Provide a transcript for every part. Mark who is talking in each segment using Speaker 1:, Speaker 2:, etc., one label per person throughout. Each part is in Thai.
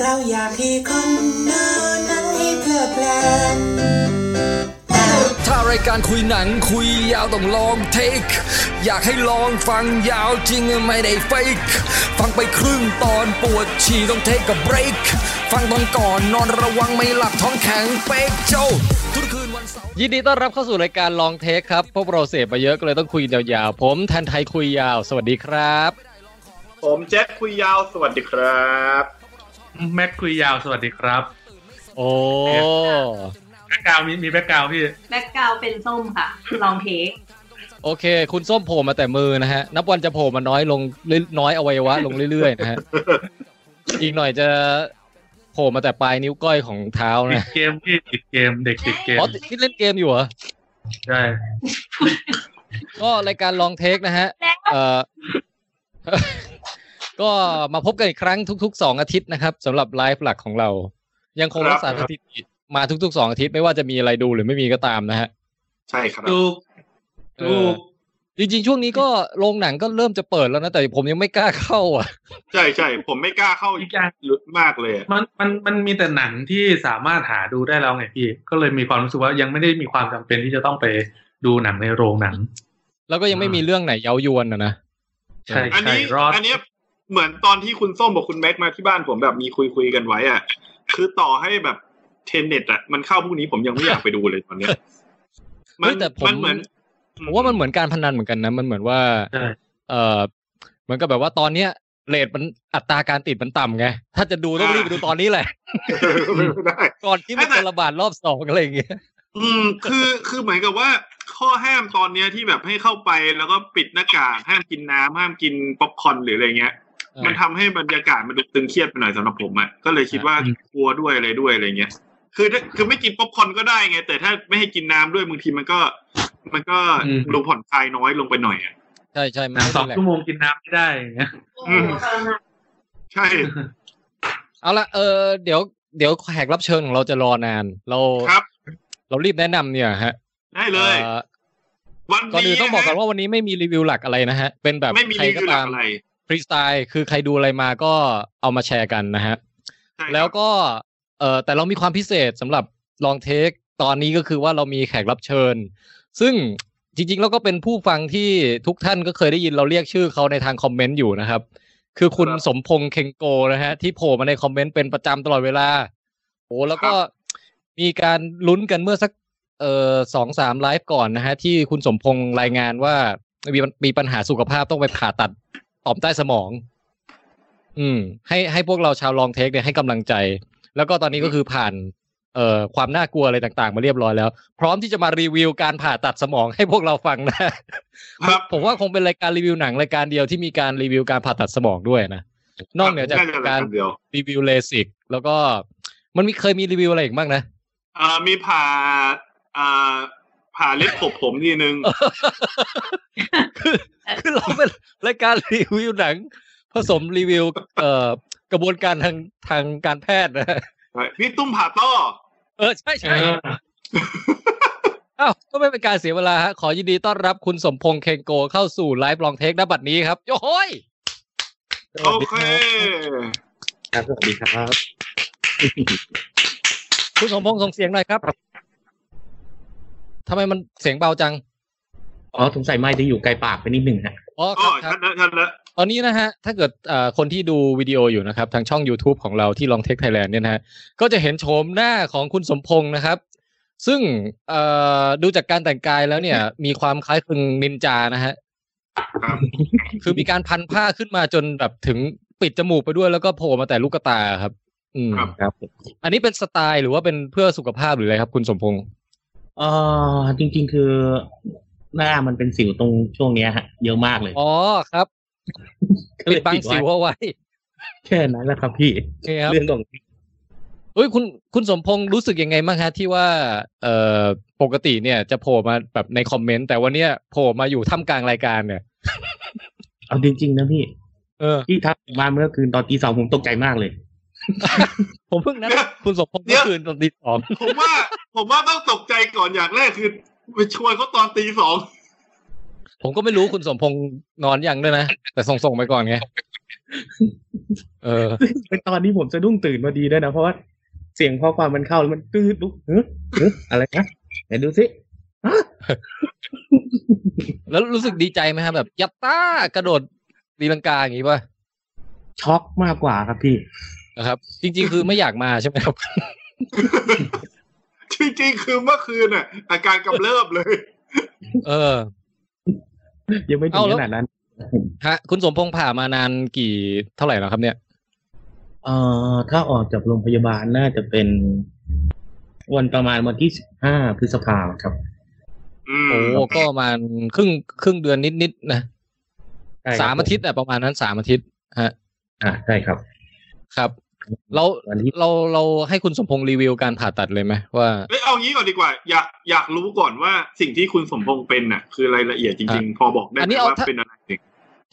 Speaker 1: เราอยากให้คนดูนั้นให้เพลิดเพลิน
Speaker 2: ถ้ารายการคุยหนังคุยยาวต้องลองเทค อยากให้ลองฟังยาวจริงไม่ได้เฟกฟังไปครึ่งตอนปวดฉี่ต้องเทคกับเบรก ฟังตอนก่อนนอนระวังไม่หลับท้องแข็งเป๊กเจ้า ทุกคืนวันเสาร์
Speaker 3: ยินดีต้อนรับเข้าสู่รายการลองเทคครับพวกเราเสพมาเยอะก็เลยต้องคุยยาวๆ ผมแทนไทยคุยยาว สวัสดีครับ
Speaker 4: ผมแจ็คคุยยาวสวัสดีครับ
Speaker 5: แม็กคุยยาวสวัสดีครับ
Speaker 3: โอ้
Speaker 5: แบ็กกราวมีมีแบ็กกราวพี่
Speaker 6: แบ็กกราวด์เป็นส้มค่ะ ลองเทค
Speaker 3: โอเค คุณส้มโผล่มาแต่มือนะฮะ นับวันจะโผล่มาน้อยลงเรื่อยน้อยอวัยวะลงเรื่อยๆนะฮะ อีกหน่อยจะโผล่มาแต่ปลายนิ้วก้อยของเท้า
Speaker 5: ติ
Speaker 3: นะ
Speaker 5: ดเกมพี่ติดเกมเด็กติดเกม
Speaker 3: อ๋อที่เล่นเกมอยู่เหรอ
Speaker 5: ใช่
Speaker 3: ก็รายการลองเทคนะฮะ
Speaker 6: แล้ว
Speaker 3: เออ ก็มาพบกันอีกครั้งทุกๆสองอาทิตย์นะครับสำหรับไลฟ์หลักของเรา ยังคงรักษาสถิติมาทุกๆสองอาทิตย์ไม่ว่าจะมีอะไรดูหรือไม่มีก็ตามนะฮะ
Speaker 4: ใช่ครับ
Speaker 5: ลูก
Speaker 3: เออ
Speaker 5: ลูก
Speaker 3: จริงๆ ช่วงนี้ก็โรงหนังก็เริ่มจะเปิดแล้วนะ แต่ผมยังไม่กล้าเข้าอ่ะ
Speaker 4: ใช่ใช่ผมไม่กล้าเข้า
Speaker 5: อีกอย่าง
Speaker 4: ลึกมากเลยอะ
Speaker 5: มันมันมันมีแต่หนังที่สามารถหาดูได้แล้วไงพี่ ก็เลยมีความรู้สึกว่ายังไม่ได้มีความจำเป็นที่จะต้องไปดูหนังในโรงหนัง
Speaker 3: แล้วก็ยังไม่มีเรื่องไหนเย้ายวนนะนะ
Speaker 5: ใช่
Speaker 4: อัน
Speaker 5: ใช่
Speaker 4: นี้
Speaker 5: รอด
Speaker 4: อันเนี้ยเหมือนตอนที่คุณส้มบอกคุณแม็กมาที่บ้านผมแบบมีคุยคุยๆกันไว้อ่ะ คือต่อให้แบบเทนเน็ตอ่ะมันเข้าพรุ่งนี้ผมยังไม่อยากไปดูเลยตอนเนี้ย
Speaker 3: เฮ้ยแต่ผม
Speaker 4: นเหมือน
Speaker 3: ผมว่ามันเหมือนการพนันเหมือนกันนะ มันเหมือนว่า
Speaker 5: ใช่
Speaker 3: เออเหมือนกับแบบว่าตอนเนี้ยเรทมันอัตราการติดมันต่ำไง ถ้าจะดูต้อง
Speaker 4: อ่า
Speaker 3: รีบไปดูตอนนี้แหละ
Speaker 4: ไม่ได้
Speaker 3: ก่อนที่มันจะระบาดรอบสองอะไรอย่างเงี้ย
Speaker 4: อืมคือคือเหมือนกับว่าข้อห้ามตอนเนี้ยที่แบบให้เข้าไปแล้วก็ปิดหน้ากากห้ามกินน้ำห้ามกินป๊อปคอร์นหรืออะไรเงี้ย
Speaker 3: อ่ามั
Speaker 4: มันทำให้บรรยากาศมันดูตึงเครียดไปหน่อยสำหรับผมอะก็เลยคิดว่ากลัวด้วยอะไรด้วยอะไรเงี้ย คือถ้าคือไม่กินป๊อปคอร์นก็ได้ไง แต่ถ้าไม่ให้กินน้ำด้วยบางทีมันก็ มันก็
Speaker 5: อืม
Speaker 4: ดูผ่อนคลายน้อยลงไปหน่อยอะ
Speaker 3: ใช่ใช่มั
Speaker 5: หนังสอง
Speaker 3: แหละ
Speaker 5: ชั่วโมงกินน้ำไม่ได้อย่างเงี้ย
Speaker 6: โอ้โหทรมาน
Speaker 4: ใช่
Speaker 3: เอาละเออเดี๋ยวเดี๋ยวแขกรับเชิญของเราจะรอนาน เรา
Speaker 4: ครับ
Speaker 3: เรารีบแนะนำเนี่ยฮะ
Speaker 4: ได้เลย
Speaker 3: เอ่อ
Speaker 4: วัน
Speaker 3: ก่อนอื่
Speaker 4: นี้
Speaker 3: นต้องบอกกันว่าวันนี้ไม่มีรีวิวหลักอะไรนะฮะ เป็นแบบ
Speaker 4: ไม่มี
Speaker 3: ใคร
Speaker 4: รี
Speaker 3: ก็
Speaker 4: วิวหลั
Speaker 3: ตาม
Speaker 4: กอะไร
Speaker 3: ฟรีสไตล์คือใครดูอะไรมาก็เอามาแชร์กันนะฮะ
Speaker 4: ใช่ครับ
Speaker 3: แล้วก็เออแต่เรามีความพิเศษสำหรับลองเทคตอนนี้ก็คือว่าเรามีแขกรับเชิญ ซึ่งจริงๆแล้วก็เป็นผู้ฟังที่ทุกท่านก็เคยได้ยินเราเรียกชื่อเขาในทางคอมเมนต์อยู่นะครับ คือคุณสมพงษ์เคงโกนะฮะ ที่โผล่มาในคอมเมนต์เป็นประจำตลอดเวลาโอ้แล้วก็มีการลุ้นกันเมื่อสักเอ่อสองสามไลฟ์ก่อนนะฮะ ที่คุณสมพงษ์รายงานว่ามีมีปัญหาสุขภาพต้องไปผ่าตัดต่อมใต้สมอง อืม ให้ให้พวกเราชาวลองเทคเนี่ยให้กำลังใจ แล้วก็ตอนนี้ก็คือผ่าน เอ่อความน่ากลัวอะไรต่างๆ มาเรียบร้อยแล้ว พร้อมที่จะมารีวิวการผ่าตัดสมองให้พวกเราฟังนะ
Speaker 4: ครับ
Speaker 3: ผมว่าคงเป็นรายการรีวิวหนังรายการเดียวที่มีการรีวิวการผ่าตัดสมองด้วยนะ นอกเหนือจาก
Speaker 4: ได้เลย
Speaker 3: การ
Speaker 4: คำเดียว
Speaker 3: รีวิวเลสิกแล้วก็มันมีเคยมีรีวิวอะไรอีกบ้างนะ
Speaker 4: เอ่อมีผ่าอ่าผ่าเล็บขบผมทีนึง
Speaker 3: คือเราเป็นรายการรีวิวหนัง ผสมรีวิว เอ่อกระบวนการทางทางการแพทย์นะ
Speaker 4: พี่ตุ้มผ่าต้อ
Speaker 3: เออใช่
Speaker 5: เอ
Speaker 3: ใช่
Speaker 5: อ
Speaker 3: อ้าวก็ไม่เป็นการเสียเวลาฮะขอยินดีต้อนรับคุณสมพงษ์เคงโกเข้าสู่ไลฟ์ลองเทคณบัดนี้ครับโย้โห้ย
Speaker 4: โอเค
Speaker 7: ครับสวัสดีครับ
Speaker 3: คุณสมพงษ์ส่งเสียงหน่อยครับทำไมมันเสียงเบาจัง
Speaker 7: อ๋อสงสัยไม่ได้อยู่ไกลปากไปนิดหนึ่งฮะ
Speaker 3: อ๋อค
Speaker 4: อ๋อ
Speaker 3: รับครับ
Speaker 4: ชัดแล้วชัดแล้ว
Speaker 3: ตอนนี้นะฮะ ถ้าเกิดเอ่อคนที่ดูวิดีโออยู่นะครับ ทางช่อง YouTube ของเราที่ลองเทคไทยแลนด์เนี่ยนะฮะ ก็จะเห็นโฉมหน้าของคุณสมพงศ์นะครับ ซึ่งเอ่อดูจากการแต่งกายแล้ว เนี่ย มีความคล้ายคลึงนินจานะฮะ
Speaker 4: ครับ
Speaker 3: คือมีการพันผ้าขึ้นมาจนแบบถึงปิดจมูกไปด้วยแล้วก็โผล่มาแต่ลูกตาครับ อืม
Speaker 4: ครับ
Speaker 7: ครับ
Speaker 3: อันนี้เป็นสไตล์หรือว่าเป็นเพื่อสุขภาพหรืออะไรครับ คุณสมพงศ์
Speaker 7: เอ่อจริงๆ คือหน้ามันเป็นสิวตรงช่วงเนี้ยฮะ เยอะมากเลย
Speaker 3: อ๋อครับ
Speaker 7: ก็เล
Speaker 3: ปิด
Speaker 7: ย
Speaker 3: บัง
Speaker 7: ไ
Speaker 3: สิวเอาไว้
Speaker 7: แค่นั้นแหละครับพี่
Speaker 3: นี่ครับ
Speaker 7: เรื่องของ
Speaker 3: เอ้ยคุณคุณสมพงษ์รู้สึกยังไงบ้างฮะที่ว่าเอ่อปกติเนี่ยจะโผล่มาแบบในคอมเมนต์แต่วันเนี้ยโผล่มาอยู่ท่ามกลางรายการเนี่ย
Speaker 7: เอาจริง ๆ นะพี่
Speaker 3: เออ
Speaker 7: ที่ทักมาเมื่อคืนตอนตีสองผมตกใจมากเลย
Speaker 3: ผมเพิ่งนัด คุณสมพงษ์
Speaker 4: เดี๋
Speaker 3: เมื่อ
Speaker 4: ยว
Speaker 3: คืนตอนตีสอง
Speaker 4: ผมว่า ผมว่าต้องตกใจก่อนอย่างแรกคือไปชวนเขาตอนตีสอง
Speaker 3: ผมก็ไม่รู้คุณสมพงษ์นอนยังด้วยนะ แต่ส่งส่งไปก่อนไง เออ
Speaker 7: เป็นตอนที่ผมจะดุ้งตื่นพอดีด้วยนะ เพราะว่าเสียงข้อความมันเข้าแล้วมันตื้อลุกเฮ้ยเฮ้ยอะไรนะไหนดูสิฮะ
Speaker 3: แล้วรู้สึกดีใจไหมฮะแบบยัตตากระโดดตีลังกาอย่างงี้ป่ะ
Speaker 7: ช็อกมากกว่าครับพี่
Speaker 3: นะครับ จริง ๆ คือไม่อยากมาใช่ไหมครับ
Speaker 4: จริงๆ คือเมื่อคืนน่ะ อาการกำเริบเลย
Speaker 3: เออ
Speaker 7: ยังไม่ถึง
Speaker 3: เอาแล้
Speaker 7: ข
Speaker 3: ว
Speaker 7: นาดนั้น
Speaker 3: ฮะ คุณสมพงษ์ผ่ามานานกี่เท่าไหร่แล้วครับเนี่ย
Speaker 7: เอ่อถ้าออกจากโรงพยาบาลน่าจะเป็นวันประมาณวันที่สิบห้าพฤษภาครับ
Speaker 4: อืม
Speaker 3: โอ้ก็ประมาณครึ่งครึ่งเดือนนิดๆนะ
Speaker 7: ใช่ครับ
Speaker 3: สามอาทิตย์อะประมาณนั้นสามอาทิตย์ฮะ
Speaker 7: อ่าใช่ครับ
Speaker 3: ครับ เรา
Speaker 7: วันที่
Speaker 3: เราเราให้คุณสมพงษ์รีวิวการผ่าตัดเลยไหมว่า
Speaker 4: เอ้ยเอางี้ก่อนดีกว่า อยากอยากรู้ก่อนว่าสิ่งที่คุณสมพงษ์เป็นน่ะ คือรายละเอียดจริงๆ พอบอกได้
Speaker 3: อัน
Speaker 4: ไห
Speaker 3: นี้
Speaker 4: ม
Speaker 3: เอา
Speaker 4: ว่า
Speaker 3: ถ้า
Speaker 4: เป็นอะไร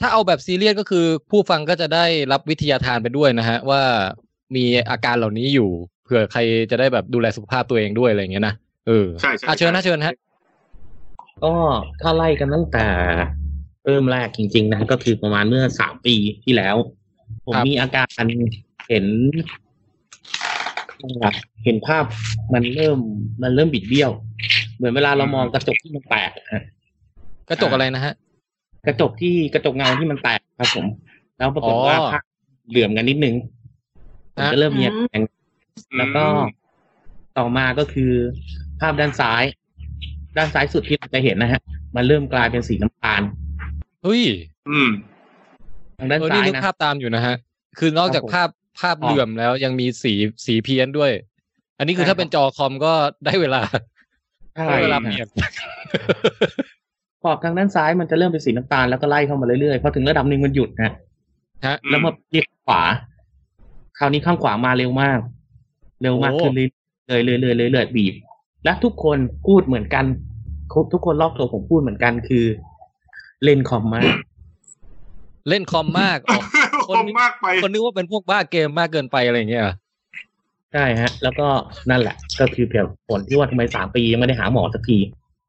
Speaker 3: ถ้าเอาแบบซีเรียสก็คือผู้ฟังก็จะได้รับวิทยาทานไปด้วยนะฮะ ว่ามีอาการเหล่านี้อยู่เผื่อใครจะได้แบบดูแลสุขภาพตัวเองด้วยอะไรอย่างเงี้ยนะเออ
Speaker 4: ใช่ใช่
Speaker 3: อ่ะเชิญนะเชิญฮะ
Speaker 7: ก็ถ้าไล่กันตั้งแต่เริ่มแรกจริง ๆ นะ ก็คือประมาณเมื่อสามปีที่แล้ว ผม
Speaker 3: ครับ
Speaker 7: มีอาการเห็นเห็นภาพมันเริ่มมันเริ่มบิดเบี้ยว เหมือนเวลาเรามองกระจกที่มันแตกอะฮะ
Speaker 3: กระจกอะไรนะฮะ
Speaker 7: กระจกที่กระจกเงาที่มันแตกครับผม แล้วปรากฏว่า
Speaker 3: อ๋อ
Speaker 7: ภาพเหลื่อมกันนิดนึงผม
Speaker 3: ฮะ
Speaker 7: ก็เริ่มมีอาการแล้วก็
Speaker 4: อืม
Speaker 7: ต่อมาก็คือภาพด้านซ้าย ด้านซ้ายสุดที่เราจะเห็นนะฮะ มันเริ่มกลายเป็นสีน้ำตาล
Speaker 3: เฮ้ย
Speaker 4: อืม
Speaker 7: ทางด้าน
Speaker 3: เออ
Speaker 7: ซ้า
Speaker 3: นี่
Speaker 7: ย
Speaker 3: นึก
Speaker 7: นะ
Speaker 3: ภาพตามอยู่นะฮะ คือนอกจากภาพภาพ
Speaker 7: อ๋อ
Speaker 3: เหลื่อมแล้วยังมีสีสีเพี้ยนด้วย อันนี้คือ
Speaker 7: ใช่
Speaker 3: ถ้าเป็น
Speaker 7: ครับ
Speaker 3: จอคอมก็ได้เวลา
Speaker 7: ใช่
Speaker 3: ได้เวลา
Speaker 7: ฮะ
Speaker 3: เปลี่ยน
Speaker 7: ขอบทางด้านซ้ายมันจะเริ่มเป็นสีน้ำตาลแล้วก็ไล่เข้ามาเรื่อยๆพอถึงระดับหนึ่งมันหยุดนะฮะ
Speaker 3: ฮะ
Speaker 4: อืม
Speaker 7: แล้วมาเรียกขวา คราวนี้ข้างขวามาเร็วมาก เร็วมาก
Speaker 3: โอ้
Speaker 7: ขึ้นเรื่อยๆเรื่อยๆเรื่อยๆเรื่อยๆบีบ และทุกคนพูดเหมือนกัน ทุกคนรอบตัวผมพูดเหมือนกันคือ เล่นคอมมาก
Speaker 3: เล่นคอมมากอ๋อ
Speaker 4: คมมากไป
Speaker 3: คนนึกว่าเป็นพวกบ้าเกมมากเกินไปอะไรอย่างเงี้ยเหรอ
Speaker 7: ใช่ฮะ แล้วก็นั่นแหละ ก็คือเพียงผลที่ว่าทำไมสามปียังไม่ได้หาหมอสักที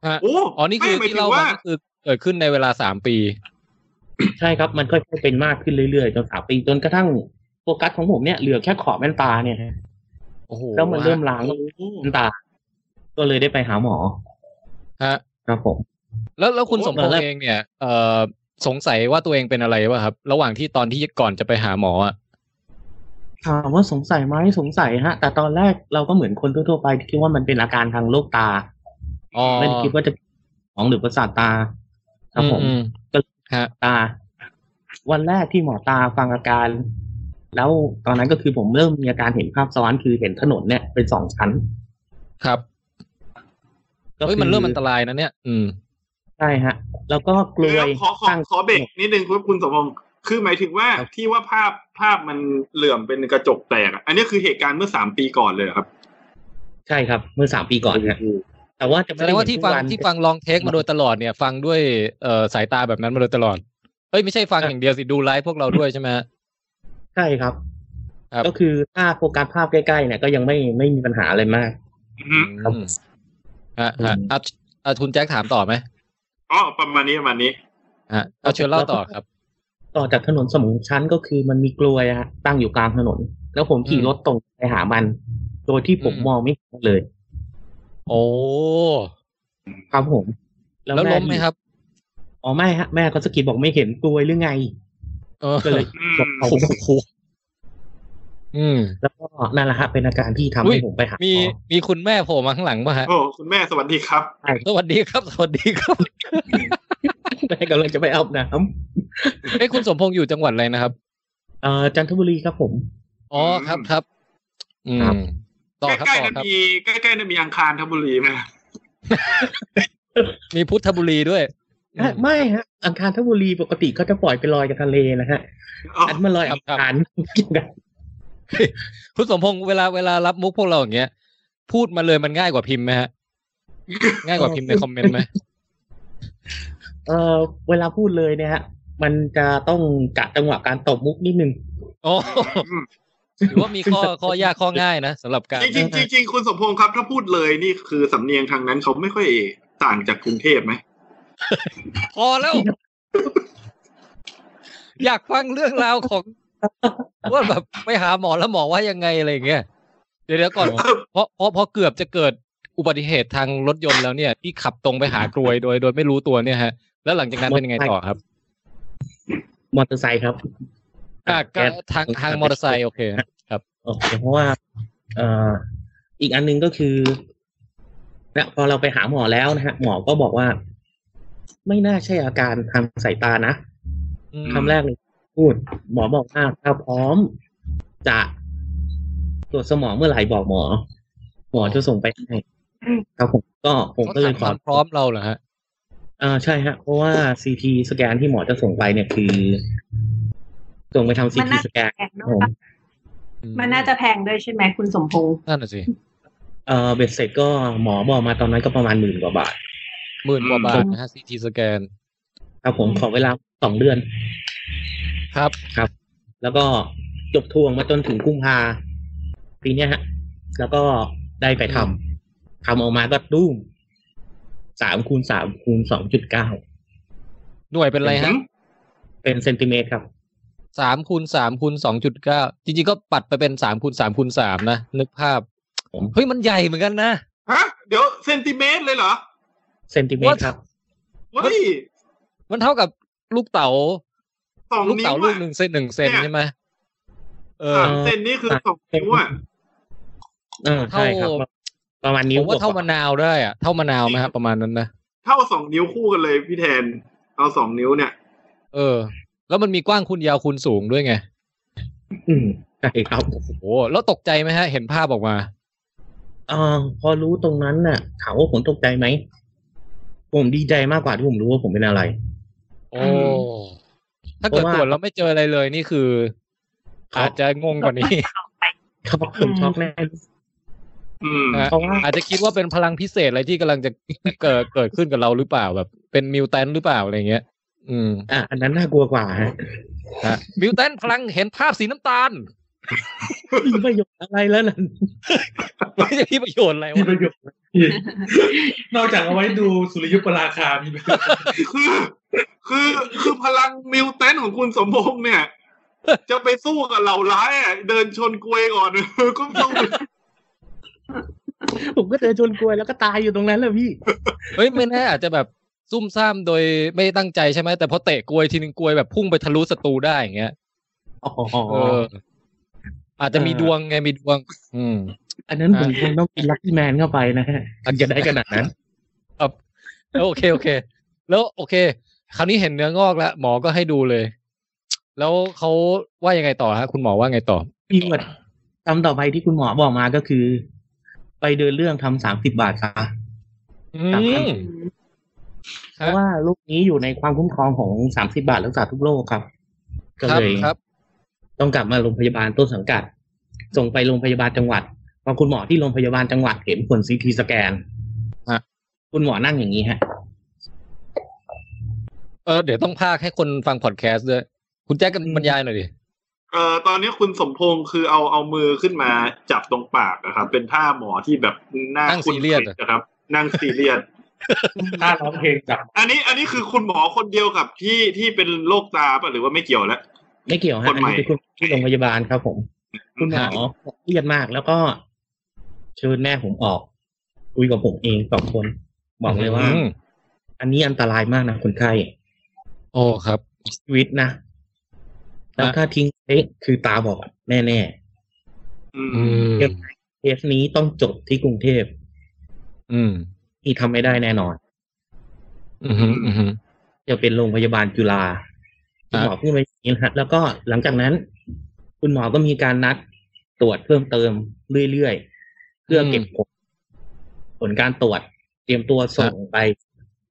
Speaker 3: ฮะ
Speaker 4: โอ้
Speaker 3: อ๋อนี่คือ
Speaker 4: ไม่หมาย
Speaker 3: ที่
Speaker 4: ถึง
Speaker 3: เล่า
Speaker 4: ว่า
Speaker 3: มานี่คือเกิดขึ้นในเวลาสามปี
Speaker 7: ใช่ครับมันค่อยๆเป็นมากขึ้นเรื่อยๆจนสามปีจนกระทั่งโฟกัสของผมเนี่ยเหลือแค่ขอบแว่นตาเนี่ยฮะ
Speaker 3: โอ้โห
Speaker 7: แล้วมันเริ่มล้าง
Speaker 4: โอ้
Speaker 7: แว่นตา ก็เลยได้ไปหาหมอ
Speaker 3: ฮะ
Speaker 7: ครับผม
Speaker 3: แล้วแล้วคุณ
Speaker 7: โอ้
Speaker 3: สมพง
Speaker 7: ตอนแร
Speaker 3: ษ์
Speaker 7: ก
Speaker 3: เองเนี่ยเอ่อสงสัยว่าตัวเองเป็นอะไรวะครับ ระหว่างที่ตอนที่ก่อนจะไปหาหมออ่ะ
Speaker 7: ถามว่าสงสัยไหมสงสัยฮะ แต่ตอนแรกเราก็เหมือนคนทั่วๆไปที่คิดว่ามันเป็นอาการทางโรคตา
Speaker 3: อ๋อ
Speaker 7: ไม่ได้คิดว่าจะของหรือประสาทตา ครับผม
Speaker 3: อืม
Speaker 7: ก็
Speaker 3: ฮะ
Speaker 7: ตา วันแรกที่หมอตาฟังอาการ แล้วตอนนั้นก็คือผมเริ่มมีอาการเห็นภาพซ้อนคือเห็นถนนเนี่ยเป็นสองชั้น
Speaker 3: ครับ
Speaker 7: ก็
Speaker 3: เฮ้ย
Speaker 7: คือ
Speaker 3: มันเริ่มอันตรายนะเนี่ย อืม
Speaker 7: ใช่ฮะ แล้วก็กลว
Speaker 4: เดี๋ยวย ขอขอ
Speaker 7: ตั้ง
Speaker 4: ขอเบรกนิดนึงครับคุณสมพงษ์คือหมายถึงว่า
Speaker 7: ครับ
Speaker 4: ที่ว่าภาพภาพมันเหลื่อมเป็นกระจกแตกอะอันนี้คือเหตุการณ์เมื่อสามปีก่อนเลยเหรอครับ
Speaker 7: ใช่ครับ เมื่อสามปีก่อนฮะแต่ว่าจะ
Speaker 3: แส
Speaker 7: ไม่
Speaker 3: ด
Speaker 7: ได้
Speaker 3: งว่าที่ฟัง
Speaker 7: เห็นทุกน
Speaker 3: ที่ฟังลองเทคมาโดยตลอดเนี่ย ฟังด้วยเอ่อสายตาแบบนั้นมาโดยตลอดเอ้ยไม่ใช่ฟัง
Speaker 7: ครับ
Speaker 3: อย่างเดียวสิดูไลฟ์พวกเราด้วยใช่ไหมฮะ
Speaker 7: ใช่ครับ
Speaker 3: ครับ
Speaker 7: ก็คือถ้าโฟกัสภาพใกล้ๆเนี่ยก็ยังไม่ไม่มีปัญหาอะไรมาก
Speaker 4: อือฮึ
Speaker 7: ครับ
Speaker 3: อืมฮะฮะอ่ะอ่ะคุณแจ็คถามต่อไหม
Speaker 4: อ๋อประมาณนี้ประมาณนี้
Speaker 3: ฮะเอาเชิญเล่าต่อครับ
Speaker 7: ต่อจากถนนสมองชั้นก็คือมันมีกลวยอะฮะตั้งอยู่กลางถนน แล้วผมขี่
Speaker 3: อืม
Speaker 7: รถตรงไปหามัน โดยที่ผม
Speaker 3: อืม
Speaker 7: มองไม่เห็นเลย
Speaker 3: โอ้
Speaker 7: ครับผม
Speaker 3: แล้วล้มไหมครับ
Speaker 7: อ๋อไม่ฮะแม่ก็สะกิดบอกไม่เห็นกลวยหรือไง
Speaker 3: เออ
Speaker 7: ก็เลย
Speaker 4: อืม
Speaker 7: บอกเอา
Speaker 3: โอ้โหอืม
Speaker 7: แล้วก็นั่นแหละฮะเป็นอาการที่ทำ
Speaker 3: อุ๊
Speaker 7: ให้
Speaker 3: ย
Speaker 7: ผมไปหาหม
Speaker 3: มี
Speaker 7: อ
Speaker 3: มีคุณแม่โผล่มาข้างหลังป่ะฮะ
Speaker 4: โอ้คุณแม่สวัสดีครับ
Speaker 3: สวัสดีครับ สวัสดี ครับ
Speaker 7: แม่กำลังจะไปอาบน้
Speaker 3: เอ้ยคุณสมพงษ์อยู่จังหวัดอะไรนะครับ
Speaker 7: ำเอ่อจันทบุรีครับผม
Speaker 3: อ๋อครับครับ อืม
Speaker 7: ครับ
Speaker 3: ต่อ
Speaker 4: ใก
Speaker 3: ครับ
Speaker 4: ล้
Speaker 3: ต่อ
Speaker 4: ๆนั้น
Speaker 3: ครับ
Speaker 4: มีใกล้ๆนั้นมีอังคารทบุรีนะ
Speaker 3: มีพุทธบุรีด้วยอืม
Speaker 7: ไม่ฮะอังคารทบุรีปกติเขาจะปล่อยไปลอยกับทะเลนะฮะ
Speaker 4: อ๋อ
Speaker 7: อันมาลอย
Speaker 3: ครั
Speaker 7: อั
Speaker 3: บ
Speaker 7: ง
Speaker 3: ครับ
Speaker 7: คารกินกัน
Speaker 3: คุณสมพงษ์เวลาเวลารับมุกพวกเราอย่างเงี้ย พูดมาเลยมันง่ายกว่าพิมพ์ไหมฮะ ง่ายกว่าพิมพ์ในคอมเมนต์ไหม
Speaker 7: เอ่อเวลาพูดเลยเนี่ยฮะมันจะต้องกะจังหวะการตบมุกนิดนึง
Speaker 3: โอ้
Speaker 4: อืม
Speaker 3: ถือว่ามีข้อข้อยากข้อง่ายนะสำหรับการ
Speaker 4: จริงๆจริงๆคุณสมพงษ์ครับ ถ้าพูดเลยนี่คือสำเนียงทางนั้นเขาไม่ค่อยต่างจากกรุงเทพไหม
Speaker 3: พอแล้ว อยากฟังเรื่องราว ของว่าแบบไปหาหมอแล้วหมอว่ายังไงอะไรอย่างเงี้ยเดี๋ยวเดี๋ยวก่อนเพราะเพราะเพราะเกือบจะเกิดอุบัติเหตุทางรถยนต์แล้วเนี่ย ที่ขับตรงไปหากรวยโดย โดยไม่รู้ตัวเนี่ยฮะ แล้วหลังจากนั้นเป็นยังไงต่อครับ
Speaker 7: มอเตอร์ไซค์ครับ
Speaker 3: อ่ะก็
Speaker 7: แก๊ส
Speaker 3: ทางทางมอเตอร์ไซค์โอเคฮะ
Speaker 7: โอเคเพราะว่าเอ่ออีกอันหนึงก็คือเนี่ยพอเราไปหาหมอแล้วนะฮะ หมอก็บอกว่า ไม่น่าใช่อาการทางสายตานะ
Speaker 3: อืม
Speaker 7: คำแรกเลยพูด หมอบอกว่าถ้าพร้อมจะตรวจสมองเมื่อไหร่บอกหมอ หมอจะส่งไปให้ครับผมก็ผม
Speaker 3: เขา
Speaker 7: ก็เล
Speaker 3: ถาย ม
Speaker 7: ข
Speaker 3: ค
Speaker 7: อ
Speaker 3: วามพร้อมเราเหรอฮะ
Speaker 7: อ่าใช่ฮะ เพราะว่าซีทีสแกนที่หมอจะส่งไปเนี่ยคือ ส่งไปทำซี
Speaker 6: มัน
Speaker 7: ที
Speaker 6: น่า
Speaker 7: สแกน
Speaker 6: แพง
Speaker 7: ครับ
Speaker 6: ด้วย
Speaker 7: ผม
Speaker 6: ปะมันน่าจะแพงด้วยใช่ไหมคุณสมพงษ์
Speaker 3: นั่นน่ะสิ
Speaker 7: เออเบ็ดเสร็จก็หมอบอกมาตอนนั้นก็ประมาณหมื่นกว่าบาท
Speaker 3: หมื่นกว่าบาทนะฮะซีทีสแกน
Speaker 7: ครับผมขอเวลาสองเดือน
Speaker 3: ครับ
Speaker 7: แล้วก็จบทวงมาจนถึงกุมภาปีเนี้ยฮะ แล้วก็ได้ไปทำทำออกมาก็ดุ้มสามคูณสามคูณสองจุดเก้า
Speaker 3: หน่วยเป็นอะไรฮะ
Speaker 7: เป็นเซนติเมตรครับ
Speaker 3: สามคูณสามคูณสองจุดเก้าจริงๆก็ปัดไปเป็นสามคูณสามคูณสามนะ นึกภาพ เฮ้ย มันใหญ่เหมือนกันนะ
Speaker 4: ฮะ เดี๋ยวเซนติเมตรเลยเหรอ
Speaker 7: เซนติเมตร
Speaker 3: What?
Speaker 7: ครับ
Speaker 4: เฮ้ย
Speaker 3: มันเท่ากับลูกเต๋า
Speaker 4: สอง
Speaker 3: ลูก
Speaker 4: นิ้
Speaker 3: เต๋าว ลูก
Speaker 4: อะ
Speaker 3: หนึ่งเซนหนึ่งเซนใช่ไหมเออ
Speaker 4: สามเซนนี่คือสองนิ้วอะ
Speaker 7: เออใช่ครับ
Speaker 3: เท่า
Speaker 7: ประมาณ
Speaker 3: ผ
Speaker 7: นิ้ว
Speaker 3: มว่าเท่ามะ
Speaker 7: ก
Speaker 3: นาวได้อะเท่ามะนาวไหมฮะประมาณนั้นนะ
Speaker 4: เท่าสองนิ้วคู่กันเลยพี่แทน เอาสองนิ้วเนี่ย
Speaker 3: เออ แล้วมันมีกว้างคูณยาวคูณสูงด้วยไง
Speaker 7: อืมใช่ครับ
Speaker 3: โอ้โหแล้วตกใจไหมฮะ เห็นภาพออกมา
Speaker 7: เออพอรู้ตรงนั้นน่ะ ถามว่าผมตกใจไหม ผมดีใจมากกว่าที่ผมรู้ว่าผมเป็นอะไร
Speaker 3: โอ้ถ้าเกิดตรวจแล้วไม่เจออะไรเลยนี่คือ อาจจะงงกว่านี้
Speaker 7: ครับผมช็อกแน่
Speaker 4: อืม
Speaker 3: นะ
Speaker 7: เพราะว่า
Speaker 3: อาจจะคิดว่าเป็นพลังพิเศษอะไรที่กำลังจะ เกิดเกิดขึ้นกับเราหรือเปล่าแบบ เป็นมิวแตนหรือเปล่าอะไรเงี้ย อืม
Speaker 7: อ่ะอันนั้นน่ากลัวกว่าฮะ
Speaker 3: นะมิวแตนพลังเห็นภาพสีน้ำตาล
Speaker 7: มีประโยชน์อะไรแล้วนั่น
Speaker 3: ไม่ได้มีประโยชน์อะไร
Speaker 5: มี
Speaker 3: วะ
Speaker 5: ประโยชน์นะพี่นอกจากเอาไว้ดูสุริยุปราคามีประโยชน์
Speaker 4: คือคือคือพลังมิวแตนของคุณสมพงษ์ เนี่ย จะไปสู้กับเหล่าร้ายอะเดินชนกลวยก่อน ก็ต้อง
Speaker 7: ผมก็เจอชนกลวยแล้วก็ตายอยู่ตรงนั้นแหละพี่
Speaker 3: เฮ้ยไม่แน่อาจจะแบบซุ่มซ่ามโดยไม่ตั้งใจใช่ไหมแต่พอเตะกลวยทีนึงกลวยแบบพุ่งไปทะลุศัตรูได้อย่างเงี้ย
Speaker 7: อ๋อ
Speaker 3: เออ อาจจะมีดวงไงมีดวง อืม
Speaker 7: อันนั้นผมคงต้องกินลักกี้แมนเข้าไปนะฮะถึงจะได้ขนาดนั้น
Speaker 3: ครับแล้วโอเคโอเค แล้วโอเค คราวนี้เห็นเนื้องอกแล้วหมอก็ให้ดูเลย แล้วเขาว่ายังไงต่อฮะ คุณหมอว่าไงต่อ
Speaker 7: อีกแบบคำต่อไปที่คุณหมอบอกมาก็คือ ไปเดินเรื่องทำสามสิบบาทซะ
Speaker 3: อืม
Speaker 6: อืม
Speaker 7: เพราะว่าโรคนี้อยู่ในความคุ้มครองของสามสิบาทรักษาทุกโรคครับ ก็
Speaker 3: ครับ
Speaker 7: เลย
Speaker 3: ครับ
Speaker 7: ต้องกลับมาโรงพยาบาลต้นสังกัด ส่งไปโรงพยาบาลจังหวัดพอคุณหมอที่โรงพยาบาลจังหวัดเห็นผลซีทีสแกน
Speaker 3: ฮะ
Speaker 7: คุณหมอนั่งอย่างนี้ฮะ
Speaker 3: เออเดี๋ยวต้องพากให้คนฟังพอดแคสต์ด้วย คุณแจ็คกันบรรยายหน่อยดิ
Speaker 4: เอ่อตอนนี้คุณสมพงษ์คือเอาเอามือขึ้นมาจับตรงปากนะครับ เป็นท่าหมอที่แบบหน้า
Speaker 3: นั่ง
Speaker 4: คุ้น
Speaker 3: ซีเรียส
Speaker 4: คนะครับ นั่งซีเรียส
Speaker 5: ถ้าร้องเพลงจาก
Speaker 4: อันนี้อันนี้คือคุณหมอคนเดียวกับที่ที่เป็นโรคตาป่ะหรือว่าไม่เกี่ยวแล้ว
Speaker 7: ไม่เกี่ยวฮะ
Speaker 4: คน
Speaker 7: อัน
Speaker 4: ใหม่
Speaker 7: นี้คือคุณที่โรงพยาบาลครับผม คุณหมอเครียดมากแล้วก็เชิญแม่ผมออก คุยกับผมเองสองคน บอกเลยว่า
Speaker 3: ม
Speaker 7: อันนี้อันตรายมากนะคนไข้
Speaker 3: โอ้ครับ
Speaker 7: ชีวิตนะ แล้วถ้าทิ้งเอ๊ะคือตาบอดแน่
Speaker 4: อืม
Speaker 3: อืม
Speaker 7: ๆเคสนี้ต้องจบที่กรุงเทพ
Speaker 3: อืม
Speaker 7: ที่ทำไม่ได้แน่นอน
Speaker 3: อืมอืมอืม
Speaker 7: จะเป็นโรงพยาบาลจุฬา
Speaker 3: ครับ
Speaker 7: คุณหมอพูดมาอย่างนี้นะฮะแล้วก็หลังจากนั้น คุณหมอก็มีการนัดตรวจเพิ่มเติมเรื่อยๆ เพื่อเก็บผลผลการตรวจ เตรียมตัวส่งไป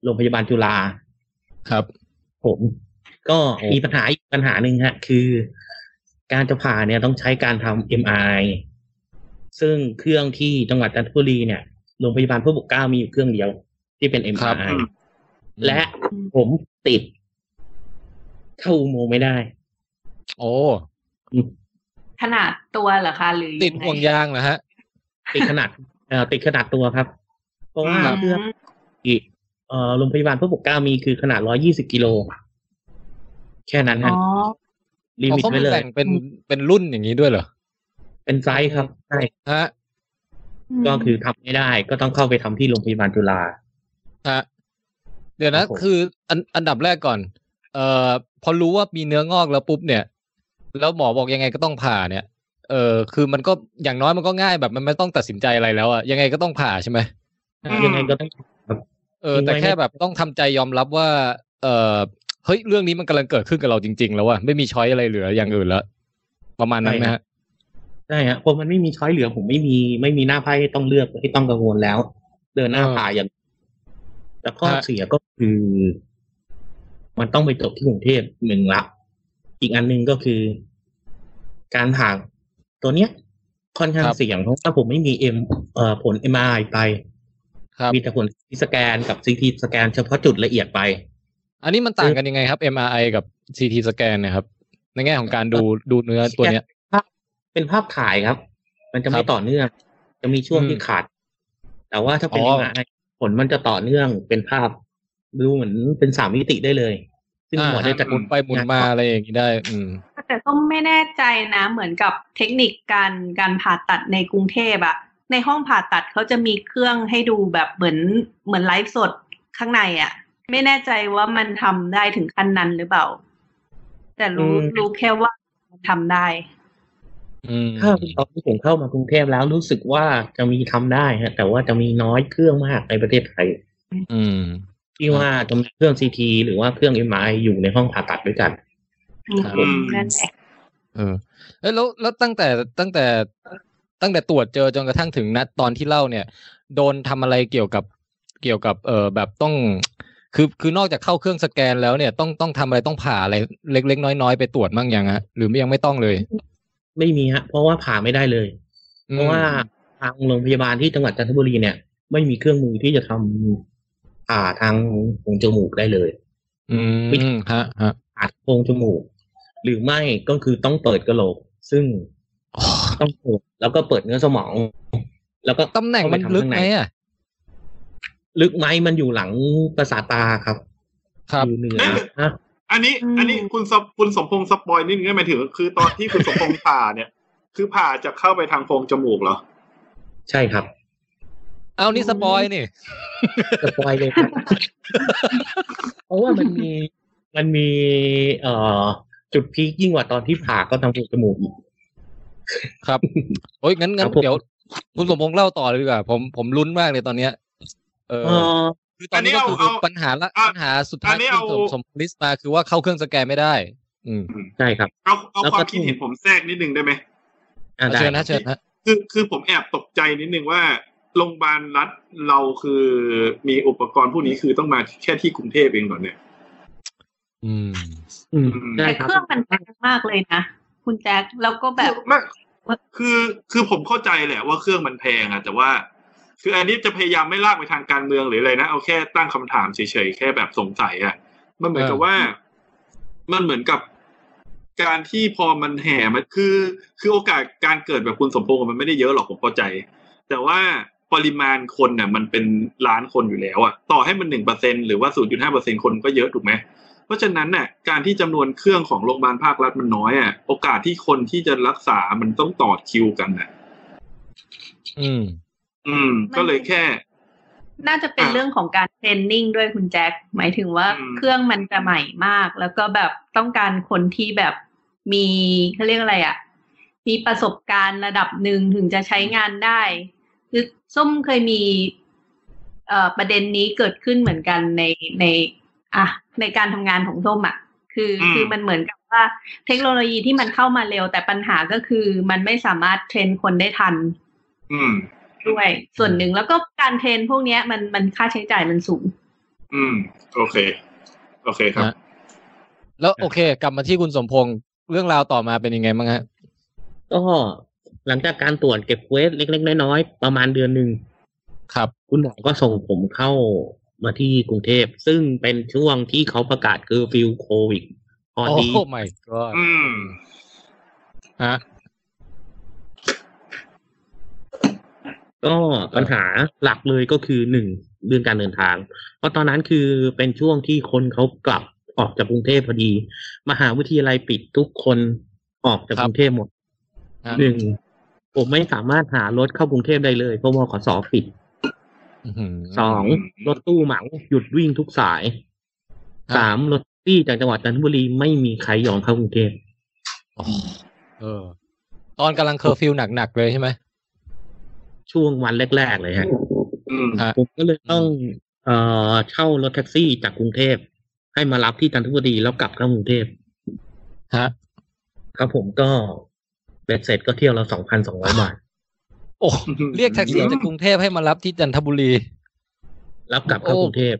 Speaker 7: โรงพยาบาลจุฬา
Speaker 3: ครับ
Speaker 7: ผม ก็
Speaker 3: โอ้
Speaker 7: มีปัญหาอีกปัญหาหนึ่งฮะ คือ การจะผ่าเนี่ยต้องใช้การทำ MRI ซึ่งเครื่องที่จังหวัดจันทบุรีเนี่ยโรงพยาบาลพระปกเกล้ามีอยู่เครื่องเดียว ที่เป็น MRI และผมติด เข้าอุโมงค์ไม่ได้
Speaker 3: โอ้
Speaker 6: ขนาดตัวเหรอคะหรือ
Speaker 3: ติดห่วงยางเหรอฮะ
Speaker 7: ติดข นาด เอ่อติดขนาดตัวครับ เพราะว่า
Speaker 6: อืม
Speaker 7: เครื่องที่เอ่อโรงพยาบาลพระปกเกล้ามีคือขนาด 120 กิโล แค่นั้น
Speaker 6: อ๋อ
Speaker 7: ฮะลิ
Speaker 3: อ๋อ
Speaker 7: มิต
Speaker 3: เขา
Speaker 7: ไว้
Speaker 3: มี
Speaker 7: เลย
Speaker 3: แบ่งเป็นเป็นรุ่นอย่างนี้ด้วยเหรอ
Speaker 7: เป็นไซส์ครับใช่
Speaker 3: ฮะ
Speaker 7: ก็คือทำไม่ได้ ก็ต้องเข้าไปทำที่โรงพยาบาลจุฬา
Speaker 3: ฮะเดี๋ยวนะครับ
Speaker 7: ผม
Speaker 3: คืออันอันดับแรกก่อน เอ่อพอรู้ว่ามีเนื้องอกแล้วปุ๊บเนี่ย แล้วหมอบอกยังไงก็ต้องผ่าเนี่ย เออคือมันก็อย่างน้อยมันก็ง่ายแบบมันไม่ต้องตัดสินใจอะไรแล้วอะยังไงก็ต้องผ่าใช่ไหม
Speaker 4: อืม
Speaker 7: ยังไงก็ต้อง
Speaker 3: เออแต่
Speaker 7: ทิ้งไว้
Speaker 3: แค่
Speaker 7: ให้
Speaker 3: แบบต้องทำใจยอมรับว่า เออเฮ้ยเรื่องนี้มันกำลังเกิดขึ้นกับเราจริง ๆ แล้วว่ะไม่มีช้อยอะไรเหลืออย่างอื่นแล้วประมาณนั้นไหมฮะ
Speaker 7: ได้ฮะเพราะมันไม่มีช้อยเหลือผมไม่มีไม่มีหน้าไพ่ให้ต้องเลือกให้ต้องกังวลแล้ว เดินหน้าผ่าอย่างแต่ข้อเสียก็คือ มันต้องไปจบที่กรุงเทพหนึ่งละอีกอันหนึ่งก็คือ การผ่าตัวเนี้ย ค่อนข้างเสี่ยงเพราะถ้าผมไม่มีเอ็มเอ่อผลเอ็มไอไป
Speaker 3: ครับ
Speaker 7: มีแต่ผลสแกนกับซีทีสแกนเฉพาะจุดละเอียดไป
Speaker 3: อันนี้มันต่างกันยังไงครับ MRI กับ CT สแกนนะครับ ในแง่ของการดูดูเนื้อตัวเนี้ย
Speaker 7: เป็นภาพถ่ายครับ มัน
Speaker 3: ค
Speaker 7: จะไม่
Speaker 3: รับ
Speaker 7: ต่อเนื่อง จะมีช่วง
Speaker 3: อืม
Speaker 7: ที่ขาด แต่ว่าถ้าเป็น
Speaker 3: อ๋อ
Speaker 7: ไอผลมันจะต่อเนื่องเป็นภาพดูเหมือนเป็นสามมิติได้เลย ซึ่งหมอได้จัด
Speaker 3: หมุนไปหมุนมาอะไรอย่างนี้ได้ อืม
Speaker 6: แต่ส้มไม่แน่ใจนะเหมือนกับเทคนิคการการผ่าตัดในกรุงเทพอะในห้องผ่าตัดเขาจะมีเครื่องให้ดูแบบเหมือนเหมือนไลฟ์สดข้างในอะไม่แน่ใจว่ามันทำได้ถึงขั้นนั้นหรือเปล่า แต่รู้
Speaker 7: อืม
Speaker 6: รู้แค่ว่ามันทำได้
Speaker 3: อืม
Speaker 7: ถ้าตอนที่ผมเข้ามากรุงเทพแล้วรู้สึกว่าจะมีทำได้ฮะแต่ว่าจะมีน้อยเครื่องมากในประเทศไทย
Speaker 3: อืม
Speaker 7: ที่ว่าจะมีเครื่องซีทีหรือว่าเครื่องเอ็มไออยู่ในห้องผ่าตัดด้วยกัน
Speaker 3: ครับ
Speaker 6: อืมนั่นแหละ
Speaker 3: เออเอ้ยแล้วแล้วตั้งแต่ตั้งแต่ตั้งแต่ตรวจเจอจนกระทั่งถึงนัดตอนที่เล่าเนี่ย โดนทำอะไรเกี่ยวกับเกี่ยวกับเออแบบต้อง คือคือนอกจากเข้าเครื่องสแกนแล้วเนี่ยต้องต้องทำอะไรต้องผ่าอะไรเล็กๆน้อยๆไปตรวจมั่งยังฮะหรือไม่ยังไม่ต้องเลย
Speaker 7: ไม่มีฮะ เพราะว่าผ่าไม่ได้เลย
Speaker 3: อืม
Speaker 7: เพราะว่าทางโรงพยาบาลที่จังหวัดจันทบุรีเนี่ย ไม่มีเครื่องมือที่จะทำผ่าทางโพรงจมูกได้เลย
Speaker 3: อืมฮะฮะ
Speaker 7: ผ่าโพรงจมูก หรือไม่ก็คือต้องเปิดกระโหลก ซึ่ง
Speaker 3: อ๋อ
Speaker 7: ต้องเปิดแล้วก็เปิดเนื้อสมอง แล้วก็
Speaker 3: ตำแหน่งมันลึกไหมอ่ะ
Speaker 7: ลึกไหมมันอยู่หลังประสาทตาครับ
Speaker 3: ครับ
Speaker 7: อยู่เหนือฮะ
Speaker 4: อันนี้ อันนี้คุณสปคุณสมพงษ์สปอยนิดนึงได้ไหมายถึงคือตอนที่คุณสมพงษ์ผ่าเนี่ย คือผ่าจะเข้าไปทางโพรงจมูกเหรอ
Speaker 7: ใช่ครับ
Speaker 3: เอานี่สปอยนี่
Speaker 7: สปอยเลยครับ เพราะว่ามันมีมันมี เอ่อ จุดพีคยิ่งกว่าตอนที่ผ่าก็ทำโพรงจมูกอีก
Speaker 3: ครับโอ้ยงั้นงั้
Speaker 7: คน รับผม
Speaker 3: เดี๋ยว คุณสมพงษ์เล่าต่อเลยดีกว่าผมผมลุ้นมากเลยตอนเนี้ย เออ
Speaker 7: เอ่อ
Speaker 3: คือตอนนี้ก็คือ
Speaker 4: อันนี้เอาเอา
Speaker 3: ปัญหาละ
Speaker 4: อ่ะ
Speaker 3: ปัญหาสุดท้าย
Speaker 4: อันนี้
Speaker 3: ที่
Speaker 4: เอา
Speaker 3: สมสมลิสต์มาคือว่าเข้าเครื่องสแกนไม่ได้ อืม
Speaker 7: ใช่ครับ
Speaker 4: เอาเอา
Speaker 7: แล้ว
Speaker 4: ค
Speaker 7: ก็
Speaker 4: วามคิดเห็นผมแทรกนิดนึงได้ไหม
Speaker 7: อ่าได้
Speaker 3: เชิญนะเชิญนะ
Speaker 4: คือคือผมแอบตกใจนิดนึงว่าโรงพยาบาลรัฐเราคือมีอุปกรณ์พวกนี้คือต้องมาแค่ที่กรุงเทพเองเหรอเนี่ย
Speaker 3: อืม
Speaker 7: อืมได้
Speaker 6: แต่
Speaker 7: ครับ
Speaker 6: เครื่องมันแพงมากเลยนะ คุณแจ็คแล้วก็แบบ
Speaker 4: ไม่คือคือผมเข้าใจแหละว่าเครื่องมันแพงอะแต่ว่า คืออันนี้จะพยายามไม่ลากไปทางการเมืองหรืออะไรนะ เอาแค่ตั้งคำถามเฉยๆ แค่แบบสงสัยอะมันเหมือนกับ
Speaker 3: เออ
Speaker 4: ว่า มันเหมือนกับการที่พอมันแห่มันคือ คือโอกาสการเกิดแบบคุณสมพงษ์อะมันไม่ได้เยอะหรอกผมเข้าใจ แต่ว่าปริมาณคนน่ะ มันเป็นล้านคนอยู่แล้วอะต่อให้มันหนึ่งเปอร์เซ็นหรือว่าศูนย์จุดห้าเปอร์เซ็นคนก็เยอะถูกไหม เพราะฉะนั้นน่ะการที่จำนวนเครื่องของโรงพยาบาลภาครัฐมันน้อยอ่ะโอกาสที่คนที่จะรักษามันต้องต่อคิวกันน่ะ
Speaker 3: อืม
Speaker 4: อืม
Speaker 6: มัน
Speaker 4: ก็เลยแค่
Speaker 6: น่าจะเป็น
Speaker 4: อ่ะ
Speaker 6: เรื่องของการเทรนนิ่งด้วยคุณแจ็คหมายถึงว่า
Speaker 4: อืม
Speaker 6: เครื่องมันจะใหม่มาก แล้วก็แบบต้องการคนที่แบบมีเขาเรียกอะไรอะ่ะ มีประสบการณ์ระดับหนึ่งถึงจะใช้งานได้คือส้มเคยมีเอ่อประเด็นนี้เกิดขึ้นเหมือนกันในใน อ่ะในการทำงานของส้มอะ่ะ คือ
Speaker 4: อืม
Speaker 6: คือมันเหมือนกับว่าเทคโนโลยีที่มันเข้ามาเร็ว แต่ปัญหาก็คือมันไม่สามารถเทรนคนได้ทัน
Speaker 4: อืม
Speaker 6: ด้วยส่วนหนึ่งแล้วก็การเทรนพวกเนี้ยมันมันค่าใช้จ่ายมันสูง
Speaker 4: อืม โอเค โอเคครับ
Speaker 3: นะ แล้วโอเค กลับมาที่คุณสมพงษ์เรื่องราวต่อมาเป็นยังไงบ้างฮะ
Speaker 7: ก็หลังจากการตรวจเก็บเวทเล็ก ๆ น้อยๆประมาณเดือนหนึ่ง
Speaker 3: ครับ
Speaker 7: คุณหมอก็ส่งผมเข้ามาที่กรุงเทพ ซึ่งเป็นช่วงที่เขาประกาศคือฟิลโควิดพอ
Speaker 3: โอ้
Speaker 7: ดี
Speaker 3: my god
Speaker 4: อืม
Speaker 3: ฮะ
Speaker 7: ก็ปัญหาหลักเลยก็คือหนึ่งเรื่องการเดินทาง เพราะตอนนั้นคือเป็นช่วงที่คนเขากลับ ออกจากกรุงเทพพอดี มหาวิทยาลัยปิดทุกคนออกจาก
Speaker 3: ครับ
Speaker 7: กรุงเทพหมด
Speaker 3: ฮะ
Speaker 7: หนึ่งผมไม่สามารถหารถเข้ากรุงเทพได้เลยเพราะมขสปิด
Speaker 3: อื้อหือ
Speaker 7: สองรถตู้เหมาหยุดวิ่งทุกสาย
Speaker 3: ครับ
Speaker 7: สามรถที่จากจังหวัดจันทบุรีไม่มีใครยอมเข้ากรุงเทพ
Speaker 3: อ๋อเออ ตอนกำลังเคอร์ฟิวหนักๆเลยใช่ไหม
Speaker 7: ช่วงวันแรก ๆ เลยฮะ
Speaker 4: อืม
Speaker 3: ครับ
Speaker 7: ผมก็เลยต้องเอ่อเช่ารถแท็กซี่จากกรุงเทพให้มารับที่จันทบุรีแล้วกลับเข้ากรุงเทพ
Speaker 3: ฮะ
Speaker 7: ครับผมก็เบ็ดเสร็จก็เที่ยวละสองพันสองร้อยบาท
Speaker 3: โอ้เรียกแท็กซี่จากกรุงเทพให้มารับที่จันทบุรี
Speaker 7: รับกลับเข้ากรุงเทพ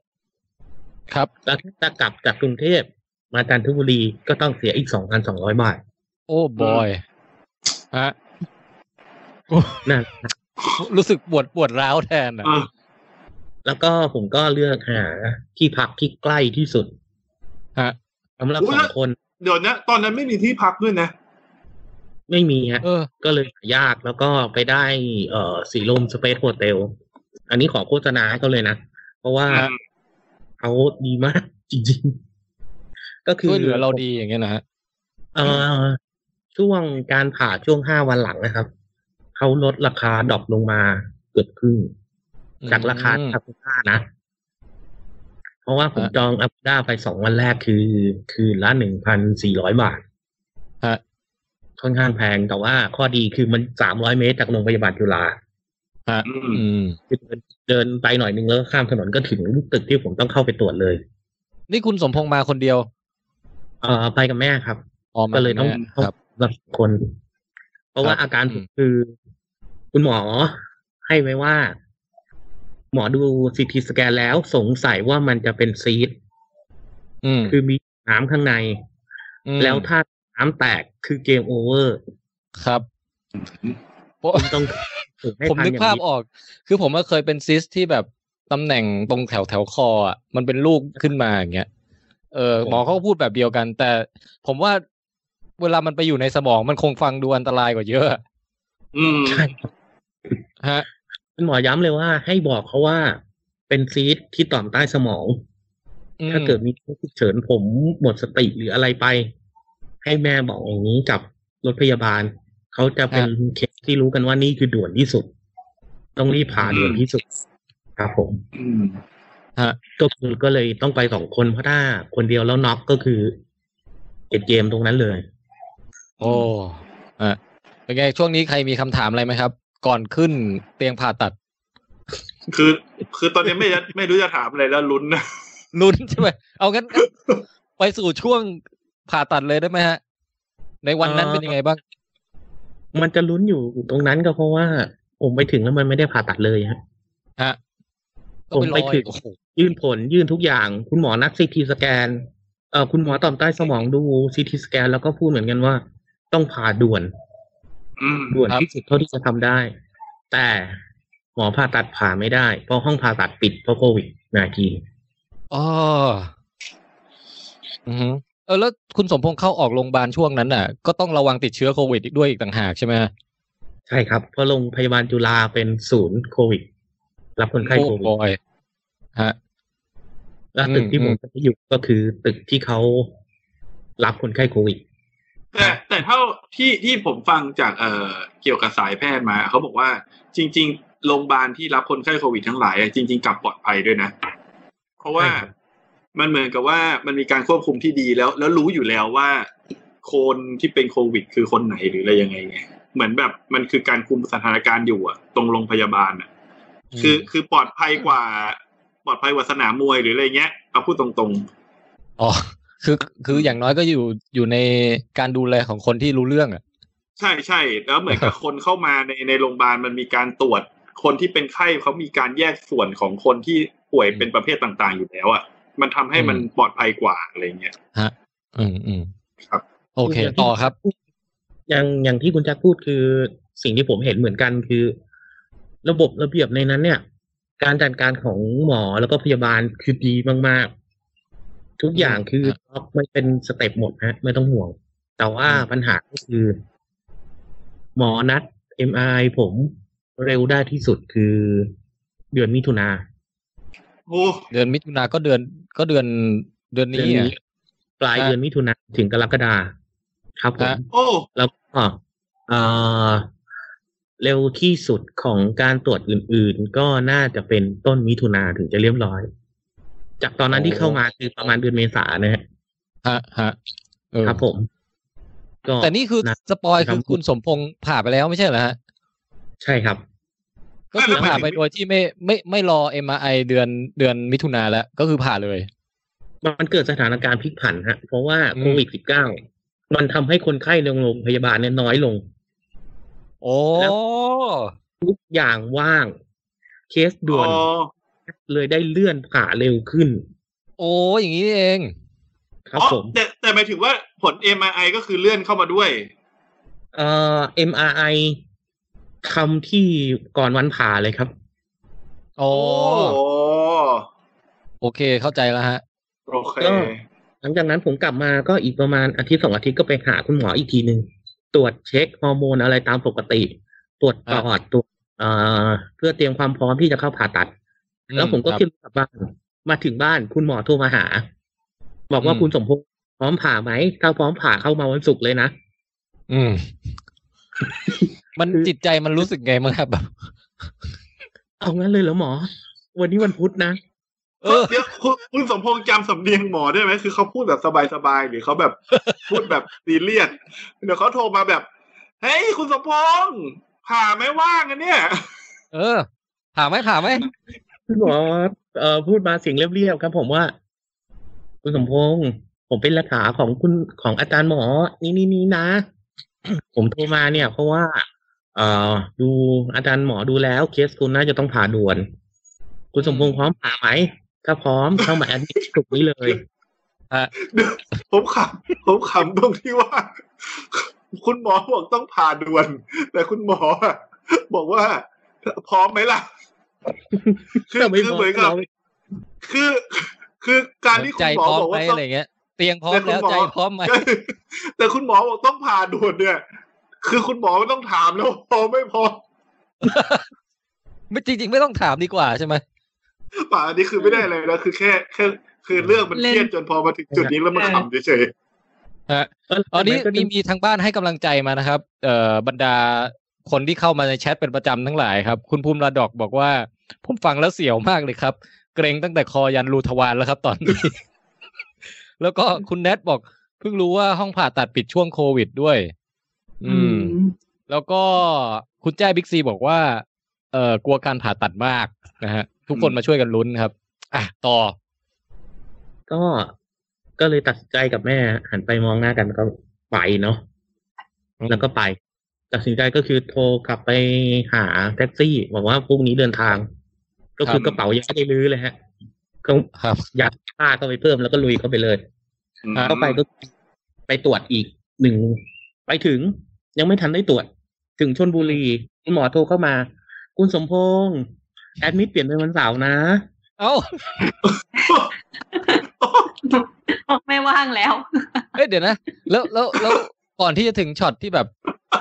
Speaker 3: ครับ
Speaker 7: แล้วถ้ากลับจากกรุงเทพมาจันทบุรีก็ต้องเสียอีกสองพันสองร้อยบาท
Speaker 3: โอ้บอยฮะ
Speaker 7: นะ
Speaker 3: รู้สึกปวดปวดร้าวแทนอ่ะ
Speaker 4: เออ
Speaker 7: แล้วก็ผมก็เลือกหาที่พักที่ใกล้ที่สุด
Speaker 3: ฮะ
Speaker 7: สำหรับสองคน
Speaker 4: เดี๋ยวนะตอนนั้นไม่มีที่พักด้วยนะ
Speaker 7: ไม่มีฮะ
Speaker 3: เออ
Speaker 7: ก็เลยหายากแล้วก็ไปได้เอ่อสีลมสเปซโฮเทลอันนี้ขอโฆษณาให้เขาเลยนะ เพราะว่า
Speaker 4: อืม
Speaker 7: เขาดีมาก จริงๆ ก็คือ
Speaker 3: ช่วยเหลือเราดีอย่างเงี้ยนะฮะ
Speaker 7: เอ่อช่วงการผ่าช่วงห้าวันหลังนะครับ เขาลดราคาดรอปลงมาเกือบครึ่ง จากราคาทักค่านะ เพราะว่าผม
Speaker 3: ฮะ
Speaker 7: จองอัพด้าไปสองวันแรกคือ คืนละหนึ่งพันสี่ร้อยบาท
Speaker 3: ฮะ
Speaker 7: ค่อนข้างแพงแต่ว่าข้อดีคือมันสามร้อยเมตรจากโรงพยาบาลจุฬา
Speaker 4: อืม
Speaker 3: อืม
Speaker 7: เดินเดินไปหน่อยนึงแล้วก็ข้ามถนนก็ถึงตึกที่ผมต้องเข้าไปตรวจเลย
Speaker 3: นี่คุณสมพงษ์มาคนเดียว
Speaker 7: เอ่อไปกับแม่ครับ
Speaker 3: อ๋อมา
Speaker 7: ก็เลยต้อง
Speaker 3: แม่ครับ
Speaker 7: รับคน เพราะว่า
Speaker 3: ครับ
Speaker 7: อาการ
Speaker 3: อืม
Speaker 7: คือ คุณหมอให้ไว้ว่า หมอดูซีทีสแกนแล้วสงสัยว่ามันจะเป็นซีด
Speaker 3: อืม
Speaker 7: คือมีน้ำข้างใน
Speaker 3: ม
Speaker 7: แล้วถ้าน้ำแตกคือเกมโอเวอร์
Speaker 3: ครับเพราะ
Speaker 7: คุณต้องฝึให้
Speaker 3: ผม
Speaker 7: ทั
Speaker 3: นึก
Speaker 7: อย่ง
Speaker 3: ภาพออก คือผมก็เคยเป็นซิสที่แบบตำแหน่งตรงแถวแถวคออ่ะ มันเป็นลูกขึ้นมาอย่างเงี้ย เออหมอเขาก็พูดแบบเดียวกัน แต่ผมว่าเวลามันไปอยู่ในสมองมันคงฟังดูอันตรายกว่าเยอะ
Speaker 4: อืม
Speaker 7: ใช่
Speaker 3: ฮะ
Speaker 7: คุณหมอย้ำเลยว่า ให้บอกเขาว่าเป็นซีดที่ต่อมใต้สมอง
Speaker 3: อืม
Speaker 7: ถ้าเกิดมีเหตุฉุกเฉินผมหมดสติหรืออะไรไป ให้แม่บอกอย่างนี้กับรถพยาบาล เขาจะเป็นเคสที่รู้กันว่านี่คือด่วนที่สุด ต้องรีบผ่า
Speaker 4: อืม
Speaker 7: ด่วนที่สุด ครับผม
Speaker 4: อืม
Speaker 7: ก็คือก็เลยต้องไปสองคนเพราะถ้าคนเดียวแล้วน็อกก็คือเก็บเกมตรงนั้นเลย
Speaker 3: โอ้ฮะเป็นไงช่วงนี้ใครมีคำถามอะไรไหมครับ ก่อนขึ้นเตียงผ่าตัด
Speaker 4: คือ คือตอนนี้ไม่ไม่รู้จะถามอะไรแล้วลุ้นนะ
Speaker 3: ลุ้น ใช่ไหมเอางั้นงั้นไปสู่ช่วงผ่าตัดเลยได้ไหมฮะ ในวันนั้นเป็นยังไงบ้าง
Speaker 7: มันจะลุ้นอยู่ตรงนั้นก็เพราะว่า ผมไปถึงแล้วมันไม่ได้ผ่าตัดเลยฮะ
Speaker 3: ฮะก็
Speaker 7: ผมไป
Speaker 3: รอ
Speaker 7: ถึง
Speaker 3: โอ้โห
Speaker 7: ยื่นผลยื่นทุกอย่าง คุณหมอนัดซีทีสแกนเอ่อคุณหมอต่อมใต้สมองดูซีทีสแกนแล้วก็พูดเหมือนกันว่า ต้องผ่าด่วน
Speaker 4: อืม
Speaker 7: ด่วน
Speaker 3: ครับ
Speaker 7: ที่สุดเท่าที่จะทำได้ แต่หมอผ่าตัดผ่าไม่ได้ เพราะห้องผ่าตัดปิดเพราะโควิดนาที
Speaker 3: อ๋ออือฮึเออแล้วคุณสมพงษ์เข้าออกโรงพยาบาลช่วงนั้นน่ะ ก็ต้องระวังติดเชื้อโควิดอีกด้วยอีกต่างหากใช่ไหมฮะ
Speaker 7: ใช่ครับเพราะโรงพยาบาลจุฬาเป็นศูนย์โควิด รับคนไข้
Speaker 3: โอ้
Speaker 7: โควิด
Speaker 3: บอยฮะ
Speaker 7: แล้วตึกที่
Speaker 3: อื
Speaker 7: ผม มจะไปอยู่ก็คือตึกที่เขารับคนไข้โควิด
Speaker 4: แต่แต่เท่าที่ที่ผมฟังจากเอ่อเกี่ยวกับสายแพทย์มา เขาบอกว่าจริง ๆ โรงพยาบาลที่รับคนไข้โควิดทั้งหลายอะจริง ๆกลับปลอดภัยด้วยนะ เพราะว่า
Speaker 7: ใช่ครับ
Speaker 4: มันเหมือนกับว่ามันมีการควบคุมที่ดีแล้ว แล้วรู้อยู่แล้วว่า คนที่เป็นโควิด คือคนไหนหรืออะไรยังไงไงเหมือนแบบมันคือการคุมสถานการณ์อยู่อะตรงโรงพยาบาลอะคือคือปลอดภัยกว่า ปลอดภัยกว่าสนามมวยหรืออะไรเงี้ยเอาพูดตรง
Speaker 3: อ๋อคือคืออย่างน้อยก็อยู่อยู่ในการดูแลของคนที่รู้เรื่องอ่ะ
Speaker 4: ๆ ใช่ใช่แล้วเหมือนกับคนเข้ามาในในโรงพยาบาลมันมีการตรวจ คนที่เป็นไข้เขามีการแยกส่วนของคนที่ป่วยเป็นประเภทต่างๆ อยู่แล้วอะมันทำให้มัน
Speaker 3: อืม
Speaker 4: ปลอดภัยกว่าอะไรเงี้ย
Speaker 3: อืมอืม
Speaker 4: ครับ
Speaker 3: โอเค ต่อครับ
Speaker 7: อย่างอย่างที่คุณแจ็คพูดคือสิ่งที่ผมเห็นเหมือนกันคือ ระบบระเบียบในนั้นเนี่ย การจัดการของหมอแล้วก็พยาบาลคือดีมาก ๆ ทุกอย่างคือ
Speaker 3: ครับ
Speaker 7: ล็อกไม่เป็นสเต็ปหมดฮะ ไม่ต้องห่วง แต่ว่า
Speaker 3: อืม
Speaker 7: ปัญหาก็คือ หมอนัด MRI ผมเร็วได้ที่สุดคือเดือนมิถุนา
Speaker 4: โอ้
Speaker 3: เดือนมิถุนาก็เดือนก็เดือนเดือน
Speaker 7: เดื
Speaker 3: นี้
Speaker 7: น
Speaker 3: อ่ะ
Speaker 7: ปลายเดือนมิถุนายนถึงกรกฎาครับผม
Speaker 3: ฮะ
Speaker 4: โอ้
Speaker 7: แล้วก็เอ่อเร็วที่สุดของการตรวจอื่น ๆ ก็น่าจะเป็นต้นมิถุนาถึงจะเรียบร้อย จากตอนนั้นที่เข้ามาคือประมาณเดือนเมษานะฮะ
Speaker 3: ฮะฮะเออ
Speaker 7: ครับผม ก็
Speaker 3: แต่นี่คือ
Speaker 7: นะ
Speaker 3: สปอยคือ
Speaker 7: คำพูด
Speaker 3: คุณสมพงษ์ผ่าไปแล้วไม่ใช่เหรอฮะ
Speaker 7: ใช่ครับ
Speaker 3: ก็คือ
Speaker 4: ไม่ไม่
Speaker 3: ผ่าไปโดยที่ไม่ไม่ไม่รอ MRI เดือนเดือนมิถุนาแล้ว ก็คือผ่าเลย
Speaker 7: มันเกิดสถานการณ์พลิกผันฮะ เพราะว่า
Speaker 3: อืม
Speaker 7: โควิดสิบเก้ามันทำให้คนไข้ในโรงพยาบาลเนี่ยน้อยลง
Speaker 3: โอ้
Speaker 7: แล้ว ทุกอย่างว่าง เคสด่วน
Speaker 4: อ๋อ
Speaker 7: เลยได้เลื่อนผ่าเร็วขึ้น
Speaker 3: โอ้อย่างนี้นี่เอง
Speaker 7: ครับ
Speaker 4: อ๋อ
Speaker 7: ผม
Speaker 4: แต่แต่หมายถึงว่าผล MRI ก็คือเลื่อนเข้ามาด้วย
Speaker 7: เอ่อ MRI ทำที่ก่อนวันผ่าเลยครับ
Speaker 3: โอ้
Speaker 4: โอ้
Speaker 3: โอเคเข้าใจแล้วฮะ
Speaker 4: โอเค
Speaker 7: ก็ หลังจากนั้นผมกลับมาก็อีกประมาณอาทิตย์สองอาทิตย์ก็ไปหาคุณหมออีกทีหนึ่งตรวจเช็คฮอร์โมนอะไรตามปกติ ตรวจปอดตรวจเอ่อเพื่อเตรียมความพร้อมที่จะเข้าผ่าตัด
Speaker 3: อืม
Speaker 7: แล้วผมก็
Speaker 3: ครับ
Speaker 7: ขึ้นกลับบ้านมาถึงบ้าน คุณหมอโทรมาหา บอกว่า
Speaker 3: อืม
Speaker 7: คุณสมพงษ์พร้อมผ่าไหมถ้าพร้อมผ่าเข้ามาวันศุกร์เลยนะ
Speaker 3: อืม มันจิตใจมันรู้สึกไงมั้างครับแบบ
Speaker 7: เอางั้นเลยเหรอหมอ วันนี้วันพุธนะ
Speaker 3: เออ
Speaker 4: เดี๋ยวคุณคุณสมพงษ์จำสำเนียงหมอได้ไหมคือเขาพูดแบบสบายๆหรือเขาแบบ พูดแบบซีเรียสเดี๋ยวเขาโทรมาแบบ เฮ้ย คุณสมพงษ์ผ่าไม่ว่างอันเนี่ย
Speaker 3: เออผ่าไหมผ่าไหม
Speaker 7: คุณหมอเอ่อพูดมาเสียงเรียบๆครับผมว่า คุณสมพงษ์ผมเป็นรัฐาของคุณของอาจารย์หมอ นี่นี่นี่นะ ผมโทรมาเนี่ย เพราะว่า เอ่อ ดูอาจารย์หมอดูแล้ว เคสคุณน่าจะต้องผ่าด่วน คุณสมพงษ์พร้อมผ่าไหมถ้าพร้อมเข้ามาแอดมิดถุกนี้เลย
Speaker 4: ผมขำผมขำตรงที่ว่า คุณหมอบอกต้องผ่าด่วน แต่คุณหมออะบอกว่า พร้อมไหมล่ะ คือ
Speaker 7: แต่ ไม่
Speaker 4: คือ
Speaker 7: พร้อม
Speaker 4: เหมือนกับ
Speaker 7: เรา
Speaker 4: คือ คือการที่คุ
Speaker 3: ใจ
Speaker 4: ณหมอ
Speaker 3: พร้อม
Speaker 4: บอก
Speaker 3: ไหม
Speaker 4: ว่าต้
Speaker 3: อะ
Speaker 4: อง
Speaker 3: ไรเงี้ย เตียงพร้อม
Speaker 4: แต่คุณ
Speaker 3: แล้ว
Speaker 4: หมอ
Speaker 3: ใจพร้อมไหม
Speaker 4: แต่คุณหมอบอกต้องผ่าด่วนเนี่ย คือคุณหมอไม่ต้องถามแล้วว่าพร้อมไม่พร้อม
Speaker 3: ไม่จริงๆ ไม่ต้องถามดีกว่าใช่ไหม
Speaker 4: ป่าอันนี้คือไม่ได้อะไรนะคือแค่แค่คือเรื่องมัน
Speaker 6: เล่
Speaker 4: เคน รียดจนพอมาถึงจุดนี้แล้วมันขำเฉย
Speaker 3: ตอนนี้
Speaker 7: แต่มัก็
Speaker 3: มี
Speaker 7: ดู
Speaker 3: มีทางบ้านให้กำลังใจมานะครับ เอ่อบรรดาคนที่เข้ามาในแชทเป็นประจำทั้งหลายครับ คุณภูมิราดอกบอกว่า ผมฟังแล้วเสียวมากเลยครับ เกรงตั้งแต่คอยันรูทวารแล้วครับ ตอนนี้ แล้วก็คุณแนทบอกเพิ่งรู้ว่าห้องผ่าตัดปิดช่วงโควิดด้วย อืม แล้วก็คุณแจ้บิ๊กซีบอกว่า เอ่อกลัวการผ่าตัดมากนะฮะ ทุกคนมาช่วยกันลุ้นครับ อ่ะต่อ
Speaker 7: ก็ ก็เลยตัดสินใจกับแม่ หันไปมองหน้ากันก็ไปเนาะ
Speaker 3: อืม
Speaker 7: แล้วก็ไป ตัดสินใจก็คือโทรกลับไปหาแท็กซี่ บอกว่าพรุ่งนี้เดินทาง ก็คือกระเป๋ายังไม่ได้รื้อเลยฮะ ก็
Speaker 3: ครับ
Speaker 7: ยัดผ้าเข้าไปเพิ่มแล้วก็ลุยเข้าไปเลย
Speaker 4: ๆ
Speaker 3: อ่ะ
Speaker 7: เข้าไปก็ไปตรวจอีกหนึ่ง ไปถึงยังไม่ทันได้ตรวจ ถึงชนบุรีคุณหมอโทรเข้ามา คุณสมพงษ์แอดมิดเปลี่ยนเป็นวันเสาร์นะ
Speaker 3: เอ้า
Speaker 6: ไม่ว่างแล้ว
Speaker 3: เอ้ยเดี๋ยวนะ แล้วแล้วแล้วก่อนที่จะถึงช็อตที่แบบ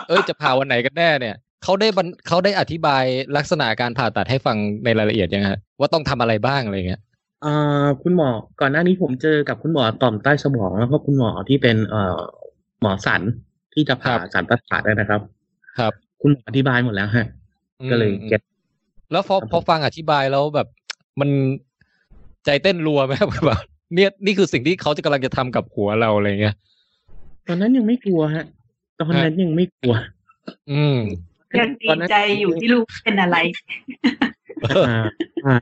Speaker 3: เอ้ยจะผ่าวันไหนกันแน่เนี่ยเขาได้บรรเขาได้อธิบายลักษณะการผ่าตัดให้ฟังในรายละเอียดยังฮะว่าต้องทำอะไรบ้างอะไรเงี้ย
Speaker 7: เอ่อคุณหมอก่อนหน้านี้ผมเจอกับคุณหมอต่อมใต้สมองแล้วก็คุณหมอที่เป็นเอ่อหมอสันที่จะผ่า
Speaker 3: ครับ
Speaker 7: สันประสาทได้นะครับ
Speaker 3: ครับ
Speaker 7: คุณหมออธิบายหมดแล้วฮะ ก็เลยเก็ต
Speaker 3: แล้วพอพอฟังอธิบายแล้วแบบ มันใจเต้นรัวไหมครับแบบ เนี่ยนี่คือสิ่งที่เขาจะกำลังจะทำกับหัวเราอะไรเงี้ย
Speaker 7: ตอนนั้นยังไม่กลัวฮะ ตอนนั้นยังไม่กลัว
Speaker 3: อืม
Speaker 6: ยังดี
Speaker 7: ตอนนั้น
Speaker 6: ใจอยู่ที่ลูกเป็นอะไร
Speaker 7: อ่าใช่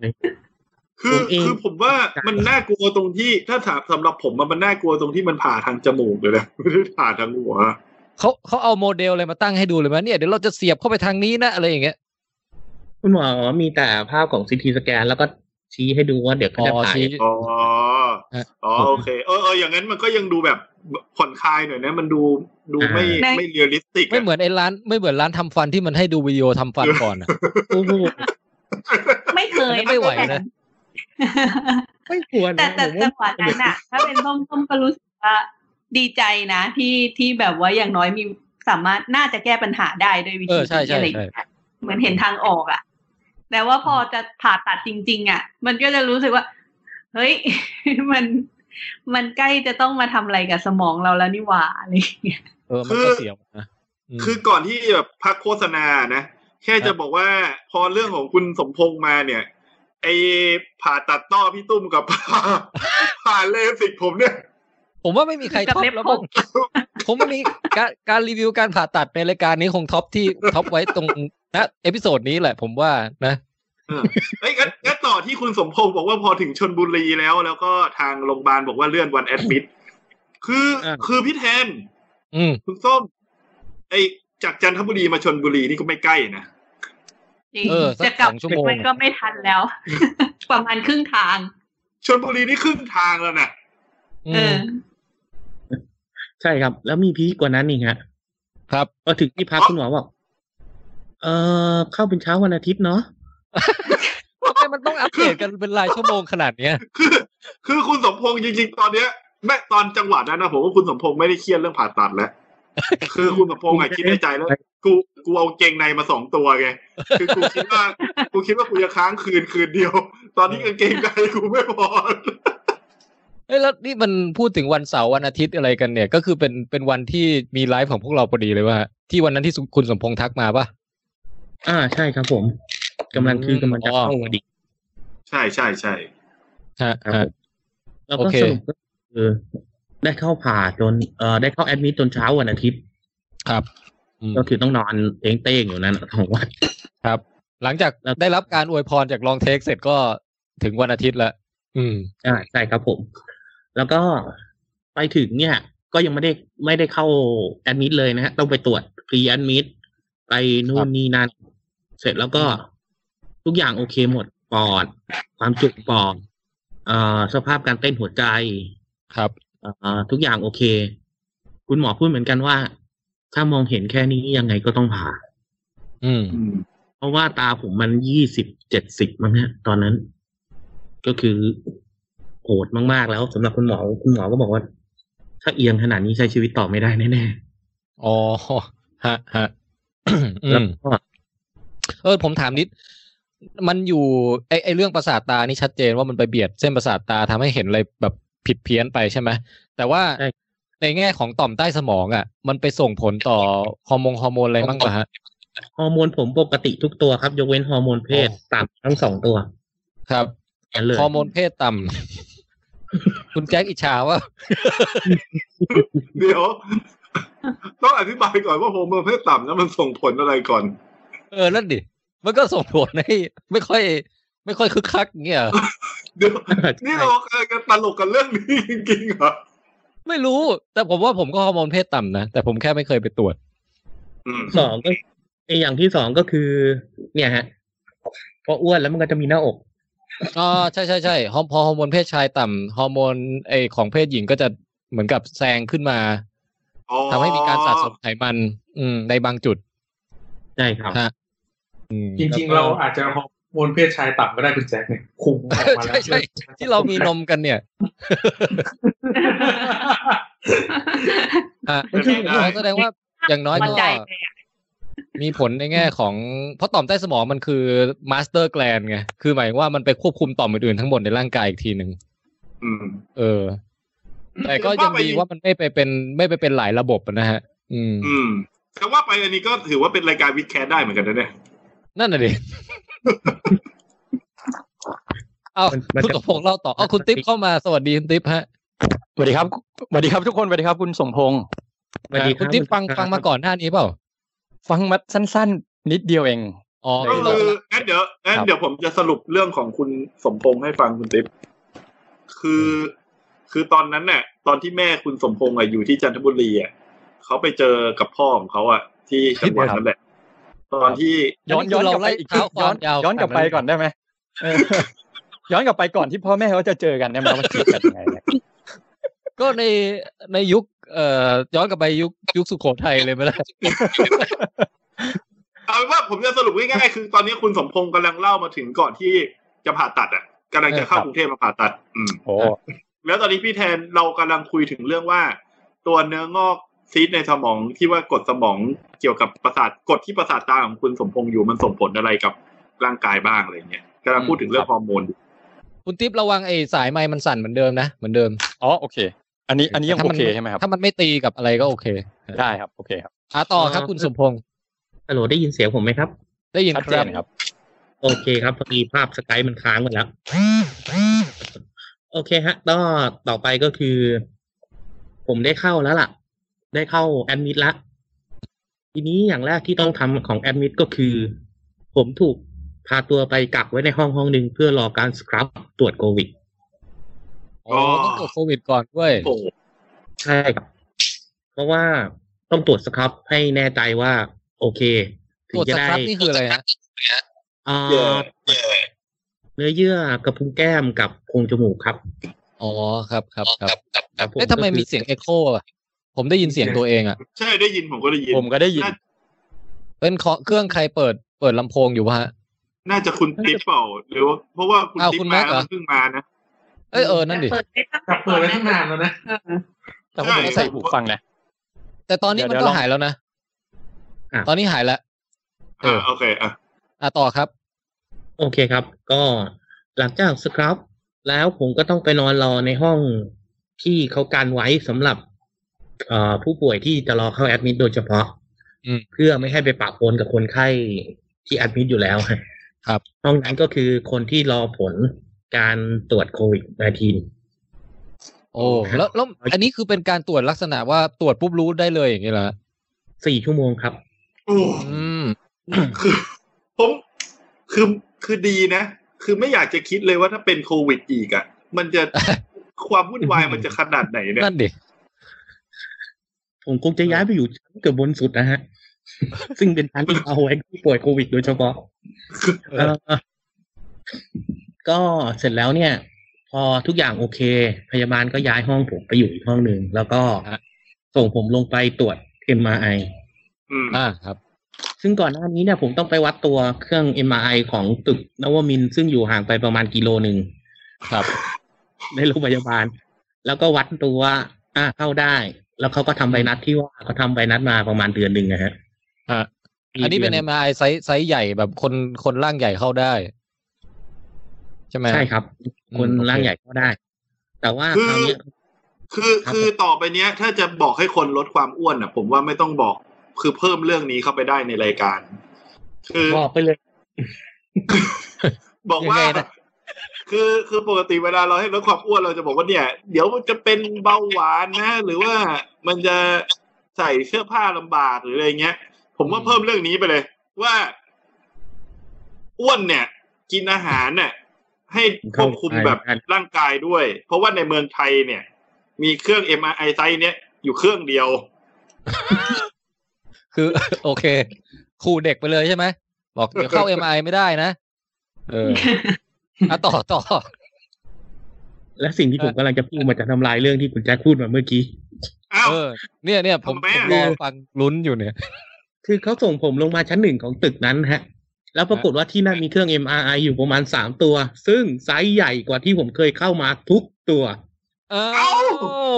Speaker 4: คือ
Speaker 7: ผมเอง
Speaker 4: คือผมว่ามันน่ากลัวตรงที่ถ้าถามสำหรับผมอะมันน่ากลัวตรงที่มันผ่าทางจมูกเลยนะ ไม่ได้ผ่าทางหัว
Speaker 3: เขาเขาเอาโมเดลอะไรมาตั้งให้ดูเลยมั้ยเนี่ยเดี๋ยวเราจะเสียบเข้าไปทางนี้นะอะไรอย่างเงี้ย
Speaker 7: คุณหมอมีแต่ภาพของซีทีสแกน แล้วก็ชี้ให้ดูว่าเดี๋ยวเขาจะ
Speaker 3: อ๋อ
Speaker 7: ผ่า
Speaker 3: ชี้
Speaker 4: อ๋อ
Speaker 3: ฮะ
Speaker 4: อ๋อโอเค เออเอออย่างนั้นมันก็ยังดูแบบผ่อนคลายหน่อยนะ มันดูดูไม่
Speaker 6: อ่า
Speaker 4: ไม่เรียลลิสติกะ
Speaker 3: ไม่ เหมือนไอ้ร้านไม่เหมือนร้านทำฟันที่มันให้ดูวิดีโอทำฟันก่อนอะ
Speaker 7: โอ้โห
Speaker 6: ไม่เคย
Speaker 3: ไม่ไหวนะ
Speaker 7: ไม่ควร
Speaker 6: แต่
Speaker 7: นะ
Speaker 6: แต่
Speaker 7: ผม
Speaker 6: แต่จั
Speaker 7: ว่าง
Speaker 6: หวะนั้นน่ะ ถ้าเป็นส้มส้มก็รู้สึกว่าดีใจนะ ที่ที่แบบว่าอย่างน้อยมีสามารถน่าจะแก้ปัญหาได้ด้วยวิ
Speaker 3: เอ
Speaker 6: ธี
Speaker 3: อใช่ใช่
Speaker 6: อะไรอย่างเงี้ยเหมือนเห็นทางออกอ่ะแต่ว่าพอจะผ่าตัดจริง ๆ อ่ะ มันก็จะรู้สึกว่า เฮ้ย มัน มันใกล้จะต้องมาทำอะไรกับสมองเราแล้วนี่หว่าอะไรอย่างเงี้ย
Speaker 3: เออมันก็เสียวนะม
Speaker 4: คือก่อนที่แบบพักโฆษณานะ แค่
Speaker 3: ครั
Speaker 4: จะ
Speaker 3: บ
Speaker 4: บอกว่าพอเรื่องของคุณสมพงษ์มาเนี่ย ไอผ่าตัดต้อพี่ตุ้มกับ ผ่าผ่าเลสิกผมเนี่ย
Speaker 3: ผมว่าไม่มีใคร
Speaker 6: กับ
Speaker 3: ท็อป
Speaker 6: เล็บ
Speaker 3: แล้ว
Speaker 6: ผ
Speaker 3: ก็
Speaker 6: ม
Speaker 3: ผมว่ามีการการรีวิวการผ่าตัดในรายการนี้คงท็อปที่ท็อปไว้ตรง นะเอพิโซดนี้แหละผมว่านะ
Speaker 4: เออเอ้ยงั้นงั้นต่อที่คุณสมพงศ์บอกว่าพอถึงชนบุรีแล้ว แล้วก็ทางโรงพยาบาลบอกว่าเลื่อนวันแอดมิดคือ
Speaker 3: อ่า
Speaker 4: คือพี่แทน
Speaker 3: อืม
Speaker 4: คุณส้มไอจากจันทบุรีมาชนบุรีนี่ก็ไม่ใกล้นะ
Speaker 6: จริง
Speaker 3: เออสัก
Speaker 6: จะกลับ
Speaker 3: สองชั่วโมง
Speaker 6: มันก็ไม่ทันแล้ว ประมาณครึ่งทาง
Speaker 4: ชนบุรีนี่ครึ่งทางแล้วนะ
Speaker 3: อื
Speaker 6: เอ
Speaker 3: ม
Speaker 6: อ
Speaker 7: ใช่ครับ แล้วมีพีคกว่านั้นอีกฮะ
Speaker 3: ครับ
Speaker 7: พอถึงที่พักคุณหมอบอกเออเข้าเป็นเช้าวันอาทิตย์เนาะ
Speaker 3: ทำไมมันต้องอัปเดตกันเป็นรายชั่วโมงขนาดเนี้ย
Speaker 4: คือ คือคุณสมพงศ์จริงๆตอนเนี้ยแม่ตอนจังหวะนั้นนะผมว่าคุณสมพงศ์ไม่ได้เครียดเรื่องผ่าตัดแล้ว คือคุณสมพงศ์อะคิดในใจแล้ว กูกูเอาเกงในมาสองตัวไงคือกูคิดว่ากูคิดว่ากูจะค้างคืนคืนเดียว ตอนนี้กางเกงในกูไม่พอ
Speaker 3: เอ้ยแล้วนี่มันพูดถึงวันเสาร์วันอาทิตย์อะไรกันเนี่ย ก็คือเป็นเป็นวันที่มีไลฟ์ของพวกเราพอดีเลยว่า ที่วันนั้นที่สุคุณสมพงษ์ทักมาปะ
Speaker 7: อ่าใช่ครับผมกำลังคือกำลังจะ
Speaker 3: อ๋อ
Speaker 7: เข้าวันดี
Speaker 4: ใช่ใช่ใช่
Speaker 3: ฮะ
Speaker 7: ครับ
Speaker 3: ฮะ
Speaker 7: ผมแล้ว
Speaker 3: โอ
Speaker 7: ก็
Speaker 3: เค
Speaker 7: สรุปก็คือได้เข้าผ่าจนเอ่อได้เข้าแอดมิดจนเช้าวันอาทิตย์
Speaker 3: ครับอืม
Speaker 7: ก็คือต้องนอนเต้งเต้งๆอยู่นั้น ทั้งวัน
Speaker 3: ครับ หลังจาก
Speaker 7: แล้ว
Speaker 3: ได้รับการอวยพรจากลองเทคเสร็จก็ถึงวันอาทิตย์ละอืม
Speaker 7: อ่าใช่ครับผม แล้วก็ไปถึงเนี่ย ก็ยังไม่ได้ไม่ได้เข้าแอดมิดเลยนะฮะต้องไปตรวจพรีแอดมิดไปนู่
Speaker 3: ครั
Speaker 7: น
Speaker 3: บ
Speaker 7: นี่นั่นเสร็จแล้วก็ทุกอย่างโอเคหมดปอด ความจุปอดเอ่อสภาพการเต้นหัวใจ
Speaker 3: ครับ
Speaker 7: เอ่อทุกอย่างโอเค คุณหมอพูดเหมือนกันว่า ถ้ามองเห็นแค่นี้ยังไงก็ต้องผ่า
Speaker 3: อืม
Speaker 7: เพราะว่าตาผมมันยี่สิบเจ็ดสิบมั้งฮะตอนนั้น ก็คือโหดมากๆแล้วสำหรับคุณหมอคุณหมอก็บอกว่า ถ้าเอียงขนาดนี้ใช้ชีวิตต่อไม่ได้แน่
Speaker 3: อ๋อฮะฮะ
Speaker 7: ๆแล้วก็
Speaker 3: เออผมถามนิด มันอยู่ไอไอเรื่องประสาทตานี่ชัดเจนว่ามันไปเบียดเส้นประสาทตาทำให้เห็นอะไรแบบผิดเพี้ยนไปใช่ไหมแต่ว่าในแง่ของต่อมใต้สมองอ่ะ มันไปส่งผลต่อฮอร์โมนฮอร์โมนอะไรบ้างปะฮะ
Speaker 7: ฮอร์โมนผมปกติทุกตัวครับ ยกเว้นฮอร์โมนเพศ
Speaker 3: อ๋อ
Speaker 7: ต่ำทั้งสองตัว
Speaker 3: ครับ
Speaker 7: แอนเลย
Speaker 3: ฮอร์โมนเพศต่ำ คุณแจ็คอิจฉาว่า
Speaker 4: เดี๋ยว ต้องอธิบายก่อนว่าโฮอร์โมนเพศต่ำแล้วมันส่งผลอะไรก่อน
Speaker 3: เออนั่นดิ มันก็ส่งผลให้ไม่ค่อย ไม่ค่อยคึกคักอย่างเงี้ยเหรอ
Speaker 4: เดี๋ยว นี่
Speaker 7: ใช่
Speaker 4: เราเคยกันตลกกันเรื่องนี้จริงๆเหรอ
Speaker 3: ไม่รู้ แต่ผมว่าผมก็ฮอร์โมนเพศต่ำนะแต่ผมแค่ไม่เคยไปตรวจ
Speaker 4: อืม
Speaker 7: สองก็ไออย่างที่สองก็คือ เนี่ยฮะพออ้วนแล้วมันก็จะมีหน้าอก
Speaker 3: อ๋อใช่ใช่ใช่ฮอร์พอฮอร์โมนเพศชายต่ำฮอร์โมนไอของเพศหญิงก็จะเหมือนกับแซงขึ้นมา
Speaker 4: อ๋อ
Speaker 3: ทำให้มีการสะสมไขมัน อืมในบางจุด
Speaker 7: ใช่ครับ
Speaker 3: ฮะอืม
Speaker 5: จริงๆ
Speaker 3: แล้
Speaker 5: เรา
Speaker 3: วก็
Speaker 5: อาจจะฮอร์โมนเพศชายต่ำก็ได้คุณแจ็คเนี่ยคุมออกมาแล้ว
Speaker 3: ใช่ใช่ ที่เรามีนมกันเนี่ยฮะ
Speaker 4: เป็นไปได้
Speaker 3: แสดงว่าอย่างน้อย
Speaker 6: วั
Speaker 3: ก็
Speaker 6: ใจเลยอะ
Speaker 3: มีผลในแง่ของ เพราะต่อมใต้สมองมันคือมาสเตอร์แกลนไงคือหมายว่ามันไปควบคุมต่อมอื่นๆทั้งหมดในร่างกายอีกทีหนึ่ง
Speaker 4: อืม
Speaker 3: เออ แต่ก็ยังดีว่ามันไม่ไปเป็นไม่ไปเป็นหลายระบบอะนะฮะ อืม
Speaker 4: อืมแต่ว่าไปอันนี้ก็ถือว่าเป็นรายการวิดแคสได้เหมือนกันนะเนี่ย
Speaker 3: นั่นน่ะดิ เอา
Speaker 7: มันมัน
Speaker 3: คุณ
Speaker 7: จะ
Speaker 3: สมพงษ์เล่าต่อ เอาคุณติ๊บเข้ามา สวัสดีคุณติ๊บฮะ
Speaker 8: สวัสดีครับสวัสดีครับทุกคนสวัสดีครับคุณสมพงษ์
Speaker 7: สวัสดีรับ
Speaker 3: คุณติ๊บฟัง
Speaker 7: สวัสดี
Speaker 3: ฟังมา
Speaker 7: ครับ
Speaker 3: ก่อนหน้านี้เปล่า
Speaker 8: ฟังมาสั้นๆ นิดเดียวเอง
Speaker 3: อ๋อ
Speaker 8: ใช่
Speaker 4: ก็
Speaker 3: คือ
Speaker 4: คืองั้นเดี๋ยวงั้นเดี๋ยวผมจะสรุปเรื่องของคุณสมพงษ์ให้ฟังคุณติ๊บคือ คือตอนนั้นเนี่ยตอนที่แม่คุณสมพงษ์อะอยู่ที่จันทบุรีอ่ะเขาไปเจอกับพ่อของเขาอ่ะ ที่จังหวัดนั้นแหละ ตอนที่
Speaker 8: ย้อนย้อนกลับไปอีก
Speaker 3: เท้าความยาว
Speaker 8: ย้อนกลับไปก่อนได้ไหมเอ อย้อนกลับไปก่อนที่พ่อแม่เขาจะเจอกันได้ไหมว่ามันเจอกันยังไงเนี่ย
Speaker 3: ก็ในในยุค เอ่อ ย้อนกลับไปยุคยุคสุโขทัยเลยไหมล่ะ
Speaker 4: เอาเป็นว่าผมจะสรุปง่ายๆคือตอนนี้คุณสมพงษ์กำลังเล่ามาถึงก่อนที่จะผ่าตัดอ่ะกำลังจะเข้ากรุงเทพมาผ่าตัด อืม
Speaker 8: โอ้
Speaker 4: แล้วตอนนี้พี่แทนเรากำลังคุยถึงเรื่องว่า ตัวเนื้องอกซีดในสมองที่ว่ากดสมองเกี่ยวกับประสาทกดที่ประสาทตาของคุณสมพงษ์อยู่มันส่งผลอะไรกับร่างกายบ้างอะไรเงี้ยกำลังพูดถึงเรื่องฮอร์โมน
Speaker 2: คุณติ๊บระวังไอ้สายไม้มันสั่นเหมือนเดิมนะเหมือนเดิม
Speaker 8: อ๋อโอเค อันนี้อันนี้ยัง
Speaker 2: ถ้า
Speaker 8: โอน เคใช่ไหมครับ
Speaker 2: ถ้ามันไม่ตีกับอะไรก็โอเค
Speaker 8: ได้ครับโอเคครับ
Speaker 2: อ่ะต่อครับคุณสมพงษ์
Speaker 7: ฮัลโหลได้ยินเสียงผมไหมครับ
Speaker 2: ได้ยิน
Speaker 8: ชัด
Speaker 2: ค
Speaker 8: เจ
Speaker 2: รับ
Speaker 8: นครับ
Speaker 7: โอเคครับพอดีภาพสกายมันค้างไปแล้ว โอเคฮะต่อต่อไปก็คือ ผมได้เข้าแล้วล่ะ ได้เข้าแอดมิดละ ทีนี้อย่างแรกที่ต้องทำของแอดมิดก็คือ ผมถูกพาตัวไปกักไว้ในห้องห้องหนึ่งเพื่อรอการสครับตรวจโควิด
Speaker 2: อ๋อต้องตรวจโควิดก่อนด้วย
Speaker 4: โอ้โห
Speaker 7: ใช่ครับ เพราะว่าต้องตรวจสครับให้แน่ใจว่า โอเค ถึ
Speaker 2: ต
Speaker 7: ง
Speaker 2: รวจ
Speaker 7: จะ
Speaker 2: ส
Speaker 7: ได้
Speaker 2: ครับนี่คืออะไรฮะ
Speaker 7: อ่า
Speaker 4: เย่เย่
Speaker 7: เนื้อเยื่อกระพุ้งแก้มกับโพรงจมูกครับ
Speaker 2: อ๋อครับครับครับ
Speaker 7: ครับผ
Speaker 2: เอ๊ะทำไมมีเสียงเอ็โคอ่ะผมได้ยินเสียงตัวเองอ่ะ
Speaker 4: ใช่ได้ยินผมก็ได้ยิน
Speaker 8: ผมก็ได้ยิน
Speaker 4: น่า
Speaker 2: เป็นเคาะเครื่องใครเปิดเปิดลำโพงอยู่วะฮะ
Speaker 4: น่าจะคุณติ๊บเปล่า หรือว่าเพราะว่าคุณ
Speaker 2: อ้าว
Speaker 4: ติ๊
Speaker 2: คุ
Speaker 4: บ
Speaker 2: ณ
Speaker 4: มา
Speaker 2: แม็กซ์
Speaker 4: แล้ว
Speaker 2: เหรอ
Speaker 4: มันเพิ่งมานะ
Speaker 2: เอ้ยเออนั่นดิ
Speaker 6: แต่เปิดได้ ตั้ง
Speaker 5: แต่เปิดไว้ตั้งนานแล้วนะ
Speaker 6: เออ
Speaker 8: แต่ผมก็ใส่หูฟังนะ
Speaker 2: แต่ตอนนี้
Speaker 8: เดี๋
Speaker 2: มัน
Speaker 8: ยว
Speaker 2: ก็
Speaker 8: เดี๋ยวลอง
Speaker 2: หายแล้วนะ
Speaker 7: อ่ะ
Speaker 2: ตอนนี้หายแล้ว
Speaker 4: เออโอเคอ่ะ
Speaker 2: อ่ะต่อครับ
Speaker 7: โอเคครับ ก็หลังจากสครับ แล้วผมก็ต้องไปนอนรอในห้องที่เขากันไว้สำหรับเอ่อผู้ป่วยที่จะรอเข้าแอดมิดโดยเฉพาะ
Speaker 2: อืม
Speaker 7: เพื่อไม่ให้ไปปะปนกับคนไข้ที่แอดมิดอยู่แล้ว
Speaker 2: ครับ
Speaker 7: ห้องนั้นก็คือคนที่รอผลการตรวจโควิด -19
Speaker 2: โอ้แล้วแล้วอันนี้คือเป็นการตรวจลักษณะว่าตรวจปุ๊บรู้ได้เลยอย่างนี้เหรอ
Speaker 7: สี่ชั่วโมงครับ
Speaker 4: โอ้
Speaker 2: อืม
Speaker 4: คือผมคือคือดีนะ คือไม่อยากจะคิดเลยว่าถ้าเป็นโควิดอีกอะ่ะ มันจะ ความวุ่นวายมันจะขนาดไหนเนี่ย
Speaker 2: นั่นดิ
Speaker 7: ผมคงจะย้ายไปอยู่ชั้นเกือบบนสุดนะฮ ะ ซึ่งเป็นชั้นที่เอาไว้ผู้ป่วยโควิดโดยเฉพาะ
Speaker 2: เออ
Speaker 7: เอ่อก็เสร็จแล้วเนี่ย พอทุกอย่างโอเค พยาบาลก็ย้ายห้องผมไปอยู่อีกห้องหนึ่งแล้วก็
Speaker 2: ฮะ
Speaker 7: ส่งผมลงไปตรวจ MRI
Speaker 4: อืม
Speaker 2: อ่าครับ
Speaker 7: ซึ่งก่อนหน้านี้เนี่ยผมต้องไปวัดตัวเครื่อง MRI ของตึกนวมินทร์ซึ่งอยู่ห่างไปประมาณกิโลหนึ่ง
Speaker 2: ครับ
Speaker 7: ในโรงพยาบาล แล้วก็วัดตัวว่าอ่าเข้าได้ แล้วเขาก็ทำใบนัดที่ว่าเขาทำใบนัดมาประมาณเดือนหนึ่งนะฮะ
Speaker 2: ฮะ อันนี้เป็น
Speaker 7: ดื
Speaker 2: MRI ไซส์ไซส์ใหญ่แบบคนคนร่างใหญ่เข้าได้ ใช่ไหม
Speaker 7: ใช่ครับ
Speaker 2: อืม
Speaker 7: คนร่าง
Speaker 2: โอเ
Speaker 7: ใหญ่เข้าได้ แต่ว่า
Speaker 4: คื
Speaker 7: ค
Speaker 4: อ
Speaker 7: ราวเนี้ย
Speaker 4: คือ
Speaker 7: ครับ
Speaker 4: คือต่อไปเนี้ย ถ้าจะบอกให้คนลดความอ้วนอ่ะ ผมว่าไม่ต้องบอกคือเพิ่มเรื่องนี้เข้าไปได้ในรายการ คือ
Speaker 7: บอกไปเลย
Speaker 4: บอกว่า
Speaker 2: ยังไงนะ
Speaker 4: คือคือปกติเวลาเราให้ลดความอ้วนเราจะบอกว่าเนี่ย เดี๋ยวมันจะเป็นเบาหวานนะ หรือว่ามันจะใส่เสื้อผ้าลำบากหรืออะไรเงี้ย ผมว่าเพิ่มเรื่องนี้ไปเลย ว่า อ้วนเนี่ย กินอาหารเนี่ยให้ควบคุมแบบร่างกายด้วย เพราะว่าในเมืองไทยเนี่ย มีเครื่อง MRI ไซส์เนี่ยอยู่เครื่องเดียว
Speaker 2: คือ โอเคขู่เด็กไปเลยใช่ไหม บอกเดี๋ยวเข้า MRI ไม่ได้นะ เอออ่ะต่อ ต่อ
Speaker 7: และสิ่งที่ผมกำลังจะพูดมันจะทำลายเรื่องที่คุณแจ็คพูดมาเมื่อกี้
Speaker 4: อ้าว
Speaker 2: เออ เนี่ยเนี่ยผม
Speaker 4: ทำไม
Speaker 2: ผ
Speaker 4: อ่ะ
Speaker 2: มรอฟังลุ้นอยู่เนี่ย
Speaker 7: คือเขาส่งผมลงมาชั้นหนึ่งของตึกนั้นฮะ แล้วปรากฏว่าที่นั่นมีเครื่อง MRI อยู่ประมาณสามตัว ซึ่งไซส์ใหญ่กว่าที่ผมเคยเข้ามาทุกตัว
Speaker 2: เอ้า
Speaker 4: เอ้า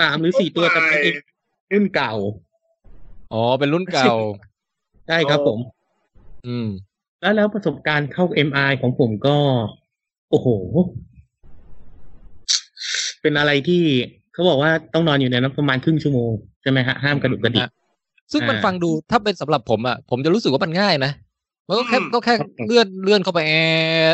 Speaker 7: สามหรือสี่ตัวแต่เป็นรุ่นเก่า
Speaker 2: อ๋อเป็นรุ่นเก่า
Speaker 7: ใช่ครับผม
Speaker 2: อืม
Speaker 7: แล้วแล้วประสบการณ์เข้า MRI ของผมก็ โอ้โห เป็นอะไรที่เขาบอกว่าต้องนอนอยู่ในนั้นประมาณครึ่งชั่วโมงใช่ไหมฮะห้ามกระดุกกระดิก
Speaker 2: ซึ่งมัน
Speaker 7: อ่า
Speaker 2: ฟังดูถ้าเป็นสำหรับผมอ่ะผมจะรู้สึกว่ามันง่ายนะมันก็แค่
Speaker 4: อืม
Speaker 2: ก็แค่
Speaker 7: ครับผม
Speaker 2: เลื่อนเลื่อนเข้าไปแอ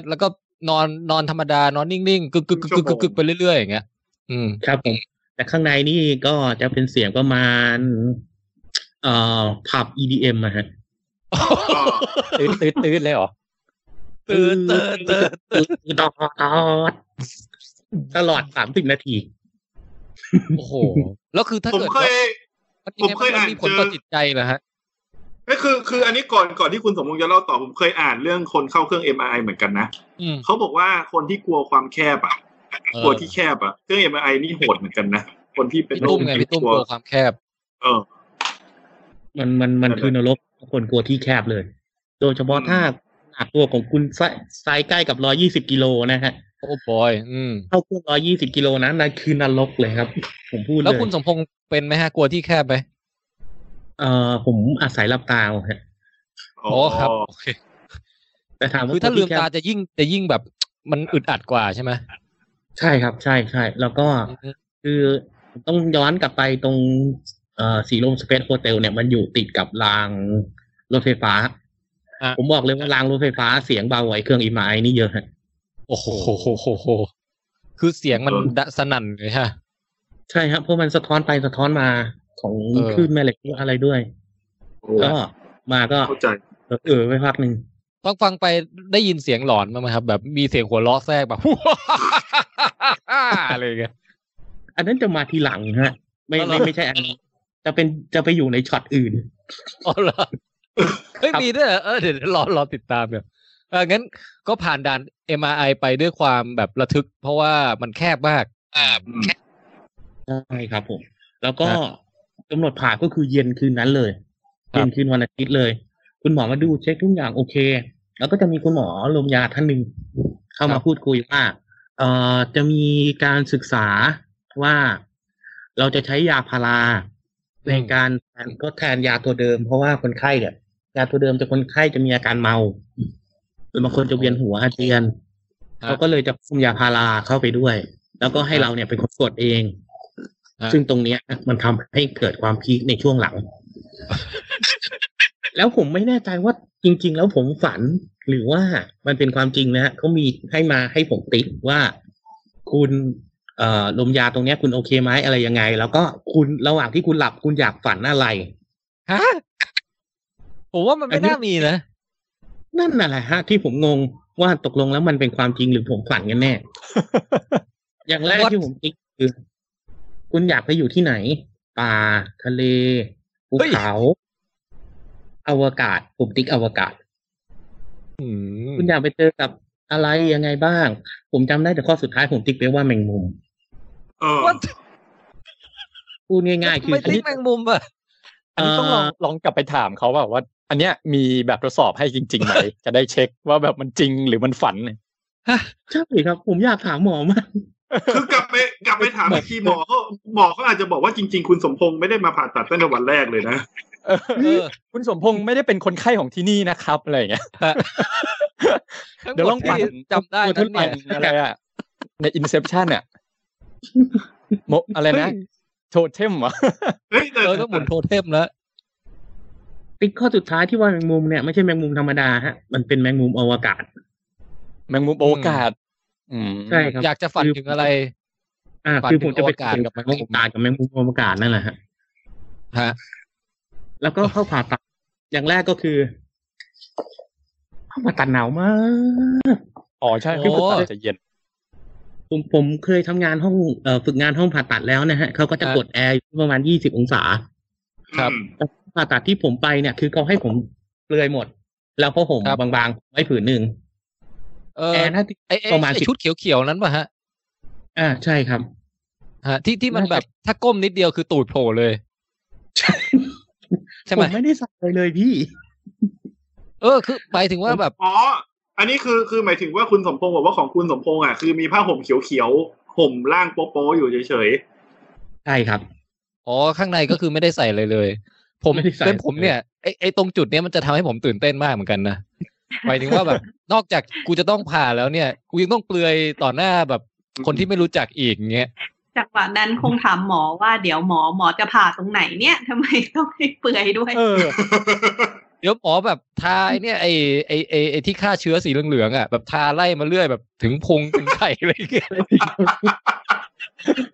Speaker 2: ดแล้วก็นอนนอนธรรมดานอนนิ่งๆกึกกึกกึกกึกกึกกึกไปเรื่อยๆอย่างเงี้ยอืม
Speaker 7: ครับผมแต่ข้างในนี่ก็จะเป็นเสียงประมาณ เอ่อผับ EDM อะฮะ
Speaker 4: า
Speaker 8: ตื้นตื้นตื้นเลยเหรอ
Speaker 2: ตื่นตื่นตื่น
Speaker 7: ดอดตลอดสามสิบนาที
Speaker 2: โอ้โห แล้วคือถ้า
Speaker 4: ผม
Speaker 2: เกิด
Speaker 4: เคย
Speaker 2: ว่า
Speaker 4: ผมเคย
Speaker 2: มั
Speaker 4: อ่าน
Speaker 2: มีผลต่อ
Speaker 4: เจอ
Speaker 2: จิตใจเหรอฮะ
Speaker 4: นี่คือคืออันนี้ก่อนก่อนที่คุณสมมงษ์จะเล่าต่อผมเคยอ่านเรื่องคนเข้าเครื่อง MRI เหมือนกันนะ
Speaker 2: อืม
Speaker 4: เขาบอกว่าคนที่กลัวความแคบอ่ะ
Speaker 2: เออก
Speaker 4: ลัวที่แคบอ่ะเครื่อง MRI นี่โหดเหมือนกันนะ คนที่เป็น
Speaker 2: พี่
Speaker 4: โร
Speaker 2: ตุ้
Speaker 4: ค
Speaker 2: มไงพี่ตุ้ม
Speaker 4: ก
Speaker 2: ก
Speaker 4: ลัว
Speaker 2: ลัวความแคบ
Speaker 4: เออ
Speaker 7: มันมันมันคือนรกคนกลัวที่แคบเลย โดยเฉพาะถ้าขนาดตัวของคุณไซไซส์ใกล้กับร้อยี่สิบกิโลนะฮะ
Speaker 2: โอ้บอย อืม
Speaker 7: เข้าเครื่องร้อยี่สิบกิโลนะนั่นคือนรกเลยครับ ผมพูดเลย
Speaker 2: แล้วคุณสมพงษ์เป็นไหมฮะกลัวที่แคบไหม
Speaker 7: เอ่อผมอาศัยหลับตาเอาฮะ
Speaker 4: อ๋
Speaker 2: อ๋อครับโอเค
Speaker 7: แต่ถามว่า
Speaker 2: คือถ้าลืมตา
Speaker 7: คนที่แคบ
Speaker 2: จะยิ่งจะยิ่งแบบ มันอึดอัดกว่าใช่ไหม
Speaker 7: ใช่ครับ ใช่ใช่แล้วก็คือต้องย้อนกลับไปตรงเอ่อสีลมสเปซโฮเทลเนี่ยมันอยู่ติดกับรางรถไฟฟ้า
Speaker 2: อ่ะ
Speaker 7: ผมบอกเลยว่ารางรถไฟฟ้าเสียงเบาไว้เครื่องอีไม้นี่เยอะฮะ
Speaker 2: โอ้โหโหโหโหโหคือเสียงมันดะสนั่นเลยฮะ
Speaker 7: ใช่ครับเพราะมันสะท้อนไปสะท้อนมาของ
Speaker 2: เออ
Speaker 7: คลื่นแม่เหล็กอะไรด้วย
Speaker 4: โอ้
Speaker 7: ก็มาก็
Speaker 4: เข้าใจ
Speaker 7: เออไว้พักหนึ่ง
Speaker 2: ต้องฟังไปได้ยินเสียงหลอนมางไหมครับ แบบมีเสียงหัวเราะแทรกแบบ อะไรอย่างเงี้ย
Speaker 7: อันนั้นจะมาทีหลังฮะ ไม่
Speaker 2: อ๋อเหรอ
Speaker 7: ไม่ไม่ใช่อันนี้จะเป็นจะไปอยู่ในช็อตอื่น
Speaker 2: อ๋อเหรอเฮ้ย
Speaker 7: ครับ
Speaker 2: มีด้วยเหรอเออเดี๋ยวเดี๋ยวรอรอติดตามเนี่ยเอองั้นก็ผ่านด่าน MRI ไปด้วยความแบบระทึก เพราะว่ามันแคบมาก
Speaker 4: อืม
Speaker 7: ใช่ครับผม แล้วก็กำหนดผ่าก็คือเย็นคืนนั้นเลย
Speaker 2: ครับ
Speaker 7: เย็นคืนวันอาทิตย์เลย คุณหมอมาดูเช็คทุกอย่างโอเค แล้วก็จะมีคุณหมอลมยาท่านหนึ่งเข้ามาพูดคุยว่าเอ่อจะมีการศึกษาว่าเราจะใช้ยาพาราในการแทนก็แทนยาตัวเดิม เพราะว่าคนไข้เนี่ยยาตัวเดิมจะคนไข้จะมีอาการเมาหรือบางคนจะเวียนหัวอาเจียน
Speaker 2: ฮะ
Speaker 7: เขาก็เลยจะคุมยาพาราเข้าไปด้วย แล้วก็ให้เราเนี่ยเป็นคนกดเอง
Speaker 2: ฮะ
Speaker 7: ซึ่งตรงเนี้ยมันทำให้เกิดความพีคในช่วง หลัง แล้วผมไม่แน่ใจว่าจริง ๆ แล้วผมฝันหรือว่ามันเป็นความจริงนะฮะเขามีให้มาให้ผมติ๊กว่าคุณเอ่อลมยาตรงเนี้ยคุณโอเคไหมอะไรยังไง แล้วก็คุณระหว่างที่คุณหลับคุณอยากฝันอะไร
Speaker 2: ฮะผมว่ามัน
Speaker 7: อั
Speaker 2: ไม่
Speaker 7: นนี้
Speaker 2: น่ามีนะ
Speaker 7: นั่นน่ะแหละฮะที่ผมงงว่าตกลงแล้วมันเป็นความจริงหรือผมฝัน กันแน่ อย่างแรก
Speaker 2: What?
Speaker 7: ที่ผมคิดคือ คุณอยากไปอยู่ที่ไหน ป่า ทะเลภู
Speaker 2: เฮ้ย
Speaker 7: เขา อวกาศผมติ๊กอวกาศ
Speaker 2: อืม
Speaker 7: คุณอยากไปเจอกับอะไรยังไงบ้าง ผมจำได้แต่ข้อสุดท้ายผมติ๊กไปว่าแมงมุม
Speaker 4: เออ
Speaker 2: ว่า
Speaker 7: พูดง่ายๆ คือ
Speaker 2: ไม่
Speaker 7: อัน
Speaker 2: ติ๊
Speaker 7: นี้
Speaker 2: กแมงมุมอ่ะ
Speaker 8: อันนี้ต้องลอง
Speaker 7: เอ่อ
Speaker 8: ลองกลับไปถามเขาแบบว่า อันเนี้ยมีแบบทดสอบให้จริงๆ ไหม จะได้เช็คว่าแบบมันจริงหรือมันฝัน
Speaker 7: ใช่ครับ ผมอยากถามหมอมาก
Speaker 4: คือกลับไปกลับไปถามอีกทีหมอเขาหมอเขาอาจจะบอกว่าจริง ๆ คุณสมพงษ์ไม่ได้มาผ่าตัดตั้งแต่วันแรกเลยนะ
Speaker 8: เออ
Speaker 2: เออ
Speaker 8: คุณสมพงษ์ไม่ได้เป็นคนไข้ของที่นี่นะครับอะไรอย่างเงี้ย
Speaker 2: ทั้งหม
Speaker 8: เดี๋ยวลอง
Speaker 2: ที่
Speaker 8: ฟัง
Speaker 2: จำได้
Speaker 7: ท
Speaker 2: นั้นเ
Speaker 7: ดล
Speaker 2: นี่
Speaker 7: อ
Speaker 2: ย
Speaker 7: ง
Speaker 8: อะไรอะในอินเซ t ชัน เนี่ยโมอะไรนะโทเทมเหรอ
Speaker 4: เฮ้ยแต่
Speaker 2: เออต้องหมุนโทเทมแล้ว
Speaker 7: ติ๊กข้อสุดท้ายที่ว่าแมงมุมเนี่ยไม่ใช่แมงมุมธรรมดาฮะมันเป็นแมงมุมอวกาศ
Speaker 8: แมงมุมโอกาส อืม
Speaker 7: ใช่ครับ
Speaker 2: อยากจะฝันถึงอะไร
Speaker 7: อ่า
Speaker 2: ฝัน
Speaker 7: คือผมจะไป
Speaker 2: ถึงอวกาศกับแมงมุม
Speaker 7: อวกาศกับแมงมุมอวกาศนั่นแหละฮะ
Speaker 2: ฮะ
Speaker 7: แล้วก็เข้าผ่าตัด อย่างแรกก็คือเข้าผ่าตัดหนาวมาก
Speaker 8: อ๋อใช่คือ
Speaker 2: โอ้
Speaker 8: ผมอาจจะเย็น
Speaker 7: ผมผมเคยทำงานห้องเอ่อฝึกงานห้องผ่าตัดแล้วนะฮะเขาก็จะ
Speaker 2: ครับ
Speaker 7: กดแอร์อยู่ประมาณยี่สิบองศา
Speaker 2: ครับ
Speaker 4: อืม
Speaker 7: ผ่าตัดที่ผมไปเนี่ย คือเขาให้ผมเปลือยหมด แล้วพอผม
Speaker 2: ครับ
Speaker 7: บางๆ ไว้ผืนหนึ่ง
Speaker 2: เออ
Speaker 7: แอร์น่าจะ
Speaker 2: ไอ้ไอ้
Speaker 7: ประมาณ
Speaker 2: ไอ้
Speaker 7: สิบ
Speaker 2: ชุดเขียวๆนั้นป่ะฮะ
Speaker 7: อ่าใช่ครับ
Speaker 2: ฮะ ที่ที่มัน
Speaker 7: น่าจะ
Speaker 2: แบบถ้าก้มนิดเดียวคือตูดโผล่เลย ใช่ไห
Speaker 7: ผม มไม่ได้ใส่เลยเลยพี่
Speaker 2: เออคือหมายถึงว่าแบบ
Speaker 4: อ๋อ อันนี้คือคือหมายถึงว่าคุณสมพงษ์บอกว่าของคุณสมพงษ์อ่ะคือมีผ้าห่มเขียวๆห่มร่างโป๊ะๆ อยู่เฉย
Speaker 7: ใช่ครับ
Speaker 2: อ๋อข้างในก็คือไม่ได้ใส่เลยเลย ผม
Speaker 7: ไม่ได้ใส่
Speaker 2: เป็นผมเนี่ยไอ้ไอ้ตรงจุดเนี้ยมันจะทำให้ผมตื่นเต้นมากเหมือนกัน นะหมายถึงว่าแบบ นอกจากกูจะต้องผ่าแล้วเนี่ย กูยังต้องเปลือยต่อหน้าแบบคนที่ไม่รู้จักอีกอย่างเงี้ย
Speaker 6: จังหวะนั้นคงถามหมอว่าเดี๋ยวหมอหมอจะผ่าตรงไหนเนี่ยทำไมต้องให้เปื่อยด้วย
Speaker 8: เออ
Speaker 4: ๆ
Speaker 2: เดี๋ยวหมอแบบทาไอ้เนี่ยไอ้ไอ้ไอ้ไอ้ที่ฆ่าเชื้อสีเหลืองๆอ่ะแบบทาไล่มาเรื่อยแบบถึงพุงถึงไข่อะไรอย่างเงี้ย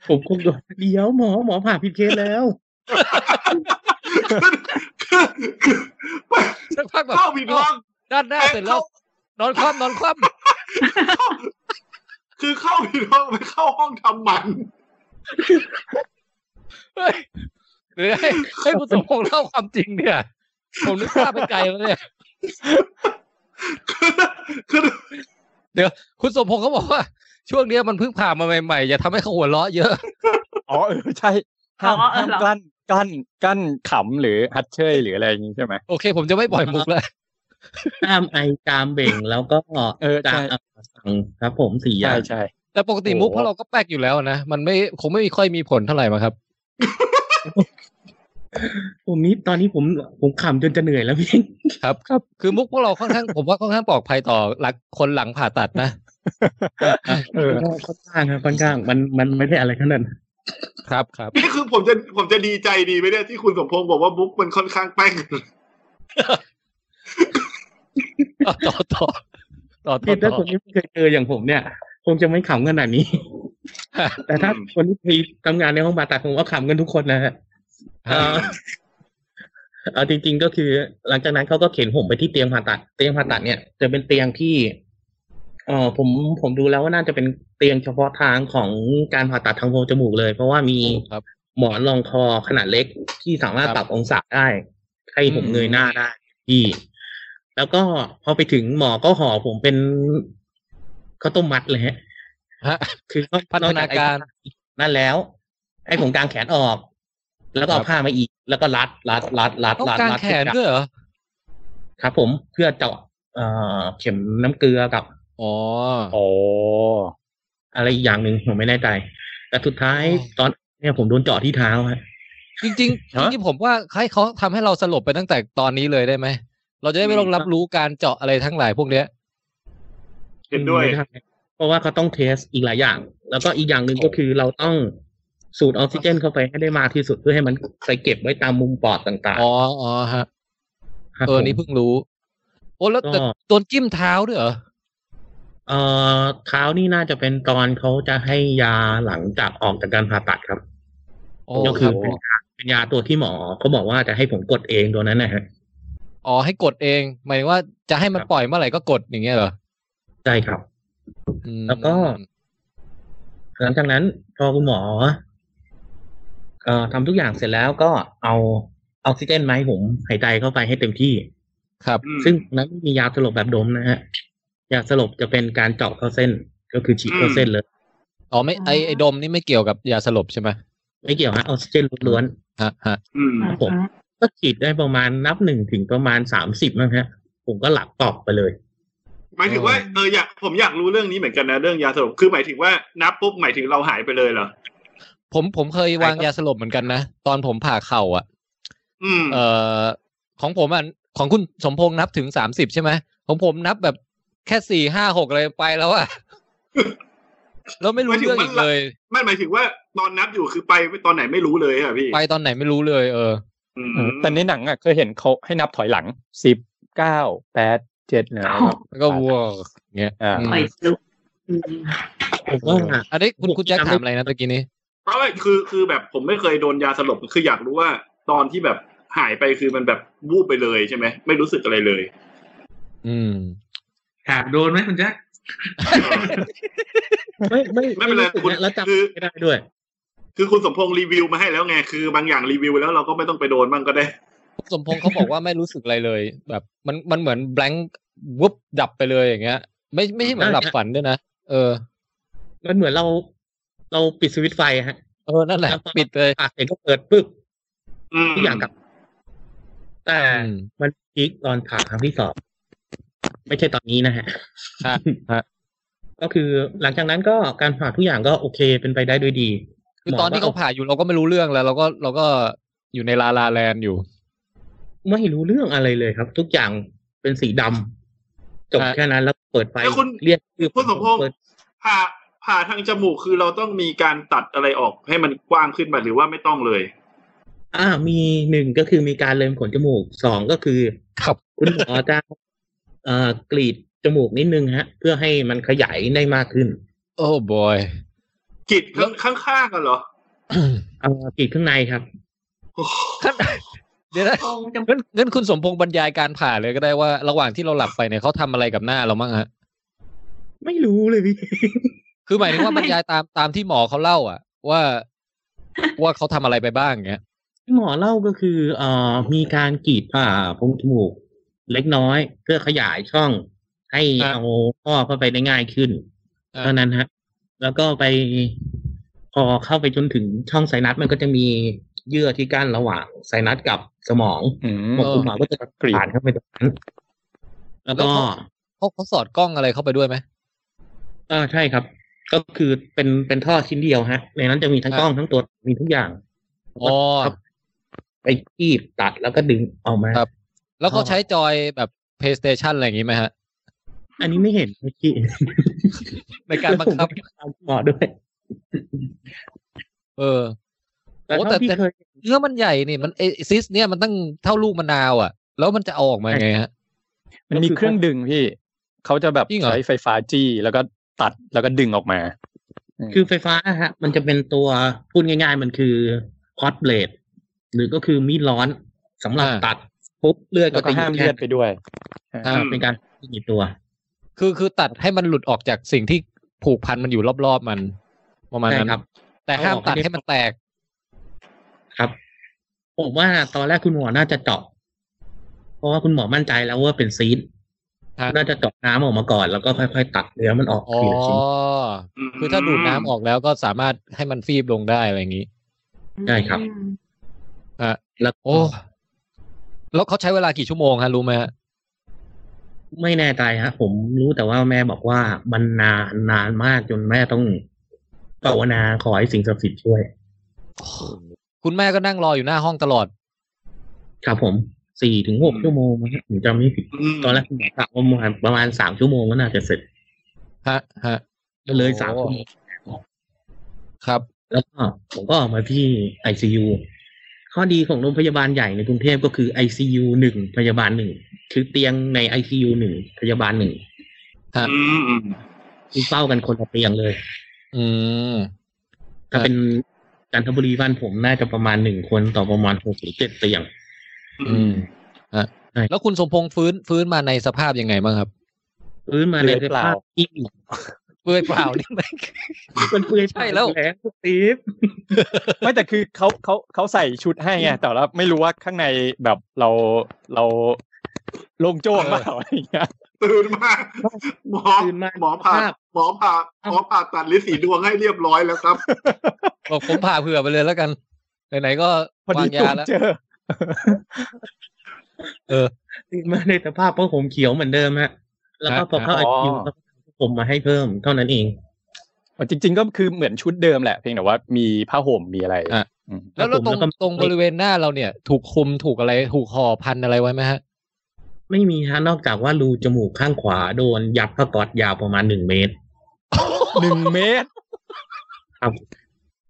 Speaker 7: ผมคงโดนเดี๋ยวหมอหมอผ่าผิดเคสแล้ว
Speaker 4: คือ
Speaker 2: สักพักแบบ
Speaker 4: เข้าผิดร่อง
Speaker 2: ด้านหน้าเสร็จแล้วนอนคว่ำนอนคว่ำ
Speaker 4: คือเข้าผิดห้องไปเข้าห้องทำหมัน
Speaker 2: เฮ้ยหรือ ให้ให้คุณสมพงษ์เล่าความจริงเนี่ยผมนึกภาพไปไกลแล้วเนี่ย
Speaker 4: คือ
Speaker 2: คุณสมพงษ์เขาบอกว่า ช่วงเนี้ยมันเพิ่งผ่านมาใหม่ๆอย่าทำให้เขาหัวเราะเยอะ
Speaker 8: อ๋อเออใช่ห้าม
Speaker 6: อ๋อเออ
Speaker 8: ห้าม
Speaker 6: เหรอ
Speaker 8: กลั้นกลั้นกลั้นขำหรือฮัดเชยหรืออะไรอย่างงี้ใช่ไหม
Speaker 2: โอเค ผมจะไม่ปล่อยมุกแล้ว
Speaker 7: ตามไอตามเบ่งแล้วก็
Speaker 8: เออใช่
Speaker 7: ตามอักษรสั่งครับ ผมสี่อย่า
Speaker 8: ใช่
Speaker 7: ง
Speaker 8: ใช่
Speaker 2: แต่ปกติ
Speaker 8: โอ้
Speaker 2: มุกพวกเราก็แป๊กอยู่แล้วนะมันไม่คงไม่ค่อยมีผลเท่าไหร่มาครับ
Speaker 7: ผมนี้ตอนนี้ผมผมขำจนจะเหนื่อยแล้วพี่
Speaker 2: ครับครับคือมุกพวกเราค่อนข้าง ผมว่าค่อนข้างปลอดภัยต่อหลักคนหลังผ่าตัดนะ
Speaker 8: เออ
Speaker 7: ค่อนข้างครับค่อนข้างมันมันไม่ได้อะไรขนาดนั้น
Speaker 2: ครับครับ
Speaker 4: นี่คือผมจะผมจะดีใจดีไหมเนี่ยที่คุณสมพงศ์บอกว่าบุ๊กมันค่อนข้างแป้ง
Speaker 2: อ่ะต่อต่อต่อต่อ
Speaker 7: นี่ถ้า
Speaker 2: ต่อ
Speaker 7: คนที่ไม่เคยเจออย่างผมเนี่ย คงจะไม่ขำขนาดนี้ แต่ถ้า
Speaker 4: อืม
Speaker 7: คนที่ไปทำงานในห้องผ่าตัดผมว่าขำกันทุกคนนะฮะเอ่ อเอาจริง ๆก็คือ หลังจากนั้นเขาก็เข็นผมไปที่เตียงผ่าตัด เตียงผ่าตัดเนี่ยจะเป็นเตียงที่เออผมผมดูแล้วว่าน่าจะเป็นเตียงเฉพาะทางของการผ่าตัดทางโพรงจมูกเลย เพราะว่ามี
Speaker 2: ครับ
Speaker 7: หมอนรองคอขนาดเล็กที่สามารถ
Speaker 2: ครับ
Speaker 7: ปรับองศาได้ให้ผมเงยหน้าได้ ที่ แล้วก็พอไปถึงหมอก็ห่อผมเป็นข้าวต้มมัดเลยฮะ
Speaker 2: ฮะ
Speaker 7: คือก็
Speaker 2: พัฒนาการ
Speaker 7: นอจไอ้นั่นแล้ว ให้ผมกางแขนออก แล้วก็เอา
Speaker 2: ครับ
Speaker 7: ผ้ามาอีก แล้วก็รัดรัดรัดรัด
Speaker 2: ต้อง
Speaker 7: รัด
Speaker 2: กาง
Speaker 7: รัด
Speaker 2: แขนด้วยเหรอ
Speaker 7: ครับ ผมเพื่อเจาะเอ่อเข็มน้ำเกลือกับ
Speaker 2: อ๋อ
Speaker 8: โอ้
Speaker 7: อะไรอีกอย่างหนึ่งผมไม่แน่ใจ แต่สุดท้าย
Speaker 2: อ๋อ
Speaker 7: ตอนเนี่ยผมโดนเจาะที่เท้าฮะ
Speaker 2: จริงๆจริง
Speaker 7: ฮะ
Speaker 2: ๆผมว่าให้เขาทำให้เราสลบไปตั้งแต่ตอนนี้เลยได้ไหม เราจะได้ไม่ต้องรับรู้การเจาะอะไรทั้งหลายพวกเนี้ย
Speaker 4: เห็นด้วย
Speaker 7: ไม่ไเพราะว่าเขาต้องเทสอีกหลายอย่าง แล้วก็อีกอย่างหนึ่งก็คือเราต้องสูดออกซิเจนเข้าไปให้ได้มากที่สุดเพื่อให้มันไปเก็บไว้ตามมุมปอดต่าง
Speaker 2: อ๋ออ๋อฮะ
Speaker 7: ๆครับ
Speaker 2: เออ นี่
Speaker 7: ผม
Speaker 2: เพิ่งรู้ โอ้แล้วแต่
Speaker 7: ก็
Speaker 2: โดนจิ้มเท้าด้วยเหรอ
Speaker 7: เอ่อเท้านี่น่าจะเป็นตอนเขาจะให้ยาหลังจากออกจากการผ่าตัดครับ
Speaker 2: โอ้
Speaker 7: ก็
Speaker 2: ค
Speaker 7: คื
Speaker 2: รั
Speaker 7: อบ เป็นยาเป็นยาตัวที่หมอเขาบอกว่าจะให้ผมกดเองตัวนั้นนะฮะ
Speaker 2: อ๋อ ให้กดเอง หมายถึงว่าจะให้มันปล่อยเมื่อไหร่ก็กดอย่างเงี้ยเหรอ
Speaker 7: ใช่ครับ
Speaker 2: อืม
Speaker 7: แล้วก็ หลังจากนั้นพอคุณหมอเอ่อทำทุกอย่างเสร็จแล้วก็เอาออกซิเจนมาให้ผมหายใจเข้าไปให้เต็มที่
Speaker 2: ครับ
Speaker 4: อืม
Speaker 7: ซึ่งนั้นมียาสลบแบบดมนะฮะยาสลบจะเป็นการเจาะเข้าเส้น ก็คือฉีดเข้าเส้นเลย
Speaker 2: อ๋อไม่ไอไอดมนี่ไม่เกี่ยวกับยาสลบใช่ไหม
Speaker 7: ไม่เกี่ยวฮะออกซิเจนล้วน
Speaker 2: ฮะฮะ
Speaker 4: อืม
Speaker 7: ๆผม ก็ฉีดได้ประมาณนับหนึ่งถึงประมาณสามสิบนะฮะ ผมก็หลับตอบไปเลย
Speaker 4: หมายถึงว่าเอออยากผมอยากรู้เรื่องนี้เหมือนกันนะเรื่องยาสลบคือหมายถึงว่านับปุ๊บหมายถึงเราหายไปเลยเหรอ
Speaker 2: ผมผมเคยวางยาสลบเหมือนกันนะ ตอนผมผ่าเข่าอ่ะ
Speaker 4: อืม
Speaker 2: เอ่อของผมอ่ะของคุณสมพงษ์นับถึงสามสิบใช่ไหมของผมนับแบบแค่สี่ห้าหกอะไรไปแล้วอ่ะ แล้วไม่รู้เรื่องอีกเลย
Speaker 4: ไม่หมายถึงว่าตอนนับอยู่คือไปตอนไหนไม่รู้เลยอะพี่
Speaker 2: ไปตอนไหนไม่รู้เลยเออ
Speaker 4: อืม
Speaker 8: แต่ในหนังอ่ะเคยเห็นเขาให้นับถอยหลังสิบเก้าแปดเจ็ดเนี่ยนะครับ
Speaker 2: แล้วก็วัวอย่างเงี้ย
Speaker 8: อ่า
Speaker 2: อืม
Speaker 6: คอยลุกอืม
Speaker 7: ผมว่า
Speaker 2: อันนี้คุณ
Speaker 7: ผม
Speaker 2: คุณแจ็ค
Speaker 7: จำไม่
Speaker 2: ถามอะไรนะตะกี้นี้
Speaker 4: เพราะว่าคือคือแบบผมไม่เคยโดนยาสลบคืออยากรู้ว่าตอนที่แบบหายไปคือมันแบบวูบไปเลยใช่ไหมไม่รู้สึกอะไรเลย
Speaker 2: อืม
Speaker 5: แถบโดนไหมคุณแจ็ค
Speaker 7: ไม่ไม่
Speaker 4: ไม่เป็นไร
Speaker 7: สึก
Speaker 4: คุณ
Speaker 7: นะแล้วจำ
Speaker 4: คือ
Speaker 7: ไม่ได้ด้วย
Speaker 4: คือคุณสมพงษ์รีวิวมาให้แล้วไงคือบางอย่างรีวิวแล้วเราก็ไม่ต้องไปโดนบ้างก็ได้
Speaker 2: สมพงษ์เขาบอกว่าไม่รู้สึกอะไรเลย แบบมันมันเหมือน blank วุบดับไปเลยอย่างเงี้ย ไม่ไม่ใช่เหมือนหลับฝันด้วยนะเออ
Speaker 7: มันเหมือนเราเราปิดสวิตช์ไฟฮะ
Speaker 2: เออนั่นแหละปิดเลย
Speaker 7: ปากเสร็จก็เปิดปึ๊บ
Speaker 4: อืม
Speaker 7: ทุกอย่างกลับ แต่
Speaker 2: อืม
Speaker 7: มันพีคตอนผ่าครั้งที่สองไม่ใช่ตอนนี้นะฮะ
Speaker 2: ฮะฮะ
Speaker 7: ก็คือหลังจากนั้นก็การผ่าทุกอย่างก็โอเคเป็นไปได้ด้วยดี
Speaker 2: คือตอนที่เขาผ่าอยู่เราก็ไม่รู้เรื่องแล้วเราก็เราก็อยู่ในลาลาแลนด์อยู่
Speaker 7: ไม่รู้เรื่องอะไรเลยครับ ทุกอย่างเป็นสีดำจบ
Speaker 2: ฮะ
Speaker 7: แค่นั้นแล้วเปิดไฟ
Speaker 4: แล้วคุณ
Speaker 7: เรียกชื่อ
Speaker 4: คุณสมพงษ์
Speaker 7: เปิด
Speaker 4: ผ่าผ่าทางจมูกคือเราต้องมีการตัดอะไรออกให้มันกว้างขึ้นมาหรือว่าไม่ต้องเลย
Speaker 7: อ่ามีหนึ่งก็คือมีการเล็มขนจมูกสองก็คือ
Speaker 2: ครับ
Speaker 7: คุณหมอจะเอ่อกรีดจมูกนิดนึงฮะ เพื่อให้มันขยายได้มากขึ้น
Speaker 2: โอ้บอย
Speaker 4: กิดข้างข้างๆกันเหรอ
Speaker 7: เอ่อกรีดข้างในครับ
Speaker 4: โอ้โห
Speaker 2: เดี๋ยวนะ
Speaker 6: คงจะ
Speaker 2: งั้นงั้นคุณสมพงษ์บรรยายการผ่าเลยก็ได้ว่า ระหว่างที่เราหลับไปเนี่ยเขาทำอะไรกับหน้าเราบ้างฮะ
Speaker 7: ไม่รู้เลยพี่
Speaker 2: คือหมายถึงว่าบรรยายตามตามที่หมอเขาเล่าอ่ะ ว่าว่าเขาทำอะไรไปบ้างอย่างเงี้ย
Speaker 7: ที่หมอเล่าก็คือเอ่อมีการกรีดผ่าโพรงจมูก เล็กน้อย เพื่อขยายช่อง ให้
Speaker 2: ครับ
Speaker 7: เอาข้อเข้าไปได้ง่ายขึ้น
Speaker 2: อ่า
Speaker 7: เท่านั้นฮะ แล้วก็ไปพอเข้าไปจนถึงช่องไซนัสมันก็จะมีเยื่อที่กั้นระหว่างไซนัสกับสมอง
Speaker 8: อืม
Speaker 7: หมอคุณหมอก็จะ
Speaker 8: กรีด
Speaker 7: ผ่านเข้าไปตรงนั้น แล้วก็
Speaker 2: เขาเขาสอดกล้องอะไรเข้าไปด้วยไหม
Speaker 7: อ่าใช่ครับ ก็คือเป็นเป็นท่อชิ้นเดียวฮะ ในนั้นจะมีทั้ง
Speaker 2: ครับ
Speaker 7: กล้องทั้งตัวมีทุกอย่าง
Speaker 2: อ๋อ
Speaker 7: ไปคีบตัดแล้วก็ดึงออกมา
Speaker 2: ครับ แล้วเขาใช้จอยแบบ PlayStation อะไรอย่างงี้ไหมฮะ
Speaker 7: อันนี้ไม่เห็นเมื่อกี้
Speaker 2: ในการบังคับ
Speaker 7: หมอด้วย
Speaker 2: เออ
Speaker 7: แต่
Speaker 2: โอ้แต่
Speaker 7: เท่าที่
Speaker 2: แต่
Speaker 7: เคย
Speaker 2: เนื้อมันใหญ่นี่มันไอซิส เนี่ยมันตั้งเท่าลูกมะนาวอ่ะ แล้วมันจะเอาออกมาไงฮะ
Speaker 8: มันมีเครื่องดึงพี่เขาจะแบบ
Speaker 2: จริงเหรอ
Speaker 8: ใช้ไฟฟ้าจี้แล้วก็ตัดแล้วก็ดึงออกมา
Speaker 7: คือไฟฟ้าฮะ มันจะเป็นตัวพูดง่ายๆ มันคือคอตเบลดหรือก็คือมีดร้อนสำหรับ
Speaker 2: อ่า
Speaker 7: ตัดปุ๊บเลือด
Speaker 8: แล้
Speaker 7: ก็
Speaker 8: วก็
Speaker 7: จะหยุ
Speaker 8: ห้าม
Speaker 7: ด
Speaker 8: เลือดไปด้วย
Speaker 7: อ่าเป็นการหยุดตัว
Speaker 2: คือคือตัดให้มันหลุดออกจากสิ่งที่ผูกพันมันอยู่รอบๆมัน ประมาณ
Speaker 7: ใช่
Speaker 2: นั้น
Speaker 7: ครับ
Speaker 2: แต่ห้ามตัดให้มันแตก
Speaker 7: ครับ ผมว่าตอนแรกคุณหมอน่าจะเจาะเพราะว่าคุณหมอมั่นใจแล้วว่าเป็นซีด
Speaker 2: ครับ
Speaker 7: น่าจะเจาะน้ำออกมาก่อน แล้วก็ค่อยๆ ตัดเนื้อมันออก
Speaker 2: อ๋อ
Speaker 7: ทีละชิ้น
Speaker 2: คือถ้าดูดน้ำออกแล้วก็สามารถให้มันฟีบลงได้อะไรอย่างนี้
Speaker 7: ใช่ครับ
Speaker 6: อืม
Speaker 7: แล้ว
Speaker 2: โอ้ แล้วเขาใช้เวลากี่ชั่วโมงฮะรู้ไหมฮะ
Speaker 7: ไม่แน่ใจฮะผมรู้แต่ว่าแม่บอกว่ามันนานนานมากจนแม่ต้องภาวนาขอให้สิ่งศักดิ์สิทธิ์ช่วย
Speaker 2: คุณแม่ก็นั่งรออยู่หน้าห้องตลอด
Speaker 7: ครับผมสี่ถึงหกชั่วโมงมั้งผมจำไม่ผิด
Speaker 4: อืม
Speaker 7: ตอนแรกคุณหมอกะว่าประมาณประมาณสามชั่วโมงก็น่าจะเสร็จ
Speaker 2: ฮะ ฮะ
Speaker 7: ก็เลย
Speaker 2: โอ้
Speaker 7: สามชั่วโมง
Speaker 2: ครับ
Speaker 7: แล้วก็ผมก็ออกมาที่ไอซียูข้อดีของโรงพยาบาลใหญ่ในกรุงเทพก็คือไอซียูหนึ่งพยาบาลหนึ่งคือเตียงในไอซียูหนึ่งพยาบาลหนึ่ง
Speaker 4: อืมอืม
Speaker 7: คือเฝ้ากันคนละเตียงเลย
Speaker 2: อืม
Speaker 7: ถ้าเป็นจันทบุรีบ้านผมน่าจะประมาณหนึ่งคนต่อประมาณหกหรือเจ็ดเตียง
Speaker 4: อื
Speaker 2: อื
Speaker 4: ม
Speaker 2: ม ฮะ
Speaker 7: ใช่
Speaker 2: แล้วคุณสมพงษ์ฟื้น ฟื้นมาในสภาพยังไงบ้างครับ
Speaker 7: พื้นมาใน
Speaker 8: เปลือย
Speaker 7: ส
Speaker 8: เปล่า
Speaker 7: ภาพอีก
Speaker 2: เปลือยเปล่า นี่ไหม
Speaker 7: มันเปลือยเปา
Speaker 2: ใช่แล้ว
Speaker 7: แล้วสตีฟ
Speaker 8: ไม่แต่คือเขาเขาเขาใส่ชุดให้ไงแต่เราไม่รู้ว่าข้างในแบบเราเราโลงโจ้งเปล่าอะไรอย่างเงี้ย
Speaker 4: ตื่นมาหมอ
Speaker 7: ตื่นมา
Speaker 4: หมอผ่า
Speaker 7: ภาพ
Speaker 4: หมอผ่าหมอผ่าตัดลิสีดวงให้เรียบร้อยแล้วครับ
Speaker 2: บอกผมผ่าเผื่อไปเลยแล้วกัน ไหนๆก็
Speaker 8: พอ
Speaker 2: วา
Speaker 8: ดี
Speaker 2: ง
Speaker 8: ตั
Speaker 2: ยาว แล้ว
Speaker 8: เจอ
Speaker 7: ตื่นมาในสภาพผ้าห่มเขียวเหมือนเดิมฮะ แล้วก็พอเข้าไอ
Speaker 8: อ๋อ
Speaker 7: คิวผมมาให้เพิ่มเท่านั้นเอง
Speaker 8: อ๋อจริง ๆ ก็คือเหมือนชุดเดิมแหละเพียงแต่ว่ามีผ้าห่มมีอะไร
Speaker 2: อ่ะ
Speaker 8: อืม
Speaker 2: แล้วแล้วตรง
Speaker 7: แล้วก็
Speaker 2: ตรงบริเวณหน้าเราเนี่ย ถูกคลุมถูกอะไร ถูกห่อพันอะไรไว้ไหมฮะ
Speaker 7: ไม่มีฮะนอกจากว่ารูจมูกข้างขวาโดนยัดผ้าก๊อตยาวประมาณหนึ่งเมตร
Speaker 8: หนึ่งเมตร
Speaker 7: ครับ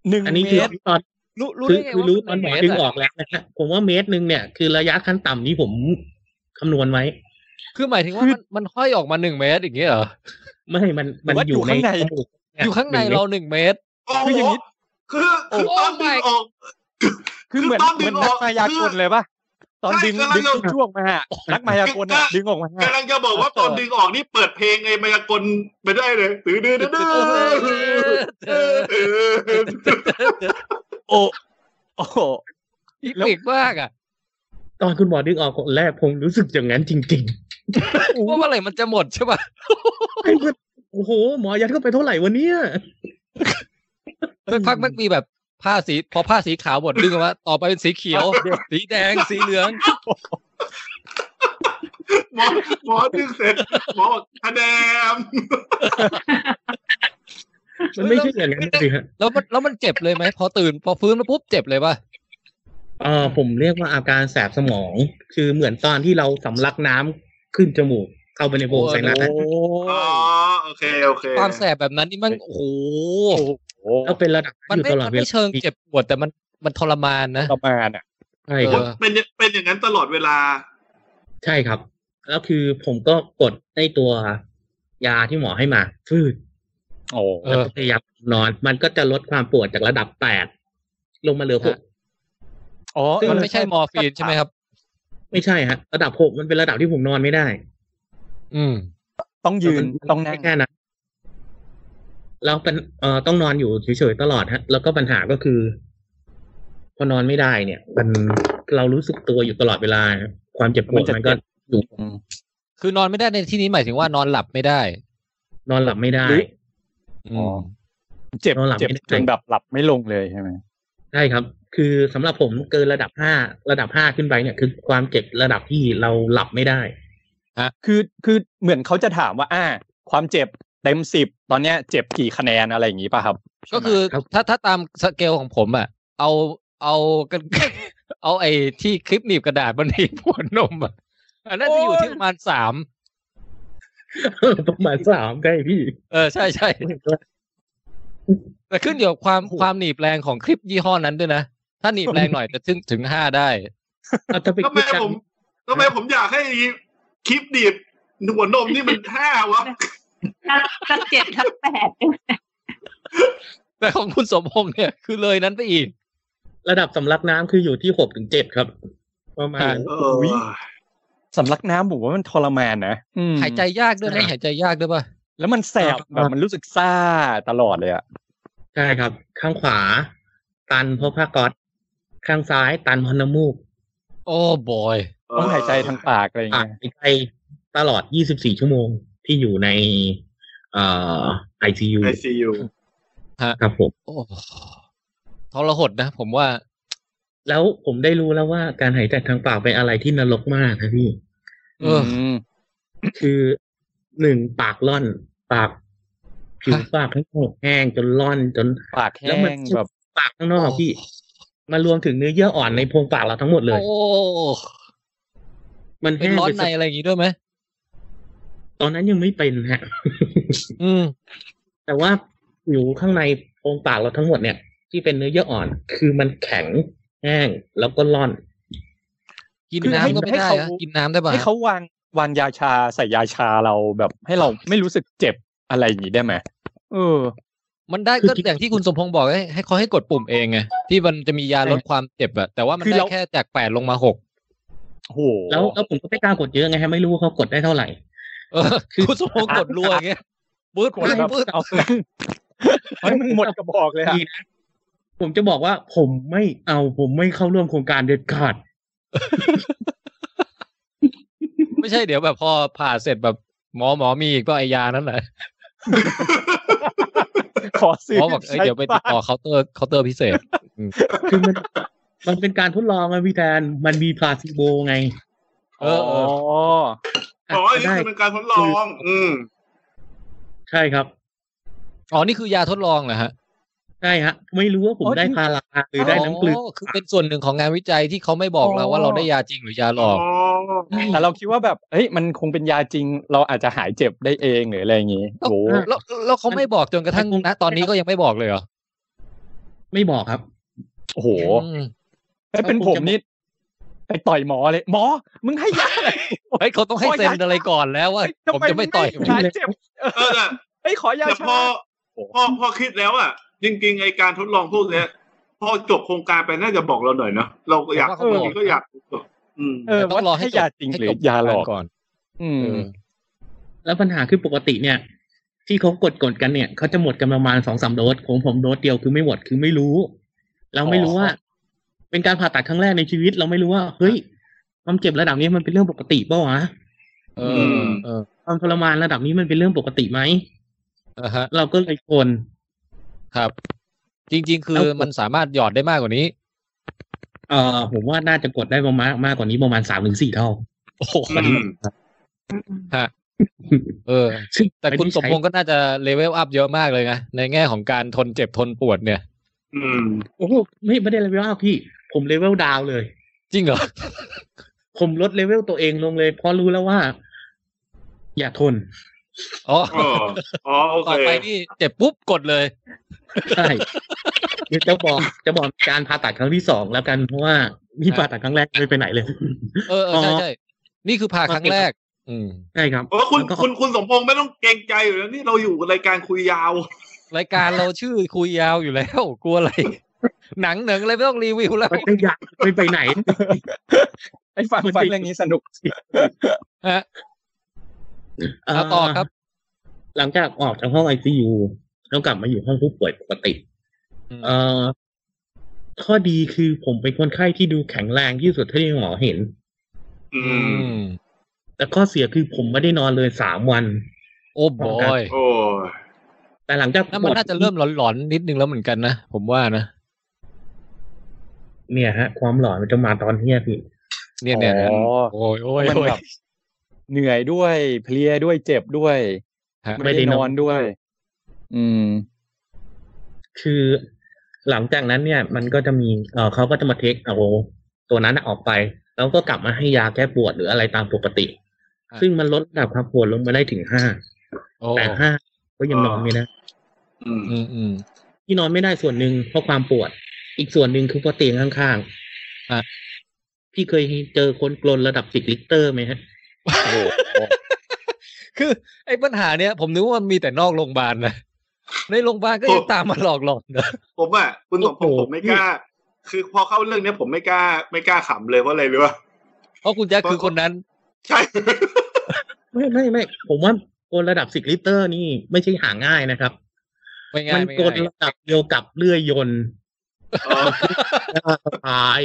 Speaker 8: หนึ่ง
Speaker 7: อันนี้
Speaker 8: เม
Speaker 7: คือ
Speaker 8: ตร
Speaker 7: ตอน
Speaker 2: รู้รู้
Speaker 7: คือ
Speaker 2: ได้ไงว่า
Speaker 7: คือรู้ตอ
Speaker 2: มัน
Speaker 7: หม
Speaker 2: เม
Speaker 7: อ
Speaker 2: ต
Speaker 7: ดึ
Speaker 2: รง
Speaker 7: ออ
Speaker 2: อะ
Speaker 7: กแล้วนะฮะผมว่าเมตรหนึ่งเนี่ย คือระยะขั้นต่ำนี่ผมคำนวณไว้
Speaker 2: คือหมายถึงว่ามันมันห้อยออกมาหนึ่งเมตรอย่างเงี้ยเหรอ
Speaker 7: ไม่ให้มันมัน
Speaker 8: ว่า
Speaker 7: อ
Speaker 8: อยู่ยู่
Speaker 7: ใน
Speaker 8: ข้างใน
Speaker 7: จมูกเนี่
Speaker 2: อยู่ข้างในเราหนึ่งเมตร
Speaker 4: โอ้โห
Speaker 8: คืออย่างนี้
Speaker 4: คือคือตอนดึงออก
Speaker 8: คือเหมือน
Speaker 4: คือตอนดึงออก
Speaker 8: เหมือนนั
Speaker 4: ก
Speaker 8: มายากลเลยป่ะตอน
Speaker 4: ใช่
Speaker 8: ดึง
Speaker 4: กำลัง
Speaker 8: ดึง
Speaker 4: จะ
Speaker 8: ช่วงมา อะนักมายากลน่ะดึงออกมาอะ
Speaker 4: กำลังจะบอกว่าตอนดึงออกนี่เปิดเพลงไงมายากลไปได้เลยตื้อดื้อดื้อดื้อเออ
Speaker 8: โอ้โอ้โห
Speaker 2: อีกปีกมากอ่ะ
Speaker 7: ตอนคุณหมอดึงออกคนแรกผมรู้สึกอย่างนั้นจริง
Speaker 2: เพราะว่าอะไรมันจะหมดใช่ป่ะ
Speaker 7: ๆ โอ้โห หมอยัดเข้าไปเท่าไหร่วะเนี่ย
Speaker 2: สักพักมันมีแบบผ้าสีพอผ้าสีขาวหมดดึงออกมาต่อไปเป็นสีเขียว สีแดงสีเหลือง
Speaker 4: หมอหมอดึงเสร็จหมอบอกคะแนน
Speaker 7: มันไม่ใช่อย่างนั้นสิฮะ
Speaker 2: แล้วมันแล้วมันเจ็บเลยไหมพอตื่นพอฟื้นมาปุ๊บเจ็บเลยป่ะ
Speaker 7: เออผมเรียกว่าอาการแสบสมอง คือเหมือนตอนที่เราสำลักน้ำขึ้นจมูก เข้าไปในโพรงไซนัสนะ
Speaker 4: อ๋อโอเคโอเค
Speaker 2: ความแสบแบบนั้นนี่มันโอ้โห
Speaker 8: โอ้
Speaker 7: แล้วเป็นระดับ
Speaker 2: มัน
Speaker 7: อยู่
Speaker 2: ไม่
Speaker 7: ตลอ
Speaker 2: มั
Speaker 7: ด
Speaker 2: น
Speaker 7: เว
Speaker 2: ไม่
Speaker 7: ลา
Speaker 2: เชิงเจ็บปวดแต่มันมันทรมานนะ
Speaker 8: ประมาณอ่ะ
Speaker 7: ใช่ครับ
Speaker 2: เออ
Speaker 4: เป็นเป็นอย่างนั้นตลอดเวลา
Speaker 7: ใช่ครับ แล้วคือผมก็กดไอ้ตัวยาที่หมอให้มา ฟืด
Speaker 8: โอ้
Speaker 2: เอ
Speaker 7: แล้ว
Speaker 2: อ
Speaker 7: ก็พยายามนอน มันก็จะลดความปวดจากระดับแปดลงมาเหลือหก
Speaker 8: อ๋อ
Speaker 7: ซึ่ง
Speaker 2: มันไม่ใช่มอร์ฟีนใช่ไหมครับ
Speaker 7: ไม่ใช่ฮะ ระดับหกมันเป็นระดับที่ผมนอนไม่ได้
Speaker 2: อืม
Speaker 8: ต้องยืนต้องนั่ง
Speaker 7: แค่นั้นแล้วเป็นเอ่อต้องนอนอยู่เฉยๆตลอดฮะ แล้วก็ปัญหาก็คือ พอนอนไม่ได้เนี่ย มันเรารู้สึกตัวอยู่ตลอดเวลา ความเจ็บปวดมันก็อยู่
Speaker 8: อืม
Speaker 2: คือนอนไม่ได้ในที่นี้หมายถึงว่านอนหลับไม่ได้
Speaker 7: นอนหลับไม่ได้
Speaker 8: หรือ
Speaker 2: อืม
Speaker 8: เจ็บ
Speaker 7: นอนหลับ
Speaker 8: เจ็บ
Speaker 7: ไม่ได้
Speaker 8: จนแบบหลับไม่ลงเลยใช่ไหม
Speaker 7: ใช่ครับ คือสำหรับผมเกินระดับห้าระดับห้าขึ้นไปเนี่ย คือความเจ็บระดับที่เราหลับไม่ได้
Speaker 8: คือคือเหมือนเขาจะถามว่า อ่า ความเจ็บเต็มสิบตอนเนี้ยเจ็บกี่คะแนนอะไรอย่างงี้ป่ะครับ
Speaker 2: ก็คือ
Speaker 7: ครับ
Speaker 2: ถ้าถ้าตามสเกลของผมอ่ะ เอาเอากัน เอาไอ้ที่คลิปหนีบกระดาษมันหนีบหัวนมอ่ะอันนั้นจะอยู่ที่ประมาณสาม
Speaker 7: ประมาณสามใกล้พี่
Speaker 2: เออใช่ใช่แต่ขึ้นอยู่กับความ
Speaker 7: โอ้โห
Speaker 2: ความหนีบแรงของคลิปยี่ห้อนั้นด้วยนะ ถ้าหนีบแรงหน่อยจะถึงถึงห้าได้
Speaker 7: เอาถ้าไป
Speaker 4: ทำไม
Speaker 7: คิดกัน
Speaker 4: ผมทำไมผมอยากให้คลิปดีบหัวนมนี่มันห้าวะ
Speaker 6: ทั้งทั้งเจ็ดทั้งแปด
Speaker 2: แต่ของคุณสมพงษ์เนี่ยคือเลยนั้นไปอีก
Speaker 7: ระดับสำลักน้ำคืออยู่ที่หกถึงเจ็ดครับ ประมาณ
Speaker 4: เออ
Speaker 8: อุ๊ย สำลักน้ำผมว่ามันทรมานนะอืม
Speaker 2: หายใจยากด้วยนะ
Speaker 7: อ่า
Speaker 2: หายใจยากด้วยป่ะ
Speaker 8: แล้วมันแสบแบบมันรู้สึกซ่าตลอดเลยอะ
Speaker 7: ใช่ครับ ข้างขวา ตันเพราะผ้าก๊อตข้างซ้ายตันเพราะน้ำมูก
Speaker 2: โอ้บอย
Speaker 8: ต้องหายใจทางปากอะไรอย่าง
Speaker 7: ปาก
Speaker 8: เงี้ย
Speaker 7: หายใจตลอด 24 ชั่วโมงที่อยู่ใน เอ่อ ICU
Speaker 4: ไอซียู
Speaker 7: ครับผม
Speaker 2: โอ้ทรหดนะผมว่า
Speaker 7: แล้วผมได้รู้แล้วว่าการหายใจทางปากเป็นอะไรที่นรกมากนะพี่
Speaker 2: เอออื
Speaker 8: ม
Speaker 7: คือหนึ่งปากล่อน ปากผิวปากข้างนอกแห้งจนล่อนจน
Speaker 8: ปาก
Speaker 7: แล้ว
Speaker 8: แห้
Speaker 7: มัน
Speaker 8: งแบบ
Speaker 7: ปากข้างนอกพี่ มารวมถึงเนื้อเยื่ออ่อนในโพรงปากเราทั้งหมดเลย
Speaker 2: โอ้
Speaker 7: มัน
Speaker 2: เป็น
Speaker 7: แห้ง
Speaker 2: ร้อน
Speaker 7: ไป
Speaker 2: ในอะไรอย่างงี้ด้วยไหม
Speaker 7: ตอนนั้นยังไม่เป็นฮะ
Speaker 2: อืม
Speaker 7: แต่ว่าผิวข้างในโพรงปากเราทั้งหมดเนี่ย ที่เป็นเนื้อเยื่ออ่อน คือมันแข็งแห้งแล้วก็ร่อน
Speaker 2: กิน
Speaker 8: คือ
Speaker 2: น้ำ
Speaker 8: ให้
Speaker 2: ก็ไม่
Speaker 8: ให้
Speaker 2: ได้
Speaker 8: เขา
Speaker 2: นะกินน้ำได้ป่ะ
Speaker 8: ให้เขาวางวางยาชาใส่ยาชาเราแบบ ให้เราไม่รู้สึกเจ็บอะไรอย่างงี้ได้ไหมเออ
Speaker 2: มันได้
Speaker 7: คือ
Speaker 2: ก็อย่างที่คุณสมพงษ์บอกให้ให้เขาให้กดปุ่มเองไงที่มันจะมียาลดความเจ็บอะแต่ว่ามัน
Speaker 8: คือ
Speaker 2: ได้
Speaker 8: เรา
Speaker 2: แค่จากแปดลงมาหก
Speaker 8: โห
Speaker 7: แล้วแล้วผมก็ไม่กล้ากดเยอะไงฮะไม่รู้ว่าเขากดได้เท่าไหร่
Speaker 2: เออคุณสมพงษ์กดรัวอย่างเงี้ยปื๊ด
Speaker 8: ก
Speaker 2: ป
Speaker 8: ดแบึ
Speaker 2: ๊
Speaker 8: บ
Speaker 2: ดปื๊ด
Speaker 8: เอา เฮ้ยมันหมดกระบอกเลยอะ
Speaker 7: ดีนะผมจะบอกว่าผมไม่เอาผมไม่เข้าร่วมโครงการเด็ดขาด
Speaker 2: ไม่ใช่เดี๋ยวแบบพอผ่าเสร็จแบบหมอหมอมีอีกก็ไอยานั้นแหละ
Speaker 8: ขอซื้
Speaker 2: ห
Speaker 8: อ
Speaker 2: มอบอกเอ้ยเดี๋ยวไปติดต่อเคาน์เตอร์เคาน์เตอร์พิเศษ
Speaker 7: คือมัน มันเป็นการทดลองไงพี่แทนมันมีพลาซิโบไง
Speaker 2: เออเออ
Speaker 7: อ่ะ
Speaker 4: อ๋ออันนี้
Speaker 7: ได้
Speaker 4: คือเป็นการทดลอง อืม
Speaker 7: ใช่ครับ
Speaker 2: อ๋อนี่คือยาทดลองเหรอฮะ
Speaker 7: ใช่ฮะ ไม่รู้ว่าผมได้พาราหรือได้น้ำเกลือ
Speaker 2: อคือเป็นส่วนหนึ่งของงานวิจัยที่เขาไม่บอกเราว่าเราได้ยาจริงหรือยาหลอก
Speaker 4: อ๋อ
Speaker 8: แต่เราคิดว่าแบบเฮ้ยมันคงเป็นยาจริง เราอาจจะหายเจ็บได้เองหรืออะไรอย่างงี้โอ้โห
Speaker 2: แล้วแล้วเขาไม่บอกจนกระทั่งนะตอนนี้ก็ยังไม่บอกเลยเหรอ
Speaker 7: ไม่บอกครับ
Speaker 8: โอ้โห
Speaker 2: อืม
Speaker 8: ถ้าเป็นผมนี่ไปต่อยหมอเลย หมอ มึงให้ยาอะไร
Speaker 2: เฮ้ยเขาต้องให้เซ็น
Speaker 8: ขอยา
Speaker 2: อะไรก่อนแล้วว่า ผมจะไม่ต่อย
Speaker 8: หายเจ็บ
Speaker 4: เออแต่
Speaker 8: เฮ้ยขอยา
Speaker 4: แต่พ
Speaker 8: ชา
Speaker 4: อพอพอคิดแล้วอ่ะ จริงๆไอการทดลองพวกเนี้ย พอจบโครงการไปน่าจะบอกเราหน่อยเนาะเราอยาก
Speaker 2: ผมว่าเขาบ
Speaker 4: บา
Speaker 2: อก
Speaker 4: งทีก็อยากอืม
Speaker 8: เออ
Speaker 2: ต้องรอให้
Speaker 8: ยาจริงหรือยาหลอก
Speaker 2: ก่อน
Speaker 8: อืม
Speaker 7: แล้วปัญหาคือปกติเนี่ย ที่เขากดกดกันเนี่ยเขาจะหมดกันประมาณสองสามโดสของผมโดสเดียวคือไม่หมดคือไม่รู้ เราไม่รู้ว่า เป็นการผ่าตัดครั้งแรกในชีวิต เราไม่รู้ว่า เฮ้ย ความเจ็บระดับนี้มันเป็นเรื่องปกติเปล่าวะ
Speaker 2: เออเออ
Speaker 7: ความทรมานระดับนี้มันเป็นเรื่องปกติไหม
Speaker 2: อ่าฮะ
Speaker 7: เราก็เลยทน
Speaker 2: ครับ จริง ๆ คือ
Speaker 7: แล้วผม
Speaker 2: มันสามารถหยอดได้มากกว่านี้
Speaker 7: เอ่อผมว่าน่าจะกดได้ประมาณมากกว่านี้ประมาณสามถึงสี่เท่า
Speaker 2: โอ้โห
Speaker 4: อืม
Speaker 2: เออ
Speaker 7: ซึ่ง
Speaker 2: แต่คุณสมพงษ์ก็น่าจะเลเวลอัพเยอะมากเลยนะในแง่ของการทนเจ็บทนปวดเนี่ย
Speaker 4: อืม
Speaker 7: โอ้โหไม่ไม่ได้เลเวลอัพพี่ ผมเลเวลดาวน์เลย
Speaker 2: จริงเหรอ
Speaker 7: ผมลดเลเวลตัวเองลงเลย เพราะรู้แล้วว่า อย่าทน
Speaker 2: อ๋อ
Speaker 4: อ๋ออ๋อโอ
Speaker 2: ต่อ
Speaker 4: เค
Speaker 2: ไปนี่เจ็บปุ๊บกดเลย
Speaker 7: ใช่จะบอกจะบอกการผ่าตัดครั้งที่สองแล้วกันเพราะว่านี่ผ่าตัดครั้งแรกไม่ไปไหนเลย
Speaker 2: เออเออใช่ใช่นี่คือผ่าครั้งแรก อืม
Speaker 7: ใช่ครับ
Speaker 4: โอ้คุณ
Speaker 7: แล้วก็
Speaker 4: คุณคุณสมพงษ์ไม่ต้องเกรงใจอยู่แล้วนี่เราอยู่รายการคุยยาว
Speaker 2: รายการเราชื่อคุยยาวอยู่แล้ว กลัวอะไร หนังหนังอะไรไม่ต้องรีวิว แล้ว
Speaker 7: มันจะอยากไม่ไปไหน
Speaker 8: ไอ้ฟัง
Speaker 7: มัน
Speaker 8: ฟัง
Speaker 7: ติด
Speaker 8: เรื่องนี้ สนุก
Speaker 2: ฮะเอาต่อครับ
Speaker 7: หลังจากออกจากห้องไอซียูแล้วกลับมาอยู่ห้องผู้ป่วยปกติ
Speaker 2: อืม
Speaker 7: เอ่อข้อดีคือผมเป็นคนไข้ที่ดูแข็งแรงที่สุดเท่าที่หมอเห็น
Speaker 4: อื
Speaker 2: อื
Speaker 4: ม
Speaker 2: ม
Speaker 7: แต่ข้อเสียคือผมไม่ได้นอนเลยสามวัน
Speaker 2: โอ้บอย
Speaker 4: โอ้ย
Speaker 7: แต่หลังจาก
Speaker 2: นั่นมันน่าจะเริ่มหลอนๆนิดนึงแล้วเหมือนกันนะ ผมว่านะ
Speaker 7: เนี่ยฮะ ความหลอนมันจะมาตอนเที่ยพี่
Speaker 2: เนี่ยเนี่ยเนี่ย
Speaker 8: อ๋อ
Speaker 2: โอ้ยโอ้ย
Speaker 8: มัน
Speaker 2: โอ้ย
Speaker 8: แบบเหนื่อยด้วยเพลียด้วยเจ็บด้วย
Speaker 2: ฮะ
Speaker 8: ไม่ได้นอนด้วย อืม
Speaker 7: คือหลังจากนั้นเนี่ย มันก็จะมีเออเขาก็จะมาเทคเอาตัวนั้นน่ะออกไป แล้วก็กลับมาให้ยาแก้ปวดหรืออะไรตามปกติ
Speaker 2: อ่ะ
Speaker 7: ซึ่งมันลดระดับความปวดลงมาได้ถึงห้า
Speaker 2: โอ้
Speaker 7: แต่ห้าก็ยังนอนไม่ได้
Speaker 4: อืม
Speaker 2: อืมอืม
Speaker 7: ที่นอนไม่ได้ส่วนหนึ่งเพราะความปวด อีกส่วนหนึ่งคือเพราะเตียงข้างๆ
Speaker 2: อ่ะ
Speaker 7: พี่เคยเจอคนกลนระดับสิบลิตรไหมฮะ
Speaker 2: คือไอ้ปัญหาเนี้ยผมนึกว่ามันมีแต่นอกโรงพยาบาลนะ ในโรงพยาบาลก็ยังตามมาหลอกหลอนนะ
Speaker 4: ผมอ่ะคุณสมพง
Speaker 7: โอ้
Speaker 4: ษ์
Speaker 7: โห
Speaker 4: ผมไม่กล้า คือพอเข้าเรื่องเนี้ยผมไม่กล้า ไม่กล้าขำเลยเพราะอะไรรู้ป่ะ
Speaker 2: เพราะคุณแจ็คคือคนนั้น
Speaker 4: ใช่
Speaker 7: ไม่ไม่ไม่ผมว่าคนระดับสิบลิตรนี่ไม่ใช่หาง่ายนะครับ
Speaker 2: ไม่ง่า
Speaker 7: มั
Speaker 2: ย
Speaker 7: น
Speaker 2: ไม่
Speaker 7: กล
Speaker 2: ง่าน ย
Speaker 7: ระดับเดียวกับเลื่อยยนต์
Speaker 4: เออ
Speaker 7: สะพาย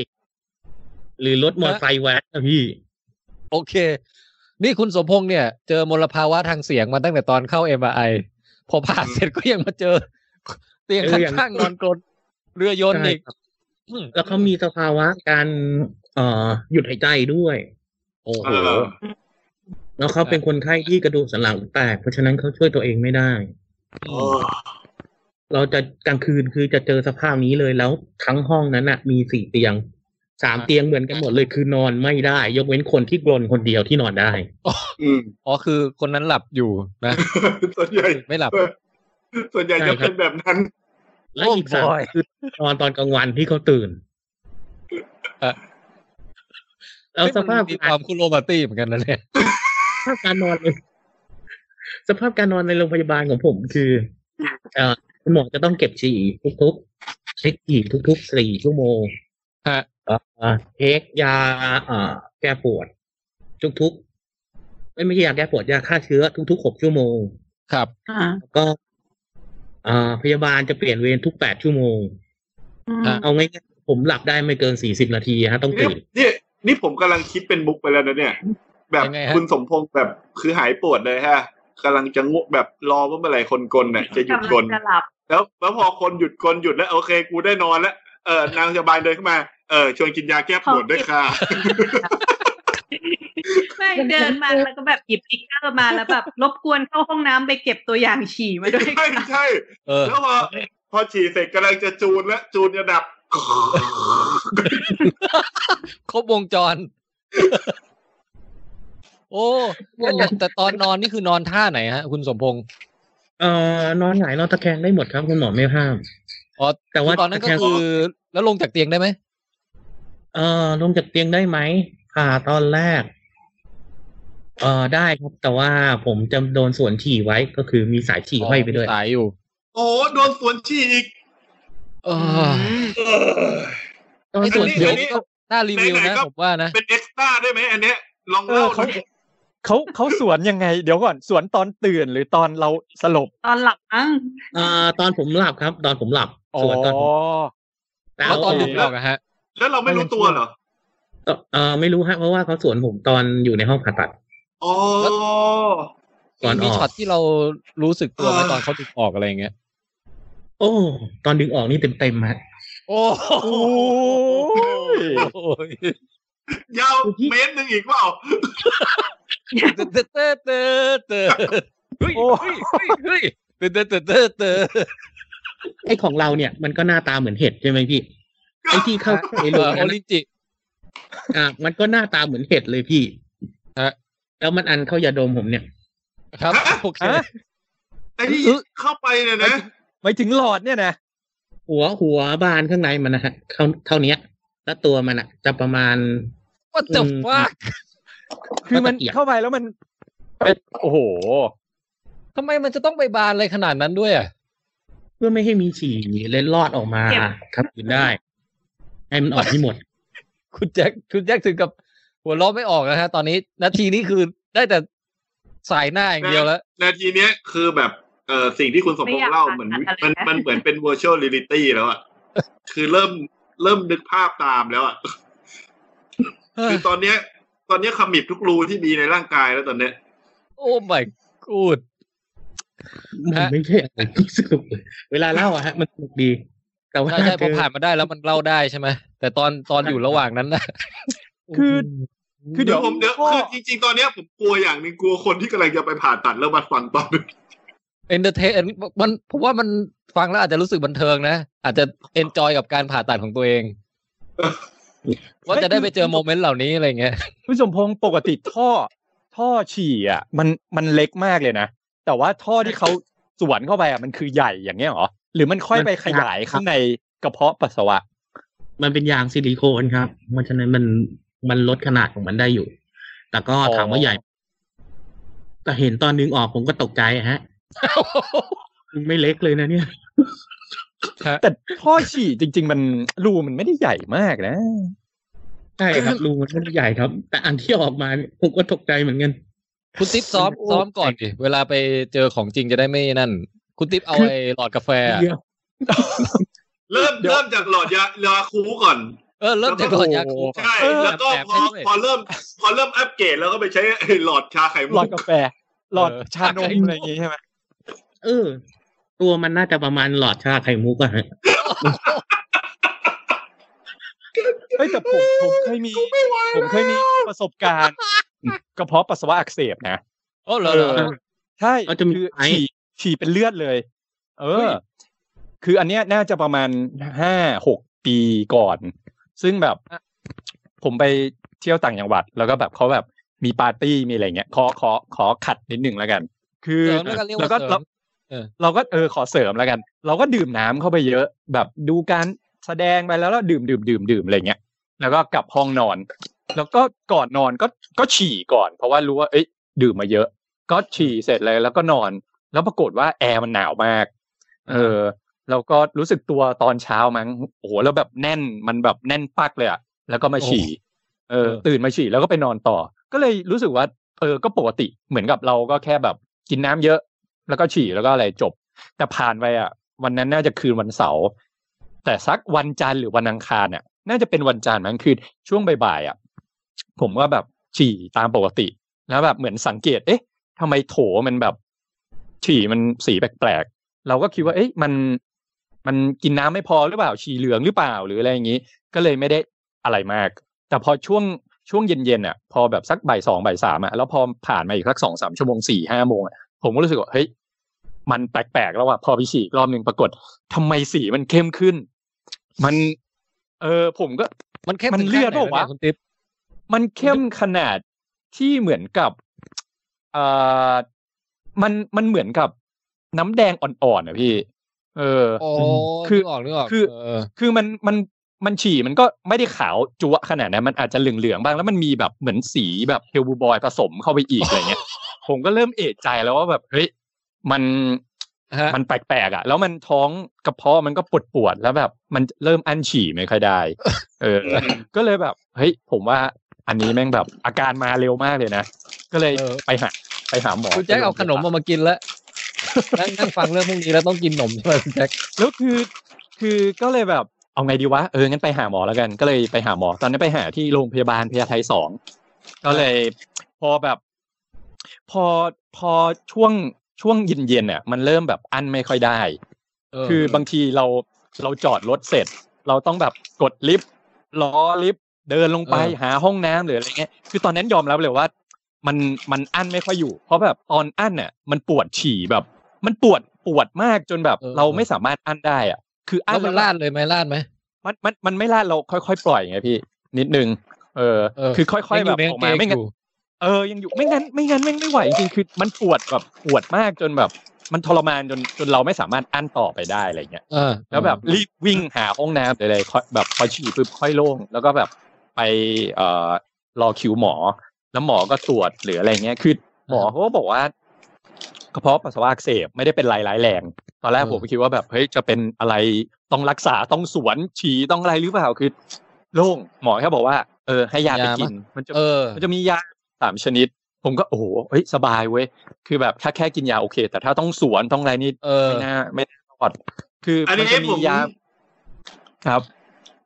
Speaker 7: หรือรถมอเตอร์ไซค์แว้นนะพี่
Speaker 2: โอเค นี่คุณสมพงษ์เนี่ย เจอมลภาวะทางเสียงมาตั้งแต่ตอนเข้าเอ็มไอพอผ่าเสร็จก็ยังมาเจอ เตียง
Speaker 7: เอออย่าง
Speaker 2: ข้างๆนอนกลนเรือยนต์อีก
Speaker 7: ครับ
Speaker 2: อืม
Speaker 7: แล้วเขามีสภาวะการเอ่อหยุดหายใจด้วย
Speaker 2: โอ้โห
Speaker 4: เออ
Speaker 7: แล้วเขาเป็นคนไข้ที่กระดูกสันหลังแตกเพราะฉะนั้นเขาช่วยตัวเองไม่ได้
Speaker 4: เออ
Speaker 7: เราจะกลางคืนคือจะเจอสภาพนี้เลยแล้วทั้งห้องนั้นน่ะ มีสี่เตียงสาม
Speaker 2: อ่า
Speaker 7: เตียงเหมือนกันหมดเลยคือนอนไม่ได้ ยกเว้นคนที่กรนคนเดียวที่นอนได้
Speaker 4: อืม
Speaker 2: อ๋อคือคนนั้นหลับอยู่นะ
Speaker 4: ส่วนใหญ่
Speaker 2: ไม่หลับ
Speaker 4: ส่วนใหญ่จะเป็นแบบนั้น
Speaker 7: และอีก
Speaker 2: โอ้
Speaker 7: สาม
Speaker 2: บอย
Speaker 7: คือนอนตอนกลางวันที่เขาตื่นแล้วสภาพ
Speaker 2: มีความคุณโรมาตี้เหมือนกันนะเนี่ย
Speaker 7: สภาพการนอน เลยสภาพการนอนในโรงพยาบาลของผมคือเอ่อคุณหมอจะต้องเก็บฉี่ทุกๆเช็คฉี่ทุกๆสี่ชั่วโมง
Speaker 2: ฮะ
Speaker 7: เอ่อเทคยาเอ่อแก้ปวด ทุกๆเอ้ยไม่ใช่ยาแก้ปวดยาฆ่าเชื้อทุกๆหกชั่วโมง
Speaker 2: ครับ
Speaker 6: อ่า
Speaker 7: แล้วก็เอ่อพยาบาลจะเปลี่ยนเวรทุกแปดชั่วโมง
Speaker 6: อืม
Speaker 2: อ่ะ
Speaker 7: เอาง่ายๆผมหลับได้ไม่เกินสี่สิบนาทีฮะต้อง
Speaker 4: เนี่ย
Speaker 7: ตื่น
Speaker 4: เนี่ยนี่ผมกำลังคิดเป็นมุกไปแล้วนะเนี่ย แบบ
Speaker 2: ยังไงฮะ
Speaker 4: คุณสมพงษ์แบบคือหายปวดเลยฮะกำลังจะงุแบบรอว่าเมื่อไหร่คนกลเนี่ยจะหยุด
Speaker 6: กำ
Speaker 4: ก
Speaker 6: ลั
Speaker 4: ล
Speaker 6: งจะหลับ
Speaker 4: แล้วแล้วพอคนหยุดกลหยุดแล้ว โอเค กูได้นอนแล้วเออนางพยาบาลเดินเข้ามาเออชวนกินยาแก้ปวดด้วยค่ะ
Speaker 6: ไม่เดินมาแล้วก็แบบหยิบลิกเกอร์มาแล้วแบบรบกวนเข้าห้องน้ำไปเก็บตัวอย่างฉี่มาด้วย
Speaker 4: ใช่ใช่
Speaker 2: เออ
Speaker 4: แล้วพอพอฉี่เสร็จกำลังจะจูนแล้วจูนจะดับ
Speaker 2: ครบวงจร โอ้แต่แต่ตอนนอนนี่คือนอนท่าไหนฮะ คุณสมพงษ์
Speaker 7: เอ่อนอนหงายนอนตะแคงได้หมดครับคุณหมอไม่ห้าม
Speaker 2: อ๋อ
Speaker 7: แต่ว่า
Speaker 2: ตอนนั้นก็
Speaker 7: ตะแง
Speaker 2: คือ แล้วลงจากเตียงได้ไหม
Speaker 7: เอ่อลงจากเตียงได้ไหมผ่าตอนแรก เอ่อได้ครับ แต่ว่าผมจะโดนสวนฉี่ไว้ก็คือมีสายฉี่ห้อยไปด้วย
Speaker 2: มีสายอยู่
Speaker 4: โอ้โหโดนสวนฉี่อีก
Speaker 2: เออ
Speaker 4: เออ
Speaker 7: ตอน
Speaker 2: ไอ้
Speaker 7: ส
Speaker 2: ส่
Speaker 7: ว
Speaker 2: วน น
Speaker 4: อั
Speaker 2: เขียว
Speaker 4: อัน
Speaker 7: ฉี่
Speaker 4: นี้
Speaker 2: นี่ก็น่ารีวิว
Speaker 4: ไหน
Speaker 2: นะ
Speaker 4: ๆก็
Speaker 2: ผมว่านะ
Speaker 4: เป็นเอ็กซ์ต้าได้ไหมอันเนี้ยลอง
Speaker 8: เอ
Speaker 4: เล่า
Speaker 8: อ
Speaker 4: หน่อย
Speaker 8: เขาเขาเขาสวนยังไง เดี๋ยวก่อนสวนตอนตื่นหรือตอนเราสลบ
Speaker 6: ตอนหลับมั้ง
Speaker 7: เอ่อตอนผมหลับครับ ตอนผมหลับ
Speaker 8: อ๋อ
Speaker 7: สวนตอนผมแล้
Speaker 2: แล้ว
Speaker 7: ว
Speaker 2: ตอนดึกหรอกอะฮะ
Speaker 4: แล้วเราไม่รู้ตัวเหรอ
Speaker 7: เอ่อไม่รู้ฮะเพราะว่าเขาสวนผมตอนอยู่ในห้องผ่าตัด
Speaker 4: อ๋อ
Speaker 7: ก่อนออก
Speaker 2: มีช็อตที่เรารู้สึกตัวไหมตอนเขาดึงออกอะไรอย่างเงี้ย
Speaker 7: โอ้ ตอนดึงออกนี่เต็มเต็มๆฮะ
Speaker 2: โอ้
Speaker 8: โอ้ย
Speaker 2: ย
Speaker 4: ยาวเมตรหนึ่งอีกเปล่า
Speaker 2: เตอเตอเตอเตอเฮ้ย
Speaker 8: โอ้
Speaker 2: เฮ้ยเฮ้ยเฮ้ยเตอเตอเตอเตอเตอ
Speaker 7: ไอของเราเนี่ยมันก็หน้าตาเหมือนเห็ดใช่ไหมพี่ ไอที่เข้าไอ
Speaker 2: เอ
Speaker 7: รู
Speaker 2: อโอ
Speaker 7: นั้น
Speaker 2: ลิจิ
Speaker 7: อ่ะมันก็หน้าตาเหมือนเห็ดเลยพี่
Speaker 2: ฮะ
Speaker 7: แล้วมันอันเข้ายาดมผมเนี่ย
Speaker 2: ครับโอเค
Speaker 8: ฮะ
Speaker 4: ไอ้ที่เข้าไปเนี่ยนะ
Speaker 8: ไม่ถึงหลอดเนี่ยนะ
Speaker 7: หัวหัวบานข้างในมันนะฮะเท่าเท่าเนี้ย แล้วตัวมันอ่ะ จะประมาณ
Speaker 2: What the
Speaker 7: อืม
Speaker 2: fuck
Speaker 8: คือมัน
Speaker 7: ตะเกียบ
Speaker 8: เข้าไปแล้วมันเป็นโอ้โห
Speaker 2: ทำไมมันจะต้องไปบานอะไรขนาดนั้นด้วยอ่ะ
Speaker 7: เพื่อไม่ให้มีฉี่เล็ดลอดออกมาครับอื่นได้ ให้มันออกที่หมด
Speaker 2: คุณแจ็คคุณแจ็คถึงกับหัวเราะไม่ออกนะฮะ ตอนนี้นาทีนี้คือได้แต่สายหน้าอย่างเดียวแล้ว
Speaker 4: นาทีเนี้ยคือแบบเออสิ่งที่คุณสมพงษ์เล่าเหมือนมันมันเหมือนเป็น virtual reality แล้ว อ่ะคือเริ่มเริ่มนึกภาพตามแล้วอ่ะคือตอนเนี้ย ตอนเนี้ยขมิบทุกรูที่มีในร่างกายแล้วตอนเนี้ย
Speaker 2: โอ้ my god
Speaker 7: มัน
Speaker 2: ฮะ
Speaker 7: ไม่ใช่อะไรที่สนุกเลยเวลาเล่าอะฮะ มันสนุกดี แต่ว่า
Speaker 2: ใช่ใช่พอ
Speaker 7: คือ
Speaker 2: ผ่านมาได้แล้วมันเล่าได้ใช่ไหมแต่ตอนตอนอยู่ระหว่างนั้นนะ
Speaker 8: คือ คือ
Speaker 4: เดี๋
Speaker 8: เดี๋
Speaker 4: ย
Speaker 8: ยว ว
Speaker 4: ผมเดี๋ยว
Speaker 8: พ่อ
Speaker 4: คือจริง ๆ ตอนเนี้ยผมกลัวอย่างหนึ่งกลัวคนที่กำลังจะไปผ่าตัดแล้วมาฟังตอนนี้
Speaker 2: เอนเตอร์เทนมันผมว่ามันฟังแล้วอาจจะรู้สึกบันเทิงนะ อาจจะเอนจอยกับการผ่าตัดของตัวเอง ว่าจะได้ไปเจอโมเมนต์เหล่านี้อะไรเงี้ย
Speaker 8: คุณสมพงศ์ปกติท่อ ท่อฉี่อ่ะ มันมันเล็กมากเลยนะ แต่ว่าท่อที่เขาสวนเข้าไปอ่ะมันคือใหญ่อย่างเงี้ยเหรอ หรือมันค่อยไปขยายข้างในกระเพาะปัสสาวะ
Speaker 7: มันเป็นยางซิลิโคนครับ เพราะฉะนั้นมันมันลดขนาดของมันได้อยู่ แต่ก็
Speaker 8: อ๋อ
Speaker 7: ถามว่าใหญ่ แต่เห็นตอนนึงออกผมก็ตกใจฮะ ไม่เล็กเลยนะเนี่ย
Speaker 8: แต่ท่อฉี่จริง ๆ มันรูมันไม่ได้ใหญ่มากนะ
Speaker 7: ใช่ ครับรูมันไม่ได้ใหญ่ครับ แต่อันที่ออกมาเนี่ยผมก็ตกใจเหมือนกัน
Speaker 2: คุณติ๊บซ้อม
Speaker 7: โอ้
Speaker 2: ซ้อมก่อนดิเวลาไปเจอของจริงจะได้ไม่นั่น คุณติ๊บเอาไอ้หลอดกาแฟอะ
Speaker 7: เดี๋ยว
Speaker 4: เริ่มเริ่มจากหลอดยายาคูก่อน
Speaker 2: เออเริ่มจากหลอดยาคู
Speaker 4: ใช่
Speaker 8: เออ
Speaker 4: แล้วก็
Speaker 2: แบบ
Speaker 4: พอ
Speaker 2: แบบ
Speaker 4: พอเริ่ม พอเริ่มอัปเกรดแล้วก็ไปใช้ ไอ้หลอดชาไข่
Speaker 8: หล
Speaker 4: มุ
Speaker 8: อด
Speaker 4: ก
Speaker 8: กาแฟ หลอด
Speaker 2: เออ
Speaker 8: ชานมอะไรอย่างงี้ใช่ไหม
Speaker 7: เออ ตัวมันน่าจะประมาณหลอดชาไข่มุกอะฮ ะ
Speaker 8: เฮ้ยแต่ผมผมเคยมี ผมเคยมีประสบการณ์ กระเพาะปัสสาวะอักเสบนะ
Speaker 2: โอ้เหรอเหรอ
Speaker 8: เออ ใช่
Speaker 7: เขาจะมี
Speaker 8: คือ
Speaker 7: ไอ
Speaker 8: ฉี่ฉี่เป็นเลือดเลย เอ
Speaker 2: เฮ้
Speaker 8: อ
Speaker 2: ย
Speaker 8: คืออันเนี้ยน่าจะประมาณห้าหกปีก่อน ซึ่งแบบ ผมไปเที่ยวต่างจังหวัด แล้วก็แบบเขาแบบมีปาร์ตี้มีอะไรเงี้ยขอขอขอขัดนิดหนึ่งแล้วกัน คือ
Speaker 2: เสริมแล้วกันเรียกว่า
Speaker 8: แล้วก็
Speaker 2: เสริม
Speaker 8: เราเราก็เออขอเสริมแล้วกัน เราก็ดื่มน้ำเข้าไปเยอะ แบบดูการแสดงไปแล้วแล้วดื่มดื่มดื่มดื่มอะไรเงี้ยแล้วก็กลับห้องนอน แล้วก็ก่อนนอนก็ก็ฉี่ก่อน เพราะว่ารู้ว่าเอ้ยดื่มมาเยอะ ก็ฉี่เสร็จเลยแล้วก็นอน แล้วปรากฏว่าแอร์มันหนาวมาก เออ แล้วก็รู้สึกตัวตอนเช้ามั้งโอ้โหแล้วแบบแน่นมันแบบแน่นปักเลยอะแล้วก็มาฉี่เออ
Speaker 2: เออ
Speaker 8: ตื่นมาฉี่แล้วก็ไปนอนต่อ ก็เลยรู้สึกว่า เออก็ปกติเหมือนกับเราก็แค่แบบกินน้ำเยอะ แล้วก็ฉี่แล้วก็อะไรจบ แต่ผ่านไปอ่ะ วันนั้นน่าจะคืนวันเสาร์แต่สักวันจันทร์หรือวันอังคารเนี่ยน่าจะเป็นวันจันทร์มั้งคือช่วงบ่ายๆอ่ะ ผมก็แบบฉี่ตามปกติ แล้วแบบเหมือนสังเกต เอ๊ะทำไมโถมันแบบ ฉี่มันสีแปลกๆ เราก็คิดว่า เอ๊ะมันมันกินน้ำไม่พอหรือเปล่า ฉี่เหลืองหรือเปล่าหรืออะไรอย่างนี้ ก็เลยไม่ได้อะไรมาก แต่พอช่วงช่วงเย็นๆอ่ะ พอแบบสักบ่ายสองบ่ายสามอ่ะแล้วพอผ่านมาอีกสักสองสามชั่วโมงสี่ห้าโมงอะผมก็รู้สึกว่าเฮ้ยมันแปลกๆ แล้วอ่ะพอไปฉี่อีกรอบหนึ่งปรากฏทำไมสีมันเข้มขึ้น มัน เออผมก็
Speaker 2: มันเข้ม
Speaker 8: มัน
Speaker 2: ถึง
Speaker 8: เลือด
Speaker 2: ขั้นไห
Speaker 8: เปล่าวะ
Speaker 2: นี่ยคุณติ๊บ
Speaker 8: มันเข้มขนาดที่เหมือนกับเอ่อมันมันเหมือนกับน้ำแดงอ่อนๆอ่ะพี่ เออ
Speaker 2: โอ้
Speaker 8: คือ
Speaker 2: นึกออกนึกออก
Speaker 8: คือ
Speaker 2: เออ
Speaker 8: คือมันมันมันฉี่มันก็ไม่ได้ขาวจั๊วะขนาดนั้นมันอาจจะเหลืองๆบ้างแล้วมันมีแบบเหมือนสีแบบเฮลบูบอยผสมเข้าไปอีกอะไรเงี้ย ผมก็เริ่มเอะใจแล้วว่าแบบเฮ้ยมัน
Speaker 2: ฮะ
Speaker 8: มันแปลกๆอ่ะ แล้วมันท้องกระเพาะมันก็ปวดปวดๆแล้วแบบ มันเริ่มอั้นฉี่ไม่ค่อยได้ เออ ก็เลยแบบเฮ้ยผมว่าอันนี้แม่งแบบอาการมาเร็วมากเลยนะ ก็เลย
Speaker 2: เออ
Speaker 8: ไปหาไปหาหมอ
Speaker 2: คุณแจ็คเอาขนมออกมากินแล้วนั่งนั่งฟังเรื่องพวกนี้แล้วต้องกินขนมใช่ไหมคุณแจ็ค
Speaker 8: แล้วคือคือก็เลยแบบเอาไงดีวะเอองั้นไปหาหมอแล้วกันก็เลยไปหาหมอ ตอนนั้นไปหาที่โรงพยาบาลพยาไทสองก็เลยพอแบบ พอพอช่วงช่วงเย็นเย็นๆเนี่ยมันเริ่มแบบอั้นไม่ค่อยได้
Speaker 2: เออ
Speaker 8: คือบางทีเราเราจอดรถเสร็จ เราต้องแบบกดลิฟต์ล้อลิฟต์เดินลงไปหาห้องน้ำหรืออะไรเงี้ยคือตอนนั้นยอมรับเลยว่า มันมันอั้นไม่ค่อยอยู่ เพราะแบบตอนอั้นเนี่ยมันปวดฉี่แบบ มันปวดปวดมากจนแบบ เราไม่สามารถอั้นได้อะคืออั้
Speaker 2: แล้ว
Speaker 8: น
Speaker 2: มัน
Speaker 8: แว
Speaker 2: ลาดเลยไหมลาดไหม
Speaker 8: มันมันมันไม่ลาดเราค่อยๆปล่อยไงพี่ นิดนึงเออ
Speaker 2: เออ
Speaker 8: คือค่อยๆแบบ
Speaker 2: ยั
Speaker 8: ออง กมา
Speaker 2: ยู่ในกง
Speaker 8: ไม่
Speaker 2: อ
Speaker 8: งั้น
Speaker 2: ยู่
Speaker 8: เออยังอยู่ไม่งั้นไม่งั้นแม่งไม่ไหวจริงๆคือมันปวดแบบปวดมากจนแบบ มันทรมานจนจนเราไม่สามารถอั้นต่อไปได้อะไรเงี้ย
Speaker 2: เออ
Speaker 8: แล้วแบบรีบวิ่งหาห้องน้ำหรืออะไรค่อยแบบพอฉี่ปุ๊บค่อยโล่งแล้วก็แบบไปเอ่อรอคิวหมอ แล้วหมอก็ตรวจหรืออะไรเงี้ยคือหมอเขาก็บอกว่ากระเพาะปัสสาวะอักเสบไม่ได้เป็นไรร้ายแรง ตอนแรกผมก็คิดว่าแบบเฮ้ยจะเป็นอะไรต้องรักษาต้องสวนฉี่ต้องอะไรหรือเปล่าคือโล่งหมอแค่บอกว่าเออให้ยาไปกินมันจะ
Speaker 2: เออ
Speaker 8: มันจะมียาสามชนิด ผมก็โอ้โหเฮ้ยสบายเว้ย คือแบบถ้าแค่กินยาโอเค แต่ถ้าต้องสวนต้องอะไรนี่
Speaker 2: เออ
Speaker 8: ไม่น่าไม่น่ารอดคือ
Speaker 4: อัน
Speaker 8: มั
Speaker 4: นี้
Speaker 8: จะ
Speaker 4: ผ
Speaker 8: มี
Speaker 4: ม
Speaker 8: ยาครับ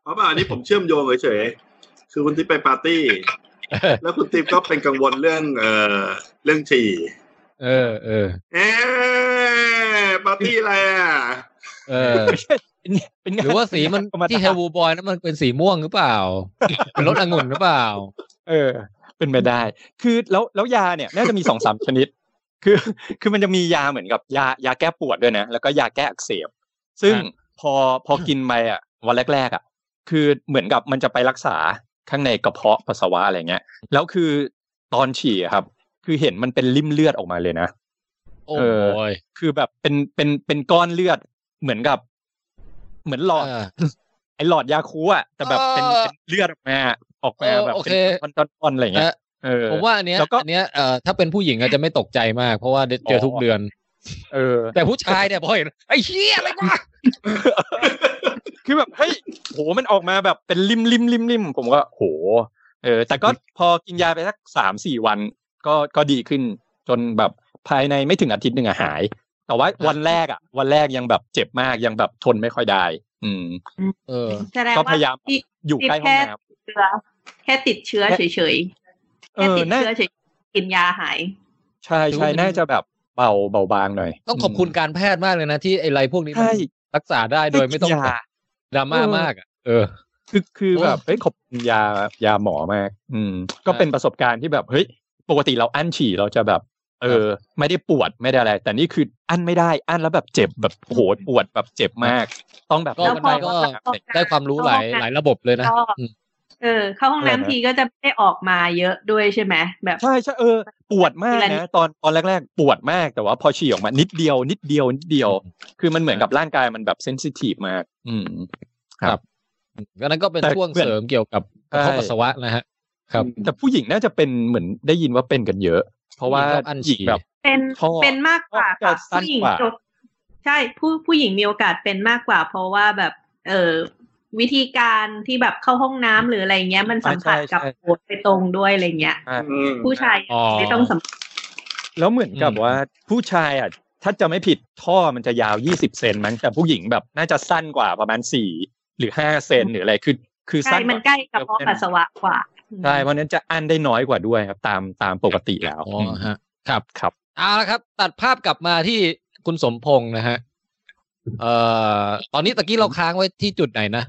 Speaker 4: เพราะว่าอันนี้ผมเชื่อมโยงเฉยๆคือคุณติ๊บไปปาร์ตี้ แล้วคุณติ๊บก็เป็นกังวลเรื่องเอ่อเรื่องฉี่
Speaker 2: เออเออ
Speaker 4: เอ๊ะปาร์ตี้อะไรอ่ะ
Speaker 2: เออ
Speaker 8: เป็น
Speaker 2: หรือว่าสีมัน
Speaker 8: ธรรมดา
Speaker 2: ที่เฮลบูบอยนั้นมันเป็นสีม่วงหรือเปล่า เป็นรสองุ่นหรือเปล่า
Speaker 8: เออ เป็นไปได้ คือแล้วแล้วยาเนี่ยน่าจะมีสองสามช นิด คือคือมันจะมียาเหมือนกับยายาแก้ปวดด้วยนะ แล้วก็ยาแก้อักเสบ ซึ่งพอพอกินไปอ่ะวันแรกๆอ่ะ คือเหมือนกับมันจะไปรักษาข้างในกระเพาะปัสสาวะอะไรเงี้ย แล้วคือตอนฉี่อะครับ คือเห็นมันเป็นริ่มเลือดออกมาเลยนะ
Speaker 2: โอ้
Speaker 8: เออ
Speaker 2: ย
Speaker 8: คือแบบเป็นเป็นเป็นก้อนเลือดเหมือนกับ เหมือนหลอด
Speaker 2: อ่า
Speaker 8: ไอ้หลอดยาคูอะแต่แบบเป็น
Speaker 2: เออ
Speaker 8: เป็นเลือดออกมาออกมา
Speaker 2: เออ
Speaker 8: แบบ
Speaker 2: โอ
Speaker 8: เป็
Speaker 2: เคน
Speaker 8: ตอนๆอะไรอย่างเงี้ย
Speaker 2: เออ
Speaker 8: เออ
Speaker 2: ผมว่าอันเนี้ย
Speaker 8: แล้วก็
Speaker 2: อันเนี้ยเอ่อถ้าเป็นผู้หญิงอาจจะไม่ตกใจมาก เพราะว่าเจออ
Speaker 8: อ
Speaker 2: ทุกเดือน
Speaker 8: เออ
Speaker 2: แต่ผู้ชายเนี่ยพอเห็นไอ้เหี้ยอะไรวะ
Speaker 8: คือแบบเฮ้ยโหมันออกมาแบบเป็นริมริมริมริมผมก็โห เออ แต่ก็พอกินยาไปสักสามสี่วัน ก็ก็ดีขึ้นจนแบบภายในไม่ถึงอาทิตย์หนึ่งอะหาย แต่ว่าวันแรกอะวันแรกยังแบบเจ็บมากยังแบบทนไม่ค่อยได้ อืม
Speaker 2: เออ
Speaker 6: แสดง
Speaker 8: ก็
Speaker 6: ว่า
Speaker 8: พยายาม
Speaker 6: ที่
Speaker 8: อยู่ใกล้ห้องน้
Speaker 6: ติดเชื้อแค่ติดเชื้อเฉยๆ
Speaker 8: ำเอ
Speaker 6: แค่
Speaker 8: อ
Speaker 6: ติด
Speaker 8: น่า
Speaker 6: เชื้อเฉยๆกินยาหาย
Speaker 8: ใช่ใช่น่าจะแบบเบาเบาบางหน่อย
Speaker 2: ต้องขอบคุณการแพทย์มากเลยนะ ที่ไอ้ไรพวกนี้มัน
Speaker 8: ใช่
Speaker 2: รักษาได้โดยไม่ต้อง
Speaker 8: ให้กินยา
Speaker 2: ดราม่า
Speaker 8: เออ
Speaker 2: มากอะเออ
Speaker 8: คือคือ
Speaker 2: โอ้
Speaker 8: แบบเฮ้ยขอบคุณยายาหมอมาก อืม ก็เป็นประสบการณ์ที่แบบเฮ้ยปกติเราอั้นฉี่เราจะแบบ เออ ไม่ได้ปวดไม่ได้อะไร แต่นี่คืออั้นไม่ได้อั้นแล้วแบบเจ็บแบบโหดปวดแบบเจ็บมาก ต้องแบบ
Speaker 2: ก็
Speaker 6: แล้ว
Speaker 2: มัน
Speaker 6: พอ
Speaker 2: ไปก็ได้ความรู้หลายหลายระบบเลยนะ
Speaker 6: ก็
Speaker 2: อืม
Speaker 6: เออ เข้าห้องน้ำทีก็จะไม่ได้ออกมาเยอะด้วยใช่ไหมแบบ
Speaker 8: ใช่ใช่เออ ปวดมาก
Speaker 6: ทีละนิด
Speaker 8: นะตอนตอนแรกๆ ปวดมากแต่ว่าพอฉี่ออกมานิดเดียว นิดเดียวนิดเดียว คือมันเหมือนกับร่างกายมันแบบเซนซิทีฟมาก อืม
Speaker 2: ก็นั้นก็เป็น
Speaker 8: แต่
Speaker 2: ช่วงเสริมเกี่ยวกับกระเพาะ
Speaker 8: ใช่
Speaker 2: ปัสสาวะนะฮะ ครับ
Speaker 8: แต่ผู้หญิงน่าจะเป็นเหมือนได้ยินว่าเป็นกันเยอะ เพราะว่า
Speaker 2: ผู้หญิงชอบอั้นฉี่
Speaker 8: หญิงแบบ
Speaker 6: เป็น
Speaker 8: ท่อ
Speaker 6: เป็นมากกว่า
Speaker 8: ท่อ
Speaker 6: ค่ะ
Speaker 8: จะสั้น
Speaker 6: ผู้หญิง
Speaker 8: กว่า
Speaker 6: จบใช่ผู้ผู้หญิงมีโอกาสเป็นมากกว่า เพราะว่าแบบ เออวิธีการที่แบบเข้าห้องน้ำหรืออะไรเงี้ย มันสัมผัสกับโคดไปตรงด้วยอะไรเงี้ย
Speaker 8: อ่า
Speaker 4: อืม
Speaker 6: ผู้ชาย
Speaker 2: อ๋อ
Speaker 6: ไม่ต้องสัมผัส
Speaker 8: แล้วเหมือนกับ
Speaker 2: อืม
Speaker 8: ว่าผู้ชายอ่ะ ถ้าจะไม่ผิดท่อมันจะยาวยี่สิบเซนมั้งแต่ผู้หญิงแบบน่าจะสั้นกว่าประมาณสี่หรือห้าเซนหรืออะไรคือ คือ
Speaker 6: ใกล้
Speaker 8: สั้น
Speaker 6: มันใกล้กับเพาะปัสสาวะกว่า
Speaker 8: ใช่เพราะฉะนั้นจะอั้นได้น้อยกว่าด้วยครับ ตามตามปกติแล้ว
Speaker 2: อ๋อ
Speaker 8: ม
Speaker 2: ฮะ ครับ
Speaker 8: ครับ
Speaker 2: เอาละครับ ตัดภาพกลับมาที่คุณสมพงษ์นะฮะ เอ่อ ตอนนี้ตะกี้เราค้างไว้ที่จุดไหนนะ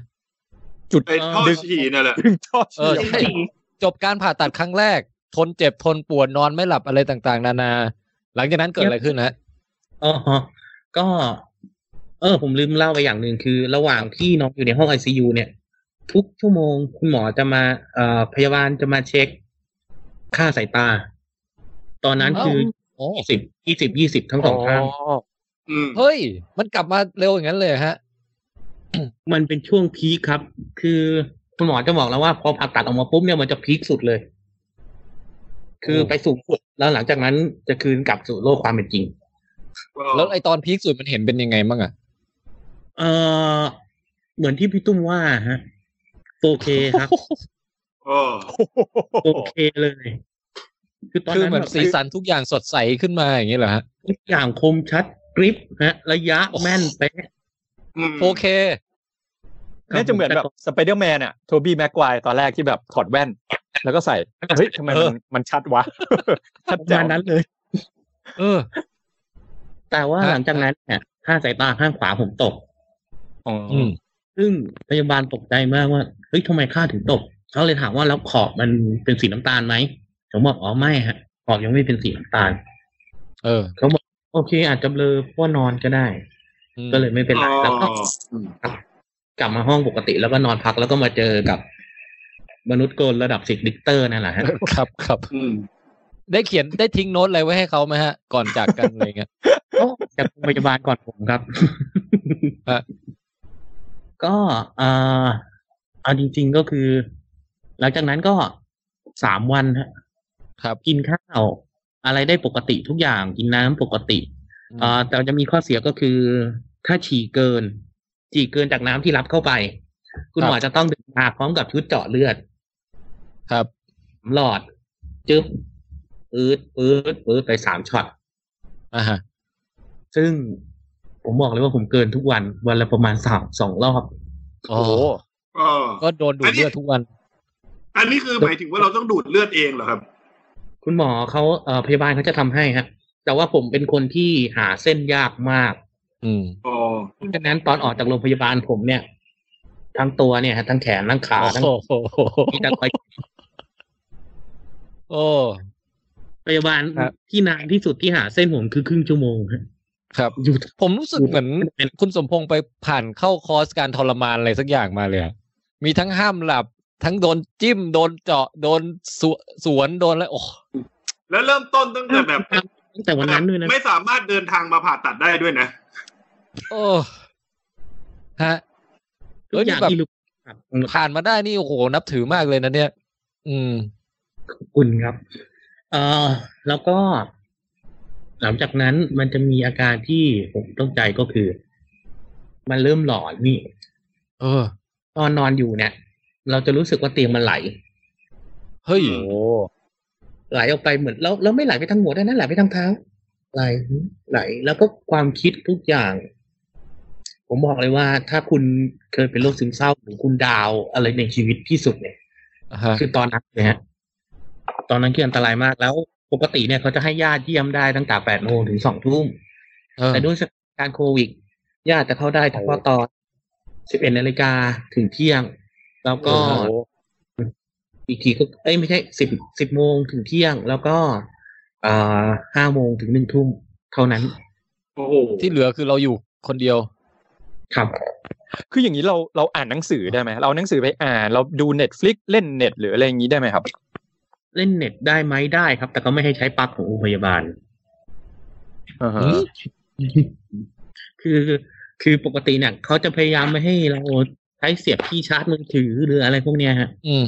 Speaker 8: จุด
Speaker 4: ไอ้ท่อฉี่นั่นแหละ
Speaker 8: ดึงท่อ
Speaker 2: เออ
Speaker 8: เชื่อม
Speaker 2: ใช่ จบการผ่าตัดครั้งแรก ทนเจ็บทนปวดนอนไม่หลับอะไรต่าง ๆ นานา หลังจากนั้นเกิดอะไรขึ้นฮะ
Speaker 7: อ๋อก็ เออ ผมลืมเล่าไปอย่างหนึ่งคือ ระหว่างที่น้องอยู่ในห้องไอซียูเนี่ย ทุกชั่วโมงคุณหมอจะมา เอ่อพยาบาลจะมาเช็ค ค่าสายตา ตอนนั้นคือ
Speaker 2: โอ้
Speaker 7: สิบยี่สิบยี่สิบทั้งสองข้าง
Speaker 4: อืม
Speaker 2: เฮ้ย มันกลับมาเร็วอย่างนั้นเลยฮะ
Speaker 7: มันเป็นช่วงพีคครับ คือคุณหมอจะบอกแล้วว่าพอผ่าตัดออกมาปุ๊บเนี่ยมันจะพีคสุดเลย คือไปสูงสุดแล้วหลังจากนั้นจะคืนกลับสู่โลกความเป็นจริง
Speaker 2: แล้วไอตอนพีคสุดมันเห็นเป็นยังไงบ้างอะ
Speaker 7: เออเหมือนที่พี่ตุ้มว่าฮะ 4K ครับ
Speaker 4: อ๋อ
Speaker 7: 4K เลย คือตอน
Speaker 2: คือ
Speaker 7: นั้น
Speaker 2: เหมือน
Speaker 7: แบบ
Speaker 2: สีสันทุกอย่างสดใสขึ้นมาอย่างนี้เหรอฮะ
Speaker 7: ทุกอย่างคมชัดกริปฮะ ระยะแม่นเป๊ะ
Speaker 4: อืม
Speaker 2: โอเค
Speaker 8: น่าจะเหมือนแบบสไปเดอร์แมนอ่ะโทบี้แม็กควายตอนแรกที่แบบถอดแว่น แล้วก็ใส่เฮ้ยทำไมมันมันชัดวะ ชัด
Speaker 7: ประ
Speaker 8: แจ๋
Speaker 7: มาว ณนั้นเลย
Speaker 2: เออ
Speaker 7: แต่ว่า
Speaker 2: ฮะ
Speaker 7: หลังจากนั้นเนี่ยค่าสายตาข้างขวาผมตก
Speaker 8: อ๋ออ
Speaker 2: อืม
Speaker 7: ซึ่งพยาบาลตกใจมากว่า เฮ้ยทำไมค่าถึงตก เขาเลยถามว่าแล้วขอบมันเป็นสีน้ำตาลไหม ผมบอกอ๋อไม่ฮะ ขอบยังไม่เป็นสีน้ำตาล
Speaker 2: เออ
Speaker 7: เขาบอกโอเค อาจจะเบลอเพราะว่านอนก็ได้
Speaker 2: อืม
Speaker 7: ก็เลยไม่เป็นไร
Speaker 4: อ๋อ
Speaker 7: แล้วก็กลับมาห้องปกติแล้วก็นอนพักแล้วก็มาเจอกับ มนุษย์โกนระดับสิบดิกเตอร์นั่นแหละฮะ
Speaker 2: ครับครับ
Speaker 4: อืม
Speaker 2: ได้เขียนได้ทิ้งโน้ตอะไรไว้ให้เขาไหมฮะ ก่อนจากกัน อะไรเงี้ย
Speaker 7: จากโรงพยาบาลก่อนผมครับ
Speaker 2: ฮะ
Speaker 7: ก็เอ่อเอาจริง ๆก็คือ หลังจากนั้นก็สามวันฮะ
Speaker 2: ครับ
Speaker 7: กินข้าว อะไรได้ปกติทุกอย่างกินน้ำปกติเอ่อแต่จะมีข้อเสียก็คือ ถ้าฉี่เกิน ฉี่เกินจากน้ำที่รับเข้าไป คุณหมอจะต้องดึงมาพร้อมกับชุดเจาะเลือด
Speaker 2: ครับ
Speaker 7: หลอด จึ๊บปืดปืดปืดไปสามช็อต
Speaker 2: อ่าฮะ
Speaker 7: ซึ่งผมบอกเลยว่าผมเกินทุกวัน วันละประมาณสามสองรอบ
Speaker 2: โอ้โห
Speaker 4: อ๋อ
Speaker 2: ก็โดนดูดเลือดทุกวัน
Speaker 4: อันนี้คือหมายถึงว่าเราต้องดูดเลือดเองเหรอครับ
Speaker 7: คุณหมอเขาเอ่อพยาบาลเขาจะทำให้ฮะ แต่ว่าผมเป็นคนที่หาเส้นยากมาก
Speaker 2: อืม
Speaker 4: อ๋อ
Speaker 7: ฉะนั้นตอนออกจากโรงพยาบาลผมเนี่ย ทั้งตัวเนี่ยฮะทั้งแขนทั้งขา
Speaker 2: โอ้
Speaker 7: ทั้ง
Speaker 2: โห
Speaker 7: มีแต่รอย
Speaker 2: โอ้
Speaker 7: พยาบาล
Speaker 2: ครับ
Speaker 7: ที่นานที่สุดที่หาเส้นผมคือครึ่งชั่วโมงฮะ
Speaker 2: ครับ
Speaker 7: อยู่
Speaker 2: ผมรู้สึกเหมือน
Speaker 7: เป็น
Speaker 2: คุณสมพงษ์ไปผ่านเข้าคอร์สการทรมานอะไรสักอย่างมาเลยอะมีทั้งห้ามหลับ ทั้งโดนจิ้ม โดนเจาะ โดนสวสวน โดนอะไรโอ้
Speaker 4: แล้วเริ่มต้นตั้งแต่แบบ
Speaker 7: ตั้งแต่วันนั้นด้วยนะ
Speaker 4: ไม่สามารถเดินทางมาผ่าตัดได้ด้วยนะ
Speaker 2: โอ้ฮะ
Speaker 7: ทุ
Speaker 2: เอ้ย
Speaker 7: กอย่าง
Speaker 2: นี่แบบ
Speaker 7: ที่รู้
Speaker 2: ผ่านมาได้นี่โอ้โหนับถือมากเลยนะเนี่ย อืม
Speaker 7: คุณครับ เออแล้วก็ หลังจากนั้นมันจะมีอาการที่ผมต้องใจก็คือ มันเริ่มหลอนนี่
Speaker 2: เออ
Speaker 7: ตอนนอนอยู่เนี่ย เราจะรู้สึกว่าเตียงมันไหล
Speaker 2: เฮ้ย
Speaker 8: โอ้
Speaker 7: ไหลออกไปเหมือนแล้วแล้วไม่ไหลไปทางหัวด้วยนะไหลไปทางเท้าไหลไหล แล้วก็ความคิดทุกอย่าง ผมบอกเลยว่าถ้าคุณเคยเป็นโรคซึมเศร้าหรือคุณดาวอะไรในชีวิตที่สุดเนี่ย
Speaker 2: อ่าฮะ
Speaker 7: คือตอนนั้นนะฮะตอนนั้นคืออันตรายมากแล้วปกติเนี่ยเขาจะให้ญาติเยี่ยมได้ตั้งแต่แปดโมงถึงสองทุ่ม
Speaker 2: เออ
Speaker 7: แต่ด้วยสถานการณ์โควิดญาติจะเข้าได้เฉพาะตอนสิบเอ็ดนาฬิกาถึงเที่ยง แล้วก็
Speaker 8: โห
Speaker 7: อีกทีก็เอ้ยไม่ใช่สิบสิบโมงถึงเที่ยง แล้วก็อ่าห้าโมงถึงหนึ่งทุ่มเท่านั้น
Speaker 4: โอ้โห
Speaker 2: ที่เหลือคือเราอยู่คนเดียว
Speaker 7: ครับ
Speaker 8: คืออย่างนี้เราเราอ่านหนังสือได้ไหมเราเอาหนังสือไปอ่าน เราดูเน็ตฟลิกเล่นเน็ตหรืออะไรอย่างนี้ได้ไหมครับ
Speaker 7: เล่นเน็ตได้ไหมได้ครับ แต่ก็ไม่ให้ใช้ปลั๊กของโรงพยาบาล
Speaker 8: อ่าฮะ
Speaker 7: คือคือปกติเนี่ยเขาจะพยายามไม่ให้เราใช้เสียบที่ชาร์จมือถือหรืออะไรพวกเนี้ยฮะ
Speaker 2: อืม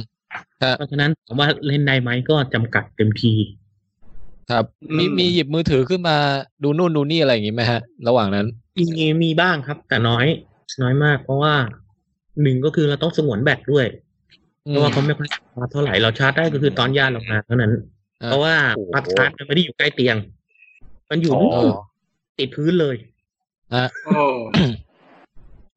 Speaker 7: เพราะฉะนั้นถามว่าเล่นได้ไหมก็จำกัดเต็มที
Speaker 2: ครับ มีมีหยิบมือถือขึ้นมาดูนู่นดูนี่อะไรอย่างงี้ไหมฮะ ระหว่างนั้น
Speaker 7: มีมีบ้างครับ แต่น้อย น้อยมาก เพราะว่าหนึ่งก็คือเราต้องสงวนแบตด้วย
Speaker 2: อืม
Speaker 7: เพราะว่าเขาไม่ค่อยชาร์จเท่าไหร่เราชาร์จได้ก็คือตอนญาติเรามาเท่านั้น
Speaker 2: อ่า
Speaker 7: เพราะว่า
Speaker 8: โอ้โห
Speaker 7: ปลั๊กชาร์จมันไม่ได้อยู่ใกล้เตียง มันอยู่นู่น
Speaker 8: อ๋อ
Speaker 7: ติดพื้นเลย
Speaker 4: โอ้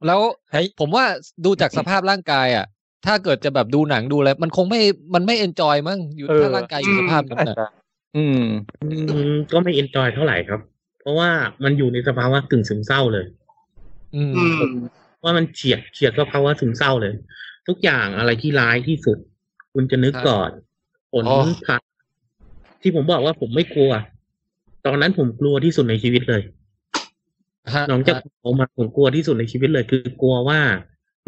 Speaker 2: แล้ว
Speaker 8: เฮ้ย
Speaker 2: ผมว่าดูจากสภาพร่างกายอ่ะ ถ้าเกิดจะแบบดูหนังดูอะไรมันคงไม่มันไม่เอนจอยมั้งอยู่ถ้าร่างกายอยู่สภาพนั้นอ่ะ
Speaker 8: อืม
Speaker 7: อืมก็ไม่เอนจอยเท่าไหร่ครับ เพราะว่ามันอยู่ในสภาวะกึ่งซึมเศร้าเลย
Speaker 2: อืม
Speaker 4: อืม
Speaker 7: ว่ามันเฉียดเฉียดสภาวะซึมเศร้าเลย ทุกอย่างอะไรที่ร้ายที่สุด คุณจะนึก
Speaker 2: ครับ
Speaker 7: ก่อนผล
Speaker 2: อ๋อ
Speaker 7: ผ่านที่ผมบอกว่าผมไม่กลัว ตอนนั้นผมกลัวที่สุดในชีวิตเลย
Speaker 2: ฮะ
Speaker 7: น้องจะออกมาผมกลัวที่สุดในชีวิตเลย คือกลัวว่า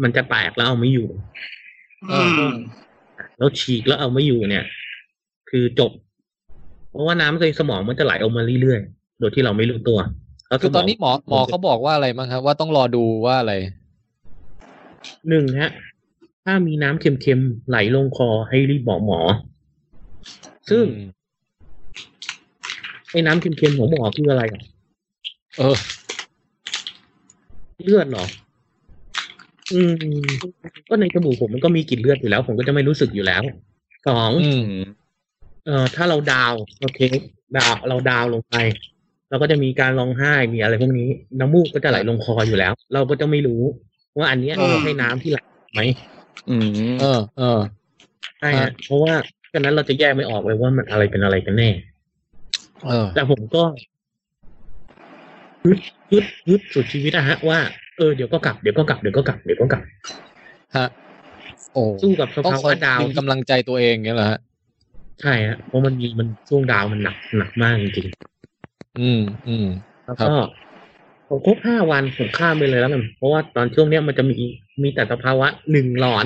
Speaker 7: มันจะแตกแล้วเอาไม่อยู่
Speaker 4: อืม
Speaker 7: แล้วฉีกแล้วเอาไม่อยู่เนี่ย คือจบ เพราะว่าน้ำในสมองมันจะไหลออกมาเรื่อยๆ โดยที่เราไม่รู้ตัวแล้วส
Speaker 2: คือ
Speaker 7: มง
Speaker 2: ตอนนี้หมอหมอเขาบอกว่าอะไรมั้งครับ ว่าต้องรอดูว่าอะไร
Speaker 7: หนึ่งฮะ ถ้ามีน้ำเค็มๆไหลลงคอให้รีบบอกหมอ ซึ่งไอ้น้ำเค็มๆของหมอคืออะไรอะ
Speaker 2: เออ
Speaker 7: เลือดเหรอ อืม ก็ในจมูกผมมันก็มีกลิ่นเลือดอยู่แล้ว ผมก็จะไม่รู้สึกอยู่แล้วสอง
Speaker 2: อืม
Speaker 7: เอ่อถ้าเราดาวน์โอเคดาวน์เราดาวน์ลงไป เราก็จะมีการร้องไห้มีอะไรพวกนี้ น้ำมูกก็จะไหลลงคออยู่แล้ว เราก็จะไม่รู้ ว่าอันเนี้ย
Speaker 4: อืม
Speaker 7: ใช่น้ำที่ไหลไหม
Speaker 8: อืม
Speaker 2: เออ เออ
Speaker 7: ใช่
Speaker 2: ครั
Speaker 7: ฮะ
Speaker 2: บ
Speaker 7: เพราะว่าฉะนั้นเราจะแยกไม่ออกเลยว่ามันอะไรเป็นอะไรกันแน่
Speaker 2: เออ
Speaker 7: แต่ผมก็ฮึดฮึดฮึดสุดชีวิตอะฮะว่าเออเดี๋ยวก็กลับเดี๋ยวก็กลับเดี๋ยวก็กลับเดี๋ยวก็กลับ
Speaker 2: ฮะ โอ้
Speaker 7: สู้กับส
Speaker 2: ต้อง
Speaker 7: ภา
Speaker 2: คอ
Speaker 7: วะ
Speaker 2: ย
Speaker 7: ดาว
Speaker 2: ดึง
Speaker 7: น์
Speaker 2: กำลังใจตัวเองเงี้ยเหรอฮะ
Speaker 7: ใช่ฮะเพราะมันมีมันช่วงดาวน์มันหนักหนักมากจริงๆ
Speaker 2: อืม อืม
Speaker 7: แล้ว
Speaker 2: ครั
Speaker 7: ก็
Speaker 2: บ
Speaker 7: ผมครบห้าวันผมข้ามไปเลยแล้วกันเพราะว่าตอนช่วงเนี้ยมันจะมีมีแต่สภาวะหนึ่งหลอน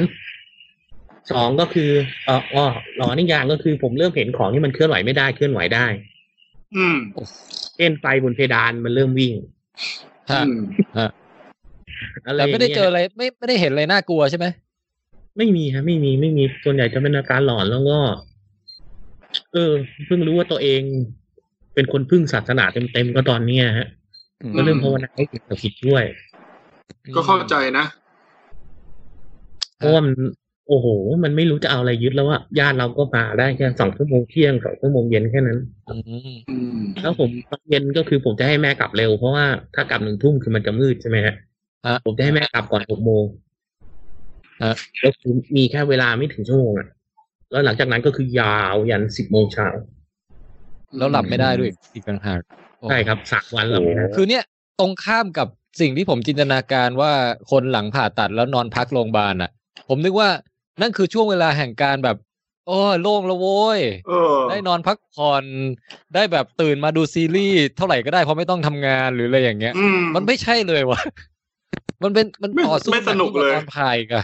Speaker 7: สองก็คือเอออ๋อหลอนอีกอย่างก็คือ ผมเริ่มเห็นของที่มันเคลื่อนไหวไม่ได้เคลื่อนไหวได้
Speaker 4: อืม
Speaker 7: เช่นไฟบนเพดานมันเริ่มวิ่ง
Speaker 2: ฮะ
Speaker 4: อืม
Speaker 7: อะไรอ
Speaker 2: แต่
Speaker 7: ย่าง
Speaker 2: ไม่
Speaker 7: เงี้ย
Speaker 2: ได้เจออะไรไม่ไม่ได้เห็นอะไรน่ากลัวใช่ไหม
Speaker 7: ไม่มีฮะไม่มีไม่มีส่วนใหญ่จะเป็นอาการหลอนแล้วก็ เออ เพิ่งรู้ว่าตัวเอง เป็นคนพึ่งศาสนาเต็มๆก็ตอนเนี้ยฮะก็เริ่มภาวนาให้จิตกับผิดด้วย
Speaker 4: ก็เข้าใจนะ
Speaker 7: เพราะว่ามันโอ้โห มันไม่รู้จะเอาอะไรยึดแล้วอะญาติเราก็มาได้แค่สองชั่วโมงเที่ยงสองชั่วโมงเย็นแค่นั้น
Speaker 2: อืม
Speaker 4: อืม
Speaker 7: แล้วผมตอนเย็นก็คือผมจะให้แม่กลับเร็วเพราะว่าถ้ากลับหนึ่งทุ่มคือมันจะมืดใช่ไหมฮะ
Speaker 2: ฮะ
Speaker 7: ผมจะให้แม่กลับก่อนหกโมง
Speaker 2: ฮะ
Speaker 7: แล้วคือมีแค่เวลาไม่ถึงชั่วโมงอะแล้วหลังจากนั้นก็คือยาวยันสิบโมงเช้า
Speaker 2: แล้วหลับไม่ได้ด้วยอีกต่างหาก โอ้
Speaker 7: ใช่ครับสามวันหลับไม่ได้
Speaker 2: คือเนี่ยตรงข้ามกับสิ่งที่ผมจินตนาการว่าคนหลังผ่าตัดแล้วนอนพักโรงพยาบาลอ่ะ ผมนึกว่านั่นคือช่วงเวลาแห่งการแบบ โอ้ยโล่งแล้วโว้ย
Speaker 4: เออ
Speaker 2: ได้นอนพักผ่อนได้แบบตื่นมาดูซีรีส์เท่าไหร่ก็ได้เพราะไม่ต้องทำงานหรืออะไรอย่างเงี้ย
Speaker 4: อืม
Speaker 2: มันไม่ใช่เลยว่ะ มันเป็นมัน
Speaker 4: ไม่
Speaker 2: ต่อสู้
Speaker 4: ไม่สนุกเลย
Speaker 2: หบตอนพายกอะ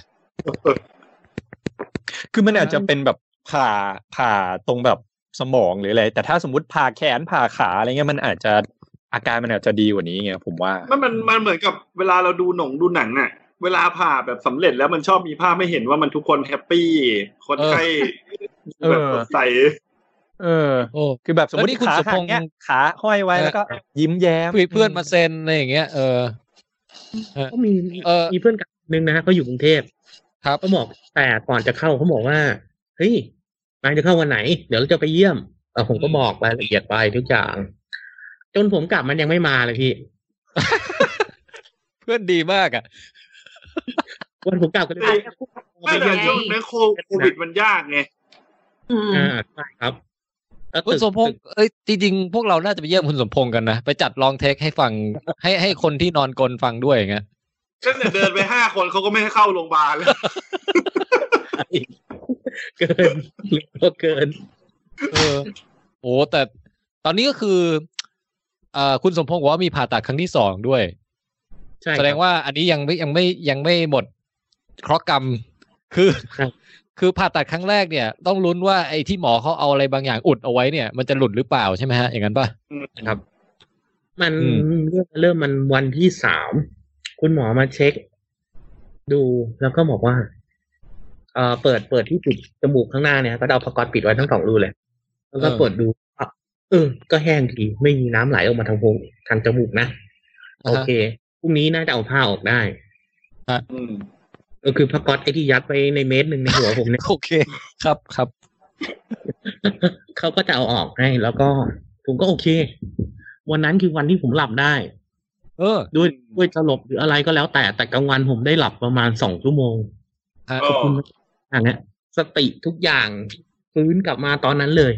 Speaker 8: คือมันอาจจะเป็นแบบผ่าผ่าตรงแบบ สมองหรืออะไร แต่ถ้าสมมติผ่าแขนผ่าขาอะไรเงี้ยมันอาจจะอาการมันอาจจะดีกว่านี้ไงผมว่า
Speaker 4: มันมันมันเหมือนกับเวลาเราดูหนงดูหนังน่ะ เวลาผ่าแบบสำเร็จแล้วมันชอบมีภาพให้เห็นว่ามันทุกคนแฮปปี้คนไข้
Speaker 8: เออ
Speaker 4: แบบสดใส
Speaker 8: เออ
Speaker 2: โอ้
Speaker 8: คือแบบสมมติ
Speaker 2: แล้วนี่คุณ
Speaker 8: ขา
Speaker 2: สุ
Speaker 8: หั
Speaker 2: พ
Speaker 8: ก
Speaker 2: งษ์
Speaker 8: เนี้ยขาห้อยไว้แล้วก็ยิ้มแย้ม
Speaker 2: เพื่อนมาเซ็นอะไรอย่างเงี้ยเออ
Speaker 7: ก็มี
Speaker 2: เออ
Speaker 7: มีเพื่อนกันคนนึงนะเขาอยู่กรุงเทพ
Speaker 2: ครับ
Speaker 7: เขาบอกแต่ก่อนจะเข้าเขาบอกว่าเฮ้ยนายจะเข้าวันไหน เดี๋ยวเราจะไปเยี่ยมเออผมก็บอกรายละเอียดไปทุกอย่าง จนผมกลับมันยังไม่มาเลยพี่
Speaker 2: เพื่อนดีมากอ่ะ
Speaker 7: วันผมกลับก็เลย
Speaker 4: ไม่ ไม่แต่
Speaker 6: ไง
Speaker 4: ช่วงนี้นโควิดมันยากไง
Speaker 6: อืม
Speaker 7: อ่าใช่ครับแล้ว
Speaker 2: คุณ
Speaker 7: ตึก
Speaker 2: สมพงษ์เอ้ยจริงๆพวกเราน่าจะไปเยี่ยมคุณสมพงษ์กันนะ ไปจัดลองเทคให้ฟัง ให้ให้คนที่นอนกลนฟังด้วยอย่างเงี้ย
Speaker 4: ฉันเนี่ยเดินไปห้าคนเขาก็ไม่ให้เข้าโรงพยาบาลเลย
Speaker 7: เกิน เรียกว่าเกิน
Speaker 2: เออโอ้แต่ตอนนี้ก็คือเอ่อคุณสมพงษ์บอกว่ามีผ่าตัดครั้งที่สองด้วย
Speaker 7: ใช่ครับ
Speaker 2: แสดงว่าอันนี้ยังไม่ยังไม่ยังไม่หมดเคราะห์กรรม คือ
Speaker 7: ครับ
Speaker 2: คือผ่าตัดครั้งแรกเนี่ย ต้องลุ้นว่าไอ้ที่หมอเขาเอาอะไรบางอย่างอุดเอาไว้เนี่ยมันจะหลุดหรือเปล่าใช่ไหมฮะอย่างนั้นป่ะ
Speaker 7: มัน
Speaker 2: อื
Speaker 7: เริ่มมันวันที่สามคุณหมอมาเช็ค ดูแล้วก็บอกว่า เออเปิดเปิดที่ปิดจมูกข้างหน้าเนี่ยก็เอาผ้ากอดปิดไว้ทั้งสองรูเลย แล้วก็
Speaker 2: เออ
Speaker 7: เปิดดูอ่ะเออ ก็แห้งดีไม่มีน้ำไหลออกมาทางโพรงทางจมูกนะโอเคพรุ่งนี้น่าจะเอาผ้าออกได้
Speaker 4: อืม
Speaker 7: ก็คือผ้ากอดไอ้ที่ยัดไว้ในเมตรหนึ่งในหัวผมเนี่ย
Speaker 2: โอเค ครับครับ
Speaker 7: เขาก็จะเอาออกให้ แล้วก็ผมก็โอเค วันนั้นคือวันที่ผมหลับได้
Speaker 2: เออ
Speaker 7: ด้วยด้วยสลบหรืออะไรก็แล้วแต่แต่กลางวันผมได้หลับประมาณสองชั่วโมง
Speaker 2: ฮะ
Speaker 4: ก็
Speaker 7: อันเนี้ยสติทุกอย่างฟื้นกลับมาตอนนั้นเลย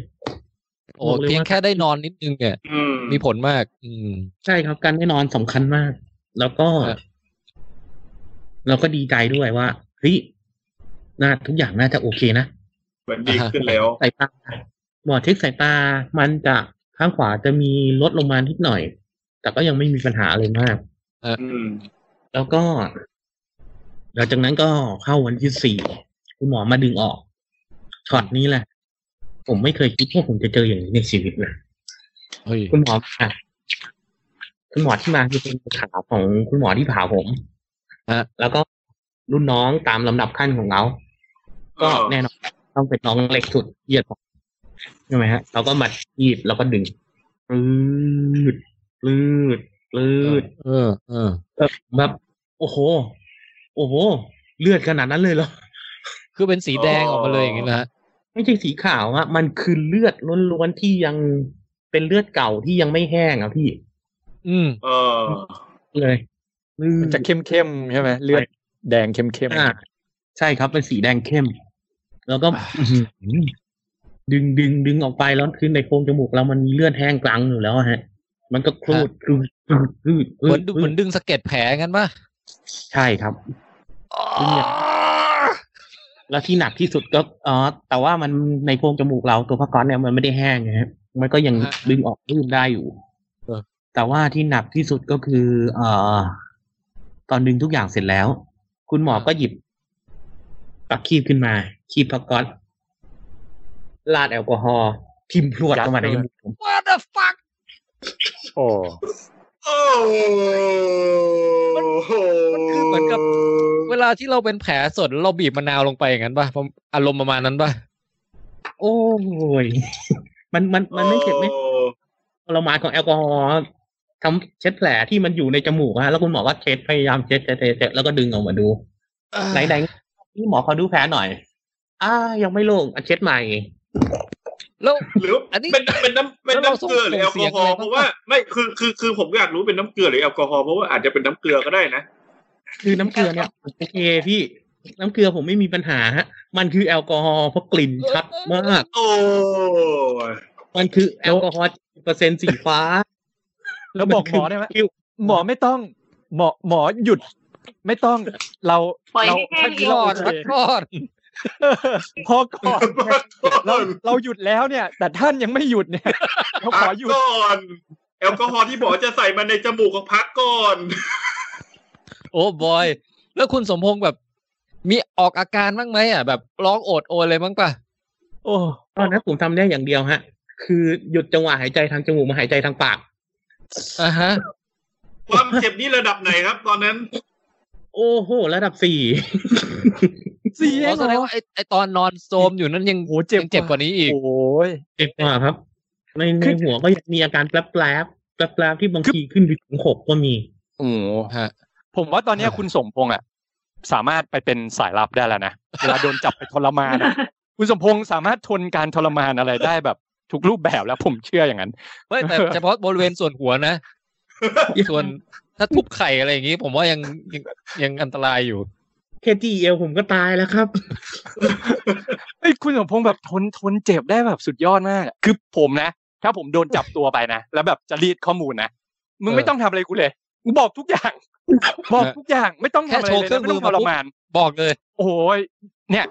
Speaker 2: โอ้
Speaker 7: บอกเลยว่า
Speaker 2: เพียงแค่ได้นอนนิดนึงเนี่ย
Speaker 4: อืม
Speaker 2: มีผลมาก อืม
Speaker 7: ใช่ครับการได้นอนสำคัญมาก แล้วก็
Speaker 2: ครับ
Speaker 7: เราก็ดีใจด้วยว่าเฮ้ยน่าทุกอย่างน่าจะโอเคนะ
Speaker 4: เหมือนดีขึ้นแล้ว
Speaker 7: สายตาหมอเช็คสายตามันจะข้างขวาจะมีลดลงมานิดหน่อย แต่ก็ยังไม่มีปัญหาอะไรมาก
Speaker 4: อืม
Speaker 7: แล้วก็หลังจากนั้นก็เข้าวันที่สี่คุณหมอมาดึงออกช็อตนี้แหละ ผมไม่เคยคิดว่าผมจะเจออย่างนี้ในชีวิตนะ
Speaker 2: เฮ้ย
Speaker 7: คุณหมอค่ะคุณหมอที่มาคือเป็นขาของคุณหมอที่ผ่าผม
Speaker 2: ฮะ
Speaker 7: แล้วก็รุ่นน้องตามลำดับขั้นของเรา ก็แน่นอนต้องเป็นน้องเล็กสุดเหยียดผมใช่ไหมฮะเราก็มายีบแล้วก็ดึงปืดปืดปืด
Speaker 2: เออเออ
Speaker 7: เออแบบ โอ้โห โอ้โห เลือดขนาดนั้นเลยเหรอ
Speaker 2: คือเป็นสีแดงออกมาเลยอย่างนี้นะฮะ
Speaker 7: ไม่ใช่สีขาวอะมันคือเลือดล้วนๆที่ยังเป็นเลือดเก่าที่ยังไม่แห้งอะพี่
Speaker 2: อืม
Speaker 4: เออ
Speaker 7: เลยลืด
Speaker 8: มันจะเข้มๆใช่ไหมเลือดแดงเข้ม
Speaker 7: อ่าใช่ครับเป็นสีแดงเข้ม แล้วก็อื้อหือดึงดึงดึงออกไปแล้วขึ้นในโพรงจมูกเรามันมีเลือดแห้งกลางอยู่แล้วอะฮะ มันก็ครูดครูดครูดครูดครู
Speaker 2: เหมือน
Speaker 7: ด
Speaker 2: เหมือนดึงสะเก็ดแผลงั้นป่ะ
Speaker 7: ใช่ครับ แล้วที่หนักที่สุดก็อ๋อแต่ว่ามันในโพรงจมูกเราตัวผ้าก๊อซเนี่ยมันไม่ได้แห้งนะฮะมันก็ยังดึงออกลื่นได้อยู่แต่ว่าที่หนักที่สุดก็คือเอ่อตอนดึงทุกอย่างเสร็จแล้ว คุณหมอก็หยิบปักคีบขึ้นมา คีบผ้าก๊อซลาดแอลกอฮอล์พิมพ์พรวดเข้ามาในจมูกผม
Speaker 2: ว่า the fuck
Speaker 8: ๆโอ้
Speaker 4: โอ้โห
Speaker 2: มันคือเหมือนกับ เวลาที่เราเป็นแผลสดแล้วเราบีบมะนาวลงไปอย่างนั้นป่ะผมอารมณ์ประมาณนั้นป่ะ
Speaker 7: โอ้ย มันมันมันไม่เจ็บไม่
Speaker 4: โอ้
Speaker 7: ทรมานของแอลกอฮอล์ทำเช็ดแผลที่มันอยู่ในจมูกฮะแล้วคุณหมอก็เช็ดพยายามเช็ดเช็ดเช็ดเช็ดแล้วก็ดึงออกมาดู ไหนไหนพี่หมอขอดูแผลหน่อย อ่า ยังไม่ลงอ่ะเช็ดใหม่
Speaker 2: แล้ว
Speaker 4: หรือ
Speaker 2: อันนี้
Speaker 4: เป็นเป็นน้ำเป็น
Speaker 2: แล้วเรา
Speaker 4: น้ำเกลือหรือแอลกอฮอล์
Speaker 2: ส่งเสียงอะไรบ้าง
Speaker 4: เพราะว่าไม่คือคือคือผมอยากรู้เป็นน้ำเกลือหรือแอลกอฮอล์เพราะว่าอาจจะเป็นน้ำเกลือก็ได้นะ
Speaker 7: คือน้ำเกลือเนี่ยโอเคพี่ น้ำเกลือผมไม่มีปัญหาฮะ มันคือแอลกอฮอล์เพราะกลิ่นชัดมาก
Speaker 4: โอ้ย
Speaker 7: มันคือแอลกอฮอล์เปอร์เซ็นต์สีฟ้า
Speaker 8: แล้วบอกหมอได้ไหม
Speaker 7: คิว
Speaker 8: หมอไม่ต้อง หมอหมอหยุด ไม่ต้องเรา
Speaker 6: ปล่อย
Speaker 8: เรา
Speaker 6: ให้แห้ง
Speaker 8: เมื่อกี้
Speaker 2: ร
Speaker 8: เรา
Speaker 2: อ
Speaker 8: โอ
Speaker 2: ด
Speaker 8: เค
Speaker 2: พักรอด
Speaker 8: เออพอก่อนเราเราหยุดแล้วเนี่ย แต่ท่านยังไม่หยุด เนี่ยเราข
Speaker 4: พั
Speaker 8: อก หยุด
Speaker 4: ก่อนแอลกอฮอล์ที่บอกจะใส่มันในจมูกของพักก่อน
Speaker 2: โอ้บอย แล้วคุณสมพงษ์แบบ มีออกอาการบ้างไหมอ่ะแบบร้องโอดโอยอะไรบ้างป่ะ
Speaker 8: โอ้
Speaker 7: ตอนนั้นผมทำได้อย่างเดียวฮะ คือหยุดจังหวะหายใจทางจมูกมาหายใจทางปาก
Speaker 2: อ่าฮะ
Speaker 4: ความเจ็บนี่ระดับไหนครับ ตอนนั้น
Speaker 7: โอ้โห ระดับสี่
Speaker 8: สี่เอ
Speaker 2: อ๋อง แส
Speaker 8: เห
Speaker 2: ด
Speaker 8: รง อ
Speaker 2: ว่าไอ้ไอตอนนอนโซมอยู่นั้นยัง
Speaker 8: โอ้โหเจ็บ
Speaker 2: ยังเจ็บกว่านี้อีก
Speaker 8: โอ้ย
Speaker 7: เจ็บกว่าครับ ในใน
Speaker 8: คือ
Speaker 7: หัวก็ยังมีอาการแปลบแปลบแปลบแปลบที่บางทีขึ้นไปถึงหกก็มี
Speaker 8: โอ้โห
Speaker 2: ฮะ
Speaker 8: ผมว่าตอนเนี้ยคุณสมพงษ์อ่ะ สามารถไปเป็นสายลับได้แล้วนะ เวลาโดนจับไปทรมาน อะคุณสมพงษ์สามารถทนการทรมานอะไรได้แบบทุกรูปแบบแล้วผมเชื่ออย่างนั้น
Speaker 2: เฮ้ยแต่ เฉพาะบริเวณส่วนหัวนะ ส่วนถ้าทุบไข่อะไรอย่างงี้ ผมว่ายังยังยังอันตรายอยู่
Speaker 7: KGL ผมก็ตายแล้วครับ
Speaker 8: เอ้ยคุณสมพงษ์แบบทนทนเจ็บได้แบบสุดยอดมากอะคือผมนะ ถ้าผมโดนจับตัวไปนะ แล้วแบบจะรีดข้อมูลนะ มึง
Speaker 2: เออ
Speaker 8: ไม่ต้องทำอะไรกูเลยกูบอกทุก อย่าง บอกทุกอย่างไม่ต้องทำอะ
Speaker 2: แค่
Speaker 8: ไร
Speaker 2: โชว์
Speaker 8: เลย
Speaker 2: เครื่อง
Speaker 8: นะไม่
Speaker 2: มื
Speaker 8: ต้อ
Speaker 2: อง
Speaker 8: ท
Speaker 2: มาปุ๊บ
Speaker 8: รมาน
Speaker 2: บอกเลย
Speaker 8: โอ้ยเนี่ย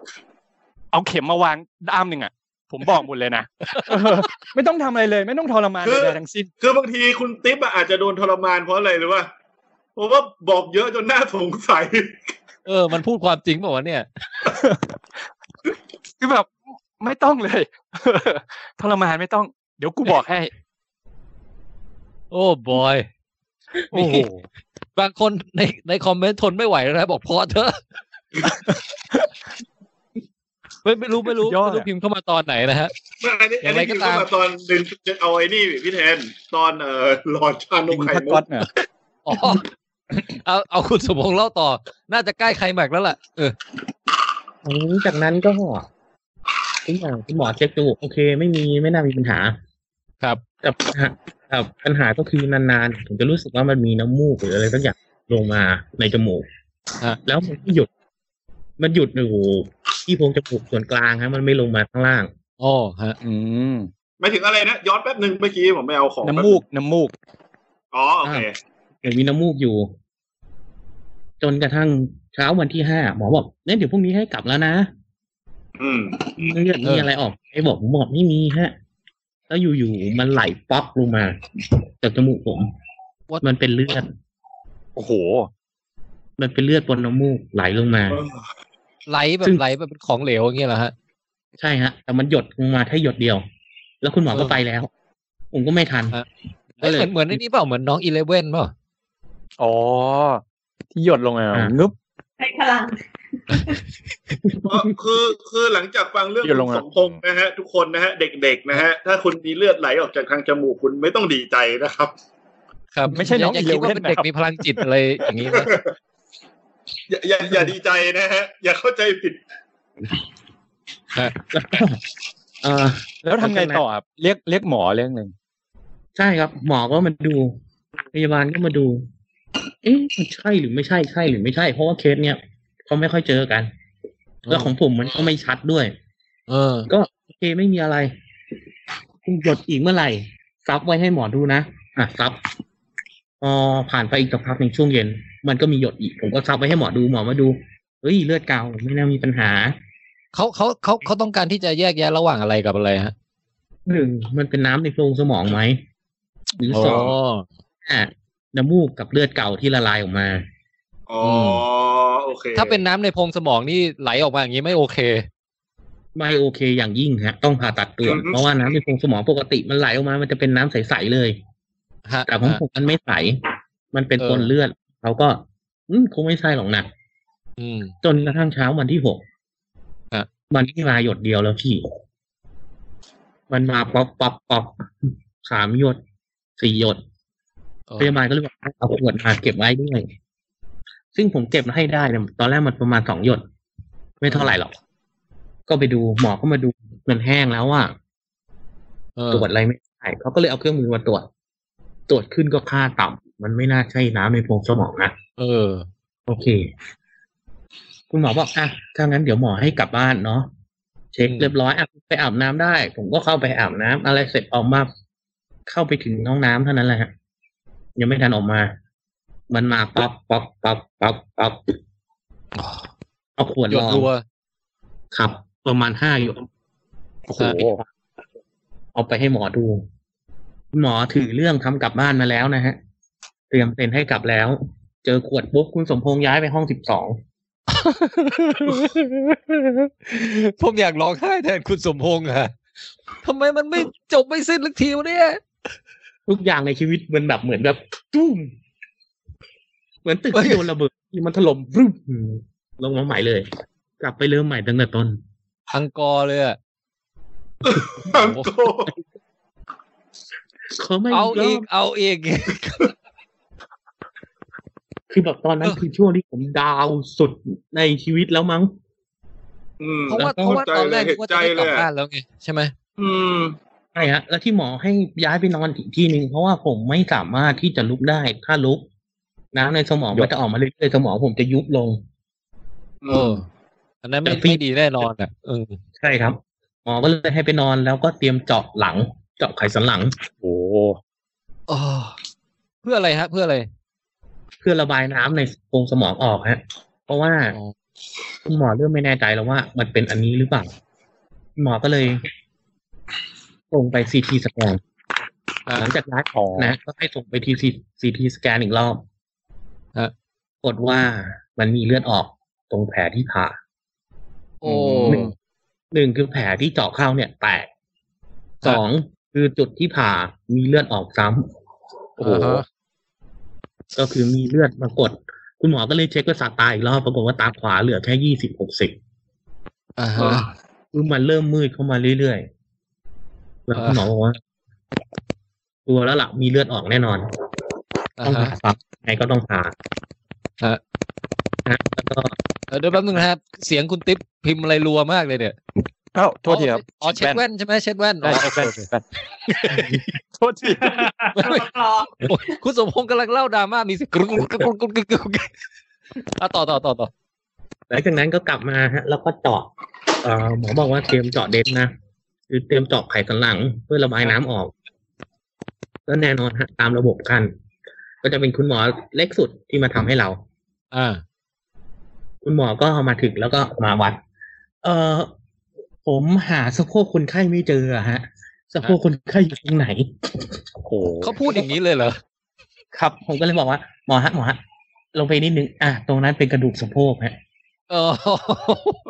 Speaker 8: เอาเข็มมาวางด้ามหนึ่งอ่ะ ผมบอกหมดเลยนะ เออไม่ต้องทำอะไรเลย ไม่ต้องทรมาน
Speaker 4: คือ
Speaker 8: ใดๆทั้งสิ้น
Speaker 4: คือบางทีคุณติ๊บอะอาจจะโดนทรมานเพราะอะไรหรือว่าเพราะว่าบอกเยอะจนน่าสงสัย
Speaker 2: เออ มันพูดความจริงเปล่าวะเนี่ย
Speaker 8: คือแบบไม่ต้องเลย ทรมานไม่ต้อง เดี๋ยวกูบอกให้
Speaker 2: โอ้บอย
Speaker 8: โอ้โห
Speaker 2: บางคนในในคอมเมนต์ทนไม่ไหวแล้วนะบอกพอเถอะ ไม่ไม่รู้ไม่รู้
Speaker 8: สุดยอด
Speaker 2: ไม่รู้
Speaker 8: อะ
Speaker 2: พิมพ์เข้ามาตอนไหนนะฮะ
Speaker 4: ไม่อัน
Speaker 2: อ
Speaker 4: นี้อั
Speaker 2: ย่าน งไร
Speaker 4: นี้
Speaker 2: ก็
Speaker 4: คือ
Speaker 2: ตาม
Speaker 4: มาตอนดึงเอาไอ้นี่พี่แทน ตอนเอ่อหลอดชานมไข่
Speaker 8: พัก
Speaker 4: มุ
Speaker 8: ก๊อต
Speaker 4: ก
Speaker 8: เนี่ย
Speaker 2: อ๋อเอาเอาคุณสมพงษ์เล่าต่อ น่าจะใกล้ใครแม็กซ์แล้วล่ะเออ
Speaker 7: หลังจากนั้นก็ทุกอย่างคุณหมอเช็คดูโอเค ไม่มีไม่น่ามีปัญหา
Speaker 2: ครับ
Speaker 7: แต่ปัญหาแต่ปัญหาก็คือนานๆผมจะรู้สึกว่ามันมีน้ำมูกหรืออะไรสักอย่างลงมาในจมูก
Speaker 2: ฮะ
Speaker 7: แล้วมันก็หยุด มันหยุดอยู่ที่โพรงจมูกส่วนกลางฮะ มันไม่ลงมาข้างล่าง
Speaker 2: อ๋อฮะ
Speaker 8: อืม
Speaker 4: หมายถึงอะไรนะ ย้อนแป๊บหนึ่งเมื่อกี้ผมไม่เอาของ
Speaker 8: น้ำมูกน้ำมูก
Speaker 4: อ๋อโอเค
Speaker 7: เดี๋ยวมีน้ำมูกอยู่ จนกระทั่งเช้าวันที่ห้าหมอบอกเนี่ยเดี๋ยวพรุ่งนี้ให้กลับแล้วนะ
Speaker 4: อืม
Speaker 7: เลือดมีอะไรออกไอ้บอกผมบอกไม่มีฮะ แล้วอยู่ๆมันไหลป๊อกลงมาจากจมูกผม
Speaker 2: What?
Speaker 7: มันเป็นเลือด
Speaker 8: โอ้โห
Speaker 7: มันเป็นเลือดบนน้ำมูกไหลลงมา
Speaker 2: ไหลแบบ
Speaker 7: ซึ่ง
Speaker 2: ไหลแบบเป็นของเหลวอย่างเงี้ยเหรอฮะ
Speaker 7: ใช่ฮะ แต่มันหยดลงมาแค่หยดเดียว แล้วคุณหมอก็
Speaker 2: เออ
Speaker 7: ไปแล้ว ผมก็ไม่ทัน
Speaker 2: ฮะ
Speaker 7: ก็เลย
Speaker 2: เหมือนเหมือนไอ้นี่เปล่าเหมือนน้องอีเลเว่นเปล่า
Speaker 8: อ๋อ ที่หยดลงมา
Speaker 7: อ่ะ
Speaker 8: งึบ
Speaker 6: ใช้พลัง
Speaker 4: เอ่อคือคือหลังจากฟังเรื่อง
Speaker 8: เดี๋ยวลง
Speaker 4: คุ
Speaker 8: นะ
Speaker 4: ณสมพงษ์นะฮะ ทุกคนนะฮะ เด็กๆนะฮะ ถ้าคุณมีเลือดไหลออกจากทางจมูกคุณไม่ต้องดีใจนะครับ
Speaker 2: ครับ
Speaker 8: ไม่ใช่น้อง
Speaker 2: ย่าย่าคิดว่า
Speaker 8: Eleven
Speaker 2: เป็นเด็ก
Speaker 8: นะครับ
Speaker 2: มีพลังจิตอะไรอย่างงี้นะ
Speaker 4: อย่าอย่าอย่าดีใจนะฮะ อย่าเข้าใจผิด
Speaker 7: แล้วก็เออ
Speaker 8: แล้วทำไงต่อครับเรียกเรียกหมอเรื่องหนึ่ง
Speaker 7: ใช่ครับ หมอก็มาดูพยาบาลก็มาดู เอ๊ะมันใช่หรือไม่ใช่ใช่หรือไม่ใช่ เพราะว่าเคสเนี้ยเขาไม่ค่อยเจอกัน แล้วของผมมันก็ไม่ชัดด้วย
Speaker 2: เออ
Speaker 7: ก็โอเคไม่มีอะไรคุณหยดอีกเมื่อไหร่ซับไว้ให้หมอดูนะอ่ะซับพอผ่านไปอีกสักพักหนึ่งช่วงเย็น มันก็มีหยดอีก ผมก็ซับไว้ให้หมอดูหมอมาดูเฮ้ยเลือดเกาไม่น่ามีปัญหา
Speaker 2: เขาเขาเขาเขาต้องการที่จะแยกแยะระหว่างอะไรกับอะไรฮะ
Speaker 7: หนึ่งมันเป็นน้ำในโพรงสมองไหมหรือ
Speaker 2: อ๋
Speaker 7: สอง
Speaker 2: อ
Speaker 7: อ่ะน้ำมูกกับเลือดเก่าที่ละลายออกมา
Speaker 4: อ๋อโอเค
Speaker 2: ถ้าเป็นน้ำในโพรงสมองนี่ไหลออกมาอย่างนี้ไม่โอเค
Speaker 7: ไม่โอเคอย่างยิ่งฮะ ต้องผ่าตัดด่วนเพราะว่าน้ำในโพรงสมองปกติมันไหลออกมา มันจะเป็นน้ำใสๆเลย
Speaker 2: ฮะ
Speaker 7: แต่ของผมมันไม่ใส มันเป็น
Speaker 2: เออ
Speaker 7: ปนเลือดเขาก็อืมคงไม่ใช่หรอกนะ
Speaker 2: อืม
Speaker 7: จนกระทั่งเช้าวันที่หก
Speaker 2: ฮะ
Speaker 7: มันที่มาหยดเดียวแล้วพี่ มันมาป๊อปป๊อปป๊อปสามหยดสี่หยด
Speaker 2: เออ
Speaker 7: พยาบาลก็เลยบอกเอาขวดมาเก็บไว้ด้วย ซึ่งผมเก็บให้ได้เนี่ยตอนแรกมันประมาณสองหยด ไม่เท่าไหร่หรอก ก็ไปดูหมอก็มาดูมันแห้งแล้วอ่ะ
Speaker 2: เออ
Speaker 7: ตรวจอะไรไม่ได้เขาก็เลยเอาเครื่องมือมาตรวจ ตรวจขึ้นก็ค่าต่ำมันไม่น่าใช่น้ำในโพรงสมองนะ
Speaker 2: เออ
Speaker 7: โอเค คุณหมอบอกอ่ะถ้างั้นเดี๋ยวหมอให้กลับบ้านเนาะ เช็ค
Speaker 2: อืม
Speaker 7: เรียบร้อยอ่ะไปอาบน้ำได้ ผมก็เข้าไปอาบน้ำอะไรเสร็จออกมา เข้าไปถึงห้องน้ำเท่านั้นแหละฮะ ยังไม่ทันออกมา มันมาป๊อกป๊อกป๊อกป๊อกป๊อกเอาขวด
Speaker 2: หย
Speaker 7: ร
Speaker 2: ด
Speaker 7: อง
Speaker 2: รัว
Speaker 7: ครับ ประมาณห้าหยด
Speaker 8: โอ้โห
Speaker 7: เอาไปให้หมอดู คุณหมอถือเรื่องทำกลับบ้านมาแล้วนะฮะ เตรียมเซ็นให้กลับแล้ว เจอขวดปุ๊บคุณสมพงษ์ย้ายไปห้องสิบสอง
Speaker 2: ผมอยากร้องไห้แทนคุณสมพงษ์อะ ทำไมมันไม่จบไม่สิ้นสักทีวะเนี่ย
Speaker 7: ทุกอย่างในชีวิตมันแบบเหมือนแบบตุ้มเหมือนตึกที่โดนระเบิดที่มันถล่มรึบลงมาใหม่เลย กลับไปเริ่มใหม่ตั้งแต่ต้น
Speaker 2: อังกอร์เลยอะ
Speaker 4: อังโก
Speaker 7: เขาไม่
Speaker 2: เอาอีก
Speaker 7: รบ
Speaker 2: เอาอีก
Speaker 7: คือแบบตอนนั้นคือช่วงที่ผมดาวสุดในชีวิตแล้วมั้ง
Speaker 4: อืม
Speaker 2: เพราะว่า
Speaker 7: แล้
Speaker 2: เพ
Speaker 7: วก็
Speaker 2: ราะว่าตอนแรก
Speaker 4: เห็น
Speaker 2: ว่า
Speaker 4: ใจ
Speaker 2: จะได้ก
Speaker 4: เลย
Speaker 2: ลับ
Speaker 4: อะ
Speaker 2: บ้านแล้วไงใช่ไหม
Speaker 4: อืม
Speaker 7: ใช่ฮะ แล้วที่หมอให้ย้ายไปนอนอีกที่หนึ่งเพราะว่าผมไม่สามารถที่จะลุกได้ ถ้าลุกน้ำในสมอง
Speaker 8: ยก
Speaker 7: มันจะออกมาเรื่อยๆสมองผมจะยุบลง
Speaker 4: อื
Speaker 2: เอ
Speaker 4: ม
Speaker 2: ออันนั้นไม่
Speaker 7: แต่พี่
Speaker 2: ไม่ดีแน่นอนอ่ะเออ
Speaker 7: ใช่ครับ หมอก็เลยให้ไปนอนแล้วก็เตรียมเจาะหลัง เจาะไขสันหลัง
Speaker 8: โอ้
Speaker 2: อ้อเพื่ออะไรฮะ เพื่ออะไร
Speaker 7: เพื่อระบายน้ำในโพรงสมองออกฮะ เพราะว่า
Speaker 2: อ๋อ
Speaker 7: คุณหมอเริ่มไม่แน่ใจแล้วว่า มันเป็นอันนี้หรือเปล่าคุณหมอก็เลยส่งไปซีทีสแกน
Speaker 2: อ่ะ
Speaker 7: หลังจากย้าย
Speaker 8: อ๋อ
Speaker 7: นะก็ให้ส่งไปทีซีทีสแกนอีกรอบ
Speaker 2: ฮะ
Speaker 7: กดว่ามันมีเลือดออกตรงแผลที่ผ่า
Speaker 2: โอ้
Speaker 7: หนึ่งหนึ่งคือแผลที่เจาะเข้าเนี่ย แตก
Speaker 2: ฮะ
Speaker 7: สองคือจุดที่ผ่ามีเลือดออกซ้ำ
Speaker 8: โอ้โห
Speaker 2: อ่าฮะ
Speaker 7: ก็คือมีเลือดมากด คุณหมอก็เลยเช็คประสาทตาอีกรอบปรากฏว่าตาขวาเหลือแค่ยี่สิบหกสิบ
Speaker 2: อ่าฮะ
Speaker 7: คือมันเริ่มมืดเข้ามาเรื่อยๆแล้วคุณหมอบอกว่าตัวแล้วล่ะมีเลือดออกแน่นอน
Speaker 2: อ่า
Speaker 7: ต้อง
Speaker 2: ฮะ
Speaker 7: ผ่าซ้ำยังไงก็ต้องผ่า
Speaker 2: ฮะ
Speaker 7: ฮะแล้วก็
Speaker 2: เออเดี๋ยวแป๊บนึงนะครับ เสียงคุณติ๊บพิมพ์อะไรรัวมากเลยเนี่ย
Speaker 8: เอ้าโทษทีครับ
Speaker 2: อ๋อเช็ดแว่นใช่ไหมเช็ดแว่น
Speaker 8: ได้
Speaker 2: อ๋อ
Speaker 8: เช็ดแว่นเช็ดแว่นโทษที
Speaker 6: กรอก
Speaker 2: โอ้ยคุณสมพงษ์กำลังเล่าดราม่ามีเสิกรุกรุกรุกรุกรุกรุกอ่ะต่อต่อต่อต่อ
Speaker 7: หลังจากนั้นก็กลับมาฮะ แล้วก็เจาะเอ่อหมอบอกว่าเตรียมเจาะเด็ดนะคือเตรียมเจาะไขสันหลังเพื่อระบายน้ำออกก็แน่นอนฮะ ตามระบบกัน ก็จะเป็นคุณหมอเล็กสุดที่มาทำให้เรา
Speaker 2: อ่า
Speaker 7: คุณหมอก็เอามาถึงแล้วก็มาวัด เออผมหาสะโพกคนไข้ไม่เจออะฮะสะโพกคนไข้อยู่ตรงไหน
Speaker 8: โอ้โห
Speaker 2: เขาพูดอย่างนี้เลยเหรอ
Speaker 7: ครับ ผมก็เลยบอกว่าหมอฮะหมอฮะลงไปนิดนึงอ่ะตรงนั้นเป็นกระดูกสะโพกฮะ
Speaker 2: เออ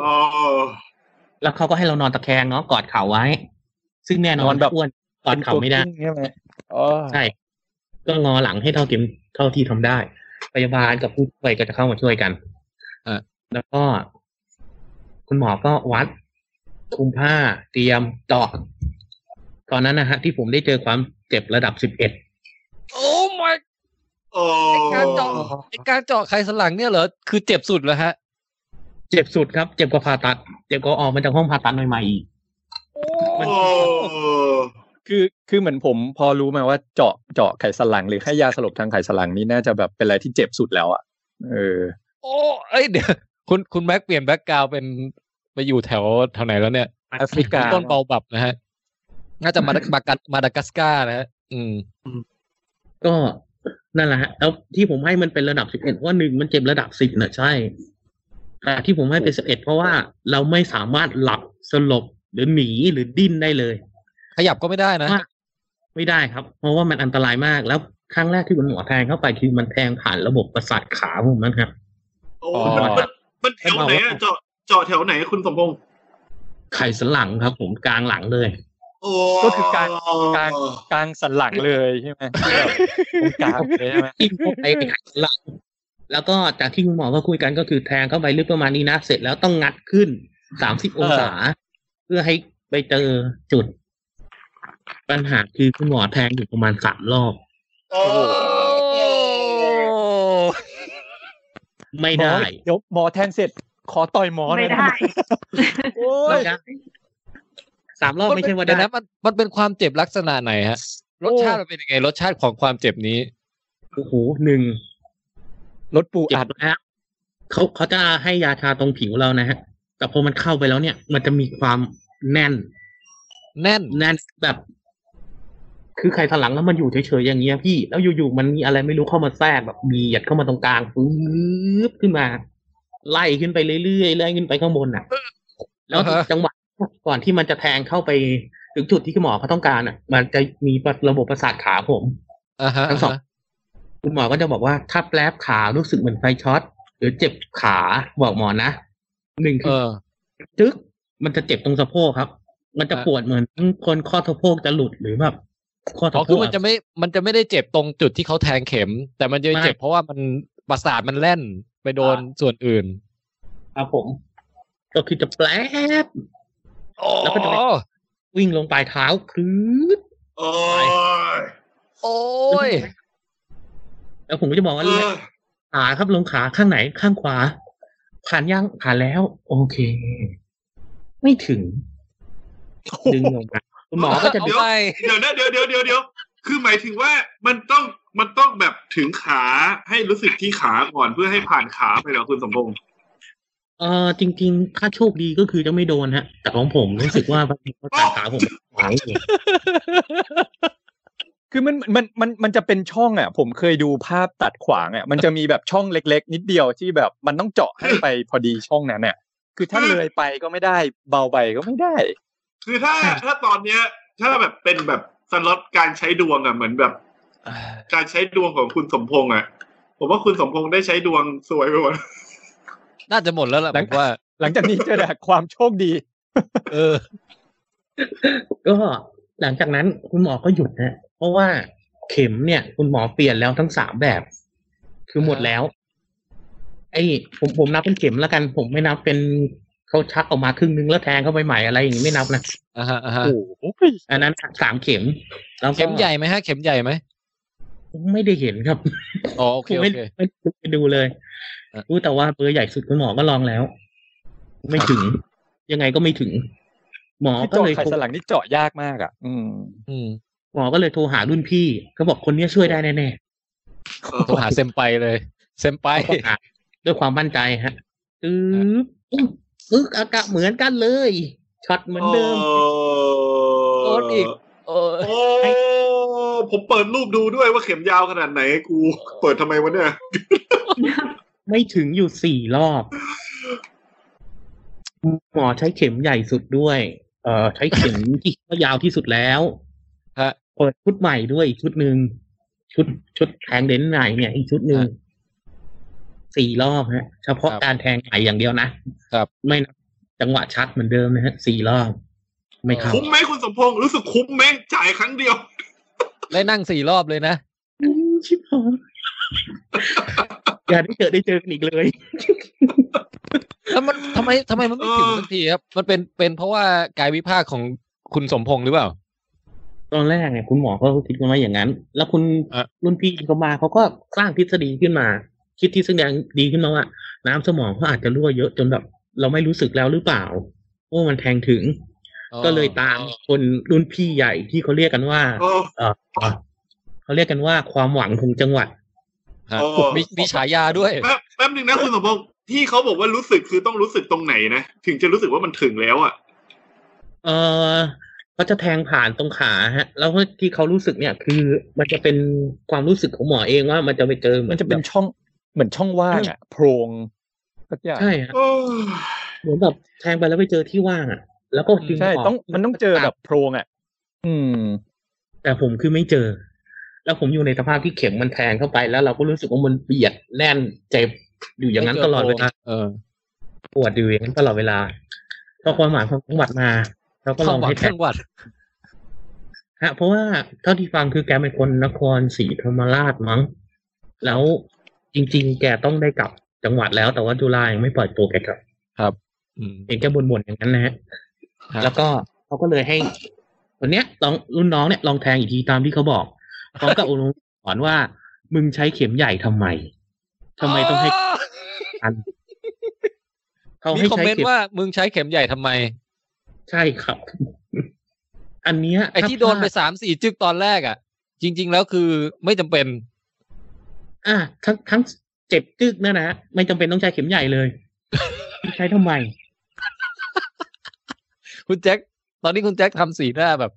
Speaker 4: อ๋อ
Speaker 7: แล้วเขาก็ให้เรานอนตะแคงเนาะกอดเข่าไว้ ซึ่งแน่นอนอ้วนกอดเข่าไม่ได้
Speaker 8: ใช่ไหมอ๋อ
Speaker 7: ใช่ ก็งอหลังให้เท่าเทียมเท่าที่ทำได้พยาบาลกับผู้ช่วยก็จะเข้ามาช่วยกันแล้วก็ คุณหมอก็วัดคุมผ้าเตรียมเจาะตอนนั้นนะฮะ ที่ผมได้เจอความเจ็บระดับสิบเอ็ด
Speaker 2: โอ้ my
Speaker 4: อ๋อ
Speaker 2: ไอ้การเจาะไอ้การเจาะไขสันหลังเนี่ยเหรอคือเจ็บสุดเหรอฮะ
Speaker 7: เจ็บสุดครับ เจ็บกว่าผ่าตัด เจ็บกว่าออกมาจากห้องผ่าตัดใหม่ๆอีก
Speaker 4: โอ้
Speaker 8: คือคือเหมือนผมพอรู้มาว่าเจาะเจาะไขสันหลังหรือให้ยาสลบทางไขสันหลังนี่น่าจะแบบเป็นอะไรที่เจ็บสุดแล้วอ่ะเออ
Speaker 2: โอ้เอ้ยเดี๋ยวคุณคุณแม็กเปลี่ยนแบ็กกราวเป็นไปอยู่แถวแถวไหนแล้วเนี่ย
Speaker 8: แอฟริกา
Speaker 2: ต้นเบาบับนะฮะ น่าจะมาดามากัดมาดากัสการ์นะฮะ อืม
Speaker 7: ก็นั่นแหละฮะแล้วที่ผมให้มันเป็นระดับสิบเอ็ดว่าหนึ่งมันเจ็บระดับสิบนะใช่แต่ที่ผมให้เป็นสิบเอ็ดเพราะว่าเราไม่สามารถหลับสลบหรือหนีหรือดิ้นได้เลย
Speaker 2: ขยับก็ไม่ได้นะ
Speaker 7: ว่าไม่ได้ครับ เพราะว่ามันอันตรายมากแล้วครั้งแรกที่คุณหมอแทงเข้าไปคือมันแทงผ่านระบบประสาทขาผมนั้นครับ
Speaker 4: โอ้มันมันมันแถวไหนอะเจาะเจาะแถวไหนอะคุณสมพงษ์
Speaker 7: ไขสันหลังครับ ผมกลางหลังเลย
Speaker 4: โอ้
Speaker 8: ก็คือการการ กลางสันหลังเลยใช่ไหมแบบตรงกลางเลยใช่ไหม
Speaker 7: จิ้มเข้าไปไขสันหลัง แล้วก็จากที่คุณหมอก็คุยกันก็คือแทงเข้าไปลึกประมาณนี้นะเสร็จแล้วต้องงัดขึ้นสามสิบองศา เพื่อให้ไปเจอจุด ปัญหาคือคุณหมอแทงอยู่ประมาณสามรอบ
Speaker 4: โอ้
Speaker 7: ไม่ได้
Speaker 8: หมอเดี๋ยวหมอแทงเสร็จ ขอต่อยหมอหน่
Speaker 6: ไม่
Speaker 8: อย
Speaker 6: ได้
Speaker 8: โอ้ย
Speaker 7: ไม่ได้สามรอบไม่ใช่ว่า
Speaker 2: เดี๋ย
Speaker 7: ได้
Speaker 2: นะมันมันเป็นความเจ็บลักษณะไหนฮะ รสชาติมันเป็นยังไง รสชาติของความเจ็บนี้
Speaker 7: โอ้โหหนึ่ง
Speaker 8: รถปู
Speaker 7: เจ็
Speaker 8: อัด
Speaker 7: บแล้วเขาเขาจะให้ยาชาตรงผิวเรานะฮะ แต่พอมันเข้าไปแล้วเนี่ย มันจะมีความแน่น
Speaker 2: แน่น
Speaker 7: แน่นแบบ คือใครถลังแล้วมันอยู่เฉยๆอย่างเงี้ยพี่ แล้วอยู่ๆมันมีอะไรไม่รู้เข้ามาแทรกแบบบีหยัดเข้ามาตรงกลางฟื้บขึ้นมา ไล่ขึ้นไปเรื่อยๆไล่ขึ้นไปข้างบนอ่ะ แล้ว
Speaker 2: อ่าฮะ
Speaker 7: จังหวะก่อนที่มันจะแทงเข้าไปถึงจุดที่คุณหมอเขาต้องการอ่ะ มันจะมีระบบประสาทขาผม
Speaker 2: อ่าฮะ
Speaker 7: ทั้งสอง คุณหมอก็จะบอกว่าถ้าแปลบขารู้สึกเหมือนไฟช็อตหรือเจ็บขาบอกหมอนะหนึ่ง
Speaker 2: เอ
Speaker 7: คือ
Speaker 2: อ
Speaker 7: จึ๊กมันจะเจ็บตรงสะโพกครับ มันจะปวดเหมือนคนข้อทะโพกจะหลุดหรือแบบข้อ
Speaker 2: อ๋อ
Speaker 7: ทะโพ
Speaker 2: คือก มันจะไม่ มันจะไม่ได้เจ็บตรงจุดที่เขาแทงเข็ม แต่มันจะเจ็บเพราะว่ามันประสาทมันแล่นไปโดนส่วนอื่น
Speaker 7: ครับผม ก็คือจะแปลบ
Speaker 2: โอ้
Speaker 7: แล้วก็จะไป วิ่งลงปลายเท้าครืด
Speaker 4: โอ้ย
Speaker 2: โอ้ย
Speaker 7: แล้วผมก็จะมองว่า
Speaker 4: เออ
Speaker 7: ขาครับลงขาข้างไหนข้างขวา ผ่านยังผ่านแล้ว โอเค ไม่ถึง ดึงลงมาคุณหมอ ก็จะ
Speaker 2: เอา
Speaker 7: ดึง
Speaker 2: ไป
Speaker 4: เดี๋ยวนะเดี๋ยวเดี๋ยวเดี๋ยวเดี๋ยวคือหมายถึงว่ามันต้องมันต้องแบบถึงขาให้รู้สึกที่ขาก่อนเพื่อให้ผ่านขาไปเหรอคุณสมพงษ์
Speaker 7: เออจริง ๆ ถ้าโชคดีก็คือจะไม่โดนฮะ แต่ของผมรู้สึกว่าบางทีเขาตัดขา ผมหายเลย
Speaker 8: คือมันมันมันมันจะเป็นช่องอ่ะ ผมเคยดูภาพตัดขวางอ่ะ มันจะมีแบบช่องเล็ก ๆ นิดเดียวที่แบบมันต้องเจาะให้ไปพอดีช่องนั้นอ่ะ คือถ้าเลยไปก็ไม่ได้เบาไปก็ไม่ได้
Speaker 4: คือถ้าถ้าตอนเนี้ย ถ้าแบบเป็นแบบสล็อตการใช้ดวงอ่ะเหมือนแบบ การใช้ดวงของคุณสมพงษ์อ่ะ ผมว่าคุณสมพงษ์ได้ใช้ดวงสวยไปหมด
Speaker 2: น่าจะหมดแล้วล่ะ
Speaker 8: หลั
Speaker 2: ผ
Speaker 8: ง
Speaker 2: มว่า
Speaker 8: หลังจากนี้เจะแต่ความโชคดี
Speaker 2: เออ
Speaker 7: ก็หลังจากนั้นคุณหมอก็หยุดนะเพราะว่าเข็มเนี่ย คุณหมอเปลี่ยนแล้วทั้งสามแบบ คือหมดแล้ว ไอ้ผมผมนับเป็นเข็มแล้วกัน ผมไม่นับเป็นเขาชักออกมาครึ่งนึงแล้วแทงเข้าไปใหม่อะไรอย่างนี้ไม่นับนะ
Speaker 2: อ่าฮะอ่าฮะ
Speaker 8: โอ้โห
Speaker 7: อันนั้นสามเข็มแล้วก็
Speaker 2: เข็มใหญ่ไหมฮะ เข็มใหญ่ไหม
Speaker 7: ไม่ได้เห็นครับ
Speaker 2: อ๋อโอเค
Speaker 7: ผ
Speaker 2: โอ
Speaker 7: มไม่
Speaker 2: เค
Speaker 7: ไม่ได้ไปดูเลย
Speaker 2: เออ
Speaker 7: รู้แต่ว่าเบอร์ใหญ่สุดคุณหมอก็ลองแล้ว ไม่ถึง ยังไงก็ไม่ถึง หมอ
Speaker 8: ที่
Speaker 7: ก็
Speaker 8: เจาะ
Speaker 7: เลย
Speaker 8: ไข
Speaker 7: โทร
Speaker 8: สันหลังนี่เจาะยากมากอ่ะ อืม
Speaker 2: อืม
Speaker 7: หมอก็เลยโทรหารุ่นพี่เขาบอกคนเนี้ยช่วยได้แน่
Speaker 2: โทรหาเซมไปเลย เซมไป
Speaker 7: ๆก็หา ด้วยความมั่นใจฮะตึ๊บอึ๊กอากาศเหมือนกันเลยช็อตเหมือนเดิม
Speaker 2: โดนอีก โอ้ย
Speaker 4: โอ้ ผมเปิดรูปดูด้วยว่าเข็มยาวขนาดไหน กูเปิดทำไมวะเนี่ย
Speaker 7: ไม่ถึงอยู่สี่รอบ หมอใช้เข็มใหญ่สุดด้วย เอ่อ ใช้เข็ม ที่ก็ยาวที่สุดแล้ว
Speaker 2: ฮะ
Speaker 7: เปิดชุดใหม่ด้วยอีกชุดหนึ่งชุดชุดแทงเดนไหนเนี่ย อีกชุดหนึ่ง
Speaker 2: ฮะ
Speaker 7: สี่รอบฮะ เฉพาะ
Speaker 2: ครับ
Speaker 7: การแทงไหนอย่างเดียวนะครับ ไม่นับจังหวะชักเหมือนเดิมนะฮะสี่รอบ ไม่เข้า
Speaker 4: คุ้มไหมคุณสมพงษ์รู้สึกคุ้มไหมจ่ายครั้งเดียว
Speaker 2: ได้นั่งสี่รอบเลยนะ
Speaker 7: ชิบหายอย่าได้เจอได้เจอกันอีกเลย
Speaker 2: แล้วมันทำไมทำไมมันไม่ถึง
Speaker 4: เออ
Speaker 2: สักทีครับ มันเป็นเป็นเพราะว่ากายวิภาคของคุณสมพงษ์หรือเปล่า
Speaker 7: ตอนแรกเนี่ยคุณหมอก็คิดกันว่าอย่างนั้น แล้วคุณ
Speaker 2: อ่ะ
Speaker 7: รุ่นพี่เขามาเขาก็สร้างทฤษฎีขึ้นมา คิดทฤษฎีดีขึ้นมาว่า น้ำสมองเขาอาจจะรั่วเยอะจนแบบ เราไม่รู้สึกแล้วหรือเปล่าว่ามันแทงถึง ก็เลยตามคนรุ่นพี่ใหญ่ที่เขาเรียกกันว่า
Speaker 4: โอ้
Speaker 7: เอ่อเขาเรียกกันว่าความหวังของจังหวัด
Speaker 2: ฮะ
Speaker 4: โอ้
Speaker 2: มีมีฉายาด้วย
Speaker 4: แป๊บแป๊บหนึ่งนะคุณสมพงษ์ที่เขาบอกว่ารู้สึกคือต้องรู้สึกตรงไหนนะ ถึงจะรู้สึกว่ามันถึงแล้วอ่ะ
Speaker 7: เออเขาจะแทงผ่านตรงขาฮะ แล้วที่เขารู้สึกเนี่ย คือมันจะเป็นความรู้สึกของหมอเองว่ามันจะไปเจอหอ
Speaker 8: มันจะเป็นช่องเหมือนช่องว่างอ่ะโพรงสักอย่าง
Speaker 7: ใช่ฮะ
Speaker 4: โอ้
Speaker 7: เหมือนแบบแทงไปแล้วไปเจอที่ว่างอ่ะ แล้วก็ดึง
Speaker 8: ใช่
Speaker 7: ก
Speaker 8: ต้องมันต้องเจอแบบโพรงอ่ะ อืม
Speaker 7: แต่ผมคือไม่เจอ แล้วผมอยู่ในสภาพที่เข็มมันแทงเข้าไปแล้วเราก็รู้สึกว่ามันเบียดแน่นเจ็บอยู่อย่างนั้นตลอดเวลา
Speaker 2: เออ
Speaker 7: ปวดอยู่อย่างนั้นตลอดเวลาพอความหมายของจังหวัดมาเราก็
Speaker 2: ค
Speaker 7: ล
Speaker 2: วา
Speaker 7: อ
Speaker 2: ม
Speaker 7: ง
Speaker 2: หวัง
Speaker 7: ให้แท
Speaker 2: จั
Speaker 7: ง
Speaker 2: งหวัด
Speaker 7: ฮะเพราะว่าเท่าที่ฟังคือแกเป็นคนนครศรีธรรมราชมั้งแล้วจริง ๆ แกต้องได้กลับจังหวัดแล้ว แต่ว่าจุฬายังไม่ปล่อยตัวแกกลับ
Speaker 2: อืม
Speaker 7: เห็นแกบ่นๆอย่างนั้นนะฮะ
Speaker 2: ครับ
Speaker 7: แล้วก็เขาก็เลยให้คนเนี้ยลองรุ่นน้องเนี่ยลองแทงอีกทีตามที่เขาบอกพร้อมกับอุนุสอนว่ามึงใช้เข็มใหญ่ทำไมทำไมต้องให้อันเขา
Speaker 2: มี
Speaker 7: ให้
Speaker 2: คอม
Speaker 7: ใช้
Speaker 2: เมนต์
Speaker 7: เข็ม
Speaker 2: ว่ามึงใช้เข็มใหญ่ทำไม
Speaker 7: ใช่ครับ อันเนี้ย
Speaker 2: ไอ้ที่โดนไปสามสี่จึกตอนแรกอ่ะ จริง ๆ แล้วคือไม่จำเป็น
Speaker 7: อ่ะทั้งทั้งเจ็บจึกเนยนะฮะไม่จำเป็นต้องใช้เข็มใหญ่ เลย ใช้ทำไม
Speaker 2: คุณแจ็คตอนนี้คุณแจ็คทำสีหน้าแบบ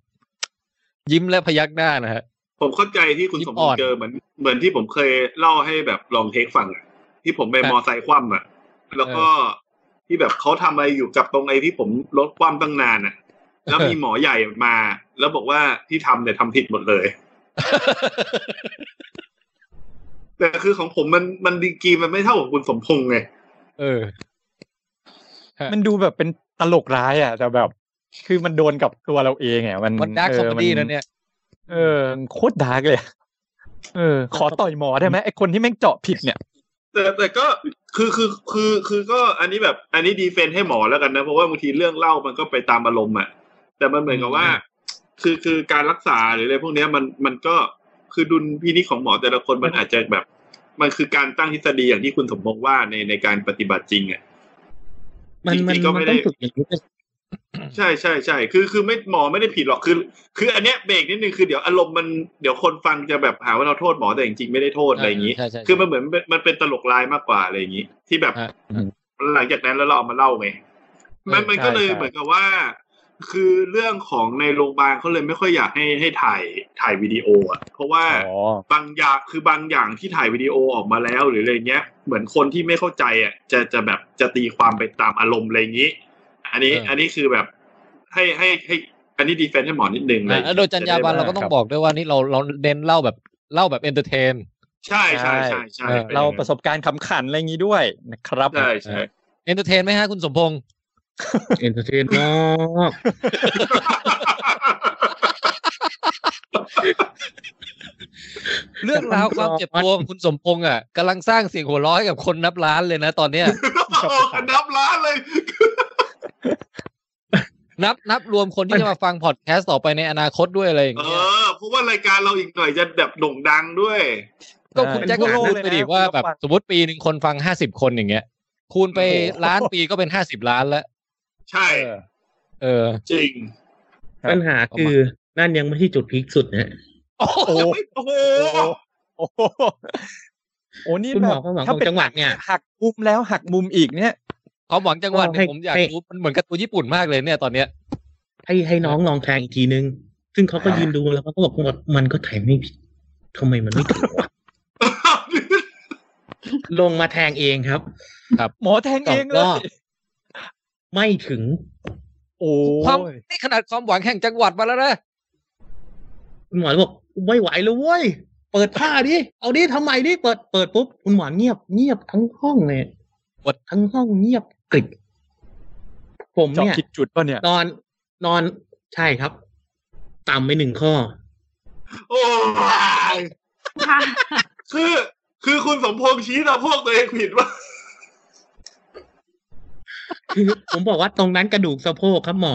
Speaker 2: ยิ้มและพยักหน้านะฮะ
Speaker 4: ผมเข้าใจที่คุณส
Speaker 2: ยิ้
Speaker 4: มพง
Speaker 2: มอ่อน
Speaker 4: ษ์เจอเหมือนเหมือนที่ผมเคยเล่าให้แบบลองเทคฟังอ่ะ ที่ผมไป
Speaker 2: ครับ
Speaker 4: มอไซค์คว่ำอ่ะ แล้วก็ที่แบบเขาทำอะไรอยู่กับตรงไอ้ที่ผมรถคว่ำตั้งนานอ่ะ แล้วมีหมอใหญ่มา แล้วบอกว่าที่ทำเนี่ยทำผิดหมด เลย แต่คือของผมมันมันดีกรีมันไม่เท่าของคุณสมพงษ์ไง
Speaker 2: เออ
Speaker 8: มันดูแบบเป็นตลกร้ายอ่ะแต่แบบ คือมันโดนกับตัวเราเองไงมัน
Speaker 2: มันดาร์ค
Speaker 8: เอ
Speaker 2: คอม
Speaker 8: อ
Speaker 2: เม
Speaker 8: มั
Speaker 2: ดี้นะเนี่ย
Speaker 8: เออโคตรดาร์กเลยอะเออ ขอต่อยหมอได้ไหมไอคนที่แม่งเจาะผิดเนี่ย
Speaker 4: แต่แต่ก็คือคือคือคือก็อันนี้แบบอันนี้ดีเฟนต์ให้หมอแล้วกันนะ เพราะว่าบางทีเรื่องเล่ามันก็ไปตามอารมณ์อ่ะแต่มันเหมือนกับว่า คือคือการรักษาหรืออะไรพวกเนี้ยมันมันก็คือดุลพินิจของหมอแต่ละคนมันอาจจะแบบ มันคือการตั้งทฤษฎีอย่างที่คุณสมพงษ์ว่าในในการปฏิบัติจริงอ่ะ
Speaker 7: มัน
Speaker 4: จริงๆ
Speaker 7: มัน
Speaker 4: ก็ไม่
Speaker 7: มัน
Speaker 4: ได้
Speaker 7: ต้องฝึกอย่างนี้ ด้วย
Speaker 4: ใช่ใช่ใช่คือคือไม่หมอไม่ได้ผิดหรอกคือ คืออันเนี้ยเบรกนิดนึงคือเดี๋ยวอารมณ์มันเดี๋ยวคนฟังจะแบบหาว่าเราโทษหมอแต่จริงๆไม่ได้โทษอะไรอย่างนี้
Speaker 2: ใช่ใช่ใช่
Speaker 4: คือมันเหมือนเป็นมันเป็นตลกลายมากกว่าอะไรอย่างนี้ ที่แบบ
Speaker 2: ฮะ
Speaker 8: อืม
Speaker 4: หลังจากนั้นแล้วเราเอามาเล่าไงมันมัน
Speaker 8: ใช่
Speaker 4: ก็เลย
Speaker 8: ใช่
Speaker 4: เหมือนกับว่า คือเรื่องของในโรงพยาบาลเขาเลยไม่ค่อยอยากให้ให้ถ่ายถ่ายวิดีโออ่ะเพราะว่า
Speaker 8: อ๋อบ
Speaker 4: างอย่างคือบางอย่างที่ถ่ายวิดีโอออกมาแล้วหรืออะไรเงี้ย เหมือนคนที่ไม่เข้าใจอ่ะจะจะแบบจะตีความไปตามอารมณ์อะไรอย่างนี้ อันนี้
Speaker 2: เอออั
Speaker 4: อันนี้คือแบบให้ให้ให้ อันนี้ดีเฟนต์ให้หมอนิดนึงเลย
Speaker 2: แล้วโดยจรรยาบรรณเราก็ต้องบอกด้วยว่านี่เราเราเน้นเล่าแบบเล่าแบบเอนเตอร์เทน
Speaker 4: ใช่ใช่ใช่ใช่
Speaker 2: เออ
Speaker 4: ป็น
Speaker 8: เรา
Speaker 4: อย่งนั้น
Speaker 8: ประสบการณ์ขำขันอะไรอย่างนี้ด้วยนะครับ
Speaker 4: ใช่ใช่
Speaker 2: เอนเตอร์เทนไหมฮะคุณสมพงษ์
Speaker 7: เอนเตอร์เทนมาก
Speaker 2: เรื่องราวความเจ็บปวดของคุณสมพงษ์อ่ะกำลังสร้างเสียงหัวเร้อยกับคนนับล้านเลยนะตอนเนี้ย
Speaker 4: โอ้นับล้านเลย
Speaker 2: นับนับรวมคนที่จะมาฟังพอดแคสต์ต่อไปในอนาคตด้วยอะไรอย่าง
Speaker 4: เอ
Speaker 2: เงี้ย
Speaker 4: อเพราะว่ารายการเราอีกหน่อยจะแบบโด่งดังด้วย
Speaker 2: ก็คุณแจ็คก็
Speaker 8: เป็นทั่วโลก
Speaker 2: คูณ
Speaker 8: เลยนะ
Speaker 2: ไปดิว่า
Speaker 8: คุณ
Speaker 2: แบ
Speaker 8: ลอบ งฟัง
Speaker 2: สมมติปีหนึ่งคนฟังห้าสิบคนอย่างเงี้ย คูณไปล้านปีก็เป็นห้าสิบล้านแล้ว
Speaker 4: ใช่
Speaker 8: เออ
Speaker 2: เออ
Speaker 4: จริง
Speaker 7: ปัญหาคือนั่นยังไม่ใช่จุดพีคสุดนะฮะ
Speaker 8: โอ้โห
Speaker 4: ไม่โอ้โห
Speaker 8: โอ้โหโอ้โหโอ้นี่
Speaker 7: คุณ
Speaker 8: แบ
Speaker 7: หม
Speaker 8: บ
Speaker 7: อความหวัง
Speaker 8: ถ้า
Speaker 7: ของ
Speaker 8: เป็น
Speaker 7: จังหวัดเนี่ย
Speaker 8: หักมุมแล้วหักมุมอีกเนี่ย
Speaker 2: ความหวังจังหวัดเนี่
Speaker 7: ให้
Speaker 2: ยผมอยาก
Speaker 7: ให้
Speaker 2: รู้มันเหมือนกับตัวญี่ปุ่นมากเลยเนี่ยตอนเนี้ย
Speaker 7: ให้ให้น้องลองแทงอีกทีนึง ซึ่งเขาก็ยืนดูแล้วเขาก็บอกว่ามันก็ถ่ายไม่ผิดทำไมมันไม่ถูกวะ ลงมาแทงเองครับ
Speaker 8: หมอแทง
Speaker 7: สอ
Speaker 8: เอง
Speaker 7: ง
Speaker 8: เล
Speaker 7: ร
Speaker 8: ย
Speaker 7: อบไม่ถึง
Speaker 8: โอ้
Speaker 2: ความ
Speaker 8: ย
Speaker 2: นี่ขนาดความหวังแห่งจังหวัดมาแล้วนะ
Speaker 7: คุณหมอเลยบอกไม่ไหวแล้วเว้ย เปิดผ้าดิ เอาดิทำไมดิ เปิด เปิดปุ๊บ คุณหมอเงียบ เงียบทั้งห้องเลย
Speaker 2: ปวด
Speaker 7: ทั้งห้องเงียบกริบผม
Speaker 8: เจอบ
Speaker 7: เนี่ย
Speaker 8: ผิดจุดป่ะเนี่ย
Speaker 7: นอนนอนใช่ครับ ต่ำไปหนึ่งข้อ
Speaker 4: โอ้ยคือคือคุณสมพงษ์ชี้ตาพวกตัวเองผิดว่า
Speaker 7: คือผมบอกว่าตรงนั้นกระดูกสะโพกครับหมอ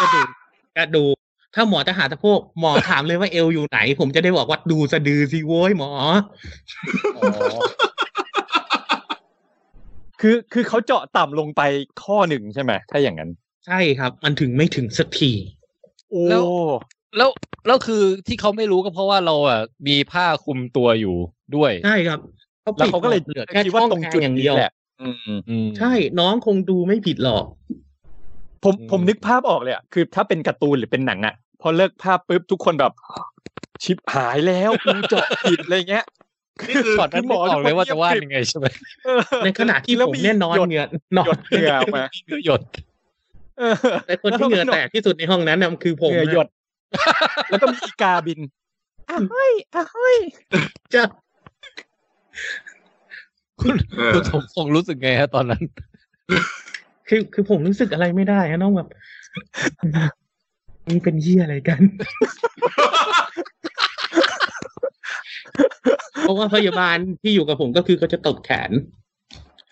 Speaker 7: กระดูกกระดูกถ้าหมอจะหาสะโพกหมอถามเลยว่าเอวอยู่ไหน ผมจะได้บอกว่าดูสะดือสิโว้ยหมอ
Speaker 8: คือคือเขาเจาะต่ำลงไปข้อหนึ่งใช่ไหมถ้าอย่างนั้น
Speaker 7: ใช่ครับ มันถึงไม่ถึงสักที
Speaker 8: โอ้
Speaker 2: แล้ว แล้วแล้วคือที่เขาไม่รู้ก็เพราะว่าเราอ่ะมีผ้าคลุมตัวอยู่ด้วย
Speaker 7: ใช่ครับ
Speaker 8: แล้วเขาก็เลย
Speaker 7: เหลือแค่
Speaker 8: คิด
Speaker 7: ช่
Speaker 8: ว่า
Speaker 7: อง
Speaker 8: ตรง
Speaker 7: ทาง
Speaker 8: จุด
Speaker 7: อย่าง
Speaker 8: นี้
Speaker 7: เดียว
Speaker 8: แหละอืม
Speaker 2: อืม
Speaker 7: ใช่ น้องคงดูไม่ผิดหร อก
Speaker 8: ผม
Speaker 2: อืม
Speaker 8: ผมนึกภาพออกเลยอะคือถ้าเป็นการ์ตูนหรือเป็นหนังอะพอเลิกภาพปุ๊บทุกคนแบบ ชิปหายแล้วกูเจาะผิดอะไรเงี้ย
Speaker 4: นี่คือ
Speaker 2: ก่อนนั้นไม่ออกเลยว่าจะวาดยังไงใช่ไหม
Speaker 8: เออ
Speaker 7: ในขณะที่
Speaker 8: แล้ว
Speaker 7: ผมเนี่ยนอน
Speaker 8: หยด
Speaker 7: เหงื่อนอ
Speaker 8: หย
Speaker 7: น
Speaker 8: ดเหงื่อออกมา
Speaker 2: หยด
Speaker 8: เออ
Speaker 7: แต่คนที่เหงื่อแตกที่สุดในห้องนั้นน่ะคือผม
Speaker 8: เหงื่อหยด แล้วก็มีอีกาบินอ้าวเฮ้ยอ้าวเฮ้ย
Speaker 7: จะ
Speaker 4: เออ
Speaker 2: คุณสมพงษ์รู้สึกไงฮะตอนนั้น
Speaker 7: คือคือผมรู้สึกอะไรไม่ได้ฮะน้องแบบมึงเป็นเหี้ยอะไรกัน เพราะว่าพยาบาลที่อยู่กับผมก็คือเขาจะตบแขน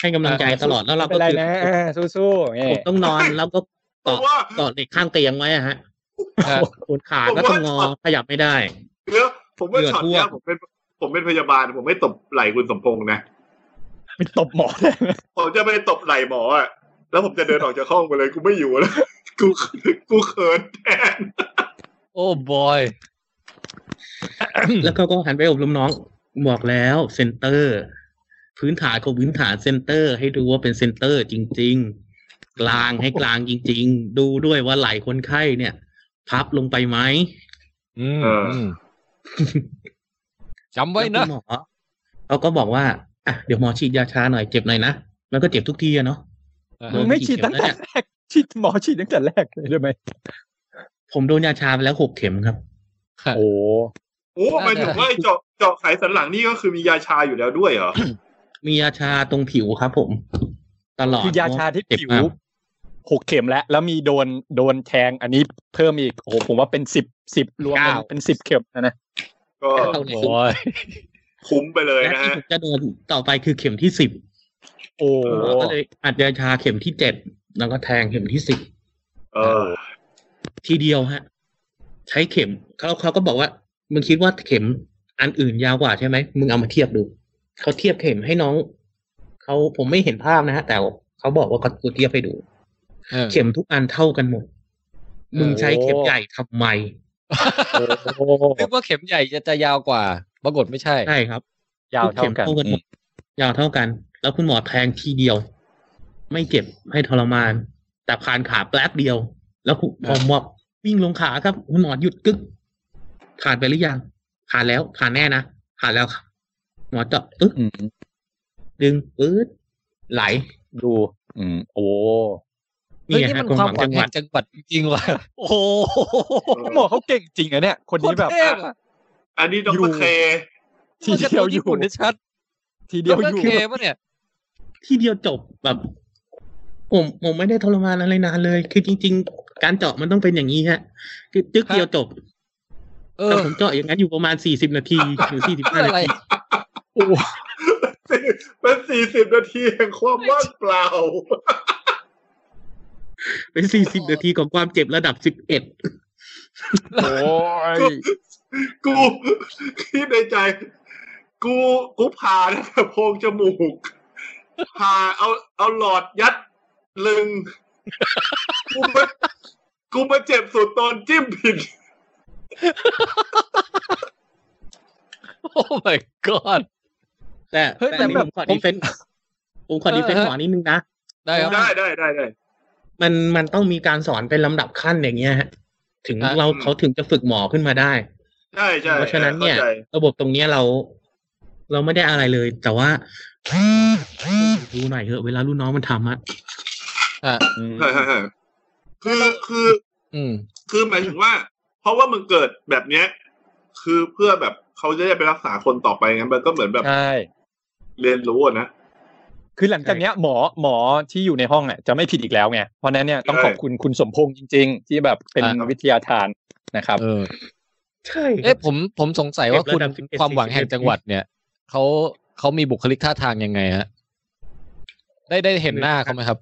Speaker 7: ให้กำลังใจตลอดแล้วเรา
Speaker 8: ไม่เป็
Speaker 7: ก็
Speaker 8: นไร
Speaker 7: คือ
Speaker 8: นะเออสู้ๆเงี้
Speaker 7: ผ
Speaker 8: ย
Speaker 7: มต้องนอนแล้วก็
Speaker 4: เพ
Speaker 7: ต่อ
Speaker 4: ราะว่า
Speaker 7: ต่อเหล็กข้างเตียงไว้อะฮะ
Speaker 2: ฮะ
Speaker 7: ปวดขาก็ต้องงอขยับไม่ได้
Speaker 4: เดี๋ยวผมว่า
Speaker 7: เดือด
Speaker 4: ช็อตเนี้ย
Speaker 7: ร่วม
Speaker 4: ผมเป็นผมเป็นพยาบาล ผมไม่ตบไหล่คุณสมพงษ์นะ
Speaker 8: ไปตบหมอ
Speaker 4: ผมจะไปตบไหล่หมออ่ะ แล้วผมจะเดินออกจากห้องไปเลยกูไม่อยู่แล้ว กูกูเขินแทน
Speaker 2: โอ้บอย
Speaker 7: แล้วเขาก็หันไปอบรมน้องบอกแล้วเซนเตอร์ พื้นฐานของพื้นฐานเซนเตอร์ ให้ดูว่าเป็นเซนเตอร์จริง ๆ กลางให้กลางจริง ๆ ดูด้วยว่าไหล่คนไข้เนี่ย พับลงไปไหม
Speaker 2: อืม
Speaker 4: เอออื
Speaker 2: มจำไว้นะ
Speaker 7: แล้วคุณหมอเขาก็บอกว่าอ่ะเดี๋ยวหมอฉีดยาชาหน่อยเจ็บหน่อยนะมันก็เจ็บทุกทีอะเนาะ
Speaker 2: อ่า
Speaker 7: โน
Speaker 8: ไม่ฉีดตั้งแต่
Speaker 7: กี่เข็มล้วเนี่ย
Speaker 8: แรกฉีดหมอฉีดตั้งแต่แรกเลยได้ไหม
Speaker 7: ผมโดนยาชาไปแล้วหกเข็มครับ
Speaker 2: ค่ะ
Speaker 8: โอ้
Speaker 4: โอ้หมายถึงว่าไอ้เจาะเจาะไขสันหลังนี่ก็คือมียาชาอยู่แล้วด้วยเหรอ
Speaker 7: มียาชาตรงผิวครับ ผม ตลอด
Speaker 8: คือยาชาที่
Speaker 7: เจ็บ
Speaker 8: ผิว
Speaker 7: มาก
Speaker 8: หกเข็มแล้ว แล้วมีโดนโดนแทง อันนี้เพิ่มอีกโอ้โหผมว่าเป็นสิบสิบรวมกัน
Speaker 7: เก้า
Speaker 8: เป็นสิบเข็มนะนะ
Speaker 4: ก็
Speaker 7: เท่าไหร่
Speaker 2: โอ้ย
Speaker 4: คุ้มไปเลย
Speaker 7: และ
Speaker 4: นะ
Speaker 7: ที่
Speaker 4: ฮะ
Speaker 7: ผมจะโดนต่อไปคือเข็มที่สิบ
Speaker 8: โอ้โห
Speaker 7: ก็เลยอัดยาชาเข็มที่เจ็ดแล้วก็แทงเข็มที่สิบ
Speaker 4: เออ
Speaker 7: ทีเดียวฮะ ใช้เข็มเขาเขาก็บอกว่ามึงคิดว่าเข็มอันอื่นยาวกว่าใช่ไหมมึงเอามาเทียบดูเขาเทียบเข็มให้น้องเขาผมไม่เห็นภาพนะฮะ แต่เขาบอกว่าเขาเทียบให้ดู
Speaker 2: เออ
Speaker 7: เข็มทุกอันเท่ากันหมด มึงใช้เข็มใหญ่ทำไม
Speaker 8: โอ้โห
Speaker 2: นึกว่าเข็มใหญ่จะจะยาวกว่า ปรากฏไม่ใช่
Speaker 7: ใช่ครับ
Speaker 8: ยาวเท่า
Speaker 7: ทุ
Speaker 8: กัน
Speaker 7: เข็ม
Speaker 8: อื
Speaker 7: หม
Speaker 8: ม
Speaker 7: ดยาวเท่ากัน แล้วคุณหมอแทงทีเดียว ไม่เจ็บไม่ทรมาน แต่ผ่านขาแป๊บเดียว แล้วคุณพอหมอบวิ่งลงขาครับ คุณหมอหยุดกึกผ่านไปหรือยังผ่านแล้วผ่านแน่นะผ่านแล้วครับหมอเจาะปึ๊ก
Speaker 8: อืม
Speaker 7: ดึงปื๊ดไหล
Speaker 8: ดูอืมโอ้โห
Speaker 2: เฮ้ย
Speaker 7: เนี่ย
Speaker 2: นี่มั
Speaker 7: ฮะ
Speaker 2: น
Speaker 7: กรม
Speaker 2: ค
Speaker 7: ห
Speaker 2: วาม
Speaker 7: วัง
Speaker 2: หวั
Speaker 7: จั
Speaker 2: ง
Speaker 7: งห
Speaker 2: แห่
Speaker 7: วัด
Speaker 2: งจังหวัดจริงๆว่ะ โอ้โห
Speaker 8: หมอเขาเก่งจริงนะเนี่ย คนนี้แบบ
Speaker 2: โคตรเทพอะ
Speaker 4: อันนี้ดรเค
Speaker 8: ทีเดียวอ
Speaker 2: มันจะตัว
Speaker 8: ยู่
Speaker 2: ญี่ปุ่นได้ชัด
Speaker 8: ทีเดียวอ
Speaker 2: แล้
Speaker 8: ยู่
Speaker 2: เคปะเนี่ย
Speaker 7: ที่เดียวจบแบบผมผมไม่ได้ทรมานอะไรนานเลย คือจริง ๆ การเจาะมันต้องเป็นอย่างนี้ฮะ คือจึ๊กเดียวจบ
Speaker 2: เอ
Speaker 7: แต่
Speaker 2: อ
Speaker 7: ผมเจาะอย่างนั้นอยู่ประมาณ 40 นาที ถึง 45
Speaker 2: เพื่อ
Speaker 7: นา
Speaker 2: อะไร
Speaker 7: ที
Speaker 4: เป็นสี่สิบนาทีแห่งความว่างเปล่า
Speaker 7: เป็น 40 นาทีของความเจ็บระดับ 11
Speaker 8: โอ้ย
Speaker 4: กูคิดในใจ กูกูผ่าตั้งแต่โพรงจมูกผ่าเอาเอาหลอดยัดลึง กูมากูมาเจ็บสุดตอน จิ้มผิด
Speaker 2: โอ้ my god
Speaker 7: แต่
Speaker 2: เฮ้ยแต่
Speaker 7: แต่
Speaker 2: แบ
Speaker 7: แบบ บขอดีเฟนผมขอดีเฟน
Speaker 2: เออ
Speaker 7: หมอนิดนึงนะ
Speaker 2: ได้ครับ
Speaker 4: ได้ได้ได้ได้
Speaker 7: มันมันต้องมีการสอนเป็นลำดับขั้นอย่างเงี้ยฮะ ถึง
Speaker 2: อ่ะ
Speaker 7: เราเขาถึงจะฝึกหมอขึ้นมาได้
Speaker 4: ใช่ใช่
Speaker 7: เพราะฉะนั้นเนี่ย
Speaker 4: ข้าใจ
Speaker 7: ระบบตรงเนี้ยเรา เราไม่ได้อะไรเลย แต่ว่าดูหน่อยเถอะเวลารุ่นน้องมันทำอะ
Speaker 2: อ่ะ
Speaker 8: อืม
Speaker 4: ใช่ใช่ใช่คือคือ
Speaker 2: อืม
Speaker 4: คือหมายถึงว่า เพราะว่ามึงเกิดแบบเนี้ย คือเพื่อแบบเขาจะได้ไปรักษาคนต่อไปงั้นมันก็เหมือนแบบ
Speaker 8: ใช่
Speaker 4: เรียนรู้อะนะ
Speaker 8: คือหลังจากเนี้ยหมอหมอที่อยู่ในห้องเนี่ยจะไม่ผิดอีกแล้วไง เพราะฉะนั้นเนี่ยต้อง
Speaker 4: ใช่
Speaker 8: ขอบคุณคุณสมพงษ์จริง ๆ ที่แบบเป็น
Speaker 2: อ่า
Speaker 8: วิทยาทานนะครับ
Speaker 2: เออ
Speaker 7: ใช่
Speaker 2: เอ๊ะผมผมสงสัยว่า
Speaker 7: เก็บ
Speaker 2: คุณ
Speaker 7: ระดับ11
Speaker 2: ความหวังแห่ง
Speaker 7: 11
Speaker 2: จังหวัดเนี่ยเขาเขามีบุคลิกท่าทางยังไงฮะ ได้ได้เห็นหน้าเขาไหมครับ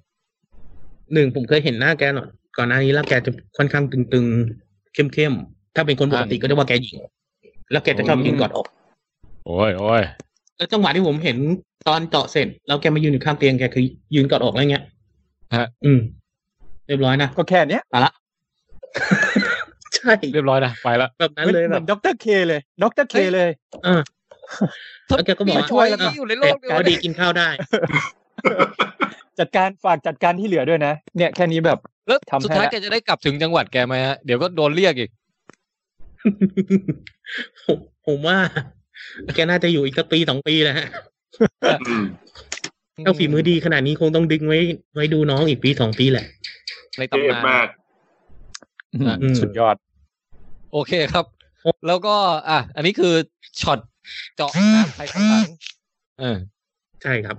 Speaker 7: หนึ่งผมเคยเห็นหน้าแกหน่อยก่อนหน้านี้แล้วแกจะค่อนข้างตึงๆ เข้มๆ ถ้าเป็นคนปกติก็จะว่าแกหญิง แล้วแกจะชอบยืนกอดอก
Speaker 2: โอ้ยโอ้ย
Speaker 7: แล้วจังหวะที่ผมเห็นตอนเจาะเสร็จ แล้วแกมายืนอยู่ข้างเตียงแกคือยืนกอดอกอะไรเงี้ย
Speaker 2: ฮะ
Speaker 7: อืม เรียบร้อยนะ
Speaker 8: ก็แค่เนี้ย
Speaker 7: ใช่
Speaker 2: เรียบร้อยนะ ไปละ
Speaker 7: แบบนั้น
Speaker 8: เห
Speaker 7: เลยแบ
Speaker 8: มื
Speaker 7: บ
Speaker 8: อนด็อกเตอร์เคเลยด็อกเตอร์เค
Speaker 2: เฮ้ย
Speaker 8: เลย
Speaker 7: เออแล้วแกก็บอก
Speaker 2: มี
Speaker 7: ว่า
Speaker 2: ช่วย
Speaker 7: เอ
Speaker 2: ที่
Speaker 7: อ
Speaker 2: อยู่ในโล
Speaker 7: เป็
Speaker 2: กเดี
Speaker 7: ด
Speaker 2: ยว
Speaker 7: ก็ดีกินข้าวได้
Speaker 8: จัดการฝากจัดการที่เหลือด้วยนะ เนี่ยแค่นี้แบบ
Speaker 2: แล้ว
Speaker 8: ทำให้
Speaker 2: สุดท้ายแกจะได้กลับถึงจังหวัดแกไหมฮะ เดี๋ยวก็โดนเรียกอีก
Speaker 7: ผมผมว่า แกน่าจะอยู่อีกสักปีสองปีแหละฮะ
Speaker 4: อืม
Speaker 7: ถ้าฝีมือดีขนาดนี้คงต้องดึงไว้ไว้ดูน้องอีกปีสองปีแหละ
Speaker 2: ใน
Speaker 4: เท่
Speaker 2: ตำนาน
Speaker 4: มาก
Speaker 7: อืม
Speaker 8: สุดยอด
Speaker 2: โอเคครับ แล้วก็ อ่ะ อันนี้คือช็อตเจาะน้ำใครข้างหลังเออ
Speaker 7: ใช่ครับ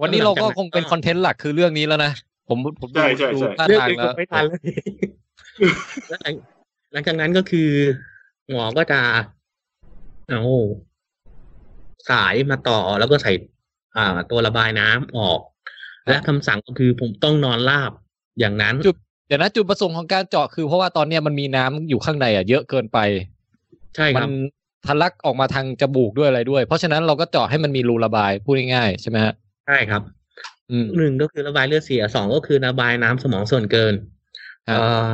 Speaker 2: วันนี้เราก็คงเป็น
Speaker 7: ห
Speaker 2: คอ
Speaker 7: ลังจากนั้นก็
Speaker 2: นเทนต์หลักคือเรื่องนี้แล้วนะ ผมผมดู
Speaker 4: ใช่ใช่
Speaker 2: ดู
Speaker 4: ใช่
Speaker 2: ท่า
Speaker 7: เรื่อง
Speaker 2: ทางแล้
Speaker 7: อื่น
Speaker 2: ว
Speaker 7: ผมไม่ทันเลยแล้ว หลังหลังจากนั้นก็คือหมอก็จะเอาสายมาต่อแล้วก็ใส่ อ่า ตัวระบายน้ำออก และคำสั่งก็คือผมต้องนอนราบอย่างนั้น
Speaker 2: เดี๋ยวนะจุดประสงค์ของการเจาะคือเพราะว่าตอนเนี้ยมันมีน้ำอยู่ข้างในอ่ะเยอะเกินไป
Speaker 7: ใช่ค
Speaker 2: มั
Speaker 7: รับ
Speaker 2: นทะลักออกมาทางจมูกด้วยอะไรด้วย เพราะฉะนั้นเราก็เจาะให้มันมีรูระบายพูดง่ายๆใช่ไหมฮะ
Speaker 7: ใช่ครับ
Speaker 2: อืม
Speaker 7: หนึ่งก็คือระบายเลือดเสียสองก็คือระบายน้ำสมองส่วนเกิน
Speaker 2: ครับ
Speaker 7: เอ่อ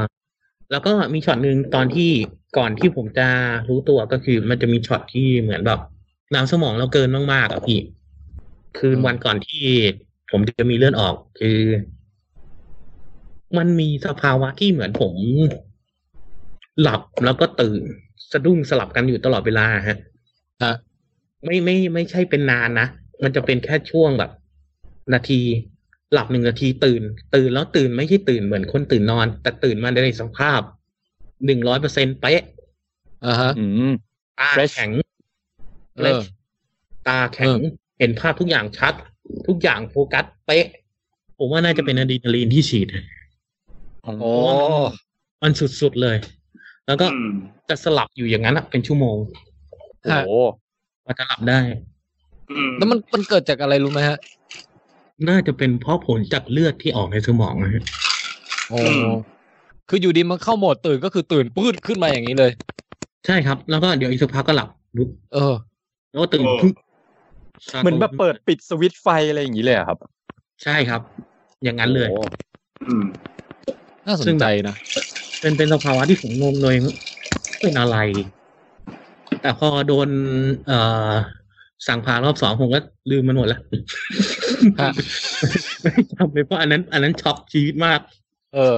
Speaker 7: แล้วก็มีช็อตหนึ่งตอนที่ก่อนที่ผมจะรู้ตัวก็คือ มันจะมีช็อตที่เหมือนแบบน้ำสมองเราเกินมากๆอ่ะพี่ คืนวันก่อนที่ผมจะมีเลือดออก คือ มันมีสภาวะที่เหมือนผม หลับแล้วก็ตื่นสะดุ้งสลับกันอยู่ตลอดเวลาฮะ
Speaker 2: ฮะ
Speaker 7: ไม่ไม่ไม่ใช่เป็นนานนะ มันจะเป็นแค่ช่วงแบบ นาที หลับหนึ่งนาทีตื่น ตื่นแล้วตื่นไม่ใช่ตื่นเหมือนคนตื่นนอน แต่ตื่นมาในสภาพหนึ่งร้อยเปอร์เซ็นเป๊ะ
Speaker 2: อ่าฮะ
Speaker 8: อืม
Speaker 7: ตา
Speaker 8: Fresh
Speaker 7: แข็ง
Speaker 2: เออ
Speaker 7: Fresh ตาแข็ง
Speaker 2: เออ
Speaker 7: เห็นภาพทุกอย่างชัด ทุกอย่างโฟกัสเป๊ะ ผมว่าน่าจะเป็นอะดรีนาลีนที่ฉีด
Speaker 2: โอ้
Speaker 7: มันสุดๆเลย แล้วก็
Speaker 4: อืม
Speaker 7: จะสลับอยู่อย่างนั้นอะเป็นชั่วโมง
Speaker 8: โอ้โห
Speaker 7: มันจะหลับได้
Speaker 4: อืม
Speaker 2: แล้วมันมันเกิดจากอะไรรู้ไหมฮะ
Speaker 7: น่าจะเป็นเพราะผลจากเลือดที่ออกในสมองนะฮะ
Speaker 2: โอ้คืออยู่ดีมันเข้าโหมดตื่นก็คือตื่นปื้ดขึ้นมาอย่างนี้เลย
Speaker 7: ใช่ครับ แล้วก็เดี๋ยวอีกสักพักก็หลับปุ๊บ
Speaker 2: เออ
Speaker 7: แล้วก็ตื่น
Speaker 4: โอ้
Speaker 7: พึบ
Speaker 8: เหมือนแบบเปิดปิดสวิตช์ไฟอะไรอย่างนี้เลยเหรอครับ
Speaker 7: ใช่ครับ อย่างนั้นเลย
Speaker 8: โอ้โห
Speaker 4: อืม
Speaker 2: น่าสนใจนะ
Speaker 7: เป็นเป็นสภาวะที่ผมงงเลยเป็นอะไร แต่พอโดน เอ่อ สั่งผ่ารอบสองผมก็ลืมมันหมดแล้ว
Speaker 2: ฮะ
Speaker 7: จ ำไปเพราะอันนั้นอันนั้นช็อกชีวิตมาก
Speaker 2: เออ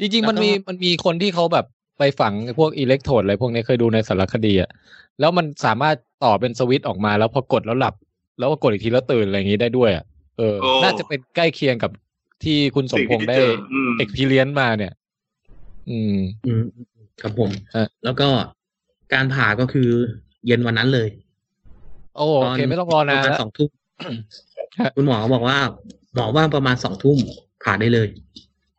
Speaker 2: จริง ๆ มันมี
Speaker 7: แล้วก็
Speaker 2: มันมีคนที่เขาแบบไปฝังพวกอิเล็กโทรดอะไรพวกนี้เคยดูในสารคดีอะแล้วมันสามารถต่อเป็นสวิตช์ออกมาแล้วพอกดแล้วหลับ แล้วพอกดอีกทีแล้วตื่นอะไรอย่างนี้ได้ด้วยอะเออ
Speaker 4: โอ้
Speaker 2: น่าจะเป็นใกล้เคียงกับที่คุณสมพงษ์ได้
Speaker 4: เจออืม
Speaker 2: เอกพีเลียนมาเนี่ย อืม
Speaker 7: อืมครับผม
Speaker 2: ฮะ
Speaker 7: แล้วก็การผ่าก็คือเย็นวันนั้นเลย
Speaker 2: โอ้โอเคไม่ต้องรอ
Speaker 7: ป
Speaker 2: นาน
Speaker 7: ระมาณ
Speaker 2: แล้ว
Speaker 7: สองทุ่ม
Speaker 2: ฮะ
Speaker 7: คุณหมอบอกว่า หมอว่างประมาณสองทุ่มผ่าได้เลย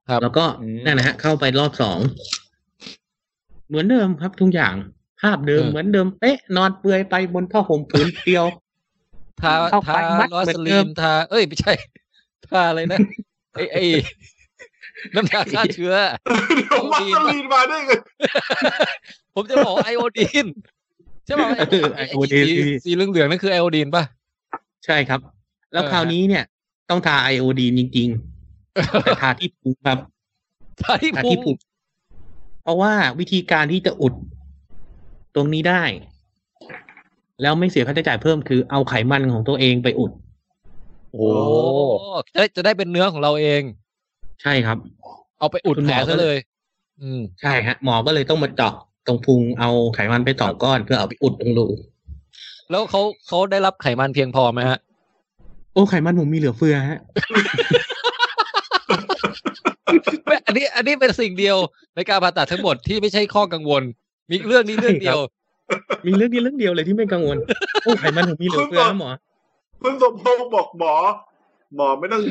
Speaker 2: ครับ
Speaker 7: แล้วก็นั่นนะฮะ เข้าไปรอบสองเหมือนเดิมครับทุกอย่าง ภาพเดิมเหมือนเดิมเป๊ะนอนเปลือยไปบนผ้าห่มผืนเดียว
Speaker 2: ทา
Speaker 7: เข้า
Speaker 2: ทา
Speaker 7: ไปมัด
Speaker 2: ลอ
Speaker 7: เหมื
Speaker 2: ส
Speaker 7: อนเดิ
Speaker 2: ลี
Speaker 7: ม
Speaker 2: มทา เอ้ยไม่ใช่ ทาอะไรนะไอไอ น้ำยาฆ่าเชื้อ
Speaker 4: วัสลีนมาได้ไง
Speaker 2: ผมจะบอกไอโอดีนใช่ป่ะไอ้ไอ้
Speaker 7: ไอโอดีน
Speaker 2: สีสีเหลืองๆนั่นคือไอโอดีนป่ะ
Speaker 7: ใช่ครับ แล้ว
Speaker 2: เออ
Speaker 7: คราวนี้เนี่ย ต้องทาไอโอดีนจริงๆแต่ทาที่พุงครับ
Speaker 2: ทาที่
Speaker 7: ทา
Speaker 2: พุ
Speaker 7: ที่
Speaker 2: ง
Speaker 7: พุงเพราะว่าวิธีการที่จะอุดตรงนี้ได้ แล้วไม่เสียค่าใช้จ่ายเพิ่มคือเอาไขมันของตัวเองไปอุด
Speaker 8: โอ้
Speaker 2: โอ้
Speaker 8: โ
Speaker 2: จะ
Speaker 8: ห
Speaker 2: ได้จะได้เป็นเนื้อของเราเอง
Speaker 7: ใช่ครับ
Speaker 2: เอาไปอุด
Speaker 7: คุณห
Speaker 2: แผม ล
Speaker 7: อก็
Speaker 2: ซะเลย อืม
Speaker 7: ใช่ฮะหมอก็เลยต้องมาเจาะตรงพุงเอาไขมันไปสองก้อนเพื่อเอาไปอุดตรงรู
Speaker 2: แล้วเขาเขาได้รับไขมันเพียงพอไหมฮะ
Speaker 7: โอ้ไขมันผมมีเหลือเฟือฮะ
Speaker 2: ไม่อันนี้อันนี้เป็นสิ่งเดียวในการผ่าตัดทั้งหมดที่ไม่ใช่ข้อกังวล มีเรื่องนี้เรื่องเดียว
Speaker 7: มีเรื่องนี้เรื่องเดียวเลยที่ไม่กังวลโอ้ไขมันผมมีเหลือเฟือนะหมอ
Speaker 4: คุณสมพงษ์บอกหมอ หมอไม่ต้อง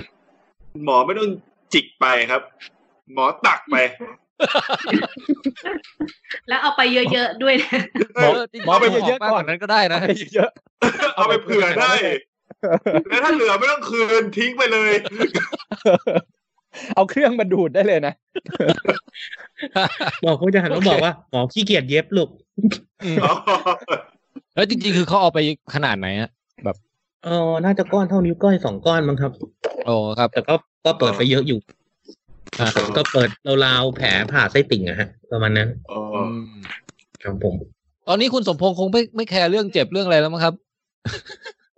Speaker 4: หมอไม่ต้องจิกไปครับ หมอตักไป
Speaker 6: แล้วเอาไปเยอะๆด้วยนะ
Speaker 4: เออ
Speaker 2: จริงๆ
Speaker 8: หมอไปเยอะ
Speaker 2: มาก
Speaker 8: ๆก่
Speaker 2: ก
Speaker 8: อ
Speaker 2: ว่าน นั้นก็ได้นะ
Speaker 8: ไปเยอะ
Speaker 4: เอาไปเผื่อได้ แล้วถ้าเหลือไม่ต้องคืนทิ้งไปเลย
Speaker 8: ๆเอาเครื่องมาดูดได้เลยนะ
Speaker 7: หมอเขาจะหันมาบอกว่าหมอขี้เกียจเย็บลูก
Speaker 2: แล้วจริงๆ คือเขาเอาไปขนาดไหนฮะ
Speaker 7: เออน่าจะก้อนเท่านิ้วก้อยสองก้อนมั้งครับ
Speaker 2: โอ้ครับ
Speaker 7: แต่ก็ก็เปิดไปเยอะอยู่
Speaker 2: อ่า
Speaker 7: ก็เปิดราวๆแผลผ่าไส้ติ่งอะฮะประมาณนั้น
Speaker 4: อ๋อ
Speaker 7: ครับผม
Speaker 2: ตอนนี้คุณสมพงษ์คงไม่ไม่แคร์เรื่องเจ็บเรื่องอะไรแล้วมั้งครับ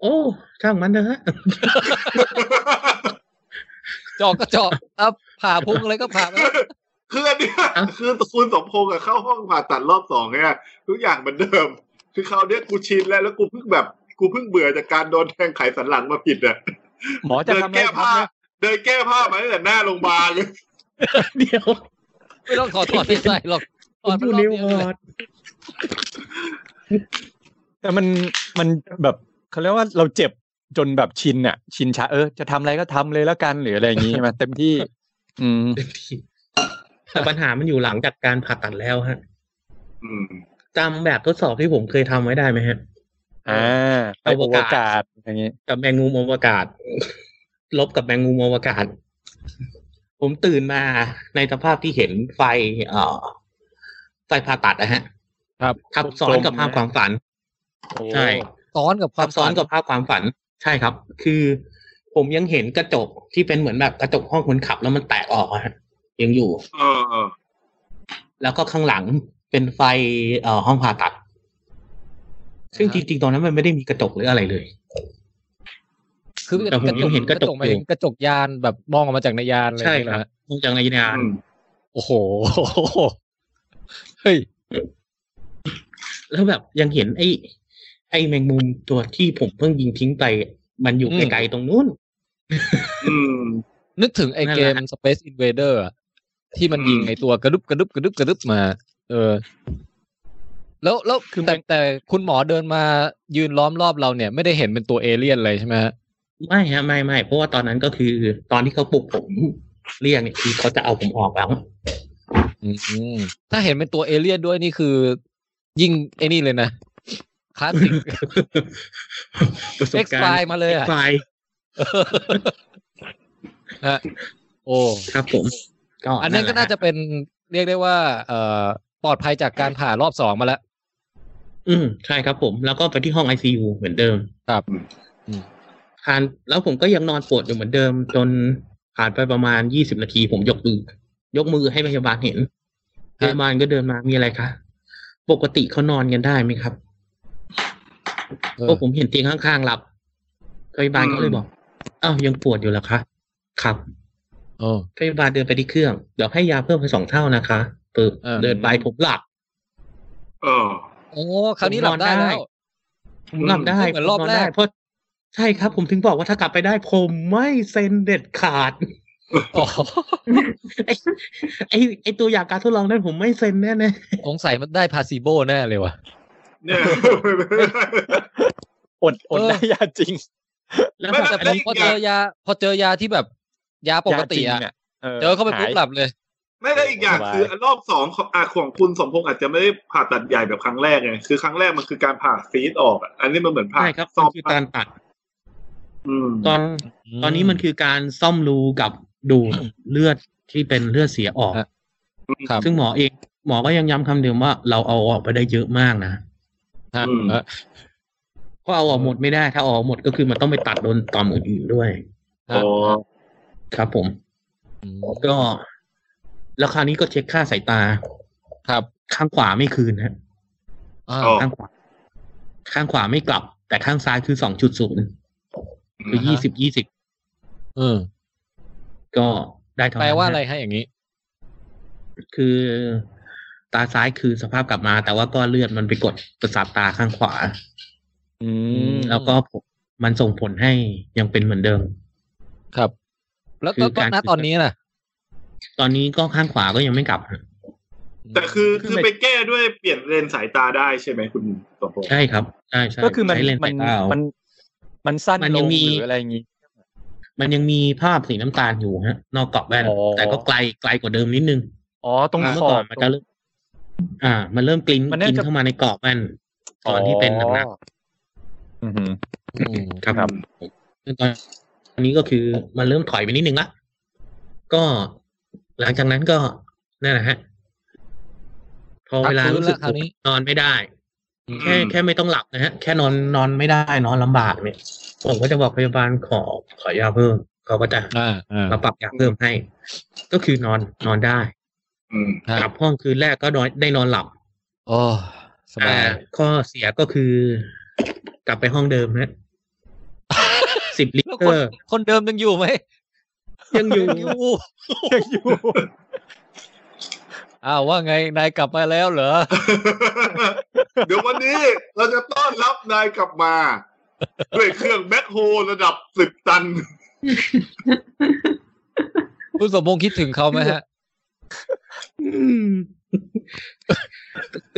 Speaker 7: โอ้ ช่างมันเถอะฮ ะ
Speaker 2: เจาะก็เจาะอ่ะผ่าพุงอะไรก็ผ่าไป
Speaker 4: คืออันเนี้ยคือคุณสมพงษ์อะเข้าห้องผ่าตัดรอบสองเนี่ยทุกอย่างเหมือนเดิม คือเขาวเนี้ยกูชินแล้วแล้วกูเพิ่งแบบ กูเพิ่งเบื่อจากการโดนแทงไขสันหลังมาผิดอ่ะ
Speaker 8: หมอจะ
Speaker 4: เดิน
Speaker 8: ทำอะไร
Speaker 4: แก้
Speaker 8: ครับ
Speaker 4: ผ้า
Speaker 8: เนี่ย
Speaker 4: เดินแก้ผ้ามาตั้งแต่หน้าโรงพยาบาลเลย
Speaker 7: เดี๋ยว
Speaker 2: ไม่ต้องถอดถอดไม่ใส่หรอกถ
Speaker 7: ผม
Speaker 2: อด
Speaker 7: อ
Speaker 2: ไปรอบเดีย
Speaker 7: ยู่ใน
Speaker 2: ว วเลย
Speaker 7: อร์ด
Speaker 8: แต่มันมันแบบเขาเรียกว่าเราเจ็บจนแบบชินอ่ะ ชินชาเออจะทำอะไรก็ทำเลยแล้วกันหรืออะไรอย่างนี้ใช่ไหมเต็มที่ อืม
Speaker 7: แต่ปัญหามันอยู่หลังจากการผ่าตัดแล้วฮะ
Speaker 4: อืม
Speaker 7: จำแบบทดสอบที่ผมเคยทำไว้ได้ไหมฮะ
Speaker 8: อ่าไป
Speaker 7: อ
Speaker 8: อ
Speaker 7: ว
Speaker 8: ว
Speaker 7: กาก
Speaker 8: า
Speaker 7: ศ
Speaker 8: ศอย่างนี้
Speaker 7: กับแมงมุมอวกาศ ลบกับแมงมุมอวกาศ ผมตื่นมาในสภาพที่เห็นไฟ เอ่อ ไฟผ่าตัดนะฮะ
Speaker 8: ครับ
Speaker 7: ทับซ้อนกับ
Speaker 8: กลมๆ
Speaker 7: ภาพความฝัน ใช่
Speaker 2: ซ้อนกับค
Speaker 7: ซั
Speaker 2: วา
Speaker 7: บ
Speaker 2: ม
Speaker 7: ซ้อนกับภาพความฝันใช่ครับ คือผมยังเห็นกระจกที่เป็นเหมือนแบบกระจกห้องคนขับแล้วมันแตกออกอะฮะยังอยู่
Speaker 4: เออเออ
Speaker 7: แล้วก็ข้างหลังเป็นไฟเอ่อห้องผ่าตัด ซึ่งจริงๆตอนนั้นมันไม่ได้มีกระจกหรืออะไรเลย
Speaker 2: คือ
Speaker 7: แต่ผมยังเห็นกระจก
Speaker 2: หมายถึงกระจกยานแบบมองออกมาจากในยานเลย
Speaker 7: ใช่ครั
Speaker 2: นะ
Speaker 7: บ
Speaker 2: ฮะ
Speaker 7: นอกจากในยาน
Speaker 4: อืม
Speaker 2: โอ้โหเฮ้ย
Speaker 7: แล้วแบบยังเห็นไอ้ ไอ้แมงมุมตัวที่ผมเพิ่งยิงทิ้งไป มันอยู่ไกลๆตรงนู้น
Speaker 4: อืม
Speaker 2: นึกถึงไอ
Speaker 7: นั่น
Speaker 2: เก
Speaker 7: แหละ
Speaker 2: ม Space Invader อะที่มัน
Speaker 4: อืม
Speaker 2: ยิงไอตัวกระดุบกระดุบกระดุบกระดุบมา เออ แล้วแล้วแต่แต่คุณหมอเดินมายืนล้อมรอบเราเนี่ย ไม่ได้เห็นเป็นตัวเอเลี่ยนเลยใช่ไหมฮะ
Speaker 7: ไม่ฮะไม่ไม่เพราะว่าตอนนั้นก็คือ ตอนที่เขาปลุกผมเรียกเนี่ยคือเขาจะเอาผมออกแล้ว
Speaker 2: อืมถ้าเห็นเป็นตัวเอเลี่ยนด้วยนี่คือ ยิ่งไอ้นี่เลยนะคลาสสิก
Speaker 7: ประสบ
Speaker 2: เอ็กซ์
Speaker 7: การ
Speaker 2: ไฟ
Speaker 7: ณ์
Speaker 2: มาเลยอะ
Speaker 7: ไฟล์
Speaker 2: ฮะโอ้
Speaker 7: ครับผม
Speaker 2: อันนั้นก็น่าจะเป็นเรียกได้ว่า เอ่อปลอดภัยจากการผ่ารอบสองมาแล้ว
Speaker 7: อืมใช่ครับผม แล้วก็ไปที่ห้องไอซียูเหมือนเดิม
Speaker 2: ครับอืม
Speaker 7: ผ่านแล้วผมก็ยังนอนปวดอยู่เหมือนเดิม จนผ่านไปประมาณยี่สิบนาที ผมยกมือยกมือให้พยาบาลเห็นพยาบาลก็เดินมามีอะไรคะปกติเขานอนกันได้ไหมครับ
Speaker 2: เออ
Speaker 7: ก็ผมเห็นเตียงข้างๆหลับพยาบาลก็เลยบอกอ้าวยังปวดอยู่เหรอคะครับ
Speaker 2: เออ
Speaker 7: พยาบาลเดินไปที่เครื่อง เดี๋ยวให้ยาเพิ่มไปสองเท่านะคะปึ๊บ
Speaker 2: เออ
Speaker 7: เดินไปผมหลับ
Speaker 4: เออ
Speaker 2: โอ้คราวนี้หลับได้แล้ว
Speaker 7: ผมหลับได้
Speaker 2: เหมือนรอบ
Speaker 7: ผนนได้
Speaker 2: แรก
Speaker 7: เพราะใช่ครับ ผมถึงบอกว่าถ้ากลับไปได้ผมไม่เซ็นเด็ดขาด
Speaker 2: อ๋อ
Speaker 7: ไอ้ไอ้ไอ้ตัวอย่างการทดลองนั้นผมไม่เซ็นแน่
Speaker 2: สงสัยมันได้พาซิโบแน่เลยว่ะ
Speaker 4: เนี่ย
Speaker 8: อดอด
Speaker 2: เออ
Speaker 8: ได้ยาจริง
Speaker 7: ๆแล้ว
Speaker 4: ไม่
Speaker 7: แบบ
Speaker 2: แต่พอพอเจอยา พอเจอยาที่แบบยาปกติอ่ะ
Speaker 8: ยาจริง
Speaker 2: เจอเข้าไปปุ๊บ
Speaker 8: หย
Speaker 2: หลับเลย
Speaker 4: ไม่แล้วอีกอย่าง
Speaker 8: สบาย
Speaker 4: คืออันรอบสองของอ่ะของคุณสมพงษ์อาจจะไม่ได้ผ่าตัดใหญ่แบบครั้งแรกไงคือครั้งแรกมันคือการผ่าซีดออกอ่ะอันนี้มันเหมือนผ่า
Speaker 7: ใช่ครับ
Speaker 4: ซ่อม
Speaker 7: คือตอนตัด
Speaker 4: อืม
Speaker 7: ตอนตอนนี้มันคือการซ่อมรูกับดูดเลือดที่เป็นเลือดเสียออก
Speaker 2: ฮะ ครับ
Speaker 7: ซึ่งหมอเองหมอก็ยังย้ำคำเดิมว่าเราเอาออกไปได้เยอะมากนะ
Speaker 2: ฮะเออ
Speaker 7: เพราะเอาออกหมดไม่ได้ ถ้าเอาออกหมดก็คือมันต้องไปตัดโดนตอมอื่นๆด้วย
Speaker 4: อ๋อ
Speaker 7: ครับ ผม
Speaker 2: อืม
Speaker 7: ก็ แล้วคราวนี้ก็เช็คค่าสายตา
Speaker 2: ครับ
Speaker 7: ข้างขวาไม่คืนฮะ
Speaker 2: อ่า
Speaker 4: อ๋อ
Speaker 7: ข้างขวา ข้างขวาไม่กลับ แต่ข้างซ้ายคือสองจุดศูนย์คือยี่สิบยี่สิบ
Speaker 2: เออ
Speaker 7: ก็ได้เท่า
Speaker 2: แป
Speaker 7: นั้น
Speaker 2: ลว่าอะไร
Speaker 7: ฮ
Speaker 2: ให้อย่างนี้
Speaker 7: คือ ตาซ้ายคือสภาพกลับมา แต่ว่าก้อนเลือดมันไปกดประสาทตาข้างขวา
Speaker 8: อืม
Speaker 7: แล้วก็ผมมันส่งผลให้ยังเป็นเหมือนเดิม
Speaker 2: ครับ แล้ว
Speaker 7: คือ
Speaker 2: ก็
Speaker 7: การ
Speaker 2: ณตอนนี้น่ะ
Speaker 7: ตอนนี้ก็ข้างขวาก็ยังไม่กลับฮะ
Speaker 4: แต่คือ
Speaker 8: คือ
Speaker 4: คือ
Speaker 8: ไม่
Speaker 4: ไปแก้ด้วยเปลี่ยนเลนส์สายตาได้ใช่ไหมคุณสมพงษ์
Speaker 7: ใช่ครับใช่ใช่
Speaker 8: ก็คือมัน
Speaker 7: ใช้เลนส์
Speaker 8: มั
Speaker 7: สานยตาเอา
Speaker 8: มันมันสั้น
Speaker 7: มัน
Speaker 8: ล
Speaker 7: ยังงมี
Speaker 8: หรืออะไรอย่างงี้
Speaker 7: มันยังมีภาพสีน้ำตาลอยู่ฮะ นอกกรอบแว่น
Speaker 8: อ๋อ
Speaker 7: แต่ก็ไกลไกลกว่าเดิมนิดนึง
Speaker 8: อ๋อตรง
Speaker 7: เมื่
Speaker 8: ข
Speaker 7: อ
Speaker 8: อ
Speaker 7: ก่อบ นมันจะเริ่มอ่า มันเริ่มกลิ้น
Speaker 8: มันน่า
Speaker 7: กิน
Speaker 8: จะ
Speaker 7: เข้ามาในกรอบมันตอนที่เป็นหนัก
Speaker 8: อือหือ
Speaker 2: อืม
Speaker 7: ๆครับ
Speaker 8: ครับ
Speaker 7: ซึ่งตอนอันนี้ก็คือมันเริ่มถอยไปนิดนึงละก็หลังจากนั้นก็นั่นแหละฮะ พอเวลารู้สึกปวดนอนไม่ได้ แค่แค่ไม่ต้องหลับนะฮะ แค่นอนนอนไม่ได้ นอนลำบากเนี่ยผมก็จะบอกพยาบาลขอขอยาเพิ่มเขาก็จะ
Speaker 2: อ่าอ่า
Speaker 7: มาปรับยาเพิ่มให้ ก็คือนอนนอนได้
Speaker 4: อืม
Speaker 2: ฮะ
Speaker 7: กลับห้องคืนแรกก็นอนได้นอนหลับ
Speaker 2: โอ้สบา
Speaker 7: อ่าย ข้อเสียก็คือกลับไปห้องเดิม ฮะ สิบลิต
Speaker 2: แล้ว
Speaker 7: ร
Speaker 2: คน คนเดิมยังอยู่ไหม
Speaker 7: ยังอยู่
Speaker 2: ยังอยู่อ้าวว่าไงนายกลับมาแล้วเหรอ
Speaker 4: เดี๋ยววันนี้เราจะต้อนรับนายกลับมา ด้วยเครื่องแบ็คโฮระดับสิบตัน
Speaker 2: คุณสมพงษ์คิดถึงเขาไหมฮะ
Speaker 7: อืม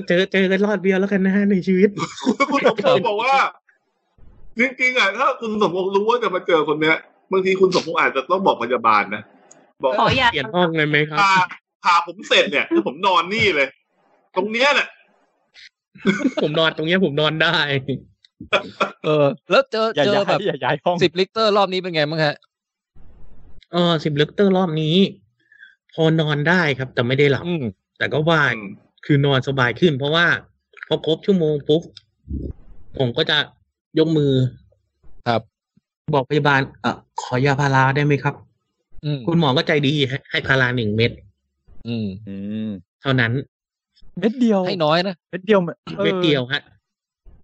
Speaker 7: เจอเจอกันรอดเดียวแล้วกันนะฮะในชีวิต
Speaker 4: คุณสมพงษ์บอกว่า จริงๆอ่ะถ้าคุณสมพงษ์รู้ว่าจะมาเจอคนเนี้ยบางทีคุณสมพงษ์อาจจะต้องบอกพยาบาลนะบอก
Speaker 6: ขออย่า
Speaker 7: เปลี่ยนห้องเลยไหมครับ
Speaker 4: พาพาผมเสร็จเนี่ยถ้าผมนอนนี่เลย ตรงเนี้ยแหละ
Speaker 7: ผมนอนตรงเนี้ยผมนอนได้
Speaker 2: เออ แล้วเจอ
Speaker 8: อย่า
Speaker 2: เจอ
Speaker 8: ย้าย
Speaker 2: แบบ
Speaker 8: อย่าย้ายห้อง
Speaker 2: สิบลิตรรอบนี้เป็นไงบ้างฮะ
Speaker 7: เออสิบลิตรรอบนี้ พอนอนได้ครับ แต่ไม่ได้หลับ
Speaker 2: อืม
Speaker 7: แต่ก็ว่าคือนอนสบายขึ้น เพราะว่า พอครบชั่วโมงปุ๊บผมก็จะยกมือ
Speaker 2: ครับ
Speaker 7: บอกพยาบาลเออขอยาพาราได้ไหมครับ
Speaker 2: อืม
Speaker 7: คุณหมอก็ใจดีให้ให้พาราหนึ่งเม็ด
Speaker 2: อืม
Speaker 8: อืม
Speaker 7: เท่านั้น
Speaker 8: เม็ดเดียว
Speaker 2: ให้น้อยนะ
Speaker 8: เม็ดเดียวมันออ
Speaker 7: เม็ดเดียวฮะ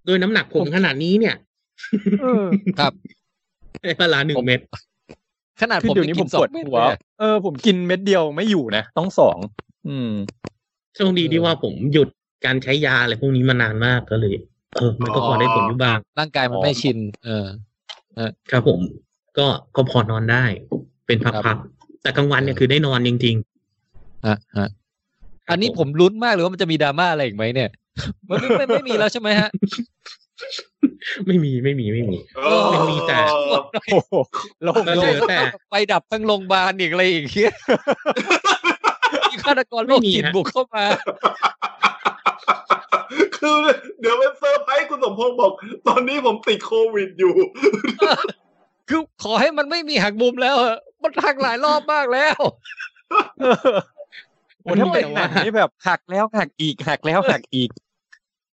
Speaker 7: ด้วยน้ำหนักผมขนาดนี้เนี่ย
Speaker 8: เออ
Speaker 2: ครับ
Speaker 7: ให้พาราหนึ่งเม็ด
Speaker 2: ขนาด
Speaker 8: คือ
Speaker 2: ผม
Speaker 8: เดี๋ยว
Speaker 2: ยัง
Speaker 8: นี้
Speaker 2: กิ
Speaker 8: ผม
Speaker 2: นสอ
Speaker 8: ปว
Speaker 2: ง
Speaker 8: ด
Speaker 2: เม็ด
Speaker 8: หั
Speaker 2: เล
Speaker 8: วย
Speaker 2: อะ
Speaker 8: เออผมกินเม็ดเดียวไม่อยู่นะต้องสองอืม
Speaker 7: โชคดีที่ว่าผมหยุดการใช้ยาอะไรพวกนี้มานานมากก็เลย เออ มันก็พอได้ผลอยู่บ้าง
Speaker 2: ร่างกายมันไม่ชิน เออ
Speaker 7: ครับผม ก็ก็พอนอนได้ เป็น
Speaker 2: ครั
Speaker 7: พั
Speaker 2: บ
Speaker 7: กๆแต่กลางวันเนี่ยคือได้นอนจริง
Speaker 2: ฮะฮะอันนี้ผมลุ้นมากเลยว่ามันจะมีดราม่าอะไรอีกไหมเนี่ย มันไม่ไม่ไม่มีแล้วใช่ไหมฮะ
Speaker 7: ไม่มีไม่มีไม่มี ไม่มีแต่
Speaker 8: โอ้โหโลง
Speaker 7: มัน
Speaker 8: โล
Speaker 7: เห
Speaker 8: ง
Speaker 7: ลือแต่
Speaker 2: ไปดับทั้งโรงพยาบาลอีกอะไรอีกเงี้ย มีฆาตกรโรคจิต
Speaker 7: ไม่มีฮะ
Speaker 2: บุกเข้ามา
Speaker 4: คือเดี๋ยวเป็นเซอร์ไพรส์คุณสมพงษ์บอก ตอนนี้ผมติดโควิดอยู่
Speaker 2: คือขอให้มันไม่มีหักมุมแล้วเหอะมันหักหลายรอบมากแล้ว
Speaker 8: โอ้ถ้าเป็นหนัง
Speaker 7: แต่ว่า
Speaker 8: นี่แบบหักแล้วหักอีกหักแล้วหักอีก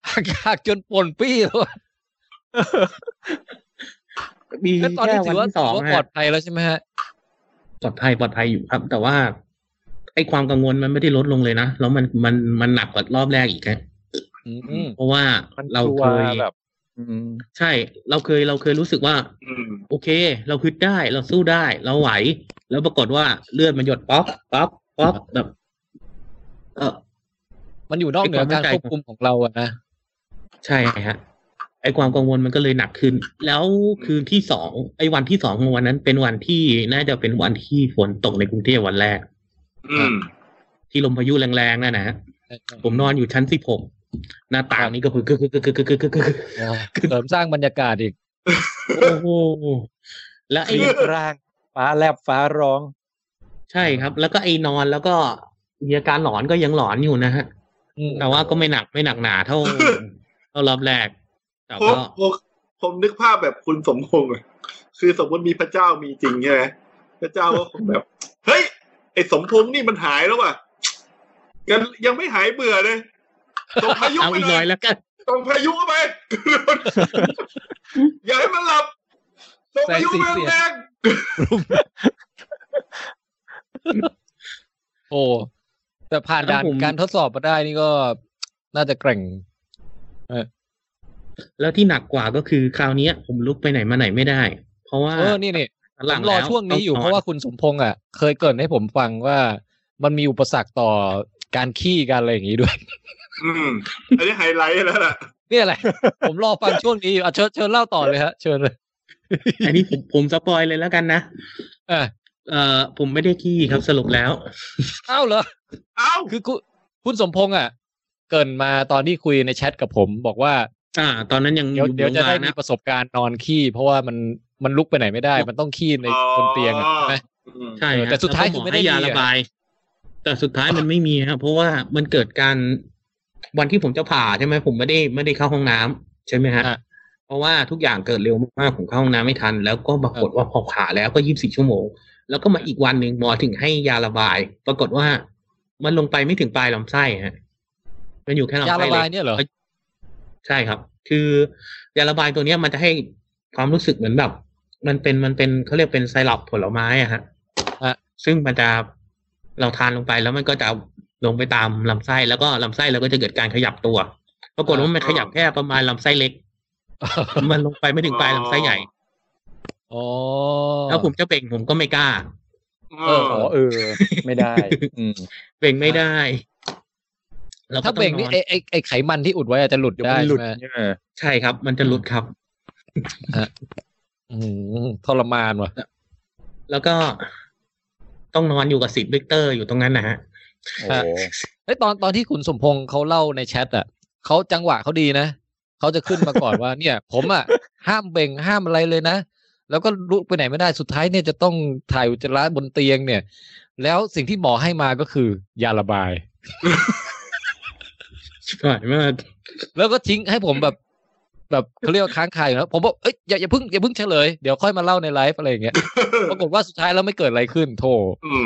Speaker 2: หักหักจนป่นปี้แล้ว
Speaker 7: มี
Speaker 2: แล้วตอนนี้
Speaker 7: แค่
Speaker 2: ถือ
Speaker 7: วั
Speaker 2: ว่าน
Speaker 7: ที่ส
Speaker 2: ถื
Speaker 7: อง
Speaker 2: อว่า
Speaker 7: อะ
Speaker 2: ปลอดภัยแล้วใช่ไหมฮะ
Speaker 7: ปลอดภัยปลอดภัยอยู่ครับ แต่ว่าไอ้ความกังวลมันไม่ได้ลดลงเลยนะ แล้วมันมันมันหนักกว่ารอบแรกอีกครับ
Speaker 2: อืม
Speaker 7: เพราะว่า
Speaker 8: มัน
Speaker 7: เรา
Speaker 8: กลัว
Speaker 7: เคย
Speaker 8: แบบ อืม
Speaker 7: ใช่ เราเคยเราเคยรู้สึกว่า
Speaker 4: อืม
Speaker 7: โอเค เราคิดได้เราสู้ได้ เราไหว แล้วปรากฏว่าเลือดมันหยดป๊อปป๊อปป๊อปแบบ เออ
Speaker 2: มันอยู่นอกเหนือการควบคุมของเราอะนะ
Speaker 7: ใช่ฮะไอความกังวลมันก็เลยหนักขึ้น แล้วคืนที่สองไอวันที่สองของวันนั้น เป็นวันที่น่าจะเป็นวันที่ฝนตกในกรุงเทพวันแรก
Speaker 4: อืม
Speaker 7: ที่ลมพายุแรงๆนั่นนะฮะ ผมนอนอยู่ชั้นสิบหกหน้าต่างนี้ก็คือคือคือคือคือคือคือ
Speaker 2: อ๋อเสริมสร้างบรรยากาศอีก
Speaker 7: โอ้โหแล้ว
Speaker 8: คลี
Speaker 7: ไอ้
Speaker 8: บร่าง ฟ้าแลบฟ้าร้อง
Speaker 7: ใช่ครับ แล้วก็ไอ้นอนแล้วก็มีอาการหลอนก็ยังหลอนอยู่นะฮะ
Speaker 2: อืม
Speaker 7: แต่ว่าก็ไม่หนักไม่หนักหนา เท่าเท่ารอบแรก แต่
Speaker 4: ผม
Speaker 7: ก็
Speaker 4: ผมผมนึกภาพแบบคุณสมพงษ์อะคือสมมติมีพระเจ้ามีจริงใช่ไหมพระเจ้าก็คงแบบ เฮ้ย ไอสมพงษ์นี่มันหายแล้วว่ะยังยังไม่หายเบื่อเลยตรงพายุ
Speaker 7: เอา
Speaker 4: ไป
Speaker 7: อีก
Speaker 4: เล
Speaker 7: ร้อย
Speaker 4: ย
Speaker 7: แล้วกัน
Speaker 4: ตรงพายุเข้าไป อย่าให้มันหลับตรงพายุมันแรง
Speaker 2: โอ้แต่ผ่านด่านการทดสอบมาได้นี่ก็น่าจะแกร่ง
Speaker 7: แล้วที่หนักกว่าก็คือคราวเนี้ย ผมลุกไปไหนมาไหนไม่ได้ เพราะว่า
Speaker 2: เออนี่นี่
Speaker 7: สั
Speaker 2: ผ
Speaker 7: นหลั
Speaker 2: ม
Speaker 7: ง
Speaker 2: รอ
Speaker 7: แล้
Speaker 2: ช่วงนี้อยู่
Speaker 7: ต้
Speaker 2: เพราะว่าคุณสมพงษ์อ่ะ เคยเกรินให้ผมฟังว่ามันมีอุปสรรคต่อการขี้การอะไรอย่างนี้ด้วย
Speaker 4: อืม อันนี้ไฮไลท์แล้วล่ะ
Speaker 2: นี่อะไร ผมรอฟังช่วงนี้อยู่อ่ะเชิญเชิญเล่าต่อเลยฮะ เชิญเลย
Speaker 7: อันนี้ผมผมสปอยเลยแล้วกันนะ
Speaker 2: อ่ะ
Speaker 7: เอ่อผมไม่ได้ขี้ครับสรุปแล้ว
Speaker 2: อ้าวเหรอ
Speaker 4: เอ้า
Speaker 2: คือคุณคุณสมพงษ์อ่ะ เกรินมาตอนที่คุยในแชทกับผมบอกว่า
Speaker 7: อ่า ตอนนั้นยัง
Speaker 2: เดี๋ยว
Speaker 7: อ
Speaker 2: เดี๋ยวจะได้
Speaker 7: โรง
Speaker 2: มี
Speaker 7: พาบาลนะ
Speaker 2: ประสบการณ์นอนขี้เพราะว่ามันมันลุกไปไหนไม่ได้ มันต้องขี้ในบนเตียงอะใช่ไหม
Speaker 4: อืม
Speaker 7: ใช่
Speaker 2: เออ
Speaker 7: ฮะ
Speaker 2: แต่สุดท้าย
Speaker 7: แล้
Speaker 2: คื
Speaker 7: วก็
Speaker 2: อไม่
Speaker 7: หให้
Speaker 2: ได้
Speaker 7: ยา
Speaker 2: ดีอะ
Speaker 7: ระบาย แต่สุดท้ายมันไม่มีครับเพราะว่ามันเกิดการวันที่ผมจะผ่าใช่ไหมผมไม่ได้ไม่ได้เข้าห้องน้ำใช่ไหมฮะ
Speaker 2: อ่ะ
Speaker 7: เพราะว่าทุกอย่างเกิดเร็วมากผมเข้าห้องน้ำไม่ทัน แล้วก็ปรากฏว่าพอผ่าแล้วก็ยี่สิบสี่ชั่วโมง แล้วก็มาอีกวันหนึ่งหมอถึงให้ยาระบาย ปรากฏว่า มันลงไปไม่ถึงปลายลำไส้ฮะมันอยู่แค่ลำ
Speaker 2: ยา
Speaker 7: ไส้
Speaker 2: ละ
Speaker 7: เล็
Speaker 2: ลาย
Speaker 7: ก
Speaker 2: เนี่ยเหรอ
Speaker 7: ใช่ครับ คือยาระบายตัวเนี้ยมันจะให้ความรู้สึกเหมือนแบบ มันเป็นมันเป็นเขาเรียกเป็นไซรัปผลไม้อะฮะ
Speaker 2: ฮะ
Speaker 7: ซึ่งมันจะเราทานลงไปแล้วมันก็จะลงไปตามลำไส้แล้วก็ลำไส้เราก็จะเกิดการขยับตัว ปรากฏว่ามันขยับแค่ประมาณลำไส้เล็ ก มันลงไปไม่ถึงปลายลำไส้ใหญ่
Speaker 2: อ๋อ
Speaker 7: แล้วผมจะเบ่งผมก็ไม่กล้า
Speaker 4: เออ
Speaker 8: อ๋อเออ ไม่ได้ อืม
Speaker 7: เบ่งไม่ได้แล้วก็
Speaker 2: ถ้า
Speaker 7: ต้อ
Speaker 2: เบ่งนี่ไอไอไอไขมันที่อุดไว้อาจจะหลุด
Speaker 8: เดี๋ยว
Speaker 2: ได้
Speaker 8: มันหลุ
Speaker 2: ใช่
Speaker 8: ด
Speaker 2: ไหม
Speaker 8: เนี่ยเออ
Speaker 7: ใช่ครับ มันจะหลุดครับ
Speaker 2: อืมทรมานว่ะ
Speaker 7: แล้วก็ต้องนอนอยู่กับสิทธิ์เวกเตอร์อยู่ตรงนั้นนะ ฮะ
Speaker 8: โอ้โห
Speaker 2: เอ้ยตอนตอนที่คุณสมพงษ์เขาเล่าในแชทอ่ะเขาจังหวะเขาดีนะเขาจะขึ้นมาก่อน ว่าเนี่ย ผมอ่ะห้ามเบ่งห้ามอะไรเลยนะ แล้วก็ลุกไปไหนไม่ได้สุดท้ายเนี่ยจะต้องถ่ายอุจจาระบนเตียงเนี่ย แล้วสิ่งที่หมอให้มาก็คือยาระบาย
Speaker 7: ชิบหายมาก
Speaker 2: แล้วก็ทิ้งให้ผมแบบ แบบเขาเรียกว่าค้างคาอยู่นะผมบอกเอ้ยอย่าอย่าเพิ่งอย่าเพิ่งเฉลยเดี๋ยวค่อยมาเล่าในไลฟ์อะไรอย่างเงี้ยปรากฏว่าสุดท้ายแล้วไม่เกิดอะไรขึ้นโธ่
Speaker 4: อืม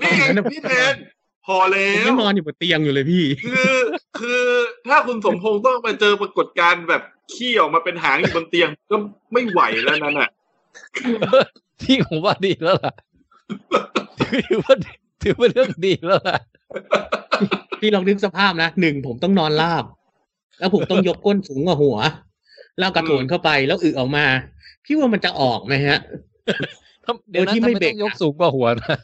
Speaker 4: นี่ไงพี่แทนพอแล้
Speaker 7: ผ
Speaker 4: ว
Speaker 7: มยังนอนอยู่บนเตียงอยู่เลยพี่
Speaker 4: คือคือถ้าคุณสมพงษ์ต้องไปเจอปรากฏการณ์แบบขี้ออกมาเป็นหางอยู่บนเตียง ก็ไม่ไหวแล้วนั่นอ่ะ
Speaker 2: ที่ผมว่าดีแล้วล่ะถือว่าถือว่าเรื่องดีแล้วล่ะ
Speaker 7: พี่ลองนึกสภาพนะหนึ่งผมต้องนอนราบ แล้วผมต้องยกก้นสูงกว่าหัว แล้วกระโถนเข้าไปแล้วอึออกมา พี่ว่ามันจะออกไหมฮะ
Speaker 2: ทำเดี๋ยวนะ
Speaker 7: โดยที่
Speaker 2: ทำ
Speaker 7: ไม่
Speaker 2: ไม่
Speaker 7: เบร
Speaker 2: ต้
Speaker 7: ก
Speaker 2: อง
Speaker 7: อะ
Speaker 2: ยกสูงกว่าหัวนะ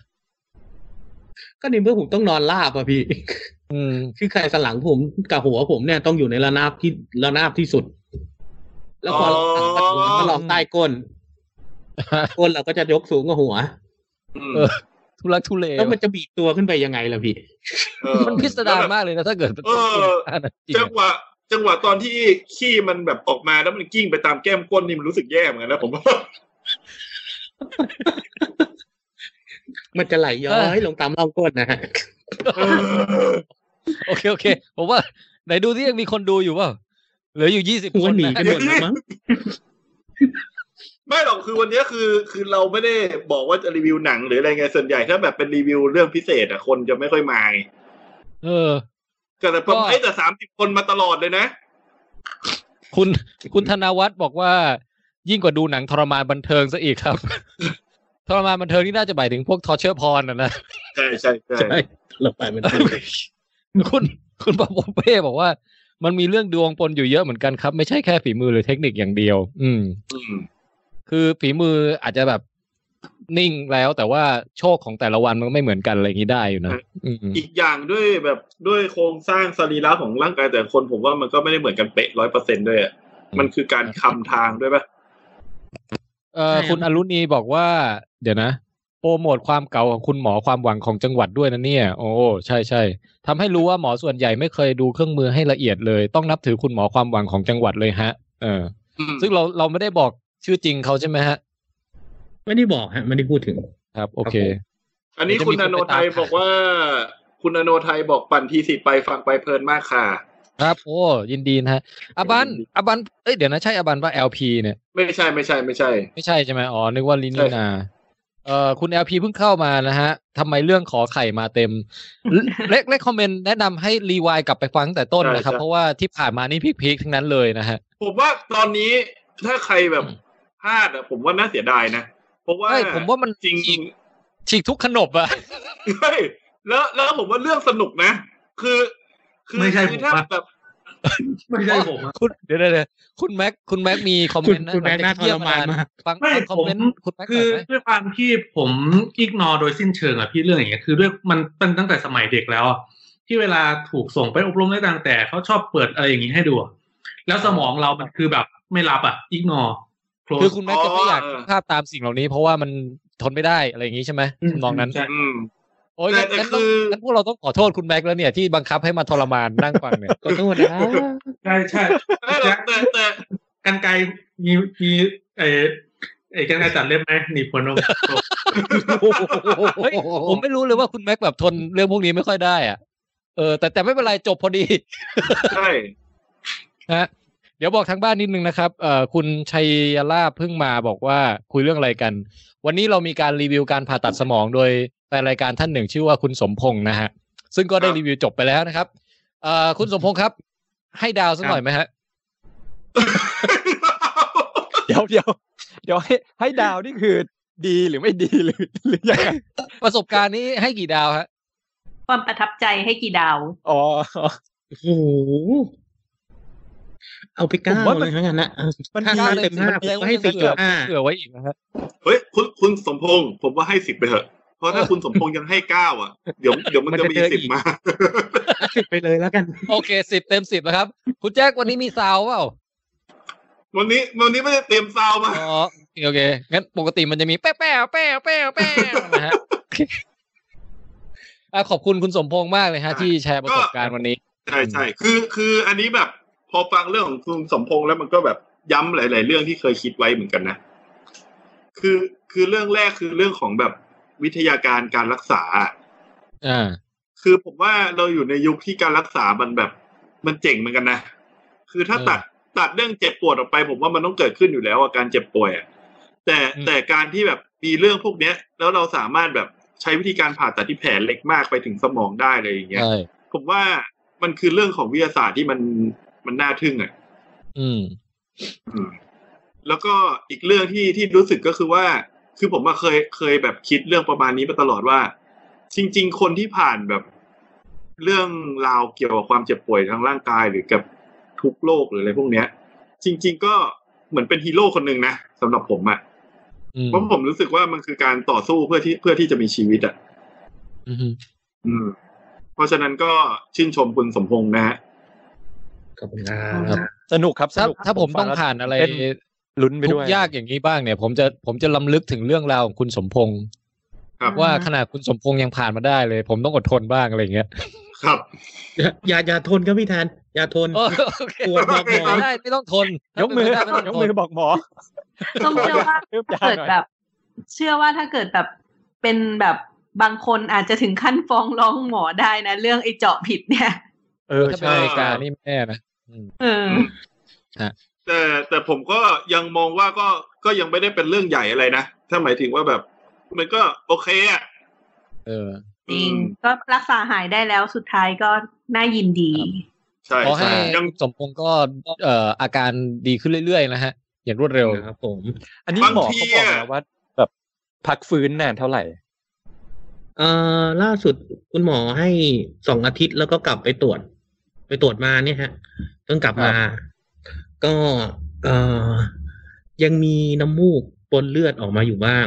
Speaker 7: ก็ในเมื่อผมต้องนอนราบอะพี่
Speaker 2: อืม
Speaker 7: คือใครสนหลังผมกับหัวผมเนี่ยต้องอยู่ในระนาบที่ระนาบที่สุด แล้วพอ
Speaker 4: อ๋อ
Speaker 7: หลังจากนั้นก็ลองใต้ก้นก้นเราก็จะยกสูงกว่าหัว
Speaker 4: อืม
Speaker 2: เออ ทุลักทุเล
Speaker 7: แล้วมันจะบีบตัวขึ้นไปยังไงล่ะพี่
Speaker 4: เออ
Speaker 2: มันพิสดารมากเลยนะถ้าเกิด
Speaker 4: เออ
Speaker 2: อ่ะนะจริง
Speaker 4: จังหวะ จังหวะตอนที่ขี้มันแบบออกมาแล้วมันกิ้งไปตามแก้มก้นนี่มันรู้สึกแย่เหมือนกันนะผมว่า
Speaker 7: มันจะไหลย้อยลงตามร่องก้นนะฮะ
Speaker 4: เออ
Speaker 2: โอเคโอเค ผมว่าไหนดูที่ยังมีคนดูอยู่เปล่าเหลืออยู่ยี่ สิบ
Speaker 7: หั
Speaker 2: ค
Speaker 7: วนหนีกั
Speaker 2: นะ
Speaker 7: นหมดแล้ว มั้ง
Speaker 4: ไม่หรอกคือวันเนี้ยคือคือเราไม่ได้บอกว่าจะรีวิวหนังหรืออะไรไงส่วนใหญ่ถ้าแบบเป็นรีวิวเรื่องพิเศษอะคนจะไม่ค่อยมาไง
Speaker 2: เออ
Speaker 4: ก็แต่ผม
Speaker 2: ก็
Speaker 4: เอ้ยแต่สามสิบคนมาตลอดเลยนะ
Speaker 2: คุณคุณธนวัฒน์บอกว่า ยิ่งกว่าดูหนังทรมานบันเทิงซะอีกครับ ทรมานบันเทิงนี่น่าจะหมายถึงพวกทอเชอร์พรนะนะ
Speaker 4: ใช่ใช่ใช่
Speaker 7: ใช่เราไปมันเป็น
Speaker 2: คุณคุณปาโปเป้บอกว่า มันมีเรื่องดวงปนอยู่เยอะเหมือนกันครับ ไม่ใช่แค่ฝีมือหรือเทคนิคอย่างเดียว อืม
Speaker 4: อืม
Speaker 2: คือฝีมืออาจจะแบบนิ่งแล้วแต่ว่าโชคของแต่ละวันมันก็ไม่เหมือนกันอะไรอย่างนี้ได้อยู่นะอืม
Speaker 4: อีกอย่างด้วยแบบด้วยโครงสร้างสรีระของร่างกายแต่ละคนผมว่ามันก็ไม่ได้เหมือนกันเป๊ะร้อยเปอร์เซ็นด้วยอะมันคือการคำทางด้วยปะ
Speaker 2: เอ่อคุณอรุณีบอกว่า เดี๋ยวนะโปรโมทความเก่าของคุณหมอความหวังของจังหวัดด้วยนะเนี่ย โอ้ใช่ใช่ทำให้รู้ว่าหมอส่วนใหญ่ไม่เคยดูเครื่องมือให้ละเอียดเลย ต้องนับถือคุณหมอความหวังของจังหวัดเลยฮะ เออ ซึ่งเราเราไม่ได้บอกชื่อจริงเขาใช่ไหมฮะ
Speaker 7: ไม่ได้บอกฮะไม่ได้พูดถึง
Speaker 2: ครับ โอเค
Speaker 7: ครับผม
Speaker 4: อันนี้คุณอโนไทยบอกว่า คุณอโนไทยบอกปั่นทีสิไปฟังไปเพลินมากค่ะ
Speaker 2: ครับโอ้ยินดีนะฮะอาบันอาบันเอ้ยเดี๋ยวนะใช่อาบันป่ะ LP เนี่ย
Speaker 4: ไม่ใช่ไม่ใช่ไม่ใช่
Speaker 2: ไม่ใช่ใช่ไหมอ๋อ นึกว่าลินีนาเอ่อคุณ LP เพิ่งเข้ามานะฮะทำไมเรื่องขอไข่มาเต็ม เล็กเล็กคอมเมนต์แนะนำให้รีวายกลับไปฟังตั้งแต่ต้นนะครับ
Speaker 4: ใช่ใช่
Speaker 2: เพราะว่าที่ผ่านมานี่พีคๆทั้งนั้นเลยนะฮะ
Speaker 4: ผมว่าตอนนี้ถ้าใครแบบพลาดอะผมว่าน่าเสียดายนะ เพราะว่า
Speaker 2: ใช่ผมว่ามัน
Speaker 4: จริง
Speaker 2: ฉีกทุกขนบอะ
Speaker 4: ใช่แล้วแล้วผมว่าเรื่องสนุกนะ คือ คื
Speaker 5: ไม่ใช่
Speaker 4: คื
Speaker 5: ผม
Speaker 4: ถ้า
Speaker 5: อะ
Speaker 4: แบบ
Speaker 5: ไม่ใช่ผมอะ
Speaker 2: คุณเดี๋ยวเดี๋ยวเดี๋ยวคุณแม็กคุณแม็กมีคอมเม
Speaker 7: คุ
Speaker 2: น
Speaker 7: ณ
Speaker 2: ต์นะ
Speaker 7: คุณแม็กซ์น่าท
Speaker 2: เยี่ย
Speaker 7: รมานมาก
Speaker 2: ฟัง
Speaker 5: ไม่
Speaker 2: ฟังคอมเมนต์
Speaker 5: ผม
Speaker 2: คุณแม็กห
Speaker 5: คื
Speaker 2: น่
Speaker 5: อ
Speaker 2: อยไหม
Speaker 5: ด้วยความที่ผมอิกนอโดยสิ้นเชิงอะพี่เรื่องอย่างเงี้ยคือด้วยมันตั้งตั้งแต่สมัยเด็กแล้วอะที่เวลาถูกส่งไปอบรมอะไรต่างแต่เขาชอบเปิดอะไรอย่างงี้ให้ดูอะแล้วสมองเรามันคือแบบไม่รับอะอิกนอ
Speaker 2: คือคุณแม็กจะไม่อยาก
Speaker 4: อ๋อ
Speaker 2: ภาพตามสิ่งเหล่านี้ เพราะว่ามันทนไม่ได้อะไรอย่างนี้ใช่ไหม
Speaker 5: อืม
Speaker 2: ทำนองนั้น
Speaker 4: อืม
Speaker 2: โอ้ย
Speaker 4: แต่
Speaker 2: งั้นงั้น
Speaker 4: แต่คือ
Speaker 2: งั้นพวกเราต้องขอโทษคุณแม็กซ์แล้วเนี่ยที่บังคับให้มาทรมานนั่งฟังเนี่ย
Speaker 7: ขอโทษนะ
Speaker 5: ใช่ใช่
Speaker 4: ไม่หรอกแต่แต่
Speaker 5: กันไกรมีมีไอไอกันไกรตัดเล็บไหมหนีบหัวนม
Speaker 2: เฮ้ยผมไม่รู้เลยว่าคุณแม็กซ์แบบทนเรื่องพวกนี้ไม่ค่อยได้อ่ะเออแต่แต่ไม่เป็นไรจบพอดี
Speaker 4: ใช่
Speaker 2: ฮะเดี๋ยวบอกทางบ้านนิดนึงนะครับเอ่อคุณชัยลาภเพิ่งมาบอกว่าคุยเรื่องอะไรกัน วันนี้เรามีการรีวิวการผ่าตัดสมองโดยแฟนรายการท่านหนึ่งชื่อว่าคุณสมพงษ์นะฮะ ซึ่งก็ได้
Speaker 4: ครับ
Speaker 2: รีวิวจบไปแล้วนะครับเอ่อคุณสมพงษ์ครับ ให้ดาวสัก
Speaker 5: ครับ
Speaker 2: หน่อยไหมฮะ
Speaker 8: เดี๋ยวเดี๋ยวเดี๋ยวให้ให้ดาวนี่คือดีหรือไม่ดีหรือหรือยังไง
Speaker 2: ประสบการณ์นี้ให้กี่ดาวฮะ
Speaker 6: ความประทับใจให้กี่ดาว
Speaker 8: อ๋อ
Speaker 7: โอ้โหเอาไปเก้า
Speaker 8: ผมว่ามัน
Speaker 7: เลยทั้งนั้นนะเอา
Speaker 8: มัน
Speaker 7: ห้า
Speaker 8: มี
Speaker 7: เต็มห้า
Speaker 8: มันมี
Speaker 7: ผมให้สี่จุดห้า
Speaker 2: เผื่อไว้อีกนะฮะ
Speaker 4: เฮ้ยคุณคุณสมพงษ์ผมว่าให้สิบไปเถอะ เพราะถ้าคุณสมพงษ์ยังให้เก้าอ่ะ เดี๋ยวเดี๋ยวมัน
Speaker 7: มัน
Speaker 4: จะ
Speaker 7: จะ
Speaker 4: มี
Speaker 7: เจอ
Speaker 4: สิบ
Speaker 7: อีก
Speaker 4: มา
Speaker 7: สิบไปเลยแล้วกัน
Speaker 2: โอเคสิบเต็มสิบนะครับ คุณแจ็ควันนี้มีซาวเปล่ า
Speaker 4: วันนี้วันนี้ไม่ได้เตรียมซาวมา
Speaker 2: อ๋อโอเคงั้นปกติมันจะมีแป๊ะแป๊ะแป๊ะแป๊ะแป๊ะนะฮ ะอ่ะขอบคุณคุณสมพงษ์มากเลยฮะ ที่แชร์ประสบการณ์วันนี้
Speaker 4: ใช่ใช่คือคืออันนี้แบบพอฟังเรื่องของคุณสมพงษ์แล้วมันก็แบบย้ำหลาย ๆ เรื่องที่เคยคิดไว้เหมือนกันนะ คือคือเรื่องแรกคือเรื่องของแบบวิทยาการการรักษา
Speaker 2: อ่า
Speaker 4: คือผมว่าเราอยู่ในยุคที่การรักษามันแบบ มันเจ๋งเหมือนกันนะ คือถ้า
Speaker 2: เออ
Speaker 4: ตัดตัดเรื่องเจ็บปวดออกไป ผมว่ามันต้องเกิดขึ้นอยู่แล้วอาการเจ็บป่วยอะแต่
Speaker 2: อืม
Speaker 4: แต่การที่แบบมีเรื่องพวกเนี้ย แล้วเราสามารถแบบใช้วิธีการผ่าตัดที่แผลเล็กมากไปถึงสมองได้เลยอย่างเงี้ย
Speaker 2: ใช่
Speaker 4: ผมว่ามันคือเรื่องของวิทยาศาสตร์ที่มันมันน่าทึ่งอ่ะ
Speaker 2: อืม
Speaker 4: อืมแล้วก็อีกเรื่องที่ที่รู้สึกก็คือว่า คือผมอะเคยเคยแบบคิดเรื่องประมาณนี้มาตลอดว่า จริง ๆ คนที่ผ่านแบบ เรื่องราวเกี่ยวกับความเจ็บป่วยทางร่างกายหรือกับทุกโรคหรืออะไรพวกเนี้ย จริง ๆ ก็เหมือนเป็นฮีโร่คนหนึ่งนะสำหรับผมอะ
Speaker 2: อืม
Speaker 4: เพราะผมรู้สึกว่ามันคือการต่อสู้เพื่อที่เพื่อที่จะมีชีวิตอะ
Speaker 2: อืม
Speaker 4: อืม เพราะฉะนั้นก็ชื่นชมคุณสมพงษ์นะฮะ
Speaker 7: ขอบคุณครับ
Speaker 8: สนุกครับส
Speaker 2: ถ้า
Speaker 8: นุก
Speaker 2: ถ้าผมต้องผ่านอะไร
Speaker 8: เต้ลุ้นไป
Speaker 2: ทุ
Speaker 8: ด้
Speaker 2: ก
Speaker 8: วย
Speaker 2: ข์ยากอย่างนี้บ้างเนี่ย ผมจะผมจะลำลึกถึงเรื่องราวของคุณสมพงษ์
Speaker 4: ครับ
Speaker 2: ว่าขนาดคุณสมพงษ์ยังผ่านมาได้เลย ผมต้องอดทนบ้างอะไรอย่างเงี้ย
Speaker 4: ครับ
Speaker 7: อย่าอย่าทนก็พี่ทัน อย่าทน
Speaker 2: โอโอเค
Speaker 7: ปวดบอกหมอ
Speaker 2: ได้ไม่ต้องทน
Speaker 8: ยกมือ
Speaker 2: ถ้าเป็น
Speaker 8: ยก
Speaker 2: ไป
Speaker 8: มื
Speaker 2: ได้ไต้อง
Speaker 8: อ
Speaker 2: ทน
Speaker 8: บอกหมอ
Speaker 6: ส้มเชื่อว่า
Speaker 8: เพิ่มยา
Speaker 6: เกิด
Speaker 8: หน่อย
Speaker 6: แบบ เชื่อว่าถ้าเกิดแบบเป็นแบบบางคนอาจจะถึงขั้นฟ้องร้องหมอได้นะ เรื่องไอ้เจาะผิดเนี่ย
Speaker 8: เออ
Speaker 2: ถ้าเป็น
Speaker 8: ใช่
Speaker 2: อเมริกานี่แม่นะ
Speaker 6: เออ
Speaker 4: แต่แต่ผมก็ยังมองว่าก็ก็ยังไม่ได้เป็นเรื่องใหญ่อะไรนะ ถ้าหมายถึงว่าแบบ มันก็โอเคอ่ะ
Speaker 2: เออ
Speaker 6: จริง
Speaker 4: อืม
Speaker 6: ก็รักษาหายได้แล้วสุดท้ายก็น่ายินดี
Speaker 2: ครับข
Speaker 4: ใช่
Speaker 2: อให้
Speaker 4: ใช่ยัง
Speaker 2: สมพงษ์ก็เอ่ออาการดีขึ้นเรื่อยๆนะฮะ อย่างรวดเร็ว
Speaker 7: นะครับผม
Speaker 8: อันนี้หมอเขาบอกนะว่าแบบพักฟื้นนานเท่าไหร่
Speaker 7: เอ่อล่าสุดคุณหมอให้สองอาทิตย์แล้วก็กลับไปตรวจ ไปตรวจมาเนี่ยฮะเพิ่งกลับมา ก็เอ่อยังมีน้ำมูกปนเลือดออกมาอยู่บ้าง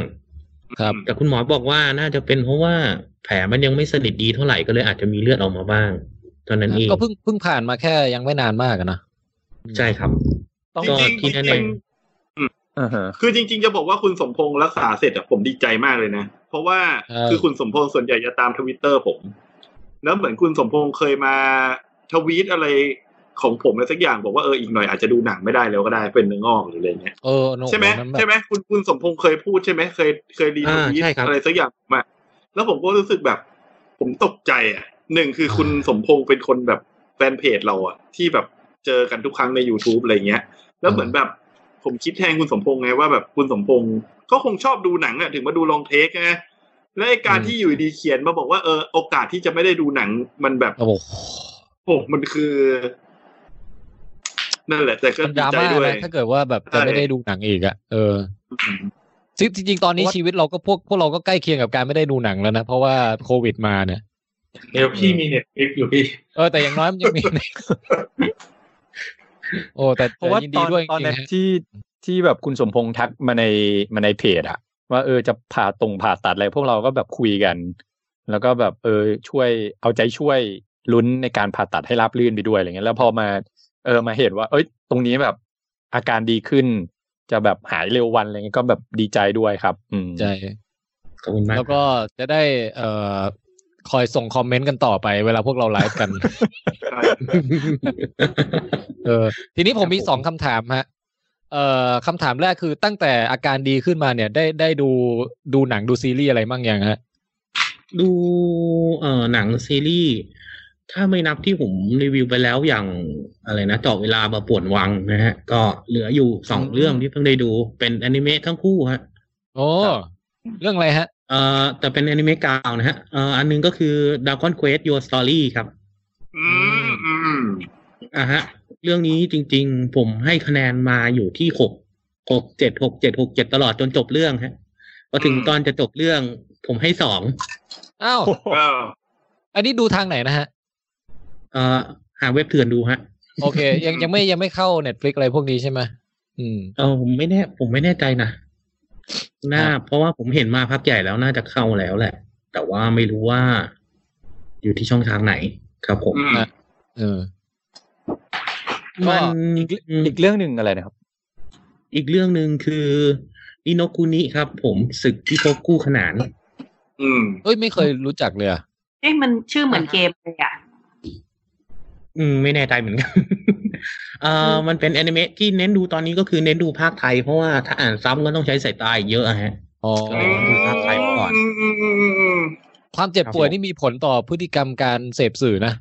Speaker 2: ครับ
Speaker 7: แต่คุณหมอบอกว่าน่าจะเป็นเพราะว่าแผลมันยังไม่สนิทดีเท่าไหร่ก็เลยอาจจะมีเลือดออกมาบ้างตอนนั้นเอง
Speaker 2: ก็เพิ่งเพิ่งผ่านมาแค่ยังไม่นานมากอะนะ
Speaker 7: ใช่ครับ
Speaker 8: ต้อง
Speaker 4: จ
Speaker 7: ก็
Speaker 4: ริง
Speaker 7: ที่
Speaker 4: ๆจ
Speaker 7: นั่นเอ
Speaker 4: ริง
Speaker 7: ง
Speaker 4: ๆ
Speaker 8: อ่าฮะ
Speaker 4: คือจริงๆจะบอกว่าคุณสมพงษ์รักษาเสร็จอะผมดีใจมากเลยนะ เพราะว่า
Speaker 2: เออ
Speaker 4: คือคุณสมพงษ์ส่วนใหญ่จะตามทวิตเตอร์ผม แล้วเหมือนคุณสมพงษ์เคยมาทวีตอะไรของผมอะไรสักอย่างบอกว่าเอออีกหน่อยอาจจะดูหนังไม่ได้แล้วก็ได้เป็นเนื้องอกหรืออะไรเงี้ย
Speaker 2: เออโอ้โ
Speaker 4: ใช่ไหม
Speaker 2: นั้นแบบ
Speaker 4: ใช่ไหมคุณคุณสมพงษ์เคยพูดใช่ไหมเคยเคยรีทวีต
Speaker 7: อ่าใช่ครับ
Speaker 4: อะไรสักอย่างมา แล้วผมก็รู้สึกแบบ ผมตกใจอ่ะหนึ่งคือคุณสมพงษ์เป็นคนแบบแฟนเพจเราอ่ะที่แบบเจอกันทุกครั้งใน YouTube อะไรเงี้ย แล้วเหมือนแบบ ผมคิดแทนคุณสมพงษ์ไงว่าแบบคุณสมพงษ์ก็คงชอบดูหนังอะถึงมาดูลองเทคไงและไอการที่อยู่ดีเขียนมาบอกว่าเออโอกาสที่จะไม่ได้ดูหนังมันแบบ
Speaker 2: โอ้โห
Speaker 4: โอ้มันคือ นั่นแหละ แต่ก็
Speaker 2: มันด
Speaker 4: ดี
Speaker 2: รา
Speaker 4: ใจ
Speaker 2: ม่า
Speaker 4: ด้วย
Speaker 2: นะถ้าเกิดว่าแบบจะไม่ได้ดูหนังอีกอะเออซึ่งจริงๆตอนนี้
Speaker 8: เพราะว่า
Speaker 2: ชีวิตเราก็พวกพวกเราก็ใกล้เคียงกับการไม่ได้ดูหนังแล้วนะ เพราะว่าโควิดมา เนี่ย
Speaker 5: เดี๋ยวพี่มีเน็ตฟลิกอยู่พี่
Speaker 2: เออแต่อย่างน้อยมันยังมี โอ้แต่
Speaker 8: เพราะว่า
Speaker 2: แต่ยิน
Speaker 8: ต
Speaker 2: ดี
Speaker 8: อน
Speaker 2: ด้วยจ
Speaker 8: ตอน
Speaker 2: ริง
Speaker 8: นั้น
Speaker 2: ๆฮะ
Speaker 8: ที่ที่แบบคุณสมพงษ์ทักมาในมาในเพจอะว่าเออจะผ่าตรงผ่าตัดอะไรพวกเราก็แบบคุยกัน แล้วก็แบบเออช่วยเอาใจช่วยลุ้นในการผ่าตัดให้ราบรื่นไปด้วยอะไรเงี้ยแล้วพอมาเออมาเห็นว่า เอ้ย ตรงนี้แบบอาการดีขึ้น จะแบบหายเร็ววันอะไรเงี้ยก็แบบดีใจด้วยครับ อืม
Speaker 2: ใจ
Speaker 7: ขอบคุณมาก
Speaker 2: แล้วก็จะได้เอ่อคอยส่งคอมเมนต์กันต่อไปเวลาพวกเราไลฟ์กัน เออทีนี้ผมมีสองคำถามฮะเอ่อคำถามแรกคือตั้งแต่อาการดีขึ้นมาเนี่ย ได้ได้ดูดูหนังดูซีรีส์อะไรบ้างยังฮะ
Speaker 7: ดูเอ่อหนังซีรีส์ถ้าไม่นับที่ผมรีวิวไปแล้วอย่างอะไรนะเจาะเวลามาป่วนวังนะฮะ ก็เหลืออยู่สองเรื่องที่เพิ่งได้ดูเป็นแอนิเมะทั้งคู่ฮะ
Speaker 2: โอ้
Speaker 7: ครับ
Speaker 2: เรื่องอะไรฮะ
Speaker 7: เอ่อแต่เป็นแอนิเมะกาวนะฮะเอ่ออันหนึงก็คือ Dragon Quest Your Story ครับ
Speaker 4: อืมอืม
Speaker 7: อ่ะฮะ เรื่องนี้จริงๆ ผมให้คะแนนมาอยู่ที่หกหกเจ็ดหกเจ็ดหกเจ็ดตลอดจนจบเรื่องฮะพอถึงตอนจะจบเรื่อง ผมให้สอง
Speaker 2: อ้าว
Speaker 4: ก็
Speaker 2: อันนี้ดูทางไหนนะฮะ
Speaker 7: เอ่อหาเว็บเถื่อนดูฮะ
Speaker 2: โอเค ยังยังไม่ยังไม่เข้าเน็ตฟลิกอะไรพวกนี้ใช่ไหมอืม
Speaker 7: เออผมไม่แน่ ผมไม่แน่ใจนะน่า
Speaker 2: ครับ
Speaker 7: เพราะว่าผมเห็นมาพักใหญ่แล้วน่าจะเข้าแล้วแหละ แต่ว่าไม่รู้ว่า อยู่ที่ช่องทางไหนครับผม
Speaker 4: อืม
Speaker 2: เออ ก็
Speaker 7: มัน
Speaker 8: อีกเรื่องหนึ่งอะไรนะครับ
Speaker 7: อีกเรื่องหนึ่งคืออินโนคุนิครับ ผมศึกที่พบคู่ขนาน
Speaker 4: อืม
Speaker 2: เอ้ยไม่เคยรู้จักเลยอะ
Speaker 6: เอ๊ะมันชื่อเหมือนเกมเลยอ่ะ
Speaker 7: อืมไม่แน่ใจเหมือน กัน เอ่อมันเป็นแอนิเมะที่เน้นดูตอนนี้ก็คือเน้นดูภาคไทย เพราะว่าถ้าอ่านซ้ำก็ต้องใช้สายตาอีกเยอะอะฮะ
Speaker 2: อ๋อ
Speaker 7: ก็เลยดูภาพไทยไว้ก่อน
Speaker 4: อืมอืมอืมอืม
Speaker 2: ความเจ็บป่วยนี่มีผลต่อพฤติกรรมการเสพสื่อนะ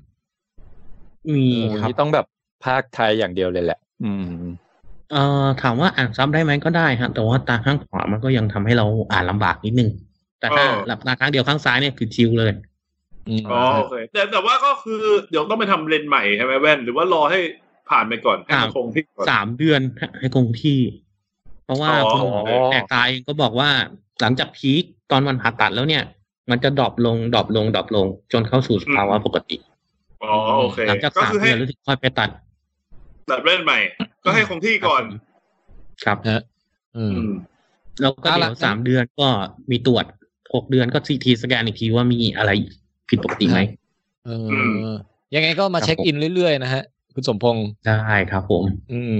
Speaker 7: มี
Speaker 8: โอ้
Speaker 7: ครับ
Speaker 8: นี่ต้องแบบภาคไทยอย่างเดียวเลยแหละ อืม
Speaker 7: เอ่อถามว่าอ่านซ้ำได้ไหมก็ได้ฮะ แต่ว่าตาข้างขวามันก็ยังทำให้เราอ่านลำบากนิดนึง แต่ถ้าหลับตาข้างเดียวข้างซ้ายเนี่ยคือชิลเลย
Speaker 2: อืม
Speaker 4: อ๋อโอเคแต่แต่ว่าก็คือเดี๋ยวต้องไปทำเลนส์ใหม่ใช่ไหมแว่น หรือว่ารอให้ผ่านไปก่อนให้มันคงที่ก่อน
Speaker 7: สามเดือนฮะให้คงที่ เพราะว่า
Speaker 4: อ๋อ
Speaker 7: คุณหมอ
Speaker 8: โอเค
Speaker 7: แอกตายก็บอกว่าหลังจากพีคตอนวันผ่าตัดแล้วเนี่ย มันจะดรอปลงดรอปลงดรอปลง จนเข้าสู่สภาวะปกติ
Speaker 4: อ๋อโอเค
Speaker 7: หลังจาก
Speaker 4: ก็
Speaker 7: สาม
Speaker 4: คือให้
Speaker 7: เดือนแล้วถึงค่อยไปตัด
Speaker 4: ตัดเล่นส์ใหม่ ก็ให้คงที่ก่อน
Speaker 7: ครับ
Speaker 2: อืม
Speaker 4: อืม
Speaker 7: แล้วก็
Speaker 2: เอา
Speaker 7: เดี๋
Speaker 2: ละ
Speaker 7: ยวสามเดือนก็มีตรวจหกเดือนก็ซีทีสแกนอีกทีว่ามีอะไรผิดปกติไหม
Speaker 2: เออ
Speaker 4: ม
Speaker 2: อยังไงก็มา
Speaker 7: ครับ
Speaker 2: เช็คอินเรื่อยๆนะฮะ คุณสมพงษ์
Speaker 7: ได้ครับผม
Speaker 2: อืม